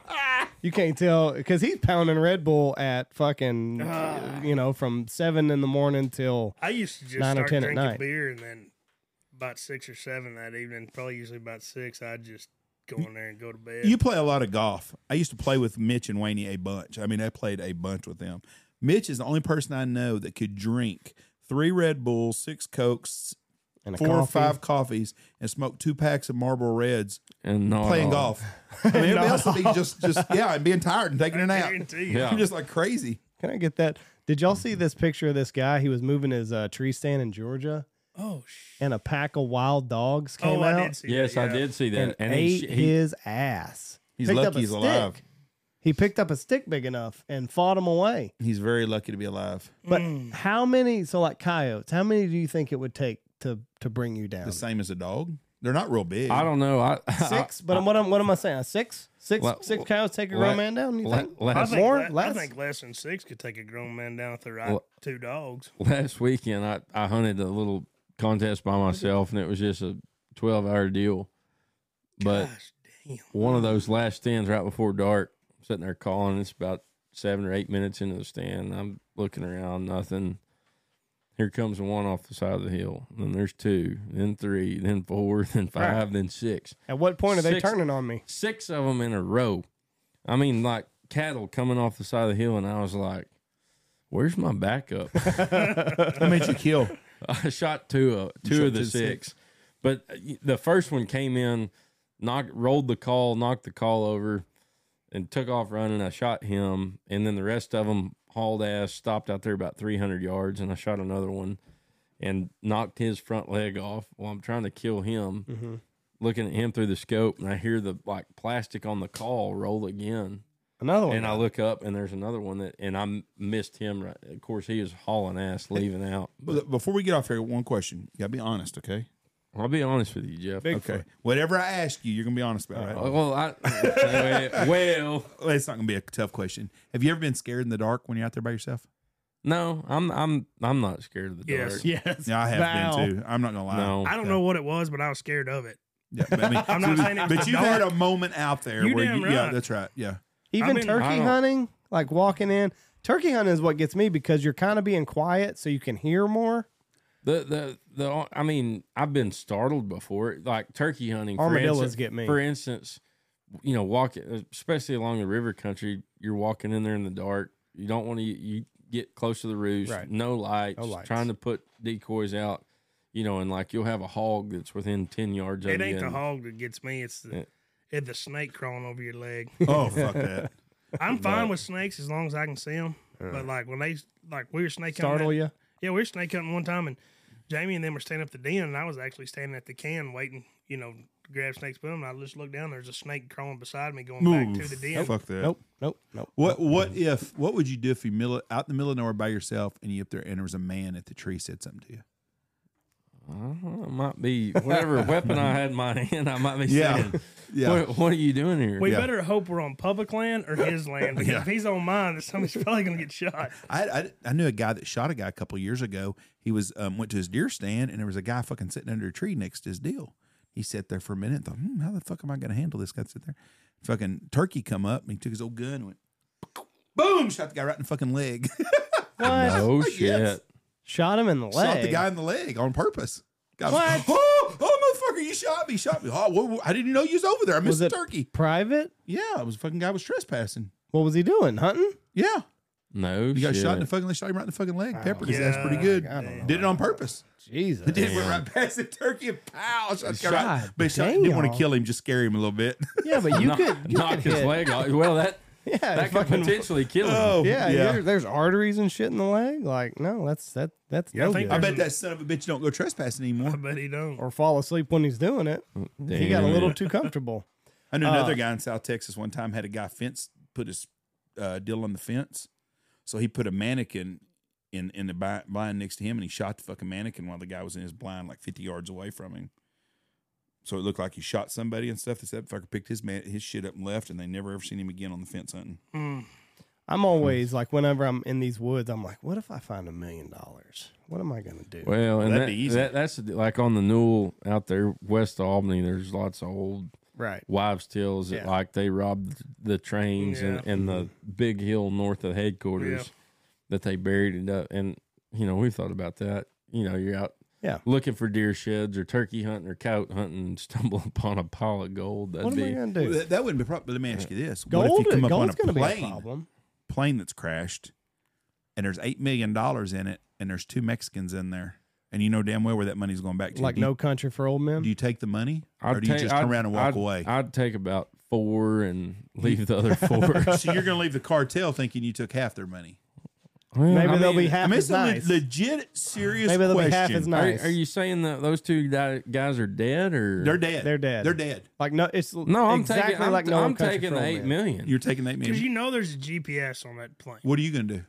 S1: You can't tell because he's pounding Red Bull at fucking you know from seven in the morning till
S3: I used to just
S1: Nine or
S3: start
S1: 10 at
S3: drinking
S1: night.
S3: beer, and then about six or seven that evening, probably usually about six, I'd just go in there and go to bed.
S2: You play a lot of golf. I used to play with Mitch and Wayne a bunch. I mean, I played a bunch with them. Mitch is the only person I know that could drink three Red Bulls, six Cokes,
S1: and a
S2: four or
S1: coffee.
S2: five coffees, and smoke two packs of Marlboro Reds
S4: and not
S2: playing <laughs>
S4: all.
S2: golf. I mean, everybody else would be just, just yeah, and being tired and taking a nap.
S3: guarantee you.
S2: <laughs>
S4: Yeah.
S2: You're just like crazy.
S1: Can I get that? Did y'all see this picture of this guy? He was moving his uh, tree stand in Georgia,
S3: Oh, sh-
S1: and a pack of wild dogs came
S3: oh,
S1: out
S3: I did see
S4: Yes,
S3: that,
S4: I
S3: yeah.
S4: did see that.
S1: and,
S4: he-
S1: ate
S4: he-
S1: his ass.
S2: He's
S1: Picked up
S2: lucky
S1: a
S2: he's
S1: stick.
S2: alive.
S1: He picked up a stick big enough and fought him away.
S2: He's very lucky to be alive.
S1: But
S3: Mm.
S1: how many? So like coyotes, how many do you think it would take to to bring you down?
S2: The
S3: <laughs>
S2: same as a dog. They're not real big.
S4: I don't know. I, <laughs>
S1: Six. But what am what am I saying? Six, six,
S4: Well,
S1: six coyotes take a
S4: well,
S1: grown man down. You
S4: la-
S1: think?
S3: I
S4: last,
S3: think,
S1: More,
S3: le- I
S1: less?
S3: think less than six could take a grown man down with the right
S4: Well-
S3: two dogs.
S4: last weekend, I, I hunted a little contest by myself, and it was just a twelve hour deal. But
S3: Gosh damn.
S4: one of those last stands right before dark, I'm sitting there calling. It's about seven or eight minutes into the stand. I'm looking around, nothing. Here comes one off the side of the hill. Then there's two, then three, then four, <laughs> then five, then six.
S1: At what point are they
S4: Six.
S1: turning on me?
S4: six of them in a row. I mean, like cattle coming off the side of the hill, and I was like, Where's my backup?
S2: How many you <laughs> kill?
S4: <laughs> I shot two of two
S5: shot
S4: of the
S5: two
S4: six. but uh, y- the first one came in, knocked, rolled the call, knocked the call over, and took off running. I shot him, and then the rest of them hauled ass, stopped out there about three hundred yards, and I shot another one, and knocked his front leg off while I'm trying to kill him.
S5: Mm-hmm.
S4: Looking at him through the scope, and I hear the like plastic on the call roll again
S5: Oh,
S1: Another one.
S4: and I look up and there's another one that and I m- missed him. Right, of course he was hauling ass, leaving out. But
S2: Look, Before we get off here, one question. You gotta be honest, okay?
S4: I'll be honest with you, Jeff.
S2: Okay. Whatever I ask you, you're gonna be honest about it.
S4: Uh, Well, I
S1: <laughs>
S4: well, well,
S2: Well, It's not gonna be a tough question. Have you ever been scared in the dark when you're out there by yourself?
S4: no, I'm I'm I'm not scared of the dark.
S3: <laughs> Yes.
S1: yes.
S2: Yeah, I have
S1: Val.
S2: been too. I'm not gonna lie.
S4: No,
S3: I don't know what it was, but I was scared of it.
S2: Yeah, but I mean,
S3: <laughs> I'm not saying it was
S2: but you've had a moment out there
S3: You
S2: where
S3: damn
S2: you, yeah,
S3: right.
S2: that's right. Yeah.
S1: Even
S3: I mean,
S1: turkey
S4: I don't-
S1: hunting, like walking in. Turkey hunting is what gets me because you're kind of being quiet so you can hear more.
S4: the the the I mean I've been startled before, like turkey hunting. for
S1: Armadillos
S4: instance-
S1: get me.
S4: For instance, you know, walking especially along the river country, you're walking in there in the dark. You don't want to you get close to the roost,
S1: Right.
S4: no lights,
S1: No lights.
S4: trying to put decoys out. You know, and like you'll have a hog that's within ten yards of
S3: It
S4: you.
S3: ain't the
S4: and-
S3: hog that gets me. It's the
S4: Yeah.
S3: it's the snake crawling over your
S4: <laughs>
S3: leg.
S2: Oh fuck
S3: <laughs>
S2: that.
S3: I'm fine with snakes as long as I can see them. But like when they like we were snake hunting,
S1: Startle
S3: that-
S1: you.
S3: yeah, we were snake hunting one time, and Jamie and them were standing up the den, and I was actually standing at the can waiting, you know, to grab snakes with them. And I just looked down, there's a snake crawling beside me going back to the den.
S2: Fuck that.
S1: Nope. Nope. Nope.
S2: What what if what would you do if you middle, out in the middle of nowhere by yourself and you up there and there was a man at the tree said something to you?
S4: Uh, it might be whatever weapon I had in my <laughs> hand. I might be
S2: Yeah.
S4: saying,
S2: Yeah.
S4: What, what are you doing here?"
S3: We
S2: Yeah.
S3: better hope we're on public land
S2: <laughs>
S3: or his land because if he's on mine, then somebody's probably gonna get shot.
S2: I, I I knew a guy that shot a guy a couple years ago. He was um, went to his deer stand and there was a guy fucking sitting under a tree next to his deal. He sat there for a minute and thought, hmm, how the fuck am I gonna handle this guy sit there? Fucking turkey come up and he took his old gun and went boom, shot the guy right in the fucking leg. <laughs>
S4: Oh shit!
S1: Shot him in the leg.
S2: shot the guy in the leg on purpose. Guy was,
S1: What?
S2: Oh, oh, motherfucker, you shot me, shot me. Oh, whoa, whoa, I didn't even know you was over there. I missed
S1: was
S2: the
S1: it
S2: turkey.
S1: private?
S2: Yeah, it was a fucking guy was trespassing.
S1: What was he doing? Hunting?
S2: Yeah.
S4: No,
S2: You got
S4: shit.
S2: shot in the fucking leg, shot him right in the fucking leg. Peppered his ass pretty
S3: Yeah.
S2: good.
S1: I don't know.
S2: Did it on purpose.
S1: Jesus.
S2: Did went right past the turkey and pow. Shot the guy right-
S1: God
S2: but he shot,
S1: dang,
S2: didn't want to
S1: y'all.
S2: kill him, just scare him a little bit.
S1: Yeah, but you
S4: Knock-
S1: could you
S4: knocked
S1: could
S4: his
S1: hit.
S4: leg off. Well, that
S1: Yeah,
S4: that could
S1: fucking- Oh,
S4: potentially kill
S2: <laughs>
S4: him.
S1: <laughs>
S2: Oh,
S1: Yeah, there- there's arteries and shit in the leg. Like, no, that's that that's
S3: Yeah, I
S1: no
S3: think
S2: I
S1: good.
S3: there's-
S2: bet that son of a bitch don't go trespassing
S3: I
S2: anymore.
S3: bet he don't.
S1: Or fall asleep when he's doing it. He got a
S4: Damn
S1: little
S4: it.
S1: too comfortable.
S2: I knew another guy in South Texas one time had a guy fence put his uh, deal on the fence, so he put a mannequin in in the bi- blind next to him, and he shot the fucking mannequin while the guy was in his blind, like fifty yards away from him. So it looked like he shot somebody and stuff. This that fucker picked his man his shit up and left, and they never ever seen him again on the fence hunting.
S1: I'm always like whenever I'm in these woods, I'm like, what if I find a million dollars? What am I gonna do?
S4: Well, and
S2: that'd
S4: that,
S2: be easy.
S4: that- that's the- like on the Newell out there west of Albany. There's lots of old
S1: right.
S4: wives' tales that
S1: Yeah. Mm-hmm.
S4: like they robbed the trains and,
S3: Yeah.
S4: and the big hill north of headquarters
S3: Yeah.
S4: that they buried it up. And you know, we thought about that. You know, you're out
S1: Yeah.
S4: looking for deer sheds or turkey hunting or coyote hunting and <laughs> stumble upon a pile of gold. That'd
S1: What am I
S4: be
S1: gonna do?
S2: That, that wouldn't be a problem. But let me ask you this: What
S1: Gold
S2: if you come up on
S1: gold's
S2: a
S1: gonna
S2: plane,
S1: be a problem.
S2: plane that's crashed, and there's eight million dollars in it, and there's two Mexicans in there, and you know damn well where that money's going back to?
S1: Like
S2: Do you-
S1: no country for old men.
S2: Do you take the money, or do you
S4: take-
S2: just turn
S4: I'd-
S2: around and walk
S4: I'd-
S2: away?
S4: I'd take about four and leave the
S2: <laughs>
S4: other four.
S2: so you're going to leave the cartel thinking you took half their money.
S4: Well,
S1: Maybe
S4: I
S1: they'll
S4: mean,
S1: be half
S2: I mean,
S1: as
S2: it's a le-
S1: nice.
S2: legit, serious
S1: Maybe they'll
S2: question.
S1: be half as
S4: Are,
S1: nice.
S4: are you saying that those two di- guys are dead or
S2: They're dead.
S1: They're dead.
S2: They're dead.
S1: like no, it's
S4: No, I'm
S1: exactly
S4: taking. I'm,
S1: like no
S4: I'm
S1: country
S4: taking
S1: for
S4: the
S1: old
S4: eight
S1: men.
S4: million.
S2: You're taking eight
S3: Because
S2: million.
S3: you know there's a GPS on that plane.
S2: what are you going to do?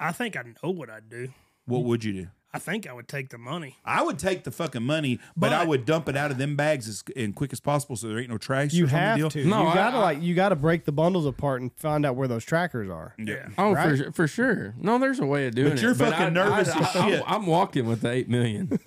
S3: I think I know what I'd do.
S2: What would you do?
S3: I think I would take the money.
S2: I would take the fucking money, but, I
S3: But-
S2: would dump it out of them bags as and quick as possible, so there ain't no trash.
S1: You
S2: or something
S1: have
S2: deal.
S1: to.
S4: No,
S1: you
S4: I-
S1: gotta
S4: I-
S1: like you gotta break the bundles apart and find out where those trackers are.
S3: Mm.
S2: Yeah.
S4: Oh,
S2: Right.
S4: for for for sure. No, there's a way of doing
S2: But
S4: it.
S2: you're fucking nervous as
S4: I'm-
S2: shit.
S4: I'm, walking with the
S2: <laughs>
S4: eight million.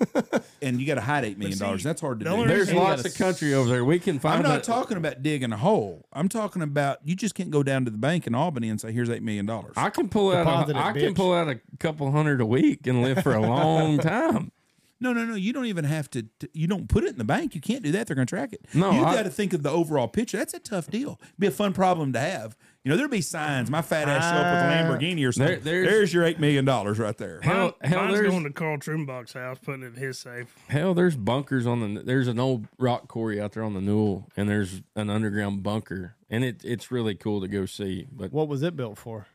S2: and you got to hide eight million dollars.
S3: see,
S2: That's hard to
S3: the
S2: do.
S3: only
S4: There's
S3: You
S4: lots
S3: gotta
S4: of country over there. We can find.
S2: I'm not
S4: it.
S2: talking about digging a hole. I'm talking about you just can't go down to the bank in Albany and say, "Here's eight million dollars."
S4: I can pull out.
S1: Deposit
S4: A,
S1: it,
S4: I can
S1: bitch.
S4: pull out a couple hundred a week and live for a long time.
S2: No, no, no. You don't even have to. t- You don't put it in the bank. You can't do that. They're going to track it.
S4: No,
S2: you
S4: I-
S2: got to think of the overall picture. That's a tough deal. Be a fun problem to have. You know, there'd be signs. My fat ass show up with a Lamborghini or something.
S4: Ah. There-
S2: there's,
S4: there's-
S2: your eight million dollars right there.
S4: Hell,
S3: Mine-
S4: hell,
S3: mine's
S4: there's,
S3: going to Carl Trumbach's house, putting it in his safe.
S4: hell, there's bunkers on the. There's an old rock quarry out there on the Newell, and there's an underground bunker, and it it's really cool to go see. But
S1: What was it built for?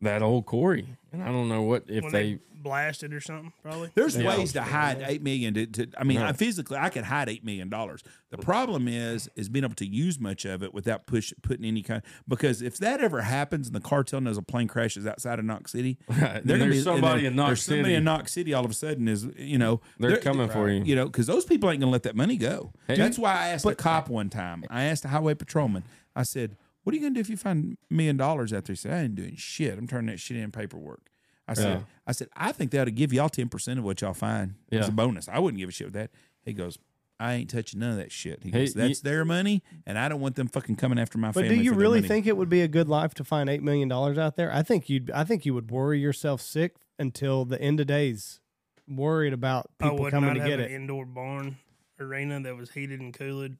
S4: that old quarry, and I don't know what if
S3: When
S4: they,
S3: they, blasted or something, probably.
S2: There's
S4: Yeah.
S2: ways to hide eight million. To, to I mean, I physically, I could hide eight million dollars. The problem is, is being able to use much of it without push putting any kind. Because if that ever happens and the cartel knows a plane crashes outside of Knox City,
S4: Right.
S2: they're gonna
S4: There's
S2: and
S4: somebody in Knox
S2: there's somebody
S4: City.
S2: in Knox City. All of a sudden, is you know
S4: They're coming for you.
S2: You know, because those people ain't gonna let that money go. That's why I asked a cop one time. I asked a highway patrolman. I said, "What are you gonna do if you find a million dollars out there?" He said, "I ain't doing shit. I'm turning that shit in paperwork." I said,
S4: Yeah.
S2: "I said I think they ought to give y'all ten percent of what y'all find as
S4: Yeah.
S2: a bonus. I wouldn't give a shit with that." He goes. I ain't touching none of that shit. He
S4: Hey,
S2: goes, "That's their money, and I don't want them fucking coming after my
S1: But
S2: family."
S1: do you
S2: for their
S1: really
S2: money."
S1: think it would be a good life to find eight million dollars out there? I think you'd. I think you would worry yourself sick until the end of days, worried about
S3: I
S1: people
S3: would
S1: coming
S3: not
S1: to
S3: have
S1: get
S3: an
S1: it.
S3: indoor barn arena that was heated and cooled,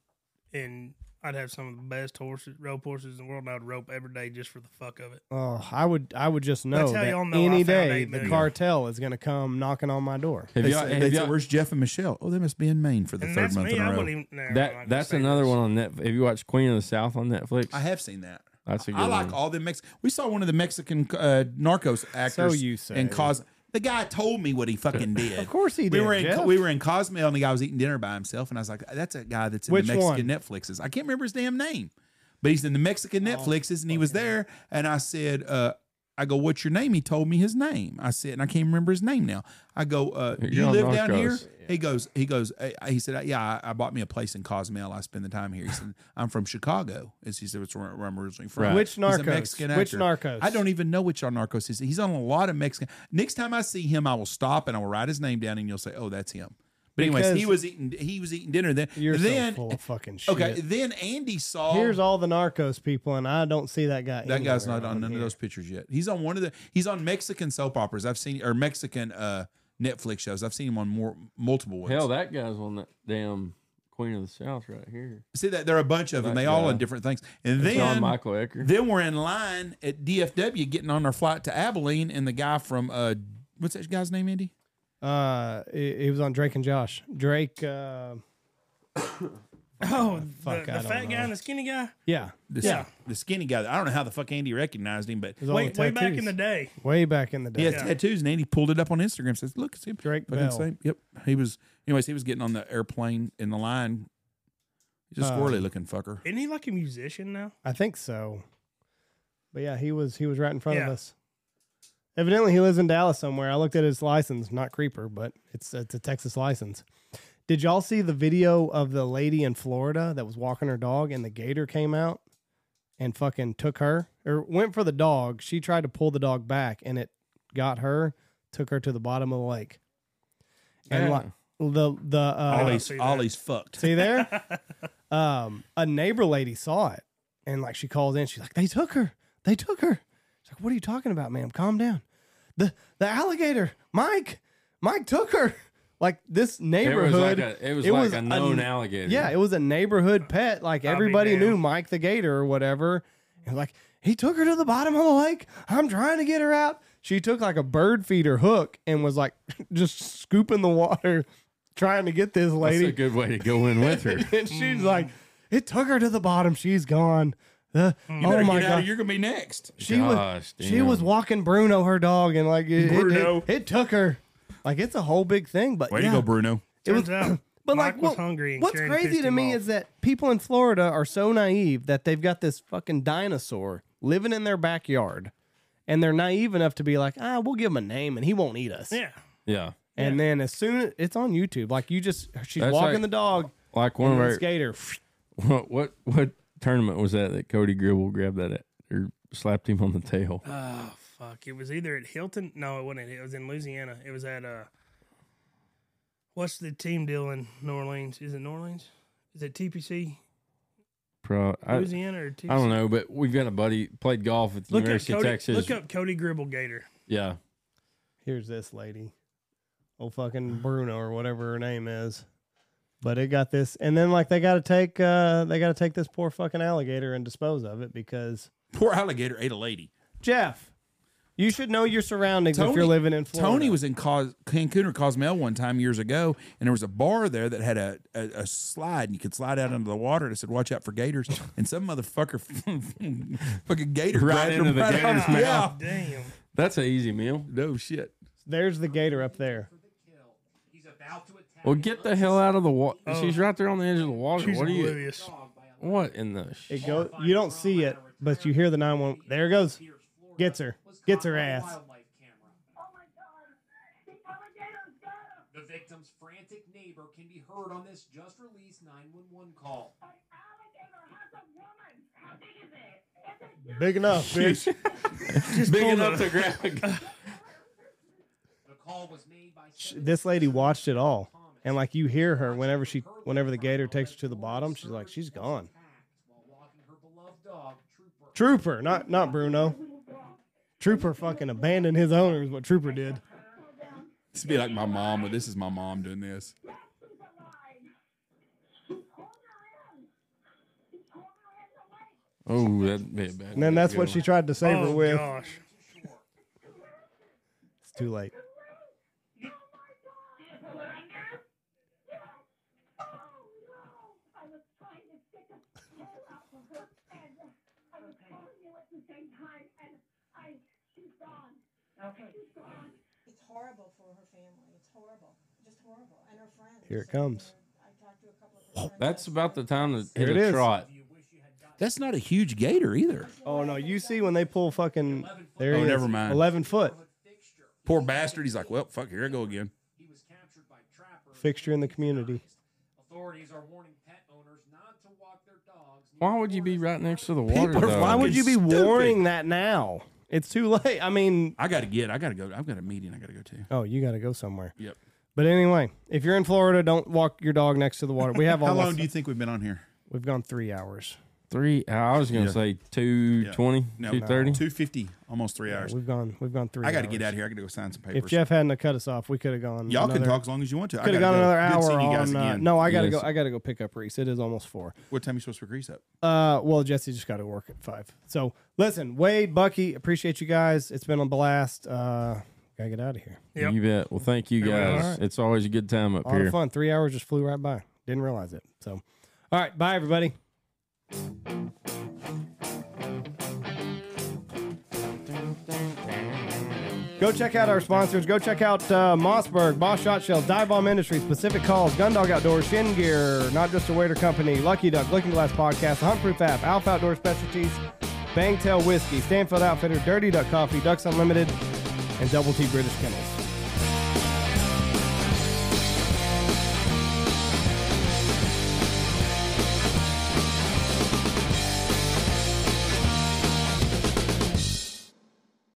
S3: and I'd have some of the best horses, rope horses in the world. And I would rope every day just for the fuck of it.
S1: oh, I would. I would just know
S3: That's how
S1: that
S3: y'all know I
S1: any
S3: found
S1: day
S3: eight
S1: the
S3: million.
S1: cartel is going to come knocking on my door.
S4: have
S2: They
S4: y'all,
S2: say-
S4: have
S2: they say,
S4: y'all-
S2: "Where's Jeff and Michelle?" Oh, they must be in Maine for the
S3: And
S2: third
S3: that's
S2: month
S3: me.
S2: in a
S3: I
S2: row.
S3: wouldn't even. no, I'm not gonna
S4: that that's
S3: say
S4: another
S3: this.
S4: one on Netflix. Have you watched Queen of the South on Netflix?
S2: I have seen that.
S4: That's a good
S2: I like
S4: one.
S2: all the Mex. We saw one of the Mexican uh, narcos actors.
S1: you say.
S2: And cause the guy told me what
S1: <laughs>
S2: he fucking did.
S1: Of course he
S2: We
S1: did,
S2: were in
S1: Jeff.
S2: we were in Cozumel, and the guy was eating dinner by himself, and I was like, "That's a guy that's in
S1: Which
S2: the
S1: one?
S2: Mexican Netflixes." I can't remember his damn name, but he's in the Mexican
S1: Oh,
S2: Netflixes, and he was there. And I said, uh, "I go, what's your name?" He told me his name. I said, and I can't remember his name now. I go, uh,
S4: You're
S2: "You
S4: on
S2: live down here?"
S4: Narcos.
S2: He goes, he goes, uh, he said, "Yeah, I, I bought me a place in Cozumel. I spend the time here." He said, "I'm from Chicago," and he said, "That's where I'm originally from."
S4: Right.
S1: Which
S2: He's a
S1: narcos?
S2: Mexican
S1: Which
S2: actor.
S1: narcos?
S2: I don't even know which our narcos is. He's on a lot of Mexican. Next time I see him, I will stop and I will write his name down, and you'll say, "Oh, that's him." But anyways,
S1: Because-
S2: he was eating. He was eating dinner then.
S1: You're
S2: then
S1: so full of fucking shit.
S2: okay. Then Andy saw.
S1: Here's all the narcos people, and I don't see that guy.
S2: that guy's
S1: anywhere
S2: not on none of those pictures yet. He's on one of the. He's on Mexican soap operas. I've seen or Mexican uh Netflix shows. I've seen him on more multiple ones.
S4: Hell, that guy's on that damn Queen of the South right here.
S2: See that there are a bunch of them.
S4: That
S2: They all
S4: guy.
S2: on different things. And
S4: John
S2: then
S4: Michael Ecker.
S2: Then we're in line at DFW getting on our flight to Abilene, and the guy from uh, what's that guy's name, Andy?
S1: Uh, it, was on Drake and Josh. Drake. Uh,
S3: Oh,
S1: Fuck,
S3: the,
S1: I
S3: the
S1: don't
S3: fat
S1: know.
S3: guy and the skinny guy.
S1: yeah.
S2: The,
S3: Yeah.
S2: the skinny guy. I don't know how the fuck Andy recognized him, but
S1: It was all
S3: Way,
S1: the
S3: way back
S1: tattoos.
S3: in the day,
S1: Way back in the day.
S2: he has
S3: Yeah.
S2: tattoos, and Andy pulled it up on Instagram. Says, "Look, it's him."
S1: Drake
S2: Fucking
S1: Bell.
S2: same. Yep, he was. Anyways, he was getting on the airplane in the line. He's a
S1: Uh,
S2: squirrely looking fucker.
S3: isn't he like a musician now?
S1: I think so. But yeah, he was he was right in front of
S3: Yeah.
S1: us. Evidently, he lives in Dallas somewhere. I looked at his license, not creeper, but it's it's a Texas license. Did y'all see the video of the lady in Florida that was walking her dog and the gator came out and fucking took her or went for the dog? She tried to pull the dog back and it got her, took her to the bottom of the lake. And
S4: Yeah.
S1: like the the uh,
S2: Ollie's
S3: see that.
S2: Ollie's fucked.
S1: See there? <laughs> um, a neighbor lady saw it and like she calls in, she's like, They took her. They took her. She's like, What are you talking about, ma'am? Calm down. The the alligator, Mike, Mike took her. Like this
S4: It was
S1: neighborhood.
S4: like a, it was
S1: it
S4: like
S1: was
S4: a known
S1: a-
S4: alligator.
S1: yeah, it was a neighborhood pet. Like
S3: I'll be
S1: everybody knew
S3: damned.
S1: Mike the Gator or whatever. And like, he took her to the bottom of the lake. I'm trying to get her out. She took like a bird feeder hook and was like <laughs> just scooping the water, trying to get this
S4: That's
S1: lady
S4: a good way to go in
S1: <laughs>
S4: with her.
S1: and she's
S3: Mm.
S1: like, it took her to the bottom. She's gone. Uh,
S3: Mm.
S1: oh my god,
S2: you're gonna be next.
S1: she
S4: Gosh,
S1: was she was
S4: damn.
S1: walking Bruno, her dog, and like it, it- it-
S2: Bruno.
S1: it, took her. Like it's a whole big thing, but
S2: Way
S1: yeah.
S2: to go, Bruno.
S1: It was-
S3: Turns out,
S1: <laughs> But
S3: Mike
S1: like,
S3: was
S1: what-
S3: hungry. And
S1: what's
S3: Karen
S1: crazy
S3: pissed
S1: to
S3: him
S1: me
S3: off.
S1: is that people in Florida are so naive that they've got this fucking dinosaur living in their backyard, and they're naive enough to be like, ah, we'll give him a name and he won't eat us.
S3: yeah,
S4: Yeah.
S1: And then as soon it's on YouTube, like you just she's
S4: That's
S1: walking
S4: like-
S1: the dog,
S4: Like one
S1: and
S4: of
S1: the
S4: our
S1: skater.
S4: what, what what tournament was that that Cody Gribble grabbed that at or slapped him on the tail?
S3: Oh fuck! It was either at Hilton. No, it wasn't. It was in Louisiana. It was at uh, what's the team deal in New Orleans? Is it New Orleans? Is it TPC
S4: Pro, I, I
S3: Louisiana or TPC?
S4: don't know, but we've got a buddy played golf at the
S3: Look up
S4: University
S3: Cody.
S4: of Texas.
S3: Look up Cody Gribble Gator.
S4: Yeah,
S1: here's this lady, old fucking Bruno or whatever her name is. But it got this, and then like they got to take, uh, they got to take this poor fucking alligator and dispose of it because
S5: Poor alligator ate a lady.
S1: Jeff, you should know your surroundings if you're living in Florida.
S5: Tony was in Cos- Cancun or Cozumel one time years ago, and there was a bar there that had a, a, a slide, and you could slide out into the water. And it said, "Watch out for gators!" <laughs> And some motherfucker, <laughs> fucking gator,
S4: Right
S5: grabbed
S4: into
S5: him
S4: the
S5: right out of
S4: gator's
S5: his mouth.
S3: Damn.
S4: That's an easy meal.
S5: No shit.
S1: There's the gator up there.
S9: He's about to attack.
S4: Well, get the hell out of the water. She's right there on the edge of the water.
S3: Oh. She's
S4: what are you?
S3: oblivious.
S4: What in the? Sh-
S1: It go. You don't see it, but you hear the nine one. There it goes. Gets her. Gets her ass.
S9: Oh my god! The alligator's got him! The victim's frantic neighbor can be heard on this just released 911 call. An alligator has a woman! How big is it? Is it huge?
S1: Big <laughs> enough, bitch.
S3: Just pulled
S4: Big enough
S3: a-
S4: to grab.
S3: <laughs>
S4: A-
S9: The call was made by
S1: This lady watched it all, and like you hear her whenever she, whenever the gator takes her to the bottom, she's like, she's gone.
S9: while walking her beloved dog, Trooper.
S1: Trooper, not not Bruno. Trooper fucking abandoned his owner is what Trooper did.
S5: This would be like my mom, but this is my mom doing this.
S9: She's alive! He pulled her in! He pulled her in the
S4: oh,
S9: lake!
S4: that'd be a bad.
S1: And then that's what she tried to save her
S3: Oh,
S1: with.
S3: gosh.
S1: It's too late.
S9: Oh my god! Yes! Oh no! I was trying to stick a pole out for her, and I was calling you at the same time, and I. She's gone. Okay. She's gone.
S10: It's horrible for her family. It's horrible. Just horrible. And her friends.
S1: Here it comes.
S10: I talked to a couple of her friends.
S4: Oh, That's about the time to hit
S1: Here it
S4: a
S1: is.
S4: trot.
S5: That's not a huge gator either.
S1: Oh no, you see when they pull fucking there
S5: Oh,
S1: he is.
S5: never mind.
S1: Eleven foot
S5: Poor bastard. He's like, well, fuck, here I go again.
S9: He was captured by trappers.
S1: fixture in the community.
S9: Authorities are warning pet owners not to walk their dogs.
S4: Why would you be right next to the water?
S5: People are
S4: though?
S1: Why would you be
S5: Fucking stupid.
S1: warning that now? It's too late. I mean,
S5: I got to get. I got to go. I've got a meeting. I got to go to.
S1: oh, you got to go somewhere.
S5: Yep.
S1: But anyway, if you're in Florida, don't walk your dog next to the water. We
S2: <laughs>
S1: have
S2: How
S1: almost
S2: long do you think we've been on here?
S1: we've gone three hours.
S4: Three. I was gonna say two twenty,
S2: No,
S4: two thirty.
S2: Two fifty, almost three hours.
S1: We've gone we've gone three.
S2: I got to
S1: hours.
S2: get out of here. I got to go sign some papers.
S1: If Jeff hadn't have cut us off, we could have gone.
S2: Y'all
S1: another,
S2: can talk as long as you want to. I
S1: Could have
S2: gotta
S1: gone
S2: go.
S1: another
S2: Good
S1: hour
S2: seeing you guys
S1: on. Uh,
S2: again.
S1: no, I gotta
S4: Yes.
S1: go. I gotta go pick up Reese. It is almost four.
S2: What time you supposed to pick Reese up?
S1: Uh, well, Jesse just got to work at five. So listen, Wade, Bucky, appreciate you guys. It's been a blast. Uh, gotta get out of here.
S3: Yep.
S4: You bet. Well, thank you guys.
S1: All right.
S4: It's always a good time up
S1: A lot
S4: here.
S1: of fun. Three hours just flew right by. Didn't realize it. So, all right, bye everybody. Go check out our sponsors. Go check out uh, Mossberg, Boss Shot Shells, Dive Bomb Industries, Pacific Calls, Gundog Outdoors, Shin Gear, Not Just a Waiter Company, Lucky Duck, Looking Glass Podcast, The Hunt Proof App, Alpha Outdoor Specialties, Bangtail Whiskey, Stanfield Outfitter, Dirty Duck Coffee, Ducks Unlimited, and Double T British Kennels.